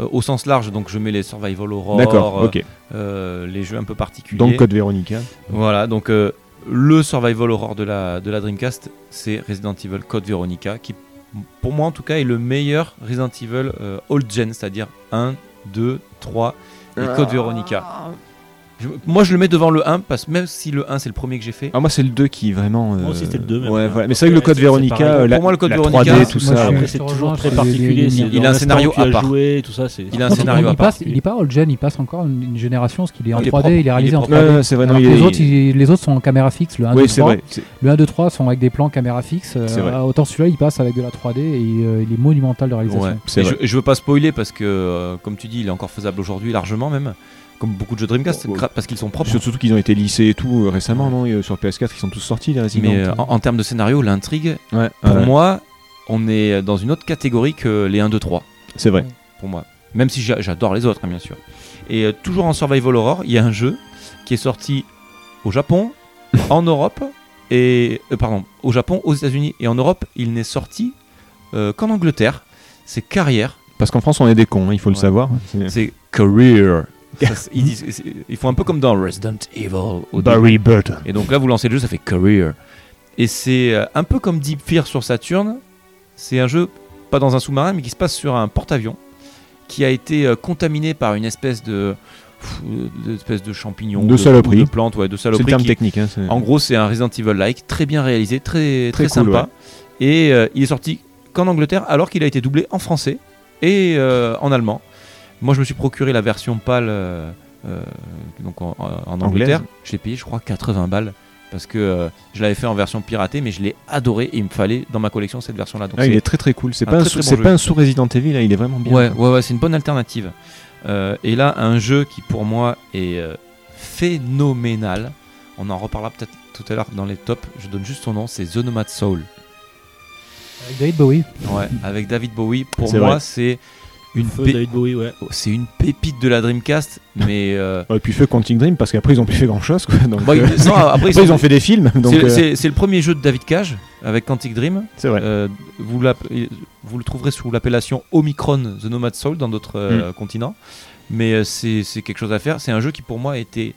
[SPEAKER 5] euh, au sens large, donc je mets les Survival Horror,
[SPEAKER 4] D'accord,
[SPEAKER 5] euh,
[SPEAKER 4] ok.
[SPEAKER 5] euh, les jeux un peu particuliers.
[SPEAKER 4] Donc Code Veronica.
[SPEAKER 5] Voilà, donc euh, le Survival Horror de la, de la Dreamcast, c'est Resident Evil Code Veronica, qui pour moi en tout cas est le meilleur Resident Evil euh, old gen, c'est-à-dire 1, 2, 3 et Code Veronica. Je- moi je le mets devant le 1, parce que même si le 1 c'est le premier que j'ai fait,
[SPEAKER 4] Ah, moi, c'est le 2 qui vraiment. euh,
[SPEAKER 2] Moi aussi, c'était le 2, mais
[SPEAKER 4] Ouais,
[SPEAKER 2] après,
[SPEAKER 4] voilà.
[SPEAKER 2] hein.
[SPEAKER 4] Mais c'est vrai que le Code
[SPEAKER 2] Ouais, c'est- c'est
[SPEAKER 4] Veronica,
[SPEAKER 2] pareil.
[SPEAKER 4] euh, la,
[SPEAKER 5] Pour moi, le Code
[SPEAKER 4] la
[SPEAKER 5] Veronica,
[SPEAKER 3] moi,
[SPEAKER 4] 3D, tout
[SPEAKER 3] je
[SPEAKER 4] ça.
[SPEAKER 3] suis-
[SPEAKER 4] ouais.
[SPEAKER 2] Après,
[SPEAKER 3] ouais,
[SPEAKER 2] c'est
[SPEAKER 3] je
[SPEAKER 2] toujours
[SPEAKER 3] te rejoins,
[SPEAKER 2] très
[SPEAKER 3] je trouve les- les-
[SPEAKER 2] particulier. c'est
[SPEAKER 3] les-
[SPEAKER 5] Il a
[SPEAKER 2] dans
[SPEAKER 5] un
[SPEAKER 2] l'instant
[SPEAKER 5] scénario
[SPEAKER 2] où tu
[SPEAKER 5] à
[SPEAKER 2] as
[SPEAKER 5] part.
[SPEAKER 2] joué, tout ça, c'est.
[SPEAKER 5] Il a un
[SPEAKER 2] c'est
[SPEAKER 5] scénario à
[SPEAKER 2] particulier.
[SPEAKER 5] part.
[SPEAKER 3] Il n'est pas old gen, il passe encore une, une génération parce qu'il est en
[SPEAKER 5] Il est
[SPEAKER 3] 3D,
[SPEAKER 5] propre,
[SPEAKER 3] il est réalisé
[SPEAKER 5] il est
[SPEAKER 3] en
[SPEAKER 5] propre.
[SPEAKER 3] 3D.
[SPEAKER 4] Ouais, ouais, c'est vrai. non,
[SPEAKER 3] Alors
[SPEAKER 4] il
[SPEAKER 3] que
[SPEAKER 4] est-
[SPEAKER 3] les, autres, ils- les autres sont en caméra fixe, le 1,
[SPEAKER 4] Oui,
[SPEAKER 3] 2,
[SPEAKER 4] c'est
[SPEAKER 3] 3.
[SPEAKER 4] vrai. c'est-
[SPEAKER 3] Le 1, 2, 3 sont avec des plans caméra fixe. euh,
[SPEAKER 4] C'est vrai.
[SPEAKER 3] autant celui-là, il passe avec de la 3D et euh, il est monumental de réalisation.
[SPEAKER 5] Ouais.
[SPEAKER 4] c'est
[SPEAKER 5] Et
[SPEAKER 4] vrai.
[SPEAKER 5] Je, je veux pas spoiler parce que, euh, comme tu dis, il est encore faisable aujourd'hui largement même, comme beaucoup de jeux Dreamcast,
[SPEAKER 4] Oh, oh.
[SPEAKER 5] gra- parce qu'ils sont propres.
[SPEAKER 4] Surtout qu'ils ont été lissés et tout euh, récemment, non Et, euh, Sur PS4, ils sont tous sortis, les Resident.
[SPEAKER 5] Mais euh, en, en termes de scénario, l'intrigue,
[SPEAKER 4] Ouais,
[SPEAKER 5] pour
[SPEAKER 4] ouais,
[SPEAKER 5] moi, on est dans une autre catégorie que les 1, 2, 3,
[SPEAKER 4] c'est vrai.
[SPEAKER 5] pour moi. Même si j'a- j'adore les autres, hein, bien sûr. Et euh, toujours en Survival Horror, il y a un jeu qui est sorti au Japon, en Europe, et. euh, pardon, au Japon, aux États-Unis et en Europe, il n'est sorti euh, qu'en Angleterre. C'est Carrière.
[SPEAKER 4] Parce qu'en France, on est des cons, hein, il faut le
[SPEAKER 5] Ouais.
[SPEAKER 4] savoir. C'est-
[SPEAKER 5] C'est Career. Ça, c'est- ils, disent- c'est- ils font un peu comme dans Resident Evil. au
[SPEAKER 4] Bah
[SPEAKER 5] début.
[SPEAKER 4] Burton.
[SPEAKER 5] Et donc là, vous lancez le jeu, ça fait Career. Et c'est euh, un peu comme Deep Fear sur Saturn. C'est un jeu, pas dans un sous-marin, mais qui se passe sur un porte-avions qui a été euh, contaminé par une espèce de. pff, d'espèce de champignon.
[SPEAKER 4] De saloperie.
[SPEAKER 5] ou De plante, ouais, de
[SPEAKER 4] C'est
[SPEAKER 5] saloperie.
[SPEAKER 4] le terme
[SPEAKER 5] qui-
[SPEAKER 4] technique. hein, c'est-
[SPEAKER 5] en gros, c'est un Resident Evil-like, très bien réalisé, très,
[SPEAKER 4] Très
[SPEAKER 5] très,
[SPEAKER 4] cool,
[SPEAKER 5] sympa. Et euh, il est sorti qu'en Angleterre, alors qu'il a été doublé en français et euh, en allemand. Moi, je me suis procuré la version pâle euh, euh, donc en, en- en Angleterre. Je l'ai payé, je crois, 80 balles. Parce que euh, je l'avais fait en version piratée, mais je l'ai adoré et il me fallait dans ma collection cette version-là. Donc
[SPEAKER 4] Ah,
[SPEAKER 5] c'est-
[SPEAKER 4] il est très très cool. C'est
[SPEAKER 5] un
[SPEAKER 4] pas, un
[SPEAKER 5] très,
[SPEAKER 4] sous-
[SPEAKER 5] très bon
[SPEAKER 4] c'est
[SPEAKER 5] jeu.
[SPEAKER 4] pas un sous Resident Evil, là, il est vraiment bien.
[SPEAKER 5] Ouais, ouais, ouais, c'est une bonne alternative. Euh, et là, un jeu qui pour moi est euh, phénoménal. On en reparlera peut-être tout à l'heure dans les tops. Je donne juste son nom, c'est The Nomad Soul.
[SPEAKER 3] Avec David Bowie.
[SPEAKER 5] Ouais, avec David Bowie. Pour
[SPEAKER 4] C'est
[SPEAKER 5] moi,
[SPEAKER 4] vrai.
[SPEAKER 5] c'est une,
[SPEAKER 2] Une feu
[SPEAKER 5] pé-
[SPEAKER 2] David Bowie, ouais.
[SPEAKER 5] c'est une pépite de la Dreamcast, mais euh,
[SPEAKER 4] Ouais, Et puis feu Quantic Dream, parce qu'après, ils ont plus fait grand chose. Donc,
[SPEAKER 5] bon,
[SPEAKER 4] euh,
[SPEAKER 5] ils- non, après,
[SPEAKER 4] Après, ils ont fait des films, donc
[SPEAKER 5] C'est,
[SPEAKER 4] euh,
[SPEAKER 5] c'est- c'est le premier jeu de David Cage avec Quantic Dream.
[SPEAKER 4] c'est vrai.
[SPEAKER 5] Euh, vous, l'app- vous le trouverez sous l'appellation Omicron The Nomad Soul dans d'autres
[SPEAKER 4] Mm.
[SPEAKER 5] euh, continents. Mais euh, c'est c'est quelque chose à faire. C'est un jeu qui, pour moi, était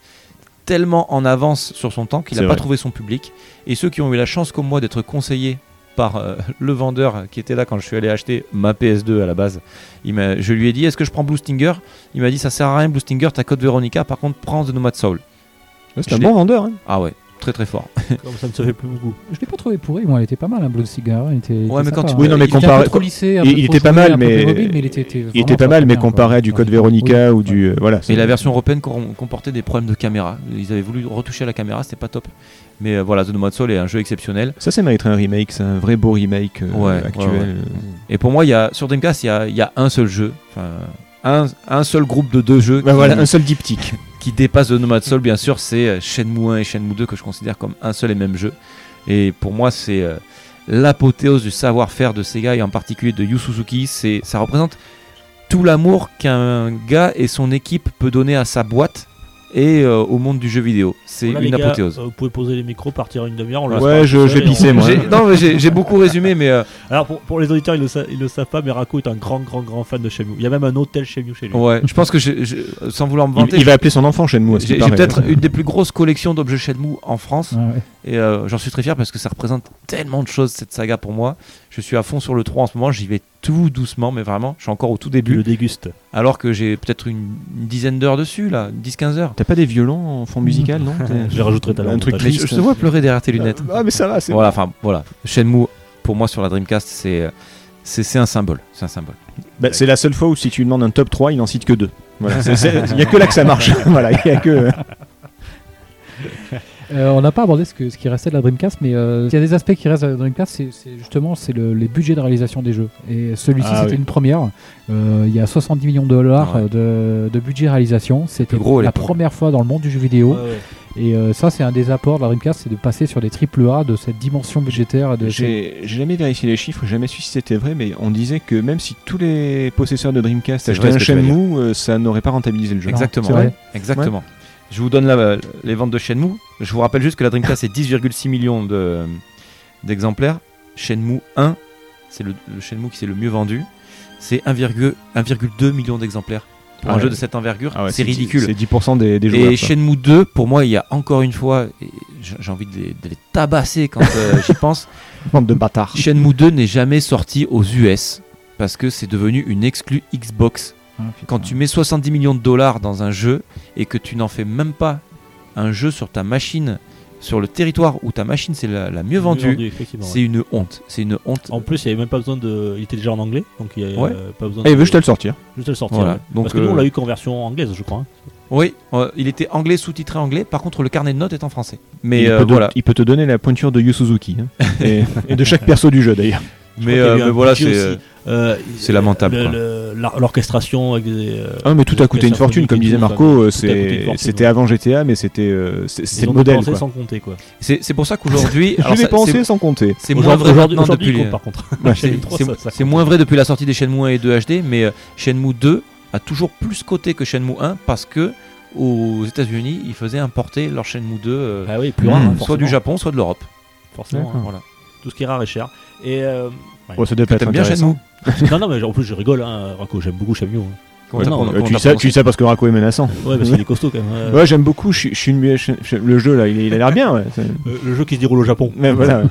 [SPEAKER 5] tellement en avance sur son temps qu'il
[SPEAKER 4] C'est
[SPEAKER 5] n'a pas
[SPEAKER 4] vrai.
[SPEAKER 5] trouvé son public. Et ceux qui ont eu la chance, comme moi, d'être conseillés par euh, le vendeur qui était là quand je suis allé acheter ma PS2 à la base, il m'a- je lui ai dit Est-ce que je prends Blue Stinger Il m'a dit Ça sert à rien, Blue Stinger, t'as code Veronica. Par contre, prends The Nomad Soul.
[SPEAKER 4] Ouais, c'est un
[SPEAKER 5] je
[SPEAKER 4] bon vendeur. hein.
[SPEAKER 5] Ah ouais, très très fort.
[SPEAKER 2] Comme ça ne se fait plus beaucoup.
[SPEAKER 3] Je l'ai pas trouvé pourri, moi, il était pas mal, un Blue Cigar. Il était, il
[SPEAKER 5] Ouais,
[SPEAKER 3] était
[SPEAKER 5] mais quand
[SPEAKER 3] sympa,
[SPEAKER 5] tu-
[SPEAKER 3] hein.
[SPEAKER 4] Oui, non, mais
[SPEAKER 3] il était un peu
[SPEAKER 4] comparé-
[SPEAKER 3] trop lissé, un
[SPEAKER 4] il-
[SPEAKER 3] peu
[SPEAKER 4] il
[SPEAKER 3] trop
[SPEAKER 4] était pas
[SPEAKER 3] joué,
[SPEAKER 4] mal,
[SPEAKER 3] un peu
[SPEAKER 4] mais-
[SPEAKER 3] plus mobile, mais il était,
[SPEAKER 4] Il était pas mal, mais comparé à du Code Veronica ou du. euh, Voilà.
[SPEAKER 5] Et
[SPEAKER 4] c'est-
[SPEAKER 5] la version européenne com- comportait des problèmes de caméra. Ils avaient voulu retoucher la caméra, c'était pas top. Mais euh, voilà, The Nomad Soul est un jeu exceptionnel.
[SPEAKER 4] Ça, ça mériterait un remake, c'est un vrai beau remake euh,
[SPEAKER 5] Ouais,
[SPEAKER 4] actuel.
[SPEAKER 5] ouais, ouais.
[SPEAKER 4] euh.
[SPEAKER 5] Et pour moi, il y a, sur Dreamcast, il y a, il y a un seul jeu, enfin, un, un seul groupe de deux jeux
[SPEAKER 4] Bah
[SPEAKER 5] qui,
[SPEAKER 4] voilà, un seul diptyque.
[SPEAKER 5] qui dépasse The Nomad Soul, bien sûr. C'est euh, Shenmue 1 et Shenmue 2 que je considère comme un seul et même jeu. Et pour moi, c'est euh, l'apothéose du savoir-faire de Sega et en particulier de Yu Suzuki. C'est- Ça représente tout l'amour qu'un gars et son équipe peut donner à sa boîte et euh, au monde du jeu vidéo. C'est
[SPEAKER 2] Voilà, les
[SPEAKER 5] une
[SPEAKER 2] gars,
[SPEAKER 5] apothéose.
[SPEAKER 2] euh, vous pouvez poser les micros, partir une demi-heure. on le
[SPEAKER 4] Ouais,
[SPEAKER 2] laissera
[SPEAKER 4] je-
[SPEAKER 2] tout
[SPEAKER 4] je
[SPEAKER 2] seul
[SPEAKER 4] vais
[SPEAKER 2] et on-
[SPEAKER 4] pisser, moi.
[SPEAKER 5] J'ai- Non, mais j'ai j'ai beaucoup résumé, mais euh,
[SPEAKER 2] Alors pour, pour les auditeurs, ils ne le, sa- ils le savent pas, mais Rako est un grand, grand, grand fan de Shenmue. Il y a même un hôtel Shenmue chez lui.
[SPEAKER 5] ouais, je pense que je- je- sans vouloir me
[SPEAKER 4] Il,
[SPEAKER 5] vanter,
[SPEAKER 4] il va appeler son enfant chez nous.
[SPEAKER 5] j'ai j'ai peut-être une des plus grosses collections d'objets Shenmue en France,
[SPEAKER 3] Ah ouais.
[SPEAKER 5] et euh, j'en suis très fier parce que ça représente tellement de choses cette saga pour moi. Je suis à fond sur le 3 en ce moment, j'y vais tout doucement, mais vraiment, je suis encore au tout
[SPEAKER 2] Il le
[SPEAKER 5] début,
[SPEAKER 2] déguste.
[SPEAKER 5] alors que j'ai peut-être une, une dizaine d'heures dessus, là, 10-15 heures.
[SPEAKER 4] T'as pas des violons en fond musical, non
[SPEAKER 2] Je les rajouterai tout à l'heure.
[SPEAKER 4] Un truc
[SPEAKER 5] Mais je,
[SPEAKER 4] triste.
[SPEAKER 5] je te vois pleurer derrière tes lunettes.
[SPEAKER 4] Ah, mais ça va, Bah, c'est.
[SPEAKER 5] Voilà, enfin voilà, Shenmue pour moi sur la Dreamcast, c'est euh, c'est c'est un symbole, c'est un symbole.
[SPEAKER 4] Bah, c'est la seule fois où si tu lui demandes un top 3, il en cite que hein. deux. Voilà, c'est- c'est- il y a que là que ça marche. voilà, il y a que.
[SPEAKER 3] Euh, on n'a pas abordé ce, que, ce qui restait de la Dreamcast, mais euh, il y a des aspects qui restent de la Dreamcast, c'est, c'est justement c'est le- les budgets de réalisation des jeux. Et celui-ci,
[SPEAKER 2] Ah
[SPEAKER 3] c'était
[SPEAKER 2] oui.
[SPEAKER 3] une première. Euh, il y a 70 millions de dollars
[SPEAKER 5] Ouais.
[SPEAKER 3] euh, de, de budget réalisation. C'était
[SPEAKER 5] Plus gros à
[SPEAKER 3] la
[SPEAKER 5] l'époque.
[SPEAKER 3] première fois dans le monde du jeu vidéo.
[SPEAKER 2] Ouais, ouais.
[SPEAKER 3] Et euh, ça, c'est un des apports de la Dreamcast, c'est de passer sur des triple A de cette dimension budgétaire. et De
[SPEAKER 4] J'ai j'ai jamais vérifié les chiffres, jamais su si c'était vrai, mais on disait que même si tous les possesseurs de Dreamcast
[SPEAKER 5] C'est
[SPEAKER 4] achetaient
[SPEAKER 5] vrai
[SPEAKER 4] un
[SPEAKER 5] ce que tu vas
[SPEAKER 4] Shenmue, euh, ça n'aurait pas rentabilisé le jeu.
[SPEAKER 5] Exactement.
[SPEAKER 4] C'est vrai
[SPEAKER 5] Exactement. Je vous donne la- les ventes de Shenmue. Je vous rappelle juste que la Dreamcast est 10,6 millions de- d'exemplaires. Shenmue 1, c'est le, le Shenmue qui s'est le mieux vendu. C'est 1,2 1,2 million d'exemplaires. Pour
[SPEAKER 4] Ah
[SPEAKER 5] un
[SPEAKER 4] ouais.
[SPEAKER 5] jeu de cette envergure,
[SPEAKER 4] Ah ouais,
[SPEAKER 5] c'est ridicule.
[SPEAKER 4] C'est 10% des, des joueurs.
[SPEAKER 5] Et
[SPEAKER 4] ça.
[SPEAKER 5] Shenmue 2, pour moi, il y a encore une fois, et j'ai j'ai envie de les, de les tabasser quand euh, j'y pense.
[SPEAKER 4] Bande de bâtards.
[SPEAKER 5] Shenmue 2 n'est jamais sorti aux US parce que c'est devenu une exclue Xbox.
[SPEAKER 3] Ah,
[SPEAKER 5] Quand tu mets 70 millions de dollars dans un jeu et que tu n'en fais même pas un jeu sur ta machine, sur le territoire où ta machine c'est la, la mieux vendue,
[SPEAKER 2] effectivement, ouais.
[SPEAKER 5] c'est une honte. C'est une honte.
[SPEAKER 2] En plus, il n'y avait même pas besoin de. Il était déjà en anglais, donc il n'y avait
[SPEAKER 5] Ouais.
[SPEAKER 2] euh, pas besoin
[SPEAKER 4] Eh, il
[SPEAKER 2] de.
[SPEAKER 4] veut juste le sortir.
[SPEAKER 2] juste à le sortir.
[SPEAKER 5] Voilà.
[SPEAKER 2] ouais.
[SPEAKER 5] Donc,
[SPEAKER 2] Parce que nous,
[SPEAKER 5] euh,
[SPEAKER 2] on l'a eu qu'en version anglaise, je crois. hein.
[SPEAKER 5] Oui, euh, il était anglais sous-titré anglais. Par contre, le carnet de notes est en français. Mais
[SPEAKER 4] il,
[SPEAKER 5] euh,
[SPEAKER 4] peut te-
[SPEAKER 5] voilà.
[SPEAKER 4] il peut te donner la pointure de Yu Suzuki. hein. et, et de chaque perso du jeu d'ailleurs.
[SPEAKER 2] Je crois qu'il y a eu un budget aussi. Euh,
[SPEAKER 5] c'est lamentable,
[SPEAKER 2] le-
[SPEAKER 5] quoi.
[SPEAKER 2] le- l'ar- L'orchestration avec des. euh,
[SPEAKER 4] Ah, mais tout
[SPEAKER 2] des
[SPEAKER 4] a coûté une
[SPEAKER 2] orchestres
[SPEAKER 4] fortune,
[SPEAKER 2] symphoniques
[SPEAKER 4] comme
[SPEAKER 2] et
[SPEAKER 4] disait
[SPEAKER 2] tout,
[SPEAKER 4] Marco.
[SPEAKER 2] ça.
[SPEAKER 4] euh,
[SPEAKER 2] Tout a coûté une
[SPEAKER 4] c'est-
[SPEAKER 2] fortune,
[SPEAKER 4] C'était
[SPEAKER 2] ouais.
[SPEAKER 4] avant GTA, mais c'était euh, c'est-
[SPEAKER 2] Ils
[SPEAKER 4] c'est
[SPEAKER 2] ont
[SPEAKER 4] le modèle.
[SPEAKER 2] dépensé
[SPEAKER 4] quoi.
[SPEAKER 2] sans compter quoi.
[SPEAKER 5] C'est c'est pour ça qu'aujourd'hui, alors
[SPEAKER 4] Je
[SPEAKER 5] ça-
[SPEAKER 4] l'ai pensé
[SPEAKER 5] c'est-
[SPEAKER 4] sans compter.
[SPEAKER 5] c'est moins
[SPEAKER 2] Aujourd'hui,
[SPEAKER 5] vrai
[SPEAKER 2] aujourd'hui,
[SPEAKER 5] maintenant
[SPEAKER 2] aujourd'hui,
[SPEAKER 5] depuis.
[SPEAKER 2] il
[SPEAKER 5] les-
[SPEAKER 2] compte, par contre.
[SPEAKER 4] Ouais,
[SPEAKER 5] C'est-
[SPEAKER 2] Shenmue 3,
[SPEAKER 5] c'est-
[SPEAKER 2] ça- ça
[SPEAKER 5] C'est moins vrai depuis la sortie des Shenmue 1 et 2 HD, mais euh, Shenmue 2 a toujours plus coté que Shenmue 1 parce que aux États-Unis, ils faisaient importer leur Shenmue 2, euh,
[SPEAKER 2] Ah oui, plus
[SPEAKER 4] Mmh.
[SPEAKER 2] rare. hein,
[SPEAKER 5] soit
[SPEAKER 2] forcément.
[SPEAKER 5] du Japon, soit de l'Europe.
[SPEAKER 2] Forcément, hein.
[SPEAKER 5] Voilà.
[SPEAKER 2] Tout ce qui est rare est cher. Et euh,
[SPEAKER 4] Oh, ça doit pas être
[SPEAKER 5] T'aimes bien
[SPEAKER 4] intéressant.
[SPEAKER 2] hein.
[SPEAKER 5] Shenmue
[SPEAKER 2] non, non, mais en plus je rigole, hein, Rako, j'aime beaucoup Shamio. hein.
[SPEAKER 5] Comment
[SPEAKER 4] Ouais,
[SPEAKER 5] t'as
[SPEAKER 2] non,
[SPEAKER 5] prononcé-
[SPEAKER 4] Euh, tu,
[SPEAKER 5] comment
[SPEAKER 4] dis
[SPEAKER 5] t'as
[SPEAKER 4] ça,
[SPEAKER 5] prononcé
[SPEAKER 4] tu dis ça parce que Rako est menaçant.
[SPEAKER 2] Ouais, parce qu'il est costaud quand même.
[SPEAKER 5] Euh.
[SPEAKER 2] hein.
[SPEAKER 4] Ouais, j'aime beaucoup Sh- Shinmue. Shin- Shin- Le jeu là, il, il a l'air bien. Ouais. C'est-
[SPEAKER 2] Euh, le jeu qui se déroule au Japon.
[SPEAKER 4] mais voilà.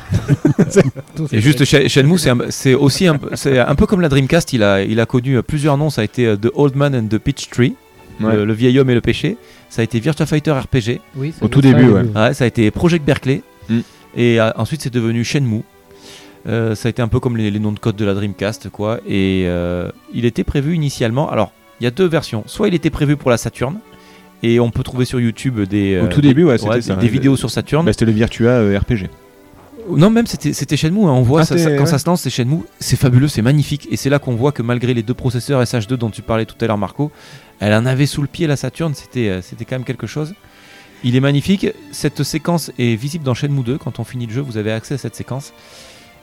[SPEAKER 5] Et juste Shen- Shenmue, c'est un- c'est aussi un, peu- c'est un peu comme la Dreamcast, il a, il a connu euh, plusieurs noms, ça a été euh, The Old Man and the Peach Tree,
[SPEAKER 4] Ouais.
[SPEAKER 5] le, le vieil homme et le péché, ça a été Virtua Fighter RPG,
[SPEAKER 4] Au tout début, ouais.
[SPEAKER 5] Ouais, ça a été Project Berkeley.
[SPEAKER 4] Mm.
[SPEAKER 5] Et euh, ensuite, c'est devenu Shenmue. Euh, ça a été un peu comme les, les noms de code de la Dreamcast, quoi. Et euh, il était prévu initialement. Alors, il y a deux versions. Soit il était prévu pour la Saturn, et on peut trouver sur YouTube des,
[SPEAKER 4] Au
[SPEAKER 5] euh,
[SPEAKER 4] tout
[SPEAKER 5] des-
[SPEAKER 4] début, ouais, c'était
[SPEAKER 5] des-
[SPEAKER 4] ça.
[SPEAKER 5] des vidéos sur Saturn.
[SPEAKER 4] Bah, c'était le Virtua euh, RPG.
[SPEAKER 5] Non, même c'était c'était Shenmue. hein. On voit
[SPEAKER 4] Ah,
[SPEAKER 5] ça-
[SPEAKER 4] c'est-
[SPEAKER 5] ça- quand
[SPEAKER 4] ouais.
[SPEAKER 5] ça se lance, c'est Shenmue. C'est fabuleux, c'est magnifique. Et c'est là qu'on voit que malgré les deux processeurs SH2 dont tu parlais tout à l'heure, Marco, elle en avait sous le pied la Saturn. C'était euh, c'était quand même quelque chose. Il est magnifique. Cette séquence est visible dans Shenmue 2. Quand on finit le jeu, vous avez accès à cette séquence.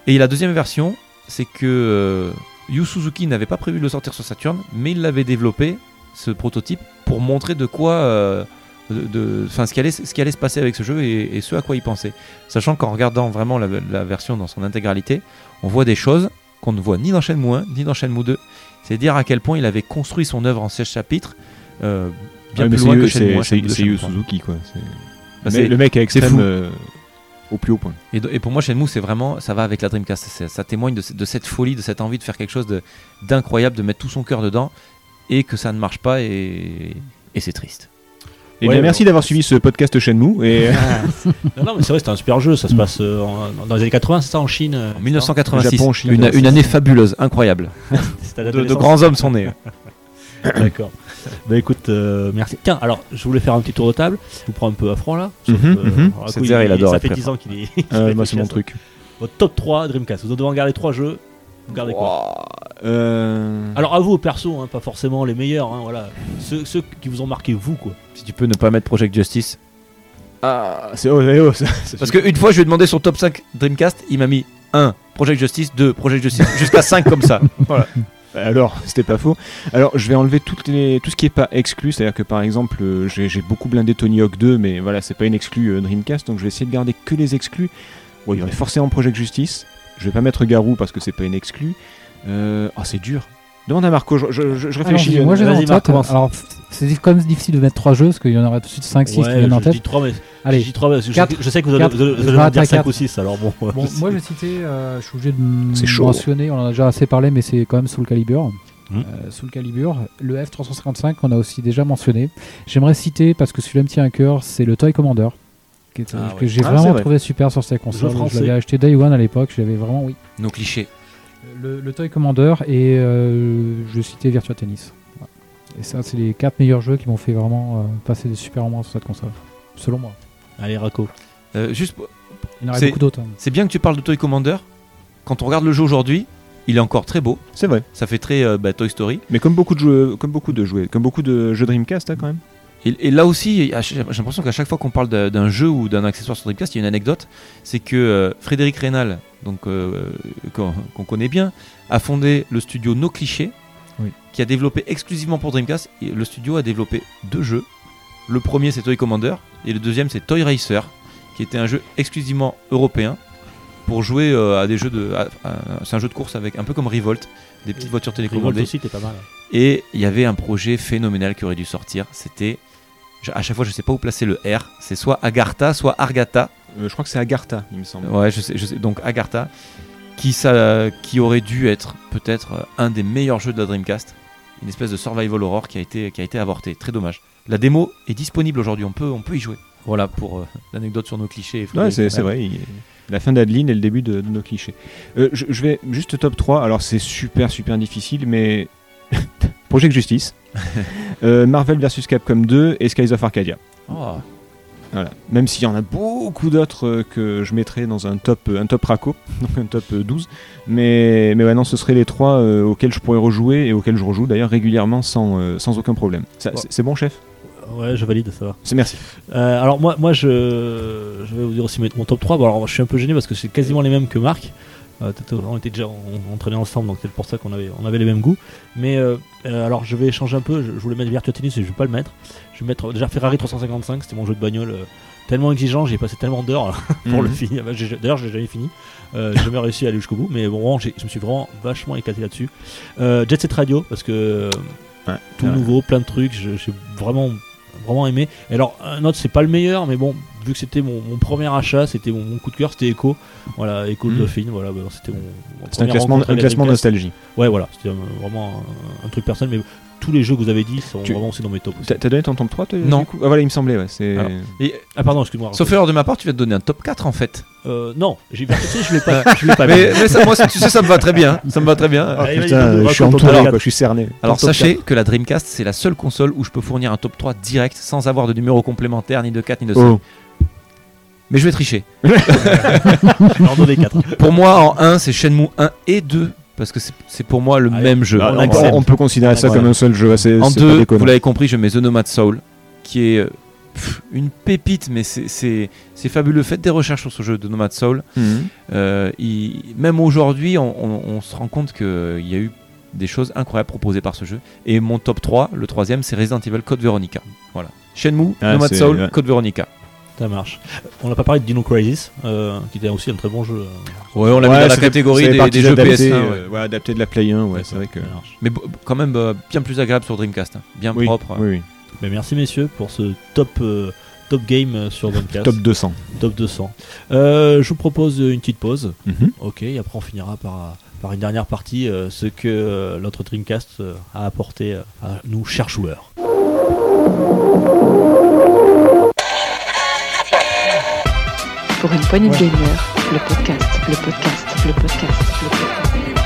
[SPEAKER 5] Et la deuxième version, c'est que euh, Yu Suzuki n'avait pas prévu de le sortir sur Saturn, mais il l'avait développé ce prototype pour montrer de quoi, euh, de, de- 'fin, ce, qui allait, ce qui allait se passer avec ce jeu et, et ce à quoi il pensait. Sachant qu'en regardant vraiment la, la version dans son intégralité, on voit des choses qu'on ne voit ni dans Shenmue 1 ni dans Shenmue 2. C'est dire à quel point il avait construit son œuvre en 16 chapitres, euh, bien
[SPEAKER 4] Ouais, mais
[SPEAKER 5] plus
[SPEAKER 4] c'est
[SPEAKER 5] loin que
[SPEAKER 4] Yu-
[SPEAKER 5] Shenmue 1.
[SPEAKER 4] c'est- c'est
[SPEAKER 5] Shenmue 2,
[SPEAKER 4] c'est
[SPEAKER 5] Shenmue
[SPEAKER 4] Yu
[SPEAKER 5] 3.
[SPEAKER 4] Suzuki, quoi. C'est-
[SPEAKER 5] Bah,
[SPEAKER 4] Mais
[SPEAKER 5] c'est-
[SPEAKER 4] le mec est
[SPEAKER 5] flou.
[SPEAKER 4] extrême euh, au plus haut point.
[SPEAKER 5] Et, do- et pour moi, Shenmue, c'est vraiment, ça va avec la Dreamcast. C'est- Ça témoigne de, ce- de cette folie, de cette envie de faire quelque chose de- d'incroyable, de mettre tout son cœur dedans, et que ça ne marche pas, et, et c'est triste.
[SPEAKER 4] Eh
[SPEAKER 2] Ouais, mais
[SPEAKER 4] bien, merci d'avoir suivi ce podcast Shenmue. Et euh,
[SPEAKER 2] Non, non, mais c'est vrai, c'était un super jeu.
[SPEAKER 4] Hmm.
[SPEAKER 2] Ça se passe euh, en- dans les années 80, c'est ça en Chine euh,
[SPEAKER 5] En 1986,
[SPEAKER 4] Japon, Chine,
[SPEAKER 5] une,
[SPEAKER 4] 86.
[SPEAKER 5] une année fabuleuse, incroyable.
[SPEAKER 2] c'est à
[SPEAKER 5] De, de
[SPEAKER 2] l'adolescence.
[SPEAKER 5] grands hommes sont nés. hein.
[SPEAKER 2] D'accord. bah écoute, euh, merci. Tiens, alors je voulais faire un petit tour de table. Je vous prends un peu à froid là. Sauf
[SPEAKER 4] Mhm,
[SPEAKER 2] que,
[SPEAKER 4] mhm.
[SPEAKER 2] alors,
[SPEAKER 5] C'est
[SPEAKER 2] coup,
[SPEAKER 5] clair, il adore
[SPEAKER 2] Ça
[SPEAKER 5] être
[SPEAKER 2] fait
[SPEAKER 5] très
[SPEAKER 2] 10 ans qu'il est. qu'il
[SPEAKER 4] Euh,
[SPEAKER 2] fait
[SPEAKER 4] moi, c'est mon
[SPEAKER 2] efficace.
[SPEAKER 4] truc.
[SPEAKER 2] Votre top 3 Dreamcast. Vous devez en garder 3 jeux. Vous gardez quoi
[SPEAKER 4] Euh,
[SPEAKER 2] Alors à vous perso, hein, pas forcément les meilleurs, hein, voilà. Ceux, ceux qui vous ont marqué vous quoi.
[SPEAKER 5] Si tu peux ne pas mettre Project Justice.
[SPEAKER 4] Ah, c'est oh, c'est- oh, ça- ça-
[SPEAKER 5] Parce qu'une fois, je lui ai demandé son top 5 Dreamcast, il m'a mis 1, Project Justice, 2, Project Justice, jusqu'à 5 comme ça.
[SPEAKER 4] Alors, c'était pas faux. Alors, je vais enlever toutes les... tout ce qui est pas exclu. C'est-à-dire que, par exemple, euh, j'ai j'ai beaucoup blindé Tony Hawk 2, mais voilà, c'est pas une exclue euh, Dreamcast, donc je vais essayer de garder que les exclus. Bon, il y aurait forcément Project Justice. Je vais pas mettre Garou parce que c'est pas une exclue. Euh... Oh, c'est dur. Demande à Marco, je, je- je- je réfléchis.
[SPEAKER 3] Allons-y, Ah moi, j'ai
[SPEAKER 2] Vas-y,
[SPEAKER 3] en
[SPEAKER 2] Marc,
[SPEAKER 3] tête.
[SPEAKER 2] commence.
[SPEAKER 3] Alors, c'est quand même difficile de mettre trois jeux, parce qu'il y en aurait tout de suite 5, 6 qui
[SPEAKER 2] ouais,
[SPEAKER 3] viennent en
[SPEAKER 2] je
[SPEAKER 3] tête.
[SPEAKER 2] dis 3 mais je
[SPEAKER 3] Allez,
[SPEAKER 2] dis trois, parce que je,
[SPEAKER 3] Quatre.
[SPEAKER 2] sais- je sais que vous allez,
[SPEAKER 3] Quatre.
[SPEAKER 2] vous allez- vous allez
[SPEAKER 3] Je vais
[SPEAKER 2] me dire
[SPEAKER 3] à
[SPEAKER 2] 5
[SPEAKER 3] quatre.
[SPEAKER 2] ou 6 alors bon.
[SPEAKER 3] Bon, moi je vais citer, euh, je suis obligé de m-
[SPEAKER 4] C'est chaud.
[SPEAKER 3] mentionner, on en a déjà assez parlé, mais c'est quand même Soul Calibur.
[SPEAKER 2] Hmm.
[SPEAKER 3] Euh, Soul Calibur, le F355 qu'on a aussi déjà mentionné. J'aimerais citer, parce que celui-là me tient à cœur, c'est le Toy Commander, qui est,
[SPEAKER 5] Ah
[SPEAKER 3] que
[SPEAKER 5] ouais.
[SPEAKER 3] j'ai
[SPEAKER 4] Ah, c'est
[SPEAKER 3] vraiment
[SPEAKER 4] vrai.
[SPEAKER 3] trouvé super sur cette console. Je
[SPEAKER 2] français.
[SPEAKER 3] l'avais acheté Day One à l'époque, je l'avais vraiment, oui.
[SPEAKER 5] Nos clichés.
[SPEAKER 3] Le, le Toy Commander et euh, je citais Virtua Tennis. Voilà. Et ça, c'est les quatre meilleurs jeux qui m'ont fait vraiment euh, passer des super moments sur cette console, selon moi.
[SPEAKER 2] Allez, Raco.
[SPEAKER 5] Euh, juste, pour-
[SPEAKER 3] Il y en aurait
[SPEAKER 5] C'est-
[SPEAKER 3] beaucoup d'autres. hein.
[SPEAKER 5] c'est bien que tu parles de Toy Commander. Quand on regarde le jeu aujourd'hui, il est encore très beau.
[SPEAKER 4] C'est vrai.
[SPEAKER 5] Ça fait très euh, bah, Toy Story.
[SPEAKER 4] Mais comme beaucoup de jeux, comme beaucoup de jouets, comme beaucoup de jeux Dreamcast hein, quand même.
[SPEAKER 5] Et, et là aussi, à ch- j'ai l'impression qu'à chaque fois qu'on parle d'un- d'un jeu ou d'un accessoire sur Dreamcast, il y a une anecdote. C'est que euh, Frédéric Reynal, donc euh, qu'on qu'on connaît bien, a fondé le studio No Cliché,
[SPEAKER 4] Oui.
[SPEAKER 5] qui a développé exclusivement pour Dreamcast. Et le studio a développé deux jeux. Le premier, c'est Toy Commander, et le deuxième, c'est Toy Racer, qui était un jeu exclusivement européen pour jouer euh, à des jeux de. à- à- c'est un jeu de course avec un peu comme Revolt, des petites voitures
[SPEAKER 2] Revolt
[SPEAKER 5] télécommandées.
[SPEAKER 2] aussi, t'es pas mal.
[SPEAKER 5] Et il y avait un projet phénoménal qui aurait dû sortir. C'était. je- À chaque fois, je sais pas où placer le R. C'est soit Agartha, soit Argata.
[SPEAKER 4] Euh, je crois que c'est Agartha, il me semble.
[SPEAKER 5] Ouais, je sais, je sais. Donc Agartha, qui, ça, qui aurait dû être peut-être euh, un des meilleurs jeux de la Dreamcast. Une espèce de survival horror qui a été, qui a été avorté. Très dommage. La démo est disponible aujourd'hui. On peut, on peut y jouer. Voilà pour euh, l'anecdote sur nos clichés. et
[SPEAKER 4] Ouais,
[SPEAKER 5] Frédéric
[SPEAKER 4] c'est c'est
[SPEAKER 5] Renal.
[SPEAKER 4] vrai. il- La fin d'Adeline et le début de, de nos clichés. Euh, je, je vais juste top 3. Alors c'est super super difficile, mais Project Justice, euh, Marvel vs Capcom 2 et Skies of Arcadia.
[SPEAKER 5] Oh.
[SPEAKER 4] Voilà. Même s'il y en a beaucoup d'autres euh, que je mettrais dans un top, euh, un top raco, donc un top euh, 12. Mais, mais ouais, non, ce seraient les trois euh, auxquels je pourrais rejouer et auxquels je rejoue d'ailleurs régulièrement sans, euh, sans aucun problème. Ça,
[SPEAKER 2] Ouais.
[SPEAKER 4] c'est- C'est bon, chef
[SPEAKER 2] Ouais, je valide, ça va.
[SPEAKER 4] C'est merci.
[SPEAKER 2] Euh, alors moi, moi je, je vais vous dire aussi mettre mon top 3. Bon, alors je suis un peu gêné parce que c'est quasiment les mêmes que Marc. Euh, t'étais- on était déjà on, on traînait ensemble, donc c'est pour ça qu'on avait, on avait les mêmes goûts. Mais euh, euh, alors je vais changer un peu. Je, je voulais mettre Virtua Tennis et je vais pas le mettre. Je vais mettre euh, déjà Ferrari 355. C'était mon jeu de bagnole euh, tellement exigeant. J'ai passé tellement d'heures pour le
[SPEAKER 4] Mhm.
[SPEAKER 2] finir. Bah, j'ai- D'ailleurs, je l'ai jamais fini. Euh, j'ai jamais réussi à aller jusqu'au bout. Mais bon, vraiment, j'ai- je me suis vraiment vachement éclaté là-dessus. Euh, Jet Set Radio parce que euh,
[SPEAKER 4] Ouais,
[SPEAKER 2] tout
[SPEAKER 4] ouais.
[SPEAKER 2] nouveau, plein de trucs. je- J'ai vraiment vraiment aimé. Et alors, un autre, c'est pas le meilleur, mais bon, vu que c'était mon, mon premier achat, c'était mon, mon coup de cœur, c'était Echo. Voilà, Echo de
[SPEAKER 4] Mhm.
[SPEAKER 2] Dauphine, voilà, bah, c'était mon, mon
[SPEAKER 4] C'est un
[SPEAKER 2] première
[SPEAKER 4] classement,
[SPEAKER 2] rencontre
[SPEAKER 4] un
[SPEAKER 2] avec la
[SPEAKER 4] classement
[SPEAKER 2] Dreamcast.
[SPEAKER 4] nostalgie.
[SPEAKER 2] Ouais, voilà, c'était euh, vraiment un, un truc personnel, mais tous les jeux que vous avez dit sont
[SPEAKER 4] Tu-
[SPEAKER 2] vraiment aussi dans mes tops. aussi.
[SPEAKER 4] T'as t'as donné ton top 3 toi,
[SPEAKER 5] Non.
[SPEAKER 4] du coup Ah voilà, il me semblait, ouais. c'est-
[SPEAKER 5] Alors. Et,
[SPEAKER 2] Ah, pardon, excuse-moi.
[SPEAKER 5] sauf erreur de ma part, tu vas te donner un top 4 en fait.
[SPEAKER 2] Euh, non, j'ai bien je l'ai pas, je l'ai pas
[SPEAKER 5] Mais,
[SPEAKER 2] mis.
[SPEAKER 5] mais ça, moi, tu sais, ça me va très bien. Ça me va très bien.
[SPEAKER 4] Ah,
[SPEAKER 2] Allez,
[SPEAKER 4] putain,
[SPEAKER 2] vas-y,
[SPEAKER 4] euh, je suis
[SPEAKER 2] raconte ton
[SPEAKER 4] entouré,
[SPEAKER 2] top
[SPEAKER 4] quoi, je suis cerné.
[SPEAKER 5] Alors
[SPEAKER 2] Ton top
[SPEAKER 5] sachez que la Dreamcast, c'est la seule console où je peux fournir un top 3 direct sans avoir de numéro complémentaire, ni de 4, ni de 5.
[SPEAKER 4] Oh.
[SPEAKER 5] Mais je vais tricher.
[SPEAKER 2] Alors, dans les quatre.
[SPEAKER 5] Pour moi, en 1, c'est Shenmue 1 et 2, parce que c'est- c'est pour moi le
[SPEAKER 2] Allez.
[SPEAKER 5] même jeu.
[SPEAKER 4] Bah,
[SPEAKER 5] On
[SPEAKER 4] on,
[SPEAKER 5] accepte.
[SPEAKER 4] on peut considérer ça
[SPEAKER 2] Voilà.
[SPEAKER 4] comme un seul jeu, ouais, c'est
[SPEAKER 5] en
[SPEAKER 4] c'est pas
[SPEAKER 5] 2, vous
[SPEAKER 4] déconnant.
[SPEAKER 5] l'avez compris, je mets The Nomad Soul, qui est euh, pff, une pépite, mais c'est- c'est c'est fabuleux. Faites des recherches sur ce jeu, The Nomad Soul.
[SPEAKER 4] Mhm.
[SPEAKER 5] Euh, il- même aujourd'hui, on, on- on se rend compte qu'il y a eu des choses incroyables proposées par ce jeu. Et mon top 3, le troisième, c'est Resident Evil Code Veronica. Voilà. Shenmue,
[SPEAKER 4] Ah,
[SPEAKER 5] Nomad
[SPEAKER 4] c'est-
[SPEAKER 5] Soul,
[SPEAKER 4] ouais.
[SPEAKER 5] Code Veronica.
[SPEAKER 2] Ça marche. On n'a pas parlé de Dino Crisis, euh, qui était aussi un très bon jeu. euh,
[SPEAKER 5] Ouais, on l'a mis
[SPEAKER 4] Ouais,
[SPEAKER 5] dans la
[SPEAKER 4] ça fait-
[SPEAKER 5] catégorie
[SPEAKER 4] ça fait
[SPEAKER 5] des,
[SPEAKER 4] partie
[SPEAKER 5] des jeux
[SPEAKER 4] d'adapter,
[SPEAKER 5] PS1. ouais.
[SPEAKER 4] euh, ouais, adapté de la Play 1, ouais, c'est vrai que.
[SPEAKER 2] ça marche.
[SPEAKER 5] Mais bo- quand même euh, bien plus agréable sur Dreamcast. hein. Bien
[SPEAKER 4] Oui,
[SPEAKER 5] propre.
[SPEAKER 4] oui, oui.
[SPEAKER 2] Mais merci, messieurs, pour ce top. euh, Top game euh, sur Dreamcast,
[SPEAKER 4] Top
[SPEAKER 2] top,
[SPEAKER 4] 200.
[SPEAKER 2] 200. Euh, je vous propose une petite pause.
[SPEAKER 4] Mhm.
[SPEAKER 2] Ok, et après on finira par, par une dernière partie, euh, ce que euh, notre Dreamcast euh, a apporté euh, à nous, chers joueurs.
[SPEAKER 1] Pour une poignée de gagneurs, le podcast, le podcast, le podcast, le podcast.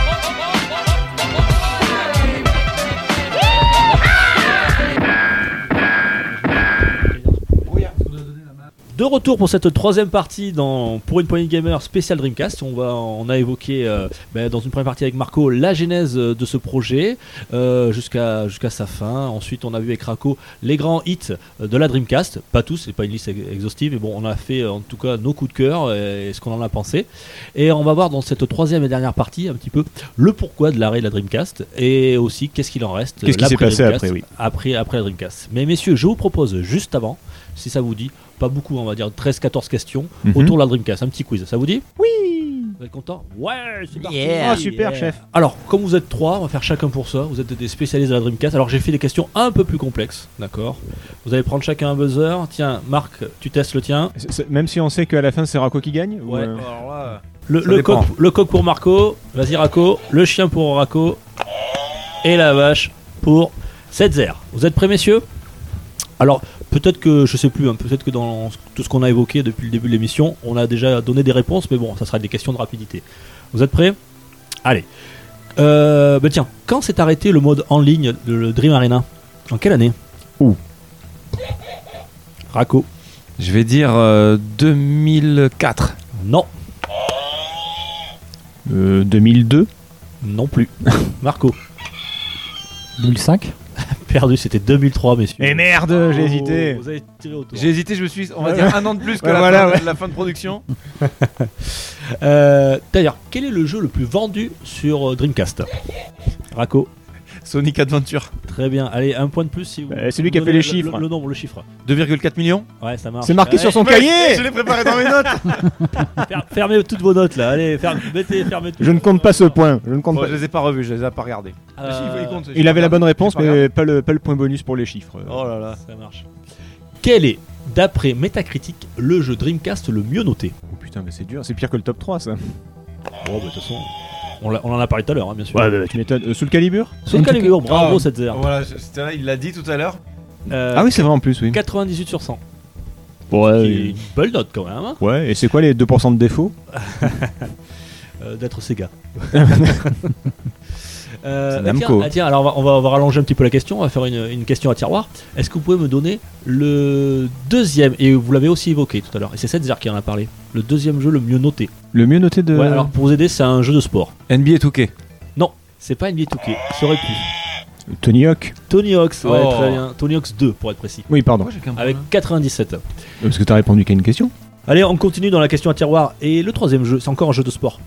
[SPEAKER 2] De retour pour cette troisième partie dans pour une poignée de gamer spécial Dreamcast. On va on a évoqué euh, ben, dans une première partie avec Marco la genèse euh, de ce projet euh, jusqu'à jusqu'à sa fin. Ensuite on a vu avec Raco les grands hits euh, de la Dreamcast. Pas tous, c'est pas une liste ex- exhaustive, mais bon on a fait euh, en tout cas nos coups de cœur euh, et ce qu'on en a pensé. Et on va voir dans cette troisième et dernière partie un petit peu le pourquoi de l'arrêt de la Dreamcast et aussi qu'est-ce qu'il en reste.
[SPEAKER 4] Qu'est-ce qui s'est passé
[SPEAKER 2] l'après-Dreamcast,
[SPEAKER 4] après, oui.
[SPEAKER 2] après après la Dreamcast. Mais messieurs, je vous propose juste avant, si ça vous dit, pas beaucoup, on va dire 13-14 questions
[SPEAKER 4] Mhm.
[SPEAKER 2] autour de la Dreamcast. Un petit quiz, ça vous dit Oui Vous êtes content Ouais, c'est parti
[SPEAKER 5] Yeah.
[SPEAKER 4] Ah, super, chef.
[SPEAKER 2] Alors, comme vous êtes trois, on va faire chacun pour ça. Vous êtes des spécialistes de la Dreamcast. Alors, j'ai fait des questions un peu plus complexes, d'accord Vous allez prendre chacun un buzzer. Tiens, Marc, tu testes le tien.
[SPEAKER 4] C'est- c'est- Même si on sait qu'à la fin c'est Rocco qui gagne ou,
[SPEAKER 2] Ouais.
[SPEAKER 4] euh,
[SPEAKER 2] Le,
[SPEAKER 5] Ça
[SPEAKER 2] le coq,
[SPEAKER 5] dépend.
[SPEAKER 2] le coq pour Marco, vas-y Raco. Le chien pour Raco. Et la vache pour Setzer. Vous êtes prêts, messieurs Alors, peut-être que, je sais plus, hein, peut-être que dans ce- tout ce qu'on a évoqué depuis le début de l'émission, on a déjà donné des réponses, mais bon, ça sera des questions de rapidité. Vous êtes prêts Allez. Euh, bah tiens, quand s'est arrêté le mode en ligne de le Dream Arena En quelle année
[SPEAKER 4] Ouh.
[SPEAKER 2] Raco.
[SPEAKER 5] Je vais dire euh, 2004.
[SPEAKER 2] Non,
[SPEAKER 4] Euh, 2002
[SPEAKER 2] non plus. Marco,
[SPEAKER 3] 2005
[SPEAKER 2] perdu, c'était 2003, messieurs.
[SPEAKER 4] Eh
[SPEAKER 2] Oh,
[SPEAKER 4] merde, j'ai hésité.
[SPEAKER 2] Vous avez tiré autour.
[SPEAKER 5] J'ai hésité, je me suis dit, on va dire un an de plus que
[SPEAKER 4] Ouais,
[SPEAKER 5] la,
[SPEAKER 4] voilà,
[SPEAKER 5] fin,
[SPEAKER 4] ouais.
[SPEAKER 5] la fin de production.
[SPEAKER 2] Euh, D'ailleurs, quel est le jeu le plus vendu sur euh, Dreamcast Raco,
[SPEAKER 5] Sonic Adventure.
[SPEAKER 2] très bien. Allez, un point de plus si vous.
[SPEAKER 4] Euh, c'est lui
[SPEAKER 2] vous
[SPEAKER 4] qui a fait
[SPEAKER 2] donnez
[SPEAKER 4] les
[SPEAKER 2] le-
[SPEAKER 4] chiffres.
[SPEAKER 2] Le, le nombre, le chiffre.
[SPEAKER 5] 2,4 millions
[SPEAKER 2] Ouais, ça marche.
[SPEAKER 4] C'est marqué
[SPEAKER 2] Ouais,
[SPEAKER 4] sur son cahier
[SPEAKER 5] l'ai préparé dans mes notes
[SPEAKER 2] fer- Fermez toutes vos notes là. Allez, ferme- mettez, fermez tout.
[SPEAKER 4] Je ne compte pas ce point. Je ne compte
[SPEAKER 5] Bon,
[SPEAKER 4] pas.
[SPEAKER 5] Je les ai pas revus, je les ai pas regardés.
[SPEAKER 2] Euh,
[SPEAKER 4] Il avait la bonne réponse,
[SPEAKER 5] pas grave.
[SPEAKER 4] mais pas le, pas le point bonus pour les chiffres.
[SPEAKER 5] Oh là là.
[SPEAKER 2] Ça marche. Quel est, d'après Metacritic, le jeu Dreamcast le mieux noté
[SPEAKER 4] Oh putain, mais c'est dur. C'est pire que le top 3, ça.
[SPEAKER 2] Oh, bah, de toute façon, on, l'a- on en a parlé tout à l'heure, hein, bien sûr.
[SPEAKER 4] tu m'étonnes. Euh, sous le calibre
[SPEAKER 2] Soul Calibur, bravo,
[SPEAKER 5] Ah,
[SPEAKER 2] cette
[SPEAKER 5] Voilà, je- c'était là, il l'a dit tout à l'heure.
[SPEAKER 4] Ah oui, c'est vrai en plus, oui.
[SPEAKER 2] 98 Euh, sur 100.
[SPEAKER 4] Ouais,
[SPEAKER 2] qui est une belle note quand même, hein,
[SPEAKER 4] Ouais, et c'est quoi les 2% de défaut
[SPEAKER 2] euh, d'être Sega.
[SPEAKER 5] C'est
[SPEAKER 2] Euh, ah,
[SPEAKER 5] Namco.
[SPEAKER 2] tiens, ah, tiens, alors on va, on, va, on va rallonger un petit peu la question, on va faire une, une question à tiroir. Est-ce que vous pouvez me donner le deuxième, et vous l'avez aussi évoqué tout à l'heure, et c'est Setzer qui en a parlé, le deuxième jeu le mieux noté.
[SPEAKER 4] Le mieux noté de.
[SPEAKER 2] Ouais, alors pour vous aider, c'est un jeu de sport.
[SPEAKER 5] NBA 2K.
[SPEAKER 2] Non, c'est pas NBA 2K, ça aurait pu.
[SPEAKER 4] Tony Hawk.
[SPEAKER 2] Tony Hawk's, ouais,
[SPEAKER 5] Oh.
[SPEAKER 2] très bien. Tony Hawk's 2 pour être précis,
[SPEAKER 4] Oui, pardon.
[SPEAKER 2] avec 97.
[SPEAKER 4] Euh, Parce que t'as répondu qu'à une question.
[SPEAKER 2] Allez, on continue dans la question à tiroir, et le troisième jeu, c'est encore un jeu de sport.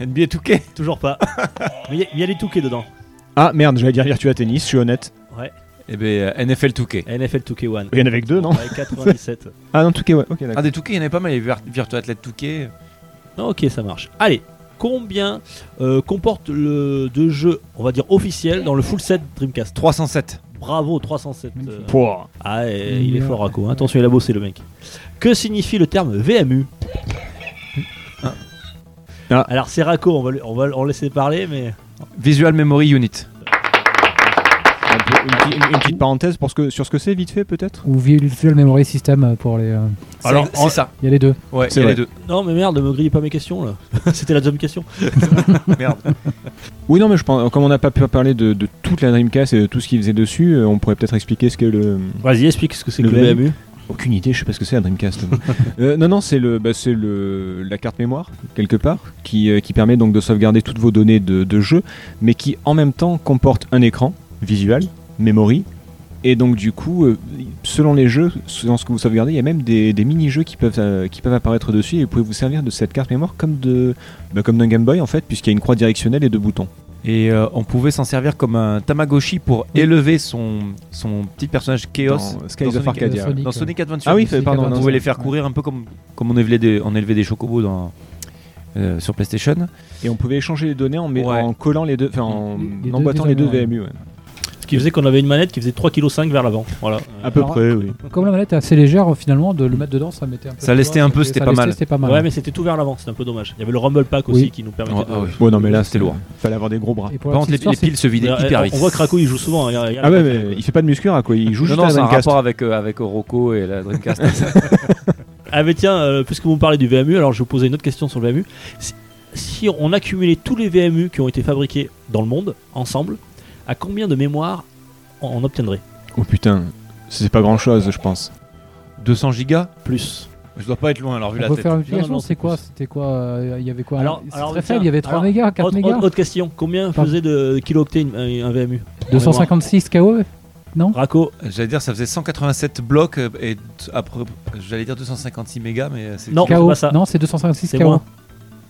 [SPEAKER 5] NBA 2K
[SPEAKER 2] Toujours pas. Mais il y a- il y, a les touquets dedans.
[SPEAKER 4] Ah merde, j'allais dire Virtua Tennis, je suis honnête.
[SPEAKER 5] Eh ben, euh, NFL 2K.
[SPEAKER 2] NFL 2K1.
[SPEAKER 4] Il y en avait que deux, non
[SPEAKER 2] Ouais, 97.
[SPEAKER 4] Ah non, tout cas, ouais. Ok, d'accord.
[SPEAKER 5] Ah, des 2K, il y en avait pas mal, il y avait Vir- Virtua Athlete 2K.
[SPEAKER 2] ok, ça marche. Allez, combien euh, comporte le de jeux, on va dire officiels, dans le full set Dreamcast
[SPEAKER 5] 307.
[SPEAKER 2] Bravo, 307. euh,
[SPEAKER 4] Pouah.
[SPEAKER 2] Ah, et il est fort, Rako. hein. Attention, il a bossé le mec. Que signifie le terme VMU
[SPEAKER 5] Ah.
[SPEAKER 4] Ah.
[SPEAKER 2] Alors, c'est Rako, on va, le- on va le- on le laisser parler, mais.
[SPEAKER 5] Visual Memory Unit.
[SPEAKER 4] Un peu- une, petite- une- une petite parenthèse pour ce que, sur ce que c'est, vite fait, peut-être
[SPEAKER 3] Ou Visual Memory System euh, pour les. euh,
[SPEAKER 5] C'est-
[SPEAKER 4] Alors,
[SPEAKER 5] c'est
[SPEAKER 4] en-
[SPEAKER 5] ça.
[SPEAKER 3] Il y a les deux.
[SPEAKER 5] Ouais,
[SPEAKER 4] C'est
[SPEAKER 5] il y a
[SPEAKER 4] vrai.
[SPEAKER 5] les deux.
[SPEAKER 2] Non, mais merde, me grille pas mes questions là. C'était la deuxième question.
[SPEAKER 5] Merde.
[SPEAKER 4] Oui, non, mais je pense, comme on n'a pas pu parler de, de toute la Dreamcast et de tout ce qu'ils faisait dessus, euh, on pourrait peut-être expliquer ce qu'est le.
[SPEAKER 2] Vas-y, explique ce que c'est que
[SPEAKER 4] Le
[SPEAKER 2] le
[SPEAKER 4] VMU.
[SPEAKER 2] VMU.
[SPEAKER 4] Aucune idée, je sais pas ce que c'est la Dreamcast. moi. Euh, non, non, c'est le, bah, c'est le, la carte mémoire quelque part qui, euh, qui permet donc de sauvegarder toutes vos données de, de jeu, mais qui en même temps comporte un écran visuel, memory, et donc du coup, euh, selon les jeux, selon ce que vous sauvegardez, il y a même des, des mini-jeux qui peuvent euh, qui peuvent apparaître dessus et vous pouvez vous servir de cette carte mémoire comme de bah, comme d'un Game Boy en fait, puisqu'il y a une croix directionnelle et deux boutons.
[SPEAKER 5] Et euh, on pouvait s'en servir comme un Tamagotchi pour élever son, son petit personnage Chaos
[SPEAKER 4] Dans Skies
[SPEAKER 5] dans
[SPEAKER 4] of
[SPEAKER 5] Sonic-
[SPEAKER 4] Arcadia.
[SPEAKER 3] Sonic.
[SPEAKER 5] dans Sonic Adventure.
[SPEAKER 4] Ah oui,
[SPEAKER 3] Sonic
[SPEAKER 4] fait- pardon.
[SPEAKER 5] on
[SPEAKER 3] Adventure.
[SPEAKER 4] non,
[SPEAKER 5] pouvait
[SPEAKER 4] c'est-
[SPEAKER 5] les faire courir un peu comme, comme on, élevait des, on élevait des chocobos dans, euh, sur PlayStation.
[SPEAKER 4] Et on pouvait échanger les données en, mais-
[SPEAKER 5] Ouais.
[SPEAKER 4] en collant les deux, enfin en
[SPEAKER 3] Les- les deux
[SPEAKER 4] emboîtant les deux
[SPEAKER 3] visuels,
[SPEAKER 4] VMU. ouais.
[SPEAKER 2] Ce qui faisait qu'on avait une manette qui faisait 3,5 kg vers l'avant. Voilà.
[SPEAKER 4] À peu
[SPEAKER 3] Alors,
[SPEAKER 4] près, oui.
[SPEAKER 3] Comme la manette est assez légère, euh, finalement, de le mettre dedans, ça mettait un peu.
[SPEAKER 5] Ça
[SPEAKER 3] de
[SPEAKER 5] lestait
[SPEAKER 3] poids,
[SPEAKER 5] un peu,
[SPEAKER 3] ça-
[SPEAKER 5] c'était
[SPEAKER 3] ça
[SPEAKER 5] pas
[SPEAKER 3] lestait,
[SPEAKER 5] mal.
[SPEAKER 3] C'était pas mal.
[SPEAKER 2] Ouais, mais c'était tout vers l'avant, c'était un peu dommage. Il y avait le Rumble Pack aussi
[SPEAKER 3] Oui.
[SPEAKER 2] qui nous permettait
[SPEAKER 5] Ouais,
[SPEAKER 2] de.
[SPEAKER 5] ah oui.
[SPEAKER 4] Ouais, non, mais là,
[SPEAKER 5] C'était
[SPEAKER 4] c'était
[SPEAKER 5] lourd.
[SPEAKER 4] lourd. Fallait avoir des gros bras.
[SPEAKER 3] Et pour
[SPEAKER 5] Par
[SPEAKER 3] la
[SPEAKER 5] contre, les,
[SPEAKER 3] petite histoire,
[SPEAKER 5] les piles se vidaient
[SPEAKER 2] Alors,
[SPEAKER 5] hyper
[SPEAKER 2] on-
[SPEAKER 5] vite.
[SPEAKER 2] euh, On voit que Rako il joue souvent. hein, regarde,
[SPEAKER 4] Ah ouais,
[SPEAKER 2] regarde.
[SPEAKER 4] mais il fait pas de muscu, Rako. Il joue
[SPEAKER 5] non,
[SPEAKER 4] juste
[SPEAKER 5] non,
[SPEAKER 4] à la
[SPEAKER 5] c'est un
[SPEAKER 4] Dreamcast.
[SPEAKER 5] rapport avec, euh, avec Rocco et la Dreamcast.
[SPEAKER 2] Ah, mais tiens, euh, puisque vous me parlez du VMU, alors je vais vous poser une autre question sur le VMU. Si, si on accumulait tous les VMU qui ont été fabriqués dans le monde ensemble, à combien de mémoire on, on obtiendrait
[SPEAKER 4] Oh putain, c'est pas grand chose, je pense.
[SPEAKER 5] 200 gigas
[SPEAKER 2] Plus.
[SPEAKER 5] Je dois pas être loin alors, vu
[SPEAKER 3] On
[SPEAKER 5] la
[SPEAKER 3] peut
[SPEAKER 5] tête.
[SPEAKER 3] faire une
[SPEAKER 2] Non, non,
[SPEAKER 3] explication,
[SPEAKER 2] c'est
[SPEAKER 3] c'est quoi
[SPEAKER 2] plus.
[SPEAKER 3] C'était quoi euh, Il y avait quoi
[SPEAKER 2] Alors-
[SPEAKER 3] C'est
[SPEAKER 2] alors,
[SPEAKER 3] très
[SPEAKER 2] tiens,
[SPEAKER 3] faible, il y avait 3
[SPEAKER 2] alors,
[SPEAKER 3] mégas, 4
[SPEAKER 2] Autre,
[SPEAKER 3] mégas,
[SPEAKER 2] autre- autre question combien
[SPEAKER 3] Pardon.
[SPEAKER 2] faisait de kilooctets une- un, un VMU
[SPEAKER 3] 256 KO Non
[SPEAKER 2] Rako,
[SPEAKER 5] J'allais dire, ça faisait 187 blocs euh, et t- après, j'allais dire 256 mégas, mais euh, c'est.
[SPEAKER 2] Non. c'est
[SPEAKER 3] KO
[SPEAKER 2] pas ça.
[SPEAKER 3] Non, c'est 256
[SPEAKER 2] C'est
[SPEAKER 3] KO.
[SPEAKER 2] moins.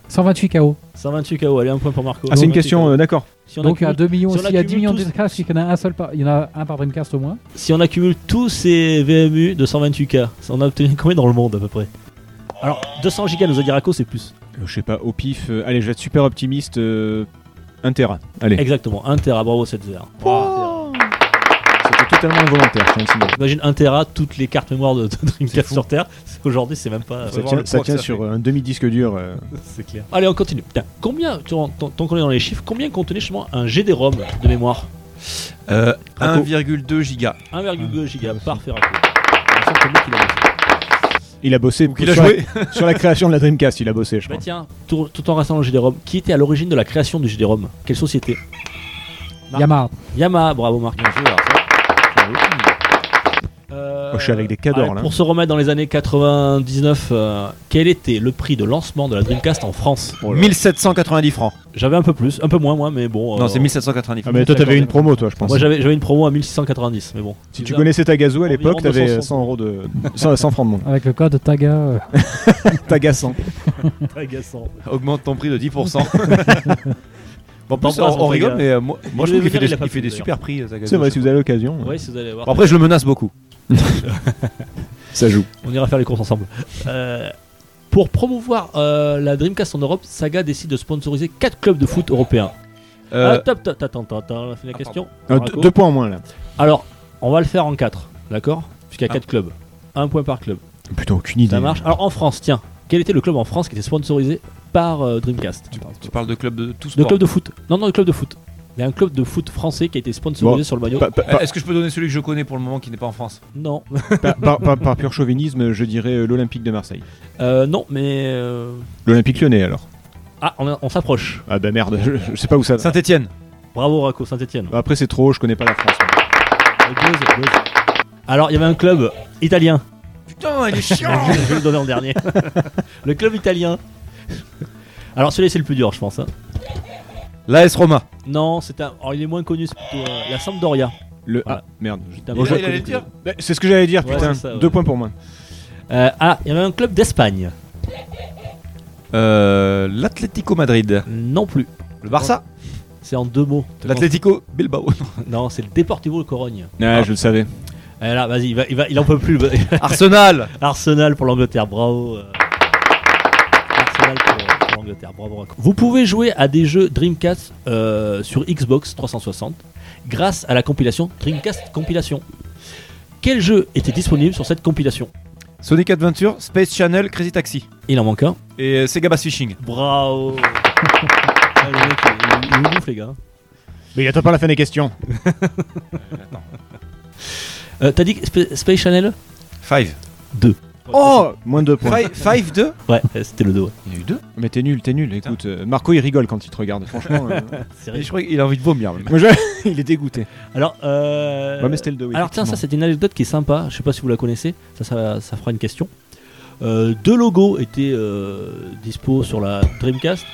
[SPEAKER 3] 128 KO.
[SPEAKER 2] 128 KO, allez, un point pour Marco.
[SPEAKER 4] Ah, c'est une
[SPEAKER 2] 128
[SPEAKER 4] question,
[SPEAKER 2] KO.
[SPEAKER 4] euh, d'accord.
[SPEAKER 2] Si on,
[SPEAKER 3] Donc il y a
[SPEAKER 2] accumule,
[SPEAKER 3] 2 millions,
[SPEAKER 2] si on
[SPEAKER 3] s'il y a
[SPEAKER 2] accumule
[SPEAKER 3] 10 millions de
[SPEAKER 2] tous-
[SPEAKER 3] Dreamcast, il y en a un seul par, il y en a un par Dreamcast au moins.
[SPEAKER 2] si on accumule tous ces VMU de 128K, on a obtenu combien dans le monde à peu près Alors, 200 gigas nous a dit Rako, c'est plus.
[SPEAKER 4] Euh, Je sais pas, au pif. euh, allez, je vais être super optimiste. Euh, un Tera. Allez.
[SPEAKER 2] Exactement, 1 Tera, bravo 7
[SPEAKER 4] C'était totalement involontaire, je tiens à le signaler.
[SPEAKER 2] Imagine 1 Tera, toutes les cartes mémoire de, de Dreamcast sur Terre. Aujourd'hui, c'est même pas.
[SPEAKER 4] Ça
[SPEAKER 5] voir
[SPEAKER 4] tient,
[SPEAKER 5] le
[SPEAKER 4] ça
[SPEAKER 5] poids que
[SPEAKER 4] tient
[SPEAKER 5] ça
[SPEAKER 4] sur
[SPEAKER 5] fait.
[SPEAKER 4] euh, un demi-disque dur. euh.
[SPEAKER 2] C'est clair. Allez, on continue. Putain, combien, tu- tant tant qu'on est dans les chiffres, combien contenait justement un GD-ROM de mémoire
[SPEAKER 5] Euh,
[SPEAKER 2] Rocco.
[SPEAKER 5] 1,2 gigas.
[SPEAKER 4] Ah,
[SPEAKER 2] 1,2 giga, parfait. Rocco. On sent que le mec,
[SPEAKER 4] Bah,
[SPEAKER 2] il a bossé.
[SPEAKER 4] Il a bossé
[SPEAKER 5] Donc il a
[SPEAKER 4] sur,
[SPEAKER 5] joué.
[SPEAKER 4] La, sur la création de la Dreamcast, il a bossé, je
[SPEAKER 2] Bah
[SPEAKER 4] pense.
[SPEAKER 2] tiens, tout, tout en restant dans le GD-ROM, qui était à l'origine de la création du GD-ROM Quelle société Marc.
[SPEAKER 3] Yamaha.
[SPEAKER 2] Yamaha, bravo Marc.
[SPEAKER 5] Bien joué, alors ça.
[SPEAKER 2] Euh,
[SPEAKER 4] Oh, je suis avec des cadors, là.
[SPEAKER 2] Ah, Pour se remettre dans les années 99, euh, quel était le prix de lancement de la Dreamcast en France
[SPEAKER 5] 1790 francs.
[SPEAKER 2] J'avais un peu plus, un peu moins, moi, mais bon. euh,
[SPEAKER 5] Non, c'est 1790
[SPEAKER 4] Ah,
[SPEAKER 5] francs.
[SPEAKER 4] mais toi, t'avais une promo, toi, je pense.
[SPEAKER 2] Moi, j'avais j'avais une promo à 1690, mais bon.
[SPEAKER 4] si tu connaissais Tagazo à l'époque,
[SPEAKER 2] Environ
[SPEAKER 4] t'avais
[SPEAKER 2] 260.
[SPEAKER 4] 100 euros de. 100, 100 francs de monde.
[SPEAKER 3] Avec le code TAGA. euh,
[SPEAKER 4] Tagaçant.
[SPEAKER 2] Agaçant.
[SPEAKER 5] Augmente ton prix de 10%. Bon, en plus,
[SPEAKER 2] T'embrasses,
[SPEAKER 5] on, on
[SPEAKER 2] mon
[SPEAKER 5] rigole,
[SPEAKER 2] gars.
[SPEAKER 5] mais euh, moi, moi, je
[SPEAKER 2] Il veut
[SPEAKER 5] trouve qu'il fait,
[SPEAKER 2] dire,
[SPEAKER 5] des,
[SPEAKER 2] il a pas
[SPEAKER 5] il fait
[SPEAKER 2] fait,
[SPEAKER 5] des
[SPEAKER 2] d'ailleurs.
[SPEAKER 5] super prix. euh, Zagazo.
[SPEAKER 4] C'est vrai, si vous avez l'occasion, hein.
[SPEAKER 2] Ouais, si vous allez voir.
[SPEAKER 5] Bon, après, je le menace beaucoup.
[SPEAKER 4] ça joue.
[SPEAKER 2] On ira faire les courses ensemble. Euh, pour promouvoir euh, la Dreamcast en Europe, Saga décide de sponsoriser 4 clubs de foot européens.
[SPEAKER 5] Euh,
[SPEAKER 2] Ah, top, top, attends, attends, attends, on a fait la
[SPEAKER 5] ah,
[SPEAKER 2] question.
[SPEAKER 4] Euh, deux-
[SPEAKER 2] Marco.
[SPEAKER 4] deux points en moins, là.
[SPEAKER 2] Alors, on va le faire en 4, d'accord Puisqu'il y a
[SPEAKER 5] Ah.
[SPEAKER 2] 4 clubs. Un point par club.
[SPEAKER 4] Putain, aucune idée.
[SPEAKER 2] Ça marche. Alors, en France, tiens, quel était le club en France qui était sponsorisé par euh, Dreamcast
[SPEAKER 5] tu parles de club de tous
[SPEAKER 2] Le club de foot. Non, non, le club de foot. Il y a un club de foot français qui a été sponsorisé
[SPEAKER 4] Bon,
[SPEAKER 2] sur le maillot.
[SPEAKER 4] Par- par- par-
[SPEAKER 5] Euh, Est-ce que je peux donner celui que je connais pour le moment qui n'est pas en France
[SPEAKER 2] Non.
[SPEAKER 4] par- par- par- Par pur chauvinisme, je dirais euh, l'Olympique de Marseille.
[SPEAKER 2] Euh, non, mais. euh,
[SPEAKER 4] L'Olympique lyonnais, alors.
[SPEAKER 2] Ah, on, a- on s'approche.
[SPEAKER 4] Ah bah merde, je, je sais pas où ça va.
[SPEAKER 5] Saint-Etienne.
[SPEAKER 2] Bravo, Raco, Saint-Etienne.
[SPEAKER 4] Après, c'est trop, je connais pas la France. moi.
[SPEAKER 2] Alors, il y avait un club italien.
[SPEAKER 5] Putain, il est chiant
[SPEAKER 2] je vais le donner en dernier. le club italien. Alors, celui-là, c'est le plus dur, je pense. hein.
[SPEAKER 5] L'AS Roma.
[SPEAKER 2] Non, c'est un. Alors, il est moins connu, c'est plutôt euh, la Sampdoria.
[SPEAKER 4] Le.
[SPEAKER 2] Voilà.
[SPEAKER 4] Ah, merde. je-
[SPEAKER 2] C'est un
[SPEAKER 5] Il
[SPEAKER 2] peu
[SPEAKER 5] allait
[SPEAKER 2] moins
[SPEAKER 5] le
[SPEAKER 2] connu.
[SPEAKER 5] dire.
[SPEAKER 4] Bah, C'est ce que j'allais dire,
[SPEAKER 2] Ouais,
[SPEAKER 4] putain.
[SPEAKER 2] c'est ça, ouais.
[SPEAKER 4] Deux points pour moi.
[SPEAKER 2] Euh, ah, il y avait un club d'Espagne.
[SPEAKER 5] Euh, L'Atlético Madrid.
[SPEAKER 2] Non plus.
[SPEAKER 5] Le Barça.
[SPEAKER 2] C'est en deux mots.
[SPEAKER 5] L'Atlético Bilbao.
[SPEAKER 2] Non, c'est le Deportivo Corogne.
[SPEAKER 4] Ah, je le savais.
[SPEAKER 2] Eh là, vas-y, il, va, il, va- il en peut plus.
[SPEAKER 5] Arsenal.
[SPEAKER 2] Arsenal pour l'Angleterre, bravo. euh. Arsenal pour, pour l'Angleterre, bravo. Vous pouvez jouer à des jeux Dreamcast euh, sur Xbox 360 grâce à la compilation Dreamcast Compilation. Quel jeu était disponible sur cette compilation
[SPEAKER 5] Sonic Adventure, Space Channel, Crazy Taxi.
[SPEAKER 2] Il en manque un.
[SPEAKER 5] Et euh, Sega Bass Fishing.
[SPEAKER 2] Bravo. Ah, le mec, il- il nous bouffe, les gars.
[SPEAKER 4] Mais attends pas la fin des questions.
[SPEAKER 2] Euh, T'as dit que Sp- Space Channel
[SPEAKER 5] Five.
[SPEAKER 4] Oh Moins deux points.
[SPEAKER 5] Five, five 2
[SPEAKER 2] Ouais, euh, c'était le 2.
[SPEAKER 5] Il y en a eu deux.
[SPEAKER 4] Mais t'es nul, t'es nul. Écoute, euh, Marco, il rigole quand il te regarde, franchement. euh.
[SPEAKER 2] C'est
[SPEAKER 5] Et
[SPEAKER 2] vrai.
[SPEAKER 5] je crois qu'il a envie de vomir. même.
[SPEAKER 4] Moi, je- il est dégoûté.
[SPEAKER 2] Alors, euh,
[SPEAKER 4] Ouais, mais c'était le 2. oui,
[SPEAKER 2] Alors tiens, ça
[SPEAKER 4] effectivement.
[SPEAKER 2] c'est une anecdote qui est sympa, je sais pas si vous la connaissez, ça, ça, ça fera une question. Euh, deux logos étaient euh, dispo sur la Dreamcast.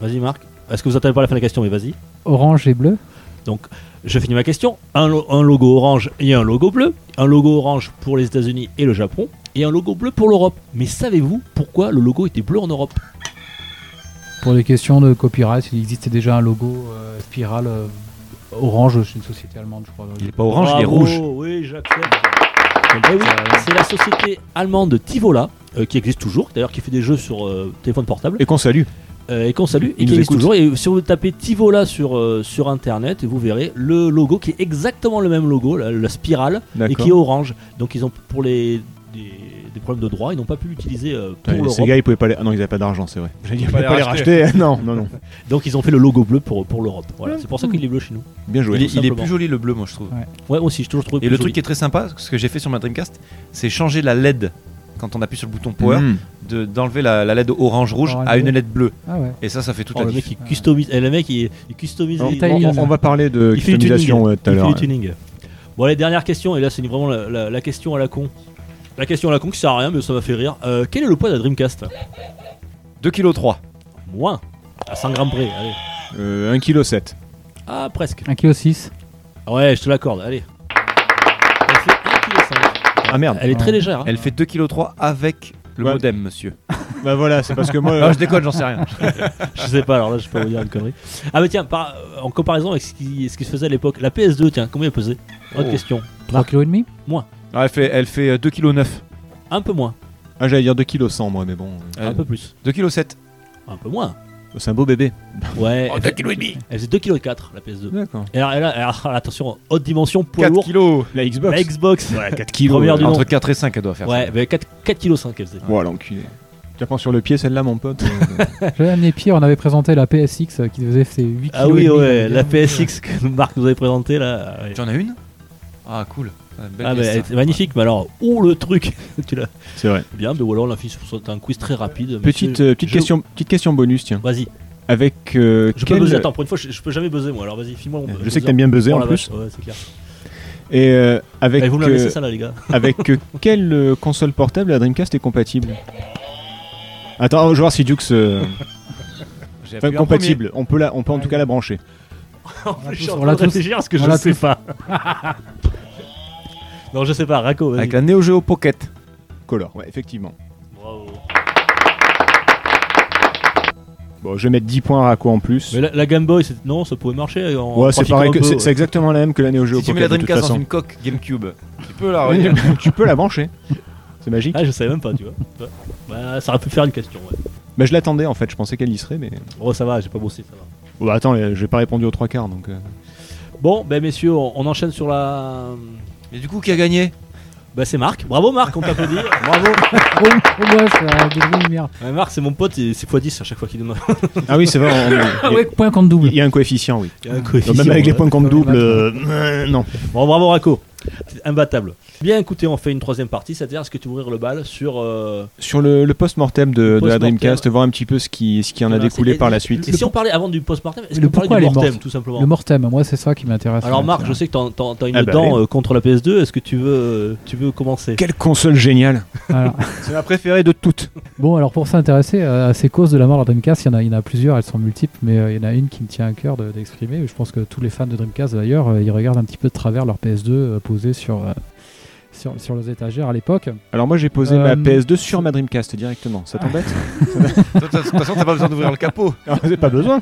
[SPEAKER 2] Vas-y Marc, est-ce que vous attendez pas la fin de la question Mais vas-y.
[SPEAKER 3] orange et bleu.
[SPEAKER 2] Donc je finis ma question. Un, lo- un logo orange et un logo bleu. Un logo orange pour les États-Unis et le Japon. Et un logo bleu pour l'Europe. Mais savez-vous pourquoi le logo était bleu en Europe
[SPEAKER 3] Pour des questions de copyright, il existait déjà un logo euh, spirale euh, orange chez une société allemande, je crois.
[SPEAKER 5] Il est pas orange, il est
[SPEAKER 2] Bravo,
[SPEAKER 5] rouge.
[SPEAKER 2] Oui, j'accepte. Eh oui, c'est la société allemande Tivola. euh, qui existe toujours, d'ailleurs qui fait des jeux sur euh, téléphone portable.
[SPEAKER 4] Et qu'on salue.
[SPEAKER 2] Euh, et qu'on salue
[SPEAKER 4] Il
[SPEAKER 2] et qui
[SPEAKER 4] nous
[SPEAKER 2] existe
[SPEAKER 4] écoute.
[SPEAKER 2] toujours. Et si vous tapez Tivola sur, euh, sur internet, vous verrez le logo qui est exactement le même logo, la, la spirale, et qui est
[SPEAKER 4] D'accord.
[SPEAKER 2] orange. Donc ils ont pour les des, des problèmes de droit, ils n'ont pas pu l'utiliser euh, pour
[SPEAKER 4] Putain,
[SPEAKER 2] l'Europe.
[SPEAKER 4] Ces gars, ils pouvaient pas les. Ah non, ils avaient pas d'argent, c'est vrai. J'ai dit, ils pouvaient
[SPEAKER 5] Pas les
[SPEAKER 4] pas les racheter. non, non, non.
[SPEAKER 2] Donc ils ont fait le logo bleu pour, pour l'Europe. Voilà, c'est pour ça qu'il est bleu chez nous.
[SPEAKER 4] Bien joué.
[SPEAKER 5] Il, est, il est
[SPEAKER 2] simplement.
[SPEAKER 5] plus joli le bleu, moi je trouve.
[SPEAKER 2] Ouais, moi aussi, je toujours trouvé.
[SPEAKER 5] Et le truc qui est très sympa, ce que j'ai fait sur ma Dreamcast, c'est changer la LED quand on appuie sur le bouton power,
[SPEAKER 4] Mm.
[SPEAKER 5] de- d'enlever la, la LED orange rouge
[SPEAKER 3] Orange
[SPEAKER 5] à une
[SPEAKER 3] bleu.
[SPEAKER 5] LED bleue.
[SPEAKER 3] Ah ouais.
[SPEAKER 5] Et ça, ça fait tout
[SPEAKER 2] Oh,
[SPEAKER 5] la
[SPEAKER 2] le
[SPEAKER 5] diff.
[SPEAKER 2] mec il customise. eh, le mec il, il customise.
[SPEAKER 4] Alors,
[SPEAKER 2] il-
[SPEAKER 3] taille,
[SPEAKER 2] il-
[SPEAKER 4] on, on va parler de
[SPEAKER 2] il fait du
[SPEAKER 4] customisation ouais, tout à
[SPEAKER 2] il fait
[SPEAKER 4] l'heure.
[SPEAKER 2] du tuning. Bon, la dernière question, et là c'est vraiment la, la- la question à la con. La question à la con qui sert à rien, mais ça m'a fait rire. Euh, quel est le poids de la Dreamcast
[SPEAKER 5] 2,3 kg.
[SPEAKER 2] Moins. À 100 grammes près, allez.
[SPEAKER 4] Euh, 1,7 kg.
[SPEAKER 2] Ah, presque.
[SPEAKER 3] 1,6 kg.
[SPEAKER 2] Ah Ouais, je te l'accorde, allez. Elle fait 1,5 kg.
[SPEAKER 4] Ah merde.
[SPEAKER 2] Elle est très
[SPEAKER 3] Ouais.
[SPEAKER 2] légère. hein.
[SPEAKER 5] Elle fait 2,3 kg avec le
[SPEAKER 4] Ouais.
[SPEAKER 5] modem, monsieur.
[SPEAKER 4] Bah voilà, c'est parce que moi.
[SPEAKER 5] Non,
[SPEAKER 4] euh,
[SPEAKER 5] je déconne, j'en sais rien.
[SPEAKER 2] Je sais pas, alors là, je peux vous dire une connerie. Ah, mais tiens, par- euh, en comparaison avec ce qui, ce qui se faisait à l'époque, la PS2, tiens, combien elle pesait Autre
[SPEAKER 5] Oh.
[SPEAKER 2] question.
[SPEAKER 3] 3,5 kg.
[SPEAKER 5] Non, elle fait, elle fait euh, 2,9 kg.
[SPEAKER 2] Un peu moins,
[SPEAKER 4] Ah, j'allais dire 2,1 kg, moi, mais bon. euh,
[SPEAKER 5] Euh,
[SPEAKER 2] un peu plus.
[SPEAKER 5] 2,7 kg.
[SPEAKER 2] Un peu moins.
[SPEAKER 4] C'est un beau bébé.
[SPEAKER 2] Ouais,
[SPEAKER 5] Oh,
[SPEAKER 2] elle,
[SPEAKER 5] 2,5
[SPEAKER 2] fait-
[SPEAKER 5] kg.
[SPEAKER 2] elle faisait 2,4 kg la PS2.
[SPEAKER 4] D'accord.
[SPEAKER 2] Et alors, elle a- alors, attention, haute dimension, poids
[SPEAKER 5] 4
[SPEAKER 2] lourd.
[SPEAKER 5] kg.
[SPEAKER 4] La Xbox.
[SPEAKER 2] La Xbox.
[SPEAKER 4] Ouais, 4 kilos.
[SPEAKER 2] Première du nom.
[SPEAKER 5] Entre 4 et 5, elle doit faire.
[SPEAKER 2] Ouais, mais 4, 4,5 kg elle faisait.
[SPEAKER 4] Voilà, l'enculé. Tu la prends sur le pied, celle-là, mon pote.
[SPEAKER 3] J'avais amené pire, on avait présenté la PSX euh, qui faisait ses 8 kg.
[SPEAKER 2] Ah oui, ouais, la PSX que Marc nous avait présentée là. ouais.
[SPEAKER 5] ça. Tu en as une Ah, cool. Ah, belle
[SPEAKER 2] Ah, mais
[SPEAKER 5] pièce,
[SPEAKER 2] elle
[SPEAKER 5] ça.
[SPEAKER 2] était magnifique, mais alors, oh le truc Tu l'as.
[SPEAKER 4] c'est vrai.
[SPEAKER 2] Bien, mais voilà, on l'a fait sur sur un quiz très rapide. mais
[SPEAKER 4] Petite,
[SPEAKER 2] c'est-
[SPEAKER 4] euh, petite,
[SPEAKER 2] je-
[SPEAKER 4] question, petite question bonus, tiens.
[SPEAKER 2] Vas-y,
[SPEAKER 4] Avec. euh,
[SPEAKER 2] je peux
[SPEAKER 4] quel- Euh,
[SPEAKER 2] buzzer. Oh Attends, pour une fois, je, je peux jamais buzzer moi, alors vas-y, file-moi mon
[SPEAKER 4] Je sais que t'aimes bien buzzer en plus.
[SPEAKER 2] Ouais, c'est clair.
[SPEAKER 4] Et euh, avec,
[SPEAKER 2] Eh, vous me la
[SPEAKER 4] euh,
[SPEAKER 2] laissez ça là, les gars.
[SPEAKER 4] avec euh, quelle euh, console portable la Dreamcast est compatible Attends, oh, je vais voir si Dux. euh,
[SPEAKER 5] J'ai
[SPEAKER 4] enfin,
[SPEAKER 5] appuyé en
[SPEAKER 4] compatible. On peut, la, on peut en tout cas la brancher.
[SPEAKER 2] Je suis
[SPEAKER 3] tous-
[SPEAKER 2] en
[SPEAKER 3] on
[SPEAKER 2] train
[SPEAKER 3] l'a
[SPEAKER 2] de
[SPEAKER 3] tous.
[SPEAKER 2] réfléchir parce que
[SPEAKER 3] On
[SPEAKER 2] je
[SPEAKER 3] l'a
[SPEAKER 2] sais
[SPEAKER 3] tous.
[SPEAKER 2] pas. non, je sais pas, Raco,
[SPEAKER 5] premier,
[SPEAKER 2] vas-y.
[SPEAKER 5] Avec la Neo Geo Pocket.
[SPEAKER 4] Color, ouais, effectivement.
[SPEAKER 2] Bravo.
[SPEAKER 4] Bon, je vais mettre 10 points à Raco en plus.
[SPEAKER 2] Mais la, la Game Boy, c'est- non, ça pouvait marcher. euh, en
[SPEAKER 4] Ouais, c'est
[SPEAKER 2] profitant
[SPEAKER 4] pareil,
[SPEAKER 2] un
[SPEAKER 4] que-
[SPEAKER 2] peu,
[SPEAKER 4] c'est
[SPEAKER 2] ouais.
[SPEAKER 4] c'est exactement la même que la Neo Geo
[SPEAKER 5] Si tu mets
[SPEAKER 4] Pocket,
[SPEAKER 5] la
[SPEAKER 4] de toute
[SPEAKER 5] Dreamcast dans
[SPEAKER 4] façon.
[SPEAKER 5] une coque GameCube, tu peux la revenir.
[SPEAKER 4] tu peux la brancher. C'est magique.
[SPEAKER 2] Ah, je savais même pas, tu vois. Ouais. Bah, ça aurait pu faire une question, ouais.
[SPEAKER 4] Mais Bah, je l'attendais en fait, je pensais qu'elle y serait, mais.
[SPEAKER 2] Oh, ça va, j'ai pas bossé, ça va.
[SPEAKER 4] Bon, bah, attends, euh, j'ai pas répondu aux trois quarts donc. euh.
[SPEAKER 2] Bon, ben messieurs, on, on enchaîne sur la.
[SPEAKER 5] Mais du coup, qui a gagné
[SPEAKER 2] Bah, c'est Marc. Bravo, Marc, on t'applaudit. Bravo.
[SPEAKER 3] Oh, oh, ouais, c'est euh, des vraies lumières.
[SPEAKER 2] Ouais, Marc, c'est mon pote, et c'est x10 à chaque fois qu'il donne
[SPEAKER 4] Ah oui, c'est vrai, on-
[SPEAKER 3] Ah
[SPEAKER 4] il-
[SPEAKER 3] ouais, point contre double.
[SPEAKER 4] il y a un coefficient, oui.
[SPEAKER 2] un
[SPEAKER 4] Donc,
[SPEAKER 2] coefficient.
[SPEAKER 4] même avec les
[SPEAKER 2] ouais.
[SPEAKER 4] points de compte
[SPEAKER 3] Dans les
[SPEAKER 4] double,
[SPEAKER 3] maths,
[SPEAKER 4] euh, non.
[SPEAKER 2] Bon, bravo, Raco. C'est Imbattable. Bien, écoutez, on fait une troisième partie, c'est-à-dire, est-ce que tu ouvrir le bal sur. euh,
[SPEAKER 4] Sur le, le post-mortem Ah bah, de, de la
[SPEAKER 2] post-mortem.
[SPEAKER 4] Dreamcast, voir un petit peu ce qui, ce qui en a
[SPEAKER 2] voilà,
[SPEAKER 4] découlé
[SPEAKER 2] c'est-
[SPEAKER 4] par la
[SPEAKER 2] et-
[SPEAKER 4] suite.
[SPEAKER 2] Et si on parlait avant du post-mortem, est-ce
[SPEAKER 3] Le
[SPEAKER 2] qu'on parlait
[SPEAKER 3] pourquoi
[SPEAKER 2] du
[SPEAKER 3] elle est
[SPEAKER 2] mortem,
[SPEAKER 3] morte
[SPEAKER 2] tout simplement
[SPEAKER 3] Le mortem, moi, c'est ça qui m'intéresse.
[SPEAKER 2] Alors, Marc, je
[SPEAKER 3] m'intéresse.
[SPEAKER 2] sais que t'en- t'en- t'as une
[SPEAKER 4] Ah bah
[SPEAKER 2] dent
[SPEAKER 4] oui.
[SPEAKER 2] euh, contre la PS2, est-ce que tu veux, euh, tu veux commencer
[SPEAKER 4] Quelle console géniale
[SPEAKER 3] Alors,
[SPEAKER 4] C'est ma préférée de toutes.
[SPEAKER 3] Bon, alors pour s'intéresser à, à ces causes de la mort de la Dreamcast, il y, en a- il y en a plusieurs, elles sont multiples, mais euh, il y en a une qui me tient à cœur de- d'exprimer. je pense que tous les fans de Dreamcast, d'ailleurs, euh, ils regardent un petit peu de travers leur PS2 euh, posée sur, euh, sur, sur leurs étagères à l'époque.
[SPEAKER 4] Alors moi j'ai posé
[SPEAKER 3] Euh,
[SPEAKER 4] ma PS2 sur ma Dreamcast directement. Ça t'embête
[SPEAKER 5] De toute façon, t'as pas besoin d'ouvrir le capot.
[SPEAKER 4] Non, Ah, c'est pas besoin.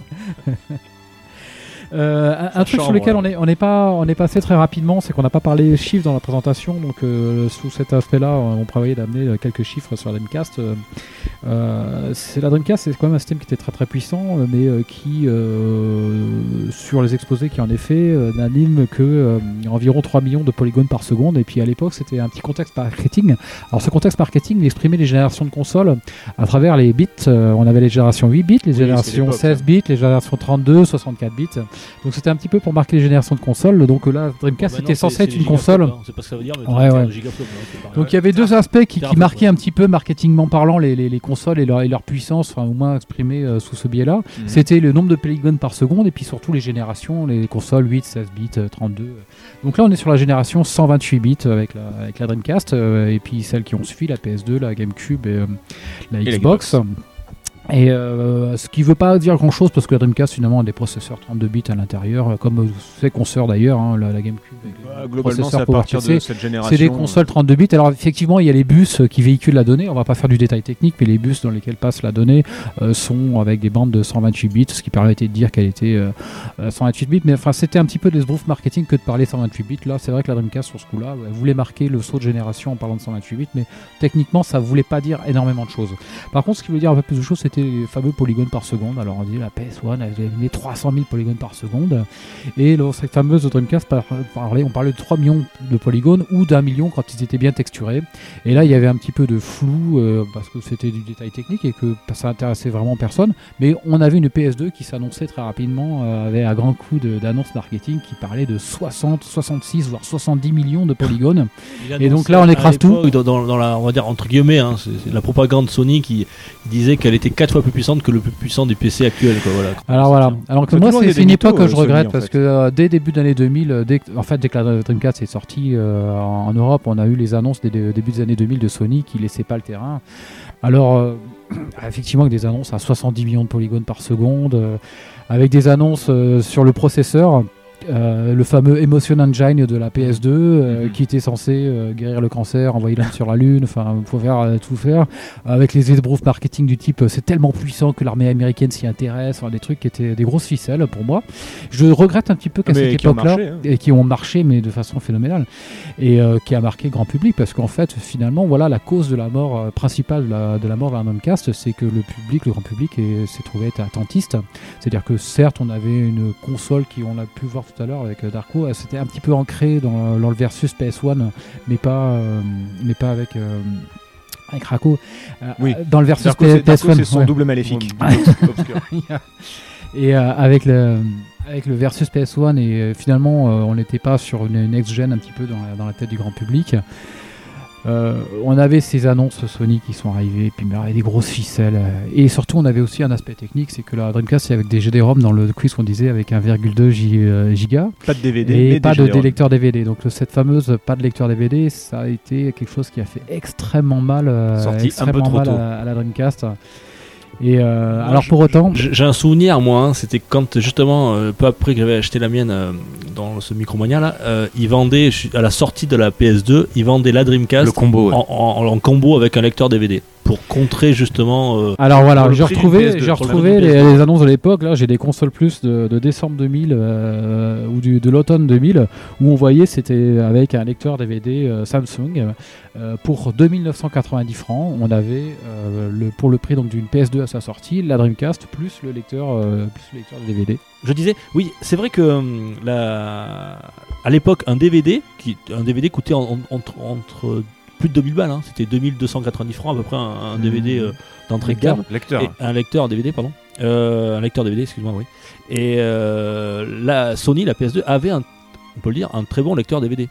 [SPEAKER 3] Euh, un- un,
[SPEAKER 2] Ça
[SPEAKER 3] truc
[SPEAKER 2] chambre,
[SPEAKER 3] sur lequel
[SPEAKER 2] là.
[SPEAKER 3] on est, on est pas, on est passé très rapidement, c'est qu'on n'a pas parlé chiffres dans la présentation. Donc euh, sous cet aspect-là, euh, on prévoyait d'amener euh, quelques chiffres sur la Dreamcast. euh, euh, c'est la Dreamcast, c'est quand même un système qui était très très puissant, euh, mais euh, qui, euh, sur les exposés, qui en effet euh, n'anime que euh, environ 3 millions de polygones par seconde. Et puis à l'époque, c'était un petit contexte marketing. Alors ce contexte marketing il exprimait les générations de consoles à travers les bits. Euh, on avait les générations 8 bits, les générations
[SPEAKER 4] l'époque,
[SPEAKER 3] 16 bits, les générations 32, 64 bits. Donc c'était un petit peu pour marquer les générations de consoles. Donc euh, là, Dreamcast
[SPEAKER 2] Bah non,
[SPEAKER 3] était
[SPEAKER 2] c'est-
[SPEAKER 3] censé être
[SPEAKER 2] c'est
[SPEAKER 3] une
[SPEAKER 2] des
[SPEAKER 3] console.
[SPEAKER 2] gigaflops, hein, C'est pas ce que ça veut dire, mais
[SPEAKER 3] Ouais,
[SPEAKER 2] c'est un
[SPEAKER 3] ouais.
[SPEAKER 2] gigaflop, hein, c'est pareil.
[SPEAKER 3] Donc il y avait deux aspects qui, qui
[SPEAKER 2] Teraflop,
[SPEAKER 3] marquaient
[SPEAKER 2] ouais.
[SPEAKER 3] un petit peu marketingment parlant les, les- les consoles et leur, et leur puissance, enfin au moins exprimée euh, sous ce biais-là. C'était le nombre de polygones par seconde et puis surtout les générations, les consoles 8, 16 bits, euh, 32. Donc là on est sur la génération 128 bits euh, avec la, avec la Dreamcast euh, et puis celles qui ont suivi, la PS2, la GameCube et euh, la
[SPEAKER 4] la
[SPEAKER 3] Xbox. Et euh, ce qui veut pas dire grand chose parce que la Dreamcast finalement a des processeurs 32 bits à l'intérieur, euh, comme euh, ses consoeurs d'ailleurs, hein, la, la GameCube. avec les
[SPEAKER 4] Bah, globalement c'est
[SPEAKER 3] processeurs
[SPEAKER 4] à partir
[SPEAKER 3] PowerPC.
[SPEAKER 4] de cette génération. euh,
[SPEAKER 3] C'est des consoles 32 bits. Alors effectivement, il y a les bus euh, qui véhiculent la donnée. On va pas faire du détail technique, mais les bus dans lesquels passe la donnée euh, sont avec des bandes de 128 bits, ce qui permettait de dire qu'elle était euh, euh, 128 bits. Mais enfin, c'était un petit peu des esbroufs marketing que de parler 128 bits. Là, c'est vrai que la Dreamcast sur ce coup-là, elle voulait marquer le saut de génération en parlant de 128 bits, mais techniquement, ça voulait pas dire énormément de choses. Par contre, ce qui voulait dire un peu plus de choses, c'était les fameux polygones par seconde. Alors on dit la PS1 elle éliminait 300 000 polygones par seconde. Et dans cette fameuse Dreamcast, par- parlait- on parlait de 3 millions de polygones ou d'un million quand ils étaient bien texturés. Et là, il y avait un petit peu de flou euh, parce que c'était du détail technique et que ça intéressait vraiment personne. Mais on avait une PS2 qui s'annonçait très rapidement euh, avec un grand coup de- d'annonce marketing qui parlait de 60, 66, voire 70 millions de polygones.
[SPEAKER 2] Il
[SPEAKER 3] Et
[SPEAKER 2] annonçait
[SPEAKER 3] donc là, on
[SPEAKER 2] à
[SPEAKER 3] écrase
[SPEAKER 2] l'époque, Dans, dans- dans la, on va dire entre guillemets, hein, c'est c'est la propagande Sony qui disait qu'elle était 4 fois plus puissante que le plus puissant du PC actuel. Quoi, voilà.
[SPEAKER 3] Alors voilà. Alors que
[SPEAKER 4] C'est
[SPEAKER 3] moi,
[SPEAKER 4] toujours
[SPEAKER 3] c'est
[SPEAKER 4] des
[SPEAKER 3] c'est une
[SPEAKER 4] mythos,
[SPEAKER 3] époque que
[SPEAKER 4] euh,
[SPEAKER 3] je
[SPEAKER 4] Sony,
[SPEAKER 3] regrette
[SPEAKER 4] en
[SPEAKER 3] parce
[SPEAKER 4] fait.
[SPEAKER 3] que euh, dès début d'année 2000, euh, dès, que- en fait, dès que la Dreamcast est sortie euh, en en Europe, on a eu les annonces des dé- début des années 2000 de Sony qui laissait pas le terrain. Alors, euh, effectivement, avec des annonces à 70 millions de polygones par seconde, euh, avec des annonces euh, sur le processeur. euh, le fameux Emotion Engine de la PS2 euh,
[SPEAKER 4] Mhm.
[SPEAKER 3] qui était censé euh, guérir le cancer, envoyer l'homme sur la lune, enfin, faut faire euh, tout faire avec les esbroufs marketing du type euh, c'est tellement puissant que l'armée américaine s'y intéresse, enfin, des trucs qui étaient des grosses ficelles pour moi. Je regrette un petit peu qu'à
[SPEAKER 4] Mais
[SPEAKER 3] cette
[SPEAKER 4] qui ont
[SPEAKER 3] époque-là,
[SPEAKER 4] marché, hein.
[SPEAKER 3] et qui ont marché, mais de façon phénoménale, et euh, qui a marqué grand public, parce qu'en fait, finalement, voilà la cause de la mort euh, principale de la, de la mort de la Dreamcast, c'est que le public, le grand public, est- s'est trouvé être attentiste. C'est-à-dire que certes, on avait une console qui, on l'a pu voir tout à l'heure avec euh, Darko, elle s'était un petit peu ancrée dans, dans le versus PS1, mais pas, euh, mais pas avec. euh, avec Racco, Euh,
[SPEAKER 4] Oui.
[SPEAKER 3] dans le versus
[SPEAKER 4] Darko,
[SPEAKER 3] PS-
[SPEAKER 4] c'est Darko,
[SPEAKER 3] PS1,
[SPEAKER 4] c'est son
[SPEAKER 3] ouais.
[SPEAKER 4] double maléfique.
[SPEAKER 3] Et euh, avec le avec le versus PS1 et euh, finalement euh, on n'était pas sur une next gen un petit peu dans la, dans la tête du grand public. Euh, on avait ces annonces Sony qui sont arrivées, puis mais, il y avait des grosses ficelles. euh, Et surtout, on avait aussi un aspect technique, c'est que la Dreamcast, il y avait des GD-ROM dans le quiz qu'on disait avec 1,2 G- euh, giga
[SPEAKER 4] Pas de DVD,
[SPEAKER 3] et
[SPEAKER 4] mais
[SPEAKER 3] pas
[SPEAKER 4] des
[SPEAKER 3] de
[SPEAKER 4] GDR.
[SPEAKER 3] lecteur DVD. Donc le- cette fameuse euh, pas de lecteur DVD, ça a été quelque chose qui a fait extrêmement mal, euh,
[SPEAKER 5] Sorti un peu
[SPEAKER 3] extrêmement
[SPEAKER 5] trop
[SPEAKER 3] mal
[SPEAKER 5] tôt.
[SPEAKER 3] à, à la Dreamcast. Et euh,
[SPEAKER 2] Moi,
[SPEAKER 3] alors
[SPEAKER 2] je-
[SPEAKER 3] pour autant,
[SPEAKER 2] J- J'ai un souvenir, moi, hein, c'était quand justement, euh, peu après que j'avais acheté la mienne euh, dans ce Micromania là, euh, ils vendaient, je- à la sortie de la PS2, ils vendaient la Dreamcast
[SPEAKER 5] Le combo, ouais.
[SPEAKER 2] en, en- en combo avec un lecteur DVD pour contrer justement. euh,
[SPEAKER 3] Alors voilà,
[SPEAKER 5] le
[SPEAKER 3] j'ai
[SPEAKER 5] prix d'une
[SPEAKER 3] retrouvé,
[SPEAKER 5] PS2,
[SPEAKER 2] pour
[SPEAKER 3] j'ai
[SPEAKER 2] le
[SPEAKER 3] retrouvé
[SPEAKER 2] prix d'une
[SPEAKER 3] les, les annonces de l'époque. Là, j'ai des consoles plus de, de décembre 2000 euh, ou du- de l'automne 2000 où on voyait c'était avec un lecteur DVD euh, Samsung euh, pour 2990 francs. On avait euh, le, pour le prix donc d'une PS2 à sa sortie, la Dreamcast plus le lecteur euh, plus le lecteur DVD.
[SPEAKER 2] je disais, oui, c'est vrai que hum, la... à l'époque, un DVD, qui, un DVD coûtait en- en- entre, entre plus de 2000 balles, hein, c'était 2290 francs à peu près un, un DVD euh, d'entrée de
[SPEAKER 3] Mmh.
[SPEAKER 2] gamme.
[SPEAKER 3] Lecteur.
[SPEAKER 5] Lecteur.
[SPEAKER 2] Et un lecteur DVD, pardon. Euh, un lecteur DVD, excuse-moi, oui. Et euh, la Sony, la PS2, avait un, on peut le dire, un très bon lecteur DVD.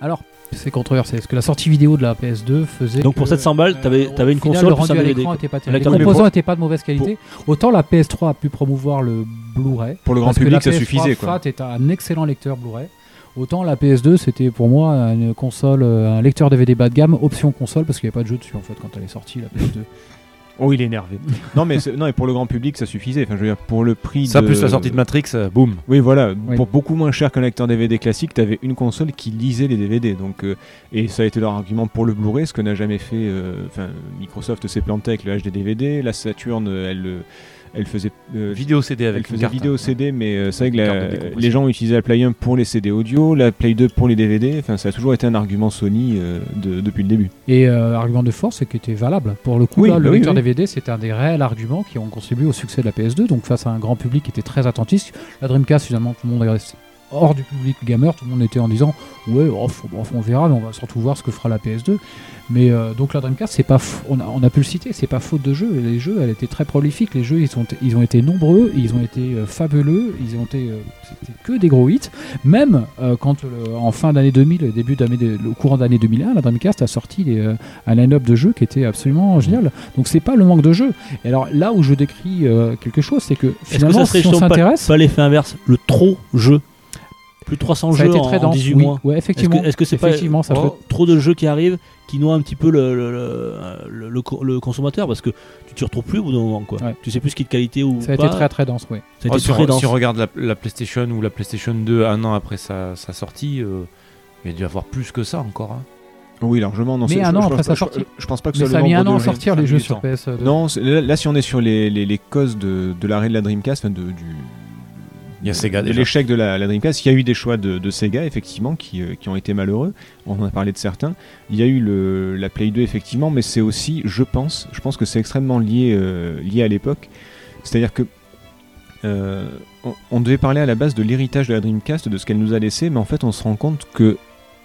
[SPEAKER 3] Alors c'est controversé parce que la sortie vidéo de la PS2 faisait
[SPEAKER 2] Donc pour
[SPEAKER 3] que, euh,
[SPEAKER 2] 700 balles, t'avais-
[SPEAKER 3] au
[SPEAKER 2] t'avais une
[SPEAKER 3] final,
[SPEAKER 2] console
[SPEAKER 3] le
[SPEAKER 2] plus un
[SPEAKER 3] rendu à
[SPEAKER 2] DVD,
[SPEAKER 3] l'écran
[SPEAKER 2] quoi.
[SPEAKER 3] était pas
[SPEAKER 2] Un
[SPEAKER 3] terrible.
[SPEAKER 2] lecteur
[SPEAKER 3] Les
[SPEAKER 2] DVD.
[SPEAKER 3] composants n'étaient pas de mauvaise qualité. Autant la PS3 a pu promouvoir le Blu-ray.
[SPEAKER 4] Pour le grand
[SPEAKER 3] Parce que
[SPEAKER 4] public,
[SPEAKER 3] la
[SPEAKER 4] ça suffisait.
[SPEAKER 3] PS3
[SPEAKER 4] Quoi.
[SPEAKER 3] FAT est un excellent lecteur Blu-ray. Autant la PS2, c'était pour moi une console, euh, un lecteur DVD bas de gamme, option console, parce qu'il n'y avait pas de jeu dessus en fait quand elle est sortie la PS2.
[SPEAKER 4] Oh, il est énervé. non, mais c'est- non, et pour le grand public, ça suffisait. Enfin, je veux dire, pour le prix.
[SPEAKER 5] Ça,
[SPEAKER 4] de...
[SPEAKER 5] plus la sortie de Matrix, euh, boum.
[SPEAKER 4] Oui, voilà.
[SPEAKER 3] Oui.
[SPEAKER 4] Pour beaucoup moins cher qu'un lecteur DVD classique, t'avais une console qui lisait les DVD. Donc, euh, et ça a été leur argument pour le Blu-ray, ce que n'a jamais fait. euh, Enfin, Microsoft s'est planté avec le HD DVD. La Saturn, euh, elle, euh, elle faisait. euh,
[SPEAKER 5] Vidéo CD avec
[SPEAKER 4] elle
[SPEAKER 5] une
[SPEAKER 4] faisait
[SPEAKER 5] carte. hein.
[SPEAKER 4] vidéo CD, mais euh, c'est vrai que
[SPEAKER 5] Une
[SPEAKER 4] la-
[SPEAKER 5] carte de décompression.
[SPEAKER 4] les gens utilisaient la Play 1 pour les CD audio, la Play 2 pour les DVD. Enfin, ça a toujours été un argument Sony euh, de- depuis le début.
[SPEAKER 3] Et euh, argument de force, c'est qu'il était valable. Pour le coup,
[SPEAKER 4] Oui,
[SPEAKER 3] là, le
[SPEAKER 4] bah oui,
[SPEAKER 3] lecteur
[SPEAKER 4] oui.
[SPEAKER 3] DVD, c'est un des réels arguments qui ont contribué au succès de la PS2. Donc face à un grand public qui était très attentif, la Dreamcast, finalement, tout le monde est resté hors du public gamer. Tout le monde était en disant ouais, oh, faut- bon, on verra, mais on va surtout voir ce que fera la PS2. Mais euh, donc la Dreamcast, c'est pas, f- on a, on a pu le citer, c'est pas faute de jeu. Les jeux, elle était très prolifique. Les jeux, ils sont, ils ont été nombreux, ils ont été euh, fabuleux, ils ont été, euh, c'était que des gros hits. Même euh, quand le- en fin d'année 2000, début d'année, de- le courant d'année 2001, la Dreamcast a sorti les, euh, un line-up de jeux qui était absolument génial. Donc c'est pas le manque de jeux. Et alors là où je décris euh, quelque chose, c'est que
[SPEAKER 2] Est-ce que
[SPEAKER 3] finalement,
[SPEAKER 2] ça serait
[SPEAKER 3] si on
[SPEAKER 2] justement pas,
[SPEAKER 3] s'intéresse,
[SPEAKER 2] pas l'effet inverse, le trop jeu Plus de 300
[SPEAKER 3] ça a
[SPEAKER 2] jeux
[SPEAKER 3] été
[SPEAKER 2] en,
[SPEAKER 3] très
[SPEAKER 2] en
[SPEAKER 3] dense.
[SPEAKER 2] 18
[SPEAKER 3] oui.
[SPEAKER 2] mois.
[SPEAKER 3] Ouais,
[SPEAKER 2] Est-ce
[SPEAKER 3] effectivement.
[SPEAKER 2] que est-ce que c'est pas
[SPEAKER 3] Effectivement, ça
[SPEAKER 2] oh, trop de jeux qui arrivent qui noient un petit peu le, le, le- le- le co- le consommateur parce que tu te retrouves plus au bout d'un moment quoi.
[SPEAKER 3] Ouais.
[SPEAKER 2] Tu sais plus ce qui est de qualité ou
[SPEAKER 3] Ça a
[SPEAKER 2] pas.
[SPEAKER 3] été très très dense, oui.
[SPEAKER 2] Ça a
[SPEAKER 5] Oh,
[SPEAKER 2] été
[SPEAKER 5] si,
[SPEAKER 2] très
[SPEAKER 5] on,
[SPEAKER 2] dense.
[SPEAKER 5] si on regarde la, la PlayStation ou la PlayStation 2 un an après sa, sa sortie, euh, il y a dû avoir plus que ça encore. hein.
[SPEAKER 4] Oui, largement. Non,
[SPEAKER 3] Mais
[SPEAKER 4] c'est-
[SPEAKER 3] un
[SPEAKER 4] je-
[SPEAKER 3] an
[SPEAKER 4] je
[SPEAKER 3] après
[SPEAKER 4] pense
[SPEAKER 3] sa
[SPEAKER 4] pas- je-
[SPEAKER 3] sortie.
[SPEAKER 4] Je, pense pas que ce
[SPEAKER 3] Mais
[SPEAKER 4] soit
[SPEAKER 3] ça a
[SPEAKER 4] le
[SPEAKER 3] mis
[SPEAKER 4] nombre
[SPEAKER 3] un an à
[SPEAKER 4] de jeux.
[SPEAKER 3] sortir les jeux sur
[SPEAKER 2] hein.
[SPEAKER 3] PS2.
[SPEAKER 4] Non, c'est- là, là, si on est sur les, les, les causes de, de l'arrêt de la Dreamcast, enfin, de, du,
[SPEAKER 5] Il y a Sega
[SPEAKER 4] de
[SPEAKER 5] déjà.
[SPEAKER 4] l'échec de la, la Dreamcast, il y a eu des choix de, de Sega, effectivement, qui, euh, qui ont été malheureux. On en a parlé de certains. Il y a eu le, la Play 2, effectivement, mais c'est aussi, je pense, je pense que c'est extrêmement lié, euh, lié à l'époque. C'est-à-dire que euh, on, on devait parler à la base de l'héritage de la Dreamcast, de ce qu'elle nous a laissé, mais en fait, on se rend compte que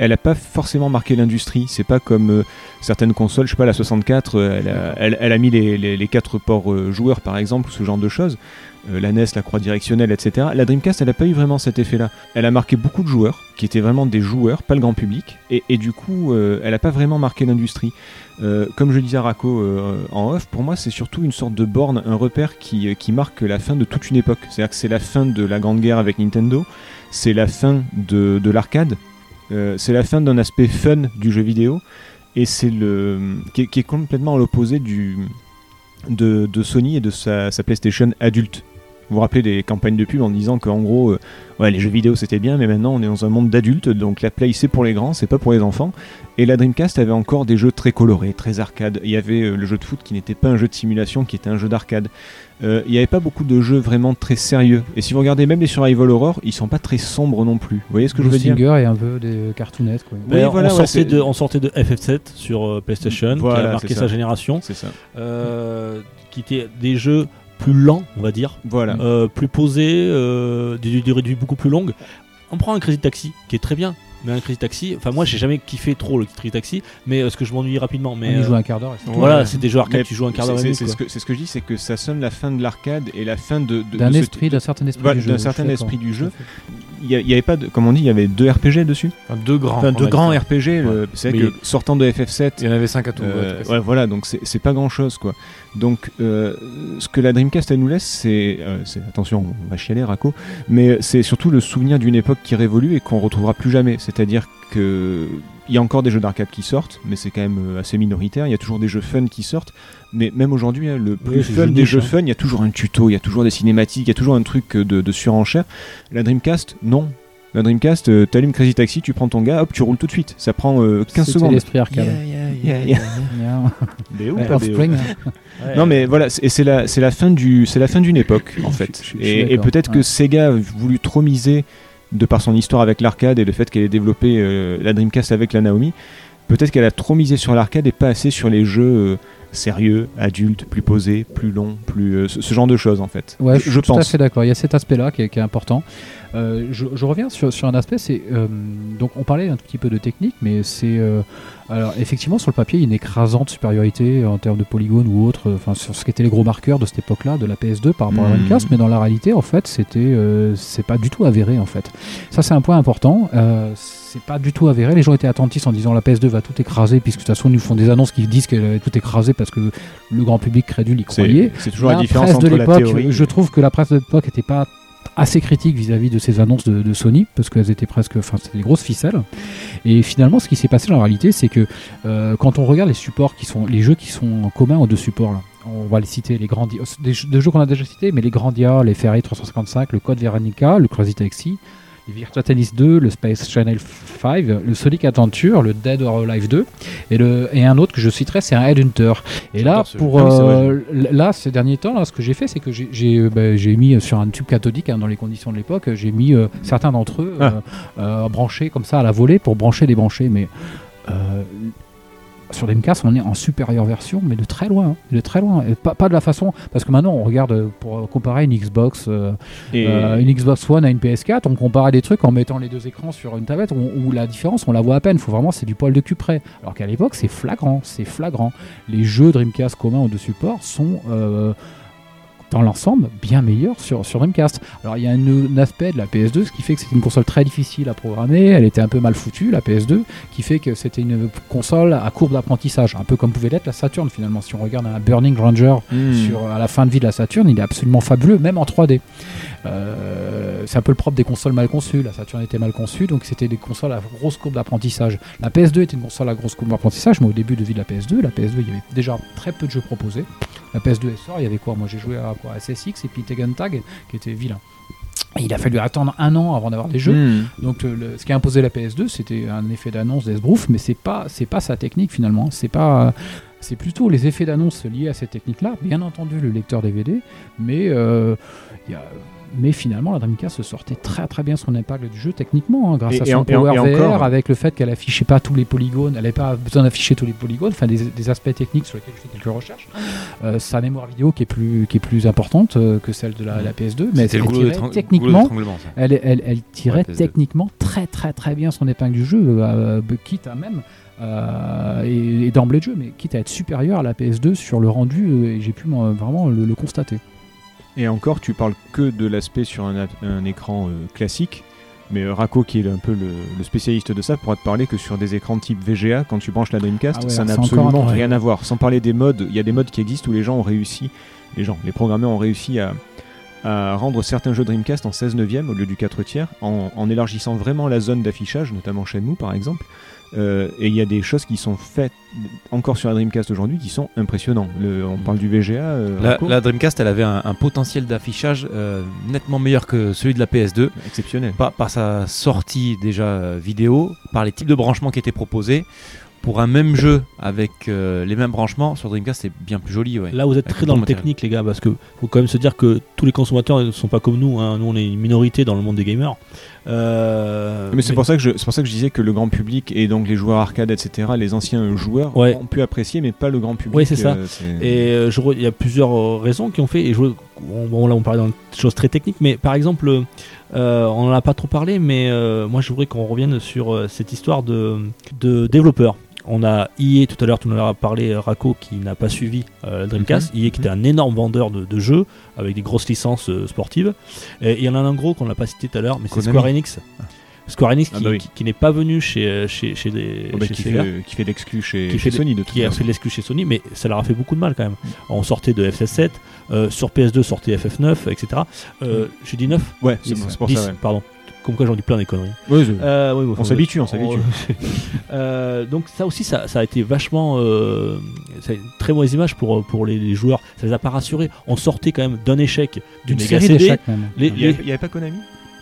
[SPEAKER 4] elle n'a pas forcément marqué l'industrie. C'est pas comme euh, certaines consoles, je sais pas, la 64, euh, elle a, elle- elle a mis les, les, les quatre ports euh, joueurs, par exemple, ou ce genre de choses. Euh, la NES, la croix directionnelle, etc. La Dreamcast, elle n'a pas eu vraiment cet effet-là. Elle a marqué beaucoup de joueurs, qui étaient vraiment des joueurs, pas le grand public, et, et du coup, euh, elle n'a pas vraiment marqué l'industrie. Euh, comme je le disais à Racco euh, en off, pour moi, c'est surtout une sorte de borne, un repère qui, euh, qui marque la fin de toute une époque. C'est-à-dire que c'est la fin de la Grande Guerre avec Nintendo, c'est la fin de, de l'arcade, euh, c'est la fin d'un aspect fun du jeu vidéo, et c'est le. qui est, qui est complètement à l'opposé du. De, de Sony et de sa- sa PlayStation adulte. Vous vous rappelez des campagnes de pub en disant qu'en gros, euh, ouais, les jeux vidéo c'était bien, mais maintenant on est dans un monde d'adultes, donc la Play c'est pour les grands, c'est pas pour les enfants. Et la Dreamcast avait encore des jeux très colorés, très arcade. Il y avait euh, le jeu de foot qui n'était pas un jeu de simulation, qui était un jeu d'arcade. Euh, il n'y avait pas beaucoup de jeux vraiment très sérieux. Et si vous regardez même les Survival Horror, ils sont pas très sombres non plus. Vous voyez ce que je veux dire
[SPEAKER 3] Singer et un peu des cartoonettes. Quoi.
[SPEAKER 2] D'ailleurs,
[SPEAKER 4] Oui, voilà,
[SPEAKER 2] Bah, on,
[SPEAKER 4] ouais,
[SPEAKER 2] sortait
[SPEAKER 4] c'est-
[SPEAKER 2] de, on sortait de FF7 sur euh, PlayStation, qui
[SPEAKER 4] Voilà,
[SPEAKER 2] a marqué
[SPEAKER 4] c'est ça.
[SPEAKER 2] sa génération,
[SPEAKER 4] C'est ça.
[SPEAKER 2] euh, qui était des jeux plus lents, on va dire,
[SPEAKER 4] Voilà.
[SPEAKER 2] euh, plus posés, euh, d'une durée de vie beaucoup plus longue. On prend un Crazy Taxi, qui est très bien, mais un Crazy Taxi, enfin moi j'ai jamais kiffé trop le Crazy Taxi, mais euh, ce que je m'ennuie rapidement, mais
[SPEAKER 3] on y
[SPEAKER 2] euh,
[SPEAKER 3] joue un quart d'heure. et c'est tout.
[SPEAKER 2] voilà,
[SPEAKER 4] Ouais.
[SPEAKER 2] c'est des jeux arcade,
[SPEAKER 4] Mais
[SPEAKER 2] tu joues un quart d'heure.
[SPEAKER 4] c'est-
[SPEAKER 2] et
[SPEAKER 4] C'est
[SPEAKER 2] demie,
[SPEAKER 4] ce,
[SPEAKER 2] quoi.
[SPEAKER 4] que- c'est ce que je dis, c'est que ça sonne la fin de l'arcade et la fin de, de-
[SPEAKER 3] D'un
[SPEAKER 4] de ce-
[SPEAKER 3] esprit, d'un certain esprit
[SPEAKER 4] Voilà,
[SPEAKER 3] du jeu.
[SPEAKER 4] d'un
[SPEAKER 3] je
[SPEAKER 4] certain
[SPEAKER 3] suis
[SPEAKER 4] esprit
[SPEAKER 3] d'accord.
[SPEAKER 4] du jeu. il y, a- il y avait pas de, comme on dit, il y avait deux RPG dessus.
[SPEAKER 5] Enfin, deux grands.
[SPEAKER 4] Enfin,
[SPEAKER 5] Ah, on
[SPEAKER 4] deux
[SPEAKER 5] va
[SPEAKER 4] grands
[SPEAKER 5] dire.
[SPEAKER 4] RPG. le- euh, C'est vrai
[SPEAKER 5] Mais-
[SPEAKER 4] que sortant de FF7,
[SPEAKER 5] Il y en avait cinq à tout. ouais,
[SPEAKER 4] euh,
[SPEAKER 5] en tout cas,
[SPEAKER 4] ouais, voilà, donc c'est c'est pas grand chose quoi. Donc euh, ce que la Dreamcast elle nous laisse, c'est euh, c'est- attention, on va chialer Raco, mais c'est surtout le souvenir d'une époque qui révolue et qu'on retrouvera plus jamais. C'est-à-dire que il y a encore des jeux d'arcade qui sortent, mais c'est quand même euh, assez minoritaire. Il y a toujours des jeux fun qui sortent, mais même aujourd'hui, hein, le plus
[SPEAKER 2] Oui, c'est
[SPEAKER 4] fun
[SPEAKER 2] jeu
[SPEAKER 4] des
[SPEAKER 2] niche,
[SPEAKER 4] jeux
[SPEAKER 2] hein.
[SPEAKER 4] fun, il y a toujours un tuto, il y a toujours des cinématiques, il y a toujours un truc euh, de, de surenchère. La Dreamcast, non. La Dreamcast, euh, t'allumes Crazy Taxi, tu prends ton gars, hop, tu roules tout de suite. Ça prend euh, 15
[SPEAKER 3] C'était
[SPEAKER 4] secondes.
[SPEAKER 3] l'esprit arcade. Bien.
[SPEAKER 4] Des ou
[SPEAKER 3] Ouais,
[SPEAKER 4] pas des ou
[SPEAKER 3] Offspring, hein.
[SPEAKER 4] non mais voilà, c'est- et c'est la, c'est la fin du, c'est la fin d'une époque en fait.
[SPEAKER 3] je- je suis
[SPEAKER 4] Et, et
[SPEAKER 3] d'accord,
[SPEAKER 4] peut-être que
[SPEAKER 3] ouais.
[SPEAKER 4] Sega a voulu trop miser de par son histoire avec l'arcade et le fait qu'elle ait développé euh, la Dreamcast avec la Naomi. Peut-être qu'elle a trop misé sur l'arcade et pas assez sur les jeux euh, sérieux, adultes, plus posés, plus longs, plus euh, ce, ce genre de choses en fait.
[SPEAKER 3] Ouais,
[SPEAKER 4] je, je
[SPEAKER 3] suis tout à
[SPEAKER 4] pense.
[SPEAKER 3] fait d'accord. Il y a cet aspect-là qui, est- qui est important. Euh, je, je reviens sur, sur un aspect, c'est euh, donc on parlait un tout petit peu de technique, mais c'est euh, alors effectivement sur le papier il y a une écrasante supériorité en termes de polygones ou autre, euh, enfin sur ce qu'étaient les gros marqueurs de cette époque-là de la PS2 par rapport à la
[SPEAKER 4] Mhm.
[SPEAKER 3] Dreamcast, mais dans la réalité en fait c'était euh, c'est pas du tout avéré en fait. Ça c'est un point important. Euh, c'est pas du tout avéré. Les gens étaient attentifs en disant la PS2 va tout écraser, puisque de toute façon ils nous font des annonces qui disent qu'elle va tout écraser parce que le grand public crédule y croyait.
[SPEAKER 4] C'est c'est toujours la différence
[SPEAKER 3] presse
[SPEAKER 4] entre
[SPEAKER 3] de
[SPEAKER 4] la
[SPEAKER 3] l'époque,
[SPEAKER 4] théorie.
[SPEAKER 3] Je trouve que la presse de l'époque n'était pas assez critique vis-à-vis de ces annonces de, de Sony parce qu'elles étaient presque, enfin c'était des grosses ficelles. Et finalement, ce qui s'est passé dans la réalité, c'est que euh, quand on regarde les supports qui sont, les jeux qui sont en commun aux deux supports là. On va les citer, les Grandia, euh, des, jeux- des jeux qu'on a déjà cités, mais les Grandia, les Ferrari 355, le Code Veronica, le Crazy Taxi, les Virtua Tennis 2, le Space Channel 5, le Sonic Adventure, le Dead or Alive 2, et, le, et un autre que je citerai, c'est un Headhunter. Et là,
[SPEAKER 5] J'adore ce jeu.
[SPEAKER 3] pour
[SPEAKER 5] Ah oui, c'est vrai,
[SPEAKER 3] euh, l- là, ces derniers temps, là, ce que j'ai fait, c'est que j'ai- j'ai euh, bah, j'ai mis euh, sur un tube cathodique, hein, dans les conditions de l'époque, euh, j'ai mis euh, certains d'entre
[SPEAKER 5] Ah.
[SPEAKER 3] eux euh, euh, branchés comme ça à la volée pour brancher, débrancher, mais euh, sur Dreamcast, on est en supérieure version, mais de très loin, hein, de très loin, et pas, pas de la façon, parce que maintenant on regarde euh, pour euh, comparer une Xbox. euh,
[SPEAKER 4] Et-
[SPEAKER 3] euh, une Xbox One à une PS4, on comparait des trucs en mettant les deux écrans sur une tablette où, où la différence on la voit à peine, faut vraiment c'est du poil de cul près. Alors qu'à l'époque c'est flagrant, c'est flagrant. Les jeux Dreamcast communs aux deux supports sont euh, dans l'ensemble bien meilleurs sur, sur Dreamcast. Alors il y a un, un aspect de la PS2, ce qui fait que c'est une console très difficile à programmer, elle était un peu mal foutue la PS2, qui fait que c'était une console à courbe d'apprentissage, un peu comme pouvait l'être la Saturn finalement. Si on regarde un Burning Ranger
[SPEAKER 4] Hmm.
[SPEAKER 3] sur, à la fin de vie de la Saturn, il est absolument fabuleux, même en 3D. Euh, c'est un peu le propre des consoles mal conçues. La Saturn était mal conçue, donc c'était des consoles à grosse courbe d'apprentissage. La PS2 était une console à grosse courbe d'apprentissage, mais au début de vie de la PS2, la PS2, il y avait déjà très peu de jeux proposés. La PS2 sort, il y avait quoi Moi j'ai joué à quoi à SSX et puis Tekken Tag, qui était vilain. Et il a fallu attendre un an avant d'avoir des jeux.
[SPEAKER 4] Hmm.
[SPEAKER 3] Donc euh, le- ce qui a imposé la PS2, c'était un effet d'annonce d'Esbrouf, mais c'est pas c'est pas sa technique finalement. C'est pas euh, c'est plutôt les effets d'annonce liés à cette technique-là. Bien entendu le lecteur DVD, mais euh, il y a- mais finalement, la Dreamcast se sortait très très bien son impact du jeu techniquement, hein, grâce
[SPEAKER 4] Et-
[SPEAKER 3] à
[SPEAKER 4] et
[SPEAKER 3] son
[SPEAKER 4] en- et en-
[SPEAKER 3] Power
[SPEAKER 4] et
[SPEAKER 3] VR,
[SPEAKER 4] encore.
[SPEAKER 3] avec le fait qu'elle affichait pas tous les polygones, elle n'avait pas besoin d'afficher tous les polygones, enfin des, des aspects techniques sur lesquels je fais quelques recherches. Euh, sa mémoire vidéo qui est plus qui est plus importante euh, que celle de la, la PS2, mais
[SPEAKER 5] C'était
[SPEAKER 3] elle
[SPEAKER 5] le goulot
[SPEAKER 3] tirait
[SPEAKER 5] d'étrang- goulot
[SPEAKER 3] techniquement
[SPEAKER 5] d'étranglement, ça.
[SPEAKER 3] elle, elle, elle tirait
[SPEAKER 5] Ouais, PS2.
[SPEAKER 3] techniquement très très très bien son épingle du jeu, euh, euh, quitte à même, euh, et, et d'emblée de jeu, mais quitte à être supérieure à la PS2 sur le rendu, euh, et j'ai pu m'en- vraiment le, le constater.
[SPEAKER 4] Et encore, tu parles que de l'aspect sur un, a- un écran euh, classique, mais euh, Rako, qui est un peu le, le spécialiste de ça, pourra te parler que sur des écrans type VGA, quand tu branches la Dreamcast,
[SPEAKER 3] Ah ouais,
[SPEAKER 4] ça
[SPEAKER 3] alors
[SPEAKER 4] n'a
[SPEAKER 3] c'est encore
[SPEAKER 4] absolument
[SPEAKER 3] un autre-
[SPEAKER 4] rien à voir. Sans parler des modes, il y a des modes qui existent où les gens ont réussi, les gens, les programmeurs ont réussi à, à rendre certains jeux Dreamcast en 16 neuvième au lieu du 4 tiers, en, en élargissant vraiment la zone d'affichage, notamment chez nous par exemple. Euh, et il y a des choses qui sont faites encore sur la Dreamcast aujourd'hui qui sont impressionnantes. Le- on parle du VGA. euh,
[SPEAKER 5] Mm. La,
[SPEAKER 4] Rako,
[SPEAKER 5] la Dreamcast, elle avait un, un potentiel d'affichage euh, nettement meilleur que celui de la PS2,
[SPEAKER 4] exceptionnel.
[SPEAKER 5] par, par sa sortie déjà euh, vidéo, par les types de branchements qui étaient proposés. Pour un même jeu avec euh, les mêmes branchements, sur Dreamcast, c'est bien plus joli. Ouais.
[SPEAKER 2] Là, vous êtes
[SPEAKER 5] Avec
[SPEAKER 2] très
[SPEAKER 5] le
[SPEAKER 2] dans
[SPEAKER 5] bon
[SPEAKER 2] le
[SPEAKER 5] matériel.
[SPEAKER 2] technique, les gars, parce que faut quand même se dire que tous les consommateurs ne sont pas comme nous. hein. Nous, on est une minorité dans le monde des gamers. Euh,
[SPEAKER 4] Mais c'est pour ça que je c'est pour ça que je disais que le grand public et donc les joueurs arcade etc les anciens joueurs
[SPEAKER 2] Ouais.
[SPEAKER 4] ont pu apprécier mais pas le grand public.
[SPEAKER 2] Ouais, c'est ça.
[SPEAKER 4] euh, c'est-
[SPEAKER 2] Et euh, je re- il y a plusieurs euh, raisons qui ont fait. Et je, on- bon, là, on parlait de choses très techniques, mais par exemple, euh, on n'en a pas trop parlé, mais euh, moi, je voudrais qu'on revienne sur euh, cette histoire de, de développeurs. On a IE tout à l'heure, tout à l'heure a parlé euh, Racco qui n'a pas suivi euh, la Dreamcast.
[SPEAKER 4] Mhm.
[SPEAKER 2] IE qui était un énorme vendeur de, de jeux avec des grosses licences euh, sportives. Et il y en a un gros qu'on n'a pas cité tout à l'heure, mais c'est
[SPEAKER 5] Konami.
[SPEAKER 2] Square Enix. Square Enix
[SPEAKER 4] Ah
[SPEAKER 2] qui,
[SPEAKER 4] bah oui.
[SPEAKER 2] qui- qui n'est pas venu chez, euh, chez, chez, les,
[SPEAKER 4] Oh, bah,
[SPEAKER 2] chez
[SPEAKER 4] qui,
[SPEAKER 2] Sega,
[SPEAKER 4] fait, qui fait de l'exclu chez,
[SPEAKER 2] Qui fait
[SPEAKER 4] chez
[SPEAKER 2] de-
[SPEAKER 4] Sony de toute
[SPEAKER 2] qui a
[SPEAKER 4] façon.
[SPEAKER 2] fait de l'excuse chez Sony, mais ça leur a fait beaucoup de mal quand même. On sortait de FF7, euh, sur PS2 sortait FF9, etc. Euh, J'ai dit 9
[SPEAKER 4] Ouais, c'est c'est pour
[SPEAKER 2] 10,
[SPEAKER 4] ça. ouais.
[SPEAKER 2] pardon. Comme quoi j'en dis plein des conneries.
[SPEAKER 4] Ouais, c'est-
[SPEAKER 2] Euh, oui, bon,
[SPEAKER 4] on
[SPEAKER 2] enfin,
[SPEAKER 4] s'habitue, on
[SPEAKER 2] on-
[SPEAKER 4] s'habitue.
[SPEAKER 2] Euh, donc ça aussi, ça, ça a été vachement euh, ça a été une très mauvaise image pour, pour les, les joueurs. Ça les a pas rassurés. On sortait quand même d'un échec d'une
[SPEAKER 3] D'une
[SPEAKER 2] méga
[SPEAKER 3] série
[SPEAKER 2] CD.
[SPEAKER 3] d'échecs même.
[SPEAKER 2] Les-
[SPEAKER 5] Il y
[SPEAKER 2] les-
[SPEAKER 5] avait- il y avait pas Konami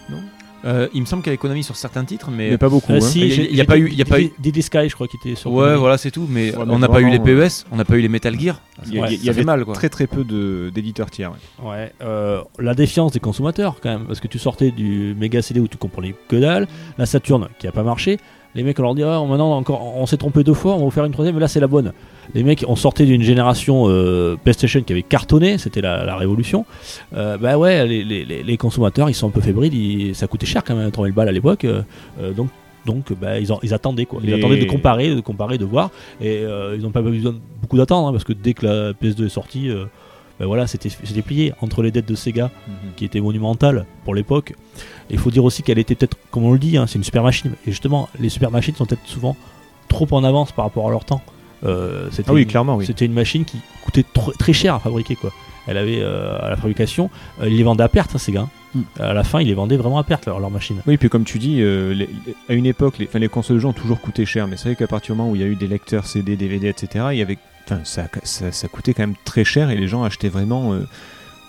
[SPEAKER 5] Non Euh, Il me semble qu'il y avait Konami sur certains titres, mais.
[SPEAKER 4] Mais pas beaucoup.
[SPEAKER 2] Euh,
[SPEAKER 4] hein.
[SPEAKER 2] si,
[SPEAKER 5] Il y a-
[SPEAKER 2] j'ai-
[SPEAKER 5] il y
[SPEAKER 2] j'ai
[SPEAKER 5] a pas
[SPEAKER 2] dit-
[SPEAKER 5] eu- il y a pas
[SPEAKER 2] dit-
[SPEAKER 5] eu-
[SPEAKER 2] Diddy Sky, je crois, qui était sur.
[SPEAKER 5] Ouais,
[SPEAKER 2] Konami.
[SPEAKER 5] voilà, c'est tout. Mais
[SPEAKER 4] Ouais, mais
[SPEAKER 5] on n'a pas eu les
[SPEAKER 4] vraiment, ouais.
[SPEAKER 5] PES, on n'a pas eu les Metal Gear.
[SPEAKER 4] Il y, a-
[SPEAKER 2] Ouais,
[SPEAKER 4] il y a- il
[SPEAKER 5] ça
[SPEAKER 4] y
[SPEAKER 5] fait
[SPEAKER 4] avait
[SPEAKER 5] mal, quoi.
[SPEAKER 4] très très peu de- d'éditeurs tiers. ouais.
[SPEAKER 2] Ouais, euh, la défiance des consommateurs quand même, parce que tu sortais du méga CD où tu comprenais que dalle, la Saturne qui a pas marché, les mecs on leur dit ah, maintenant encore on s'est trompé deux fois, on va vous faire une troisième, mais là c'est la bonne. Les mecs on sortait d'une génération euh, PlayStation qui avait cartonné, c'était la, la révolution. Euh, bah ouais, les, les- les- les consommateurs ils sont un peu fébriles, ils- ça coûtait cher quand même 3000 balles à l'époque, euh, euh, donc donc bah, ils, en- ils attendaient quoi, ils
[SPEAKER 4] Les-
[SPEAKER 2] attendaient de comparer, de comparer, de voir, et euh, ils n'ont pas besoin de beaucoup d'attendre hein, parce que dès que la PS2 est sortie euh, ben voilà, c'était c'était plié entre les dettes de Sega qui étaient monumentales pour l'époque. Et Il faut dire aussi qu'elle était peut-être, comme on le dit, hein, c'est une super machine. Et justement, les super machines sont peut-être souvent trop en avance par rapport à leur temps. Euh, c'était
[SPEAKER 4] Ah oui,
[SPEAKER 2] une-
[SPEAKER 4] clairement, oui.
[SPEAKER 2] c'était une machine qui coûtait tr- très cher à fabriquer quoi. Elle avait euh, à la fabrication, euh, ils les vendaient à perte, hein, Sega. hein.
[SPEAKER 3] Mm.
[SPEAKER 2] À la fin, ils les vendaient vraiment à perte leur, leur machine.
[SPEAKER 4] Oui, puis comme tu dis, euh, les- les- à une époque, les, enfin, les consoles de jeux ont toujours coûté cher, mais c'est vrai qu'à partir du moment où il y a eu des lecteurs CD, DVD, etc., il y avait, enfin, ça, ça, ça coûtait quand même très cher et les gens achetaient vraiment. euh,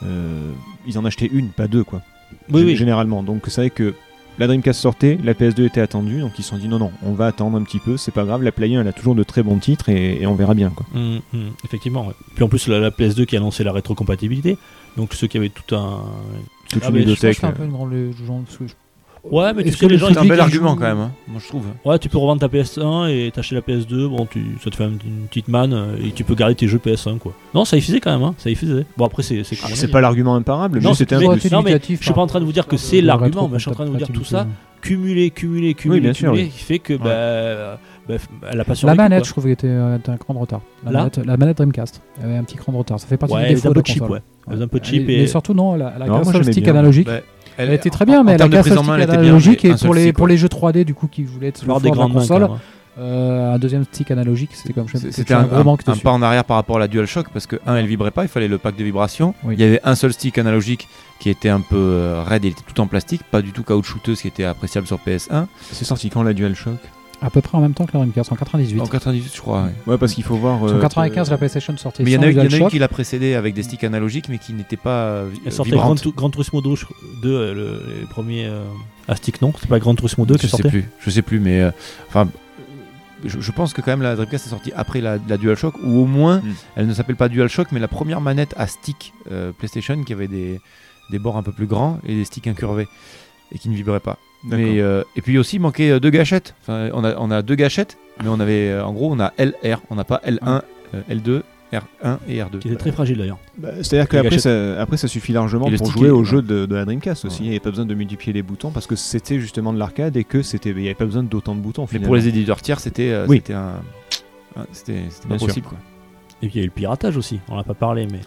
[SPEAKER 4] euh, ils en achetaient une, pas deux, quoi.
[SPEAKER 2] Oui,
[SPEAKER 4] Gé-
[SPEAKER 2] oui.
[SPEAKER 4] Généralement. Donc c'est vrai que la Dreamcast sortait, la PS2 était attendue, donc ils se sont dit non, non, on va attendre un petit peu, c'est pas grave, la Play 1 elle a toujours de très bons titres et, et on verra bien, quoi.
[SPEAKER 2] Mm, mm, effectivement. ouais. Puis en plus, la, la PS2 qui a annoncé la rétrocompatibilité. Donc ceux qui avaient tout un.
[SPEAKER 4] Toute
[SPEAKER 2] Ah,
[SPEAKER 4] une
[SPEAKER 2] mais je
[SPEAKER 3] Je pense que
[SPEAKER 4] bibliothèque.
[SPEAKER 3] c'est un peu dans le genre de-
[SPEAKER 2] Ouais, mais tu
[SPEAKER 3] Est-ce
[SPEAKER 2] sais,
[SPEAKER 3] que
[SPEAKER 2] les
[SPEAKER 3] le
[SPEAKER 2] gens, ils
[SPEAKER 5] C'est un
[SPEAKER 3] public,
[SPEAKER 5] bel
[SPEAKER 3] il
[SPEAKER 5] argument
[SPEAKER 3] joue-
[SPEAKER 5] quand même, hein, moi je trouve.
[SPEAKER 2] Ouais, tu peux revendre ta PS1 et t'acheter la PS2. Bon, tu, ça te fait une, une petite manne euh, et tu peux garder tes jeux PS1, quoi. Non, ça y faisait quand même, hein. Ça y faisait. Bon, après, c'est.
[SPEAKER 4] Ah,
[SPEAKER 2] comment
[SPEAKER 4] c'est
[SPEAKER 2] dire
[SPEAKER 4] pas l'argument imparable,
[SPEAKER 2] Non,
[SPEAKER 4] mais c'était un
[SPEAKER 2] mais-
[SPEAKER 4] peu-
[SPEAKER 3] Ouais, c'est
[SPEAKER 2] non, mais
[SPEAKER 3] négatif
[SPEAKER 2] je suis pas en train de vous dire que c'est
[SPEAKER 3] de
[SPEAKER 2] l'argument, mais je suis en train de vous dire tout ça,
[SPEAKER 3] rétrocompatibilité.
[SPEAKER 2] cumulé, cumulé, cumulé,
[SPEAKER 4] bien
[SPEAKER 2] cumulé,
[SPEAKER 4] sûr, oui.
[SPEAKER 2] qui fait que, bah, euh, bah, f- elle a pas
[SPEAKER 3] La
[SPEAKER 2] survécu,
[SPEAKER 3] manette, je
[SPEAKER 2] quoi.
[SPEAKER 3] trouve, était euh, était un cran de retard. La,
[SPEAKER 2] Là
[SPEAKER 3] manette, la manette Dreamcast avait un petit cran de retard. Ça fait partie
[SPEAKER 2] Ouais,
[SPEAKER 3] du
[SPEAKER 2] elle est
[SPEAKER 3] défaut
[SPEAKER 2] un
[SPEAKER 3] de
[SPEAKER 2] peu
[SPEAKER 3] la
[SPEAKER 2] cheap,
[SPEAKER 3] console.
[SPEAKER 2] ouais. Elle est un peu
[SPEAKER 3] Ouais.
[SPEAKER 2] cheap
[SPEAKER 3] Et-
[SPEAKER 2] et-
[SPEAKER 3] mais surtout non, la, la
[SPEAKER 4] Non, moi,
[SPEAKER 3] console
[SPEAKER 4] j'aimais
[SPEAKER 3] stick
[SPEAKER 4] bien.
[SPEAKER 3] analogique,
[SPEAKER 5] Ouais.
[SPEAKER 3] elle était très bien, mais la console stick analogique et pour les pour les jeux 3D du coup qui voulaient être
[SPEAKER 2] Tu
[SPEAKER 3] le
[SPEAKER 2] vas avoir des
[SPEAKER 3] fort de la
[SPEAKER 2] grandes mains,
[SPEAKER 3] console,
[SPEAKER 2] quand même, hein.
[SPEAKER 3] euh, un deuxième stick analogique, c'était comme je-
[SPEAKER 5] C'était
[SPEAKER 3] c'était
[SPEAKER 5] un,
[SPEAKER 3] un gros
[SPEAKER 5] un-
[SPEAKER 3] manque
[SPEAKER 5] un
[SPEAKER 3] dessus.
[SPEAKER 5] pas en arrière par rapport à la DualShock parce que un elle vibrait pas, il fallait le pack de vibrations.
[SPEAKER 3] Oui.
[SPEAKER 5] Il y avait un seul stick analogique qui était un peu euh, raide, il était tout en plastique, pas du tout caoutchouteux, ce qui était appréciable sur PS1.
[SPEAKER 4] C'est sorti quand la DualShock
[SPEAKER 3] À peu près en même temps que la Dreamcast en 98.
[SPEAKER 5] En 98 je crois. ouais.
[SPEAKER 4] Ouais, parce qu'il faut voir.
[SPEAKER 3] En
[SPEAKER 4] euh,
[SPEAKER 3] 95,
[SPEAKER 4] que-
[SPEAKER 3] la PlayStation sortait
[SPEAKER 5] Mais il y en
[SPEAKER 3] sans
[SPEAKER 5] a eu, il y en a eu
[SPEAKER 3] DualShock.
[SPEAKER 5] qui l'a précédé avec des sticks analogiques mais qui n'étaient pas euh,
[SPEAKER 2] Elle sortait Grand,
[SPEAKER 5] vibrantes.
[SPEAKER 2] Tou- Gran Turismo 2, je- deux, euh, le, les premiers euh, à stick, non C'est pas Grand Turismo 2
[SPEAKER 5] je
[SPEAKER 2] qui sortait
[SPEAKER 5] sais plus, je sais plus, mais euh, enfin, je, je pense que quand même la Dreamcast est sortie après la, la DualShock ou au moins
[SPEAKER 4] Mm.
[SPEAKER 5] elle ne s'appelle pas DualShock, mais la première manette à stick euh, PlayStation qui avait des, des bords un peu plus grands et des sticks incurvés et qui ne vibraient pas.
[SPEAKER 4] D'accord.
[SPEAKER 5] Mais, euh, et puis aussi il manquait euh, deux gâchettes. Enfin, on a on a deux gâchettes, mais on avait euh, en gros on a LR, on n'a pas L1, euh, L2, R1 et R2.
[SPEAKER 2] Qui était très fragile d'ailleurs.
[SPEAKER 4] Bah, C'est-à-dire
[SPEAKER 2] Les
[SPEAKER 4] qu'après
[SPEAKER 2] gâchettes.
[SPEAKER 4] ça, après, ça suffit largement
[SPEAKER 5] Et le
[SPEAKER 4] pour
[SPEAKER 5] stick
[SPEAKER 4] jouer
[SPEAKER 5] est-
[SPEAKER 4] au
[SPEAKER 5] ouais.
[SPEAKER 4] jeu de, de la Dreamcast aussi.
[SPEAKER 5] Ouais.
[SPEAKER 4] Il n'y avait pas besoin de multiplier les boutons parce que c'était justement de l'arcade et que c'était, il n'y avait pas besoin d'autant de boutons.
[SPEAKER 5] Mais
[SPEAKER 4] Finalement.
[SPEAKER 5] pour les éditeurs tiers c'était euh,
[SPEAKER 4] Oui.
[SPEAKER 5] c'était un un- c'était c'était pas
[SPEAKER 4] Bien sûr.
[SPEAKER 5] possible quoi.
[SPEAKER 2] Et puis il y a eu le piratage aussi, on en a pas parlé, mais.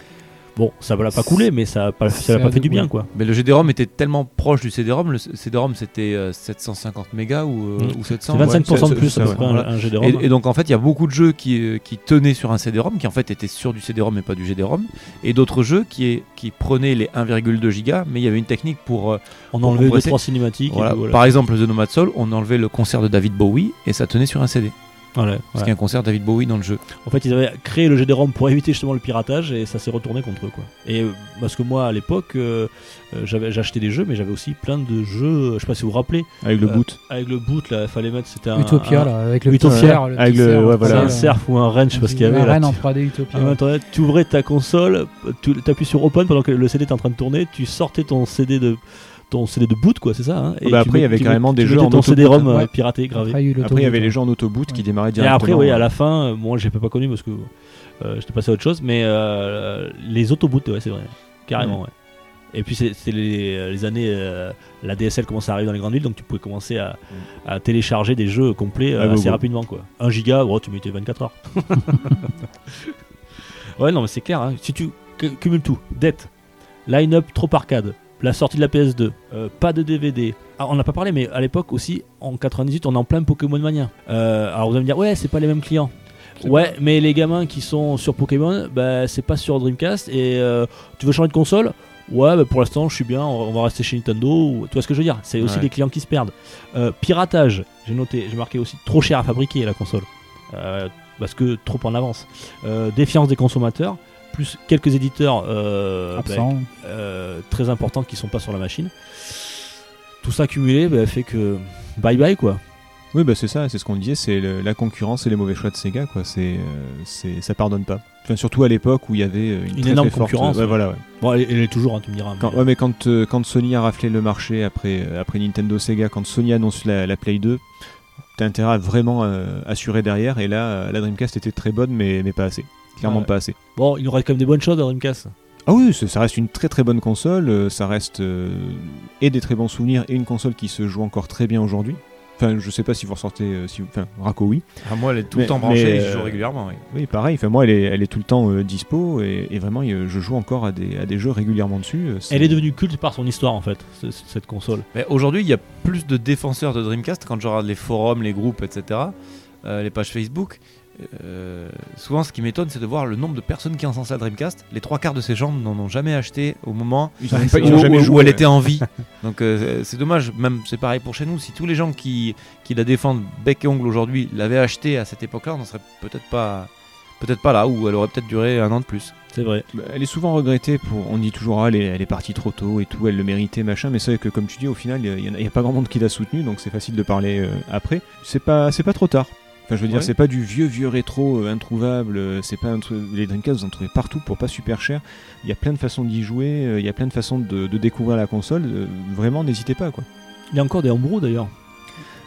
[SPEAKER 2] Bon, ça ne l'a pas coulé, mais ça n'a pas, ça l'a
[SPEAKER 3] C'est
[SPEAKER 2] pas fait du
[SPEAKER 3] adou-
[SPEAKER 2] bien,
[SPEAKER 3] ouais.
[SPEAKER 2] quoi.
[SPEAKER 5] Mais le GD-ROM était tellement proche du CD-ROM, le CD-ROM c'était euh, 750 mégas ou, euh,
[SPEAKER 2] Mm.
[SPEAKER 5] ou
[SPEAKER 2] C'est
[SPEAKER 5] 700. ouais.
[SPEAKER 2] 25% de
[SPEAKER 4] c'est-
[SPEAKER 2] plus,
[SPEAKER 4] c'est
[SPEAKER 2] à peu
[SPEAKER 4] ça,
[SPEAKER 2] près,
[SPEAKER 5] ouais.
[SPEAKER 2] un, un GD-ROM.
[SPEAKER 5] Et, et donc en fait, il y a beaucoup de jeux qui, euh, qui tenaient sur un CD-ROM, qui en fait étaient sur du CD-ROM et pas du GD-ROM, et d'autres jeux qui, qui prenaient les 1,2 gigas, mais il y avait une technique pour... euh,
[SPEAKER 2] On a
[SPEAKER 5] pour
[SPEAKER 2] enlevé deux
[SPEAKER 5] compresser.
[SPEAKER 2] trois cinématiques. et
[SPEAKER 5] voilà.
[SPEAKER 2] puis voilà.
[SPEAKER 5] Par exemple, The Nomad Soul, on enlevait le concert de David Bowie, et ça tenait sur un CD,
[SPEAKER 2] Voilà,
[SPEAKER 5] parce
[SPEAKER 2] ouais.
[SPEAKER 5] qu'il y a un concert de David Bowie dans le jeu.
[SPEAKER 2] En fait, ils avaient créé le GD-ROM pour éviter justement le piratage et ça s'est retourné contre eux. Quoi. Et euh, parce que moi, à l'époque, euh, euh, j'avais j'achetais des jeux, mais j'avais aussi plein de jeux. euh, Je sais pas si vous vous rappelez,
[SPEAKER 4] Avec le
[SPEAKER 2] Euh,
[SPEAKER 4] boot.
[SPEAKER 2] avec le boot, là, fallait mettre c'était un,
[SPEAKER 3] Utopia
[SPEAKER 2] un,
[SPEAKER 3] là, avec le
[SPEAKER 2] Utopia,
[SPEAKER 3] petit cerf, le
[SPEAKER 4] avec
[SPEAKER 3] petit
[SPEAKER 4] le-
[SPEAKER 3] cerf,
[SPEAKER 4] ouais,
[SPEAKER 2] c'est
[SPEAKER 4] voilà.
[SPEAKER 2] un surf ou un run, je sais pas ce qu'il y avait. là.
[SPEAKER 3] Arène en 3D Utopia.
[SPEAKER 2] Et maintenant, Tu ouvrais ta console, tu appuies sur Open pendant que le CD était en train de tourner, tu sortais ton CD de ton CD de boot, quoi, c'est ça hein,
[SPEAKER 4] bah, après, il y avait
[SPEAKER 2] tu-
[SPEAKER 4] carrément
[SPEAKER 2] tu
[SPEAKER 4] des jeux
[SPEAKER 2] mettais
[SPEAKER 4] en
[SPEAKER 2] ton
[SPEAKER 4] autoboot,
[SPEAKER 2] CD-ROM
[SPEAKER 3] hein.
[SPEAKER 2] euh,
[SPEAKER 3] Ouais.
[SPEAKER 2] piraté, gravé.
[SPEAKER 3] Après, il y a eu l'auto-
[SPEAKER 4] Après, il y avait les gens en autoboot qui
[SPEAKER 3] Ouais.
[SPEAKER 4] démarraient
[SPEAKER 2] Et
[SPEAKER 4] directement.
[SPEAKER 2] après, oui, à la fin, euh, moi, j'ai pas connu parce que euh, j'étais passé à autre chose, mais euh, les autoboots, ouais, c'est vrai, carrément, ouais. Et puis c'est- c'est les, les années, euh, la DSL commence à arriver dans les grandes villes, donc tu pouvais commencer à, à télécharger des jeux complets euh,
[SPEAKER 4] Mm. Ah, bah,
[SPEAKER 2] assez
[SPEAKER 4] bah.
[SPEAKER 2] rapidement. Quoi. 1 giga, oh, tu mettais 24 heures. ouais, non, mais c'est clair. hein. Si tu cu- cumules tout, dette, line-up trop arcade, la sortie de la PS2, euh, pas de DVD. Ah, on n'a pas parlé, mais à l'époque aussi, en 98, on est en plein Pokémon Mania. Euh, alors vous allez me dire, ouais, c'est pas les mêmes clients.
[SPEAKER 4] C'est
[SPEAKER 2] Ouais, mais les gamins qui sont sur Pokémon, bah, c'est pas sur Dreamcast. Et euh, tu veux changer de console Ouais, bah, pour l'instant, je suis bien, on va- on va rester chez Nintendo. ou- Tu vois ce que je veux dire C'est aussi
[SPEAKER 5] Ouais.
[SPEAKER 2] des clients qui se perdent. Euh, piratage, j'ai noté, j'ai marqué aussi trop cher à fabriquer la console. Euh, parce que trop en avance. Euh, défiance des consommateurs, plus quelques éditeurs euh, bah,
[SPEAKER 3] absent.
[SPEAKER 5] Hein
[SPEAKER 2] euh, très importants qui sont pas sur la machine. Tout ça cumulé bah, fait que bye bye quoi.
[SPEAKER 4] Oui, bah c'est ça, c'est ce qu'on disait, c'est le- la concurrence et les mauvais choix de Sega, quoi. C'est, euh, c'est, ça pardonne pas. Enfin, surtout à l'époque où il y avait euh, une,
[SPEAKER 2] Une
[SPEAKER 4] très,
[SPEAKER 2] énorme
[SPEAKER 4] très forte-
[SPEAKER 2] concurrence,
[SPEAKER 4] ouais,
[SPEAKER 2] ouais.
[SPEAKER 4] voilà, ouais.
[SPEAKER 2] Bon, elle, elle est toujours, hein, tu me diras.
[SPEAKER 4] Quand,
[SPEAKER 2] mais-
[SPEAKER 4] ouais, mais quand, euh, quand Sony a raflé le marché après, euh, après Nintendo, Sega, quand Sony annonce la, la Play 2, t'as intérêt à vraiment euh, assurer derrière. Et là, euh, la Dreamcast était très bonne, mais, mais pas assez. Clairement
[SPEAKER 2] Ouais.
[SPEAKER 4] pas assez.
[SPEAKER 2] Bon, il nous reste quand même des bonnes choses dans Dreamcast.
[SPEAKER 4] Ah oui, ça ça reste une très très bonne console, euh, ça reste euh, et des très bons souvenirs et une console qui se joue encore très bien aujourd'hui. Enfin, je sais pas si vous ressortez, euh, si vous- enfin, Raco oui.
[SPEAKER 5] Ah, moi, elle est tout
[SPEAKER 4] Mais-
[SPEAKER 5] le temps branchée,
[SPEAKER 4] mais,
[SPEAKER 5] et je joue
[SPEAKER 4] euh,
[SPEAKER 5] régulièrement. oui.
[SPEAKER 4] Oui, pareil, enfin, moi elle est, elle est tout le temps euh, dispo et, et vraiment il- je joue encore à des, à des jeux régulièrement dessus. euh, c'est-
[SPEAKER 2] Elle est devenue culte par son histoire en fait, ce- ce- cette console.
[SPEAKER 5] Mais aujourd'hui, il y a plus de défenseurs de Dreamcast quand je regarde les forums, les groupes, etc., euh, les pages Facebook. euh, souvent, ce qui m'étonne, c'est de voir le nombre de personnes qui ont censé la Dreamcast. Les trois quarts de ces gens n'en ont jamais acheté au moment
[SPEAKER 4] Ils ont
[SPEAKER 5] où,
[SPEAKER 4] pas- ils ont jamais
[SPEAKER 5] où-
[SPEAKER 4] joué,
[SPEAKER 5] où elle
[SPEAKER 4] ouais.
[SPEAKER 5] était en vie. Donc, euh, c'est dommage. Même, c'est pareil pour chez nous. Si tous les gens qui, qui la défendent bec et ongle aujourd'hui l'avaient acheté à cette époque-là, on n'en serait peut-être pas, peut-être pas là, où elle aurait peut-être duré un an de plus.
[SPEAKER 2] C'est vrai.
[SPEAKER 4] Bah, Elle est souvent regrettée pour. On dit toujours, ah, elle, est, elle est partie trop tôt et tout, elle le méritait, machin. Mais c'est vrai que, comme tu dis, au final, il n'y a, pas grand monde qui l'a soutenue, donc c'est facile de parler euh, après. C'est pas, c'est pas trop tard. Enfin, je veux dire,
[SPEAKER 5] Ouais.
[SPEAKER 4] c'est pas du vieux, vieux rétro euh, introuvable. euh, c'est pas un truc- Les Dreamcast, vous en trouvez partout pour pas super cher. Il y a plein de façons d'y jouer, euh, il y a plein de façons de, de découvrir la console. euh, vraiment, n'hésitez pas, quoi.
[SPEAKER 2] Il y a encore des Homebrew d'ailleurs.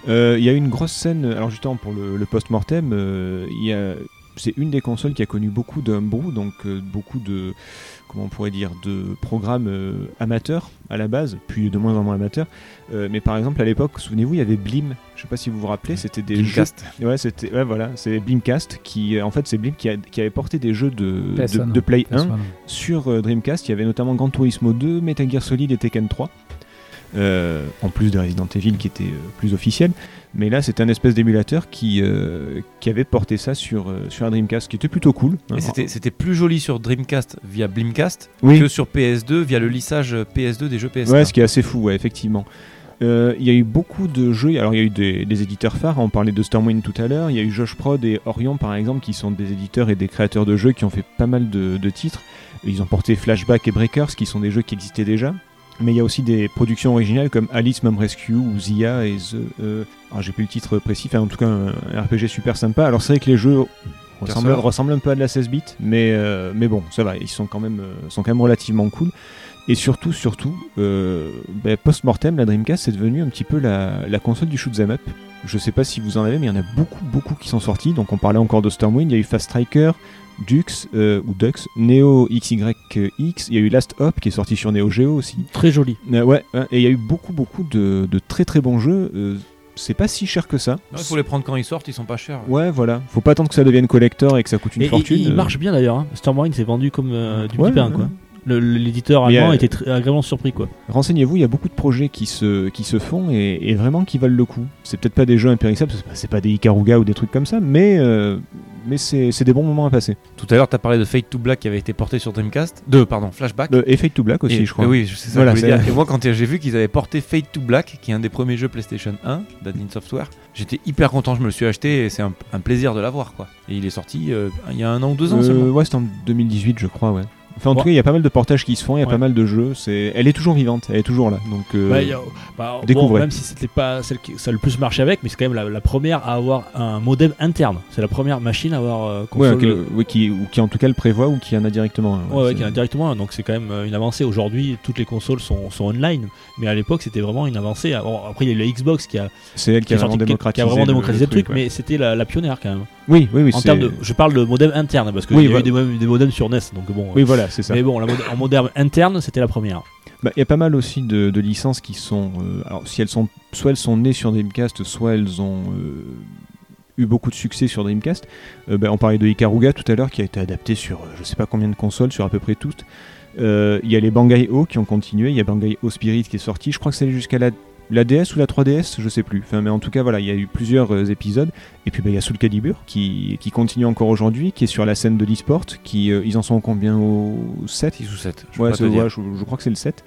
[SPEAKER 4] Euh, Il y a une grosse scène, alors justement pour le, le post-mortem, euh, il y a- c'est une des consoles qui a connu beaucoup d'homebrew, donc euh, beaucoup de, comment on pourrait dire, de programmes euh, amateurs à la base, puis de moins en moins amateurs. Euh, mais par exemple à l'époque, souvenez-vous, il y avait Blim, je sais pas si vous vous rappelez, c'était des
[SPEAKER 5] Dreamcast.
[SPEAKER 4] jeux... Ouais, c'était, ouais voilà, c'est Blimcast, qui, euh, en fait c'est Blim qui, a- qui avait porté des jeux de, de,
[SPEAKER 3] PS1,
[SPEAKER 4] de Play 1
[SPEAKER 3] PS1.
[SPEAKER 4] sur euh, Dreamcast, il y avait notamment Gran Turismo 2, Metal Gear Solid et Tekken 3. euh, en plus de Resident Evil qui était euh, plus officiel. Mais là, c'était un espèce d'émulateur qui, euh, qui avait porté ça sur, euh, sur un Dreamcast, qui était plutôt cool. hein.
[SPEAKER 5] Et c'était, c'était plus joli sur Dreamcast via Blimcast
[SPEAKER 4] Oui.
[SPEAKER 5] que sur PS2 via le lissage PS2 des jeux PS1.
[SPEAKER 4] Ouais, ce qui est assez fou, ouais, effectivement. Euh, Il y a eu beaucoup de jeux, alors il y a eu des, des éditeurs phares, on parlait de Stormwind tout à l'heure, il y a eu Josh Prod et Orion par exemple qui sont des éditeurs et des créateurs de jeux qui ont fait pas mal de, de titres. Ils ont porté Flashback et Breakers qui sont des jeux qui existaient déjà. Mais il y a aussi des productions originales comme Alice Mom Rescue ou Zia et The... euh, alors j'ai plus le titre précis, enfin en tout cas un, un RPG super sympa. Alors c'est vrai que les jeux ressemblent,
[SPEAKER 5] Personne.
[SPEAKER 4] ressemblent un peu à de la 16-bit, mais, euh, mais bon, ça va, ils sont quand même, euh, sont quand même relativement cool. Et surtout, surtout, euh, bah, post-mortem, la Dreamcast, c'est devenu un petit peu la, la console du shoot'em up. Je sais pas si vous en avez, mais il y en a beaucoup, beaucoup qui sont sortis. Donc on parlait encore de Stormwind, il y a eu Fast Striker, Dux, euh, ou Dux, Neo XYX, il y a eu Last Hop qui est sorti sur Neo Geo aussi.
[SPEAKER 2] Très joli.
[SPEAKER 4] Euh, ouais, ouais, et il y a eu beaucoup, beaucoup de, de très très bons jeux. Euh, c'est pas si cher que ça.
[SPEAKER 5] Il faut les prendre quand ils sortent, ils sont pas chers.
[SPEAKER 4] Ouais, voilà. Faut pas attendre que ça devienne collector et que ça coûte une
[SPEAKER 2] Et il-
[SPEAKER 4] fortune.
[SPEAKER 2] Il,
[SPEAKER 4] Euh,
[SPEAKER 2] marche bien d'ailleurs. hein. Stormwind s'est vendu comme euh, du
[SPEAKER 4] Ouais,
[SPEAKER 2] petit pain
[SPEAKER 4] ouais.
[SPEAKER 2] quoi. Le- L'éditeur
[SPEAKER 4] Mais,
[SPEAKER 2] allemand
[SPEAKER 4] euh,
[SPEAKER 2] était très agréablement surpris quoi.
[SPEAKER 4] Renseignez-vous, il y a beaucoup de projets qui se, qui se font et, et vraiment qui valent le coup. C'est peut-être pas des jeux impérissables, c'est pas- c'est pas des Ikaruga ou des trucs comme ça, mais, euh, mais c'est c'est des bons moments à passer.
[SPEAKER 5] Tout à l'heure, tu as parlé de Fate to Black qui avait été porté sur Dreamcast. De, pardon, Flashback.
[SPEAKER 4] Euh, et Fate to Black aussi,
[SPEAKER 5] Et-
[SPEAKER 4] je crois.
[SPEAKER 5] et Oui, je- c'est ça
[SPEAKER 4] Voilà,
[SPEAKER 5] que je voulais
[SPEAKER 4] c'est-
[SPEAKER 5] dire. Et moi, quand j'ai vu qu'ils avaient porté Fate to Black, qui est un des premiers jeux PlayStation 1 d'Admin Software, j'étais hyper content. Je me le suis acheté et c'est un, un plaisir de l'avoir. quoi. Et il est sorti euh, il y a un an ou deux ans
[SPEAKER 4] Euh,
[SPEAKER 5] seulement.
[SPEAKER 4] ouais, c'était en 2018, je crois, ouais. Enfin, en
[SPEAKER 2] Ouais.
[SPEAKER 4] tout cas, il y a pas mal de portages qui se font, il y a
[SPEAKER 2] Ouais.
[SPEAKER 4] pas mal de jeux. c'est- Elle est toujours vivante, elle est toujours là. Donc, euh,
[SPEAKER 2] Bah, il y a- bah, bon,
[SPEAKER 4] découvrez.
[SPEAKER 2] même si c'était pas celle qui ça a le plus marché avec, mais c'est quand même la, la première à avoir un modem interne. C'est la première machine à avoir euh,
[SPEAKER 4] ouais,
[SPEAKER 2] console.
[SPEAKER 4] que- oui, qui, ou qui en tout cas le prévoit ou qui en a directement. un, ouais,
[SPEAKER 2] Ouais, ouais,
[SPEAKER 4] c'est-
[SPEAKER 2] qu'il y en a directement un, donc c'est quand même euh, une avancée. Aujourd'hui, toutes les consoles sont, sont online, mais à l'époque, c'était vraiment une avancée. Alors, après, il y a eu la Xbox qui a,
[SPEAKER 4] C'est elle qui,
[SPEAKER 2] qui est
[SPEAKER 4] a vraiment
[SPEAKER 2] sorti- qui a- qui a
[SPEAKER 4] démocratisé,
[SPEAKER 2] vraiment démocratisé le, truc,
[SPEAKER 4] ouais.
[SPEAKER 2] mais c'était la, la pionnière quand même.
[SPEAKER 4] Oui, oui, oui.
[SPEAKER 2] en
[SPEAKER 4] c'est-
[SPEAKER 2] termes de, je parle de modem interne parce que
[SPEAKER 4] Oui,
[SPEAKER 2] il y a
[SPEAKER 4] voilà.
[SPEAKER 2] eu des, modems- des modems sur NES, donc bon. euh,
[SPEAKER 4] Oui, voilà, c'est ça.
[SPEAKER 2] mais bon, la mode- en modem interne, c'était la première.
[SPEAKER 4] Bah, Il y a pas mal aussi de, de licences qui sont. euh, alors, si elles sont, soit elles sont nées sur Dreamcast, soit elles ont euh, eu beaucoup de succès sur Dreamcast. Euh, bah, on parlait de Ikaruga tout à l'heure, qui a été adapté sur euh, je sais pas combien de consoles, sur à peu près toutes. Euh, Il y a les Bangai O qui ont continué. Il y a Bangai O Spirit qui est sorti. Je crois que c'est allé jusqu'à la, la DS ou la 3DS, je sais plus. Enfin, mais en tout cas, voilà, il y a eu plusieurs euh, épisodes. Et puis, bah, il y a Soul Calibur qui, qui continue encore aujourd'hui, qui est sur la scène de l'e-sport. Qui, euh, ils en sont combien au 7
[SPEAKER 5] 6 ou 7. Je
[SPEAKER 4] Ouais,
[SPEAKER 5] peux pas
[SPEAKER 4] c'est-
[SPEAKER 5] te dire.
[SPEAKER 4] ouais, je, je crois que c'est le 7.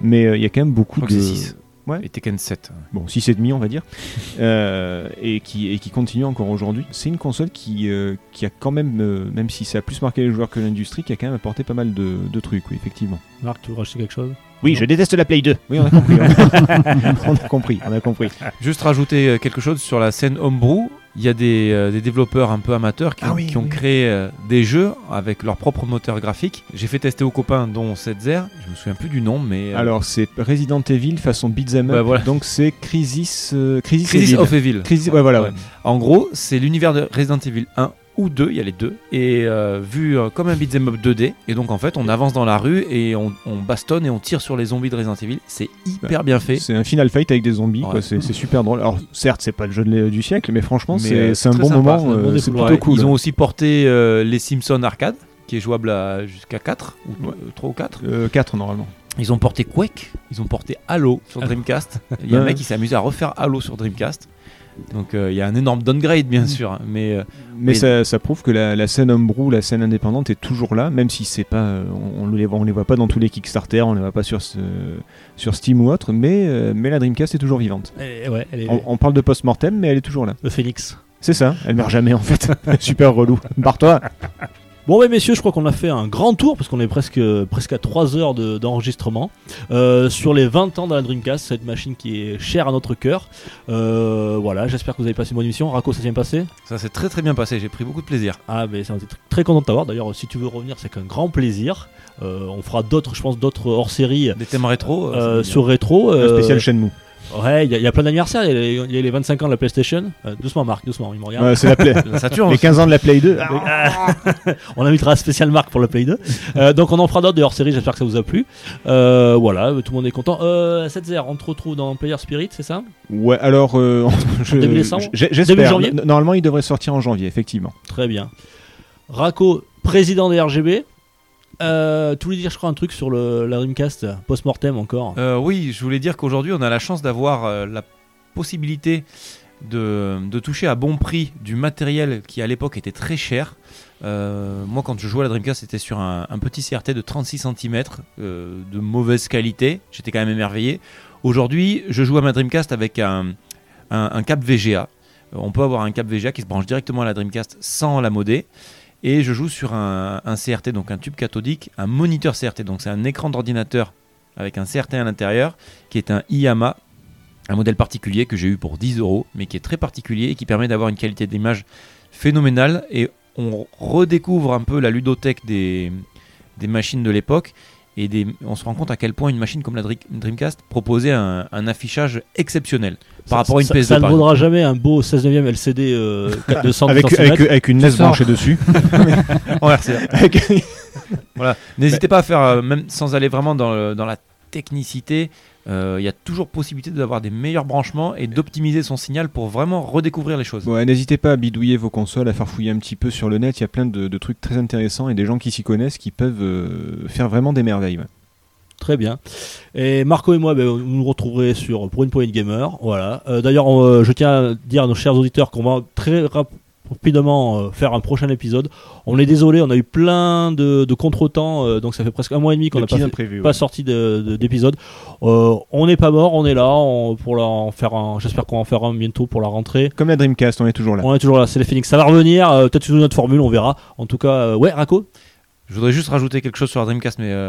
[SPEAKER 4] Mais euh, il y a quand même beaucoup
[SPEAKER 5] Je crois que
[SPEAKER 4] de.
[SPEAKER 5] c'est 6.
[SPEAKER 4] Ouais.
[SPEAKER 5] Et Tekken 7.
[SPEAKER 4] Bon, 6 et demi, on va dire. Euh, et, qui, et qui continue encore aujourd'hui. C'est une console qui, euh, qui a quand même, euh, même si ça a plus marqué les joueurs que l'industrie, qui a quand même apporté pas mal de, de trucs, oui, effectivement.
[SPEAKER 2] Marc, tu veux rajouter quelque chose
[SPEAKER 4] Oui, je déteste la Play 2. Oui, on a compris. on a compris, on a compris.
[SPEAKER 5] Juste rajouter euh, quelque chose sur la scène homebrew. Il y a des, euh, des développeurs un peu amateurs qui,
[SPEAKER 4] Ah
[SPEAKER 5] ont-
[SPEAKER 4] oui,
[SPEAKER 5] qui ont
[SPEAKER 4] oui.
[SPEAKER 5] créé euh, des jeux avec leur propre moteur graphique. J'ai fait tester aux copains, dont Setzer. Je me souviens plus du nom, mais. euh,
[SPEAKER 4] Alors, c'est Resident Evil façon Beat'em Up.
[SPEAKER 5] Bah, voilà.
[SPEAKER 4] Donc, c'est Crisis, euh, Crisis,
[SPEAKER 5] Crisis
[SPEAKER 4] Evil.
[SPEAKER 5] of Evil.
[SPEAKER 4] Crisis, ouais, voilà. ouais.
[SPEAKER 5] Ouais. En gros, c'est l'univers de Resident Evil 1 ou 2, il y a les deux, et euh, vu euh, comme un beat'em up 2D, et donc en fait on avance dans la rue et on, on bastonne et on tire sur les zombies de Resident Evil, c'est hyper bien fait.
[SPEAKER 4] C'est un Final Fight avec des zombies,
[SPEAKER 5] Ouais.
[SPEAKER 4] quoi, c'est c'est super drôle. Alors, certes, c'est pas le jeu de l'é- du siècle, mais franchement,
[SPEAKER 5] Mais,
[SPEAKER 4] c'est
[SPEAKER 5] euh,
[SPEAKER 4] c'est un
[SPEAKER 5] très
[SPEAKER 4] bon
[SPEAKER 5] sympa,
[SPEAKER 4] moment,
[SPEAKER 2] c'est un bon
[SPEAKER 4] euh, c'est
[SPEAKER 2] défouloir.
[SPEAKER 4] plutôt
[SPEAKER 5] Ouais,
[SPEAKER 4] cool.
[SPEAKER 5] Ils ont aussi porté euh, les Simpsons Arcade, qui est jouable à- jusqu'à 4, ou
[SPEAKER 4] Ouais.
[SPEAKER 5] 3 ou 4.
[SPEAKER 4] 4 normalement.
[SPEAKER 5] Ils ont porté Quake, Ah. ils ont porté Halo sur Dreamcast. Il y a un
[SPEAKER 4] Ouais.
[SPEAKER 5] mec qui s'est amusé à refaire Halo sur Dreamcast. Donc euh, il y a un énorme downgrade bien sûr, hein, mais euh,
[SPEAKER 4] Mais
[SPEAKER 5] Mais-
[SPEAKER 4] ça, ça prouve que la, la scène homebrew, la scène indépendante est toujours là, même si c'est pas, euh, on, on les voit, on les voit pas dans tous les Kickstarter, on les voit pas sur, ce- sur Steam ou autre, mais, euh, mais la Dreamcast est toujours vivante.
[SPEAKER 2] Eh, ouais, elle est-
[SPEAKER 4] On, on parle de post-mortem, mais elle est toujours là.
[SPEAKER 2] le Phoenix.
[SPEAKER 4] C'est ça, elle meurt jamais en fait. Super relou. Barre-toi.
[SPEAKER 2] Bon, ben messieurs, je crois qu'on a fait un grand tour parce qu'on est presque, presque à 3 heures de- d'enregistrement euh, sur les 20 ans de la Dreamcast, cette machine qui est chère à notre cœur. Euh, voilà, j'espère que vous avez passé une bonne émission. Raco, ça s'est bien passé
[SPEAKER 5] ça s'est très très bien passé, j'ai pris beaucoup de plaisir.
[SPEAKER 2] Ah, mais ça, on était tr- très content de t'avoir. D'ailleurs, si tu veux revenir, c'est qu'un grand plaisir. Euh, on fera d'autres, je pense, d'autres hors série
[SPEAKER 5] Des thèmes rétro, euh, ça me dit,
[SPEAKER 2] sur rétro.
[SPEAKER 4] Un
[SPEAKER 2] euh,
[SPEAKER 4] spécial Shenmue.
[SPEAKER 2] Ouais, il y, a- il y a plein d'anniversaires. Il y a les- il y, a les 25 ans de la PlayStation. Euh, doucement, Marc, doucement, il me regarde.
[SPEAKER 4] Ouais, c'est la Play-
[SPEAKER 5] hein. La Saturn,
[SPEAKER 4] les 15 ans de la Play 2.
[SPEAKER 2] Ah. On invitera spécial Marc pour le Play 2. Euh, donc on en fera d'autres des hors-série, j'espère que ça vous a plu. Euh, voilà, tout le monde est content. Euh, 7-0, on te retrouve dans Player Spirit, c'est ça
[SPEAKER 4] Ouais, alors euh, je-
[SPEAKER 2] Début décembre
[SPEAKER 4] j'ai-
[SPEAKER 2] Début
[SPEAKER 4] j'espère.
[SPEAKER 2] janvier
[SPEAKER 4] No- Normalement, il devrait sortir en janvier, effectivement.
[SPEAKER 2] Très bien. Rako, président des RGB. Euh, tu voulais dire, je crois, un truc sur le, la Dreamcast post-mortem encore.
[SPEAKER 5] Euh, oui, je voulais dire qu'aujourd'hui, on a la chance d'avoir euh, la possibilité de, de toucher à bon prix du matériel qui, à l'époque, était très cher. Euh, moi, quand je jouais à la Dreamcast, c'était sur un, un petit CRT de 36 cm de mauvaise qualité. J'étais quand même émerveillé. Aujourd'hui, je joue à ma Dreamcast avec un, un- un câble VGA. Euh, On peut avoir un câble VGA qui se branche directement à la Dreamcast sans la modée. Et je joue sur un, un CRT, donc un tube cathodique, un moniteur CRT. Donc c'est un écran d'ordinateur avec un CRT à l'intérieur, qui est un IAMA, un modèle particulier que j'ai eu pour 10 euros, mais qui est très particulier et qui permet d'avoir une qualité d'image phénoménale. Et on redécouvre un peu la ludothèque des, des machines de l'époque. Et des- on se rend compte à quel point une machine comme la Dream- Dreamcast proposait un, un affichage exceptionnel
[SPEAKER 2] Ça-
[SPEAKER 5] par rapport à une
[SPEAKER 2] ça,
[SPEAKER 5] PS2.
[SPEAKER 2] Ça ne
[SPEAKER 5] par
[SPEAKER 2] vaudra jamais un beau 16 e LCD euh, 400
[SPEAKER 4] Avec,
[SPEAKER 2] cm.
[SPEAKER 4] avec, avec une NES
[SPEAKER 3] sors.
[SPEAKER 4] branchée dessus.
[SPEAKER 5] exemple. Ouais, c'est-
[SPEAKER 4] Avec-
[SPEAKER 5] Voilà. N'hésitez pas à faire, euh, même sans aller vraiment dans, le- dans la technicité, euh, il y a toujours possibilité d'avoir des meilleurs branchements et d'optimiser son signal pour vraiment redécouvrir les choses.
[SPEAKER 4] Ouais, N'hésitez pas à bidouiller vos consoles, à farfouiller un petit peu sur le net. Il y a plein de, de trucs très intéressants et des gens qui s'y connaissent qui peuvent euh, faire vraiment des merveilles. ouais.
[SPEAKER 2] Très bien. Et Marco et moi, ben, vous nous retrouverez sur pour une poignée de gamer. Voilà. Euh, D'ailleurs, on, euh, je tiens à dire à nos chers auditeurs qu'on va très rap- rapidement euh, faire un prochain épisode. On est désolé, on a eu plein de, de contretemps, euh, donc ça fait presque un mois et demi qu'on
[SPEAKER 4] Des
[SPEAKER 2] n'a pas,
[SPEAKER 4] petits
[SPEAKER 2] fait-
[SPEAKER 4] imprévus, ouais.
[SPEAKER 2] pas sorti de- de- d'épisode. Euh, on n'est pas mort, on est là on- pour la- en faire un. J'espère qu'on va en faire un bientôt pour la rentrée.
[SPEAKER 4] Comme la Dreamcast, on est toujours là.
[SPEAKER 2] On est toujours là, c'est les Phoenix. Ça va revenir, euh, peut-être sous notre formule, on verra. En tout cas, euh, ouais, Rako.
[SPEAKER 5] Je voudrais juste rajouter quelque chose sur la Dreamcast, mais euh,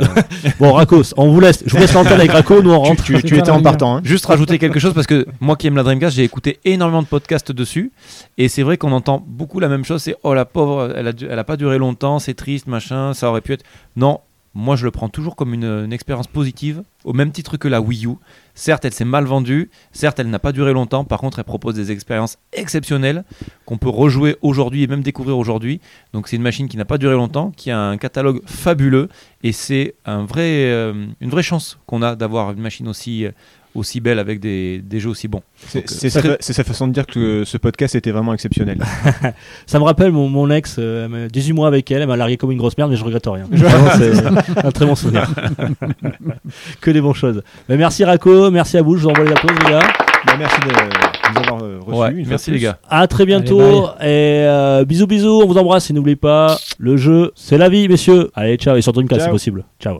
[SPEAKER 2] Bon, Rako, on vous laisse. Je vous laisse l'antenne avec Rako, nous on rentre.
[SPEAKER 4] Tu, tu-
[SPEAKER 3] C'est
[SPEAKER 4] tu
[SPEAKER 3] pas
[SPEAKER 4] étais
[SPEAKER 3] la
[SPEAKER 4] en
[SPEAKER 3] lumière.
[SPEAKER 4] partant. hein.
[SPEAKER 5] juste rajouter quelque chose parce que moi qui aime la Dreamcast, j'ai écouté énormément de podcasts dessus et c'est vrai qu'on entend beaucoup la même chose. C'est oh la pauvre, elle a, du- elle a pas duré longtemps, c'est triste, machin, ça aurait pu être. Non, Moi, je le prends toujours comme une, une expérience positive, au même titre que la Wii U. Certes, elle s'est mal vendue, certes, elle n'a pas duré longtemps, par contre, elle propose des expériences exceptionnelles qu'on peut rejouer aujourd'hui et même découvrir aujourd'hui. Donc, c'est une machine qui n'a pas duré longtemps, qui a un catalogue fabuleux, et c'est un vrai, euh, une vraie chance qu'on a d'avoir une machine aussi, euh, aussi belle avec des, des jeux aussi bons.
[SPEAKER 4] C'est
[SPEAKER 5] Donc, euh,
[SPEAKER 4] c'est sa, fa- c'est sa façon de dire que euh, ce podcast était vraiment exceptionnel.
[SPEAKER 2] Ça me rappelle mon, mon ex, euh, elle m'a- 18 mois avec elle, elle m'a largué comme une grosse merde, mais je regrette rien.
[SPEAKER 4] Je-
[SPEAKER 2] Vraiment, c'est un très bon souvenir. que des bonnes choses. Mais merci Rako, merci à vous, je vous envoie les applaudissements les gars.
[SPEAKER 4] Bah, merci de euh, nous avoir euh, reçus.
[SPEAKER 5] Ouais,
[SPEAKER 4] une fois
[SPEAKER 5] merci
[SPEAKER 4] de
[SPEAKER 5] les
[SPEAKER 4] plus.
[SPEAKER 5] gars.
[SPEAKER 2] À très bientôt
[SPEAKER 3] Allez,
[SPEAKER 2] et euh, bisous bisous, on vous embrasse et n'oubliez pas, le jeu, c'est la vie messieurs. Allez, ciao et surtout une classe
[SPEAKER 4] Ciao.
[SPEAKER 2] si possible. Ciao.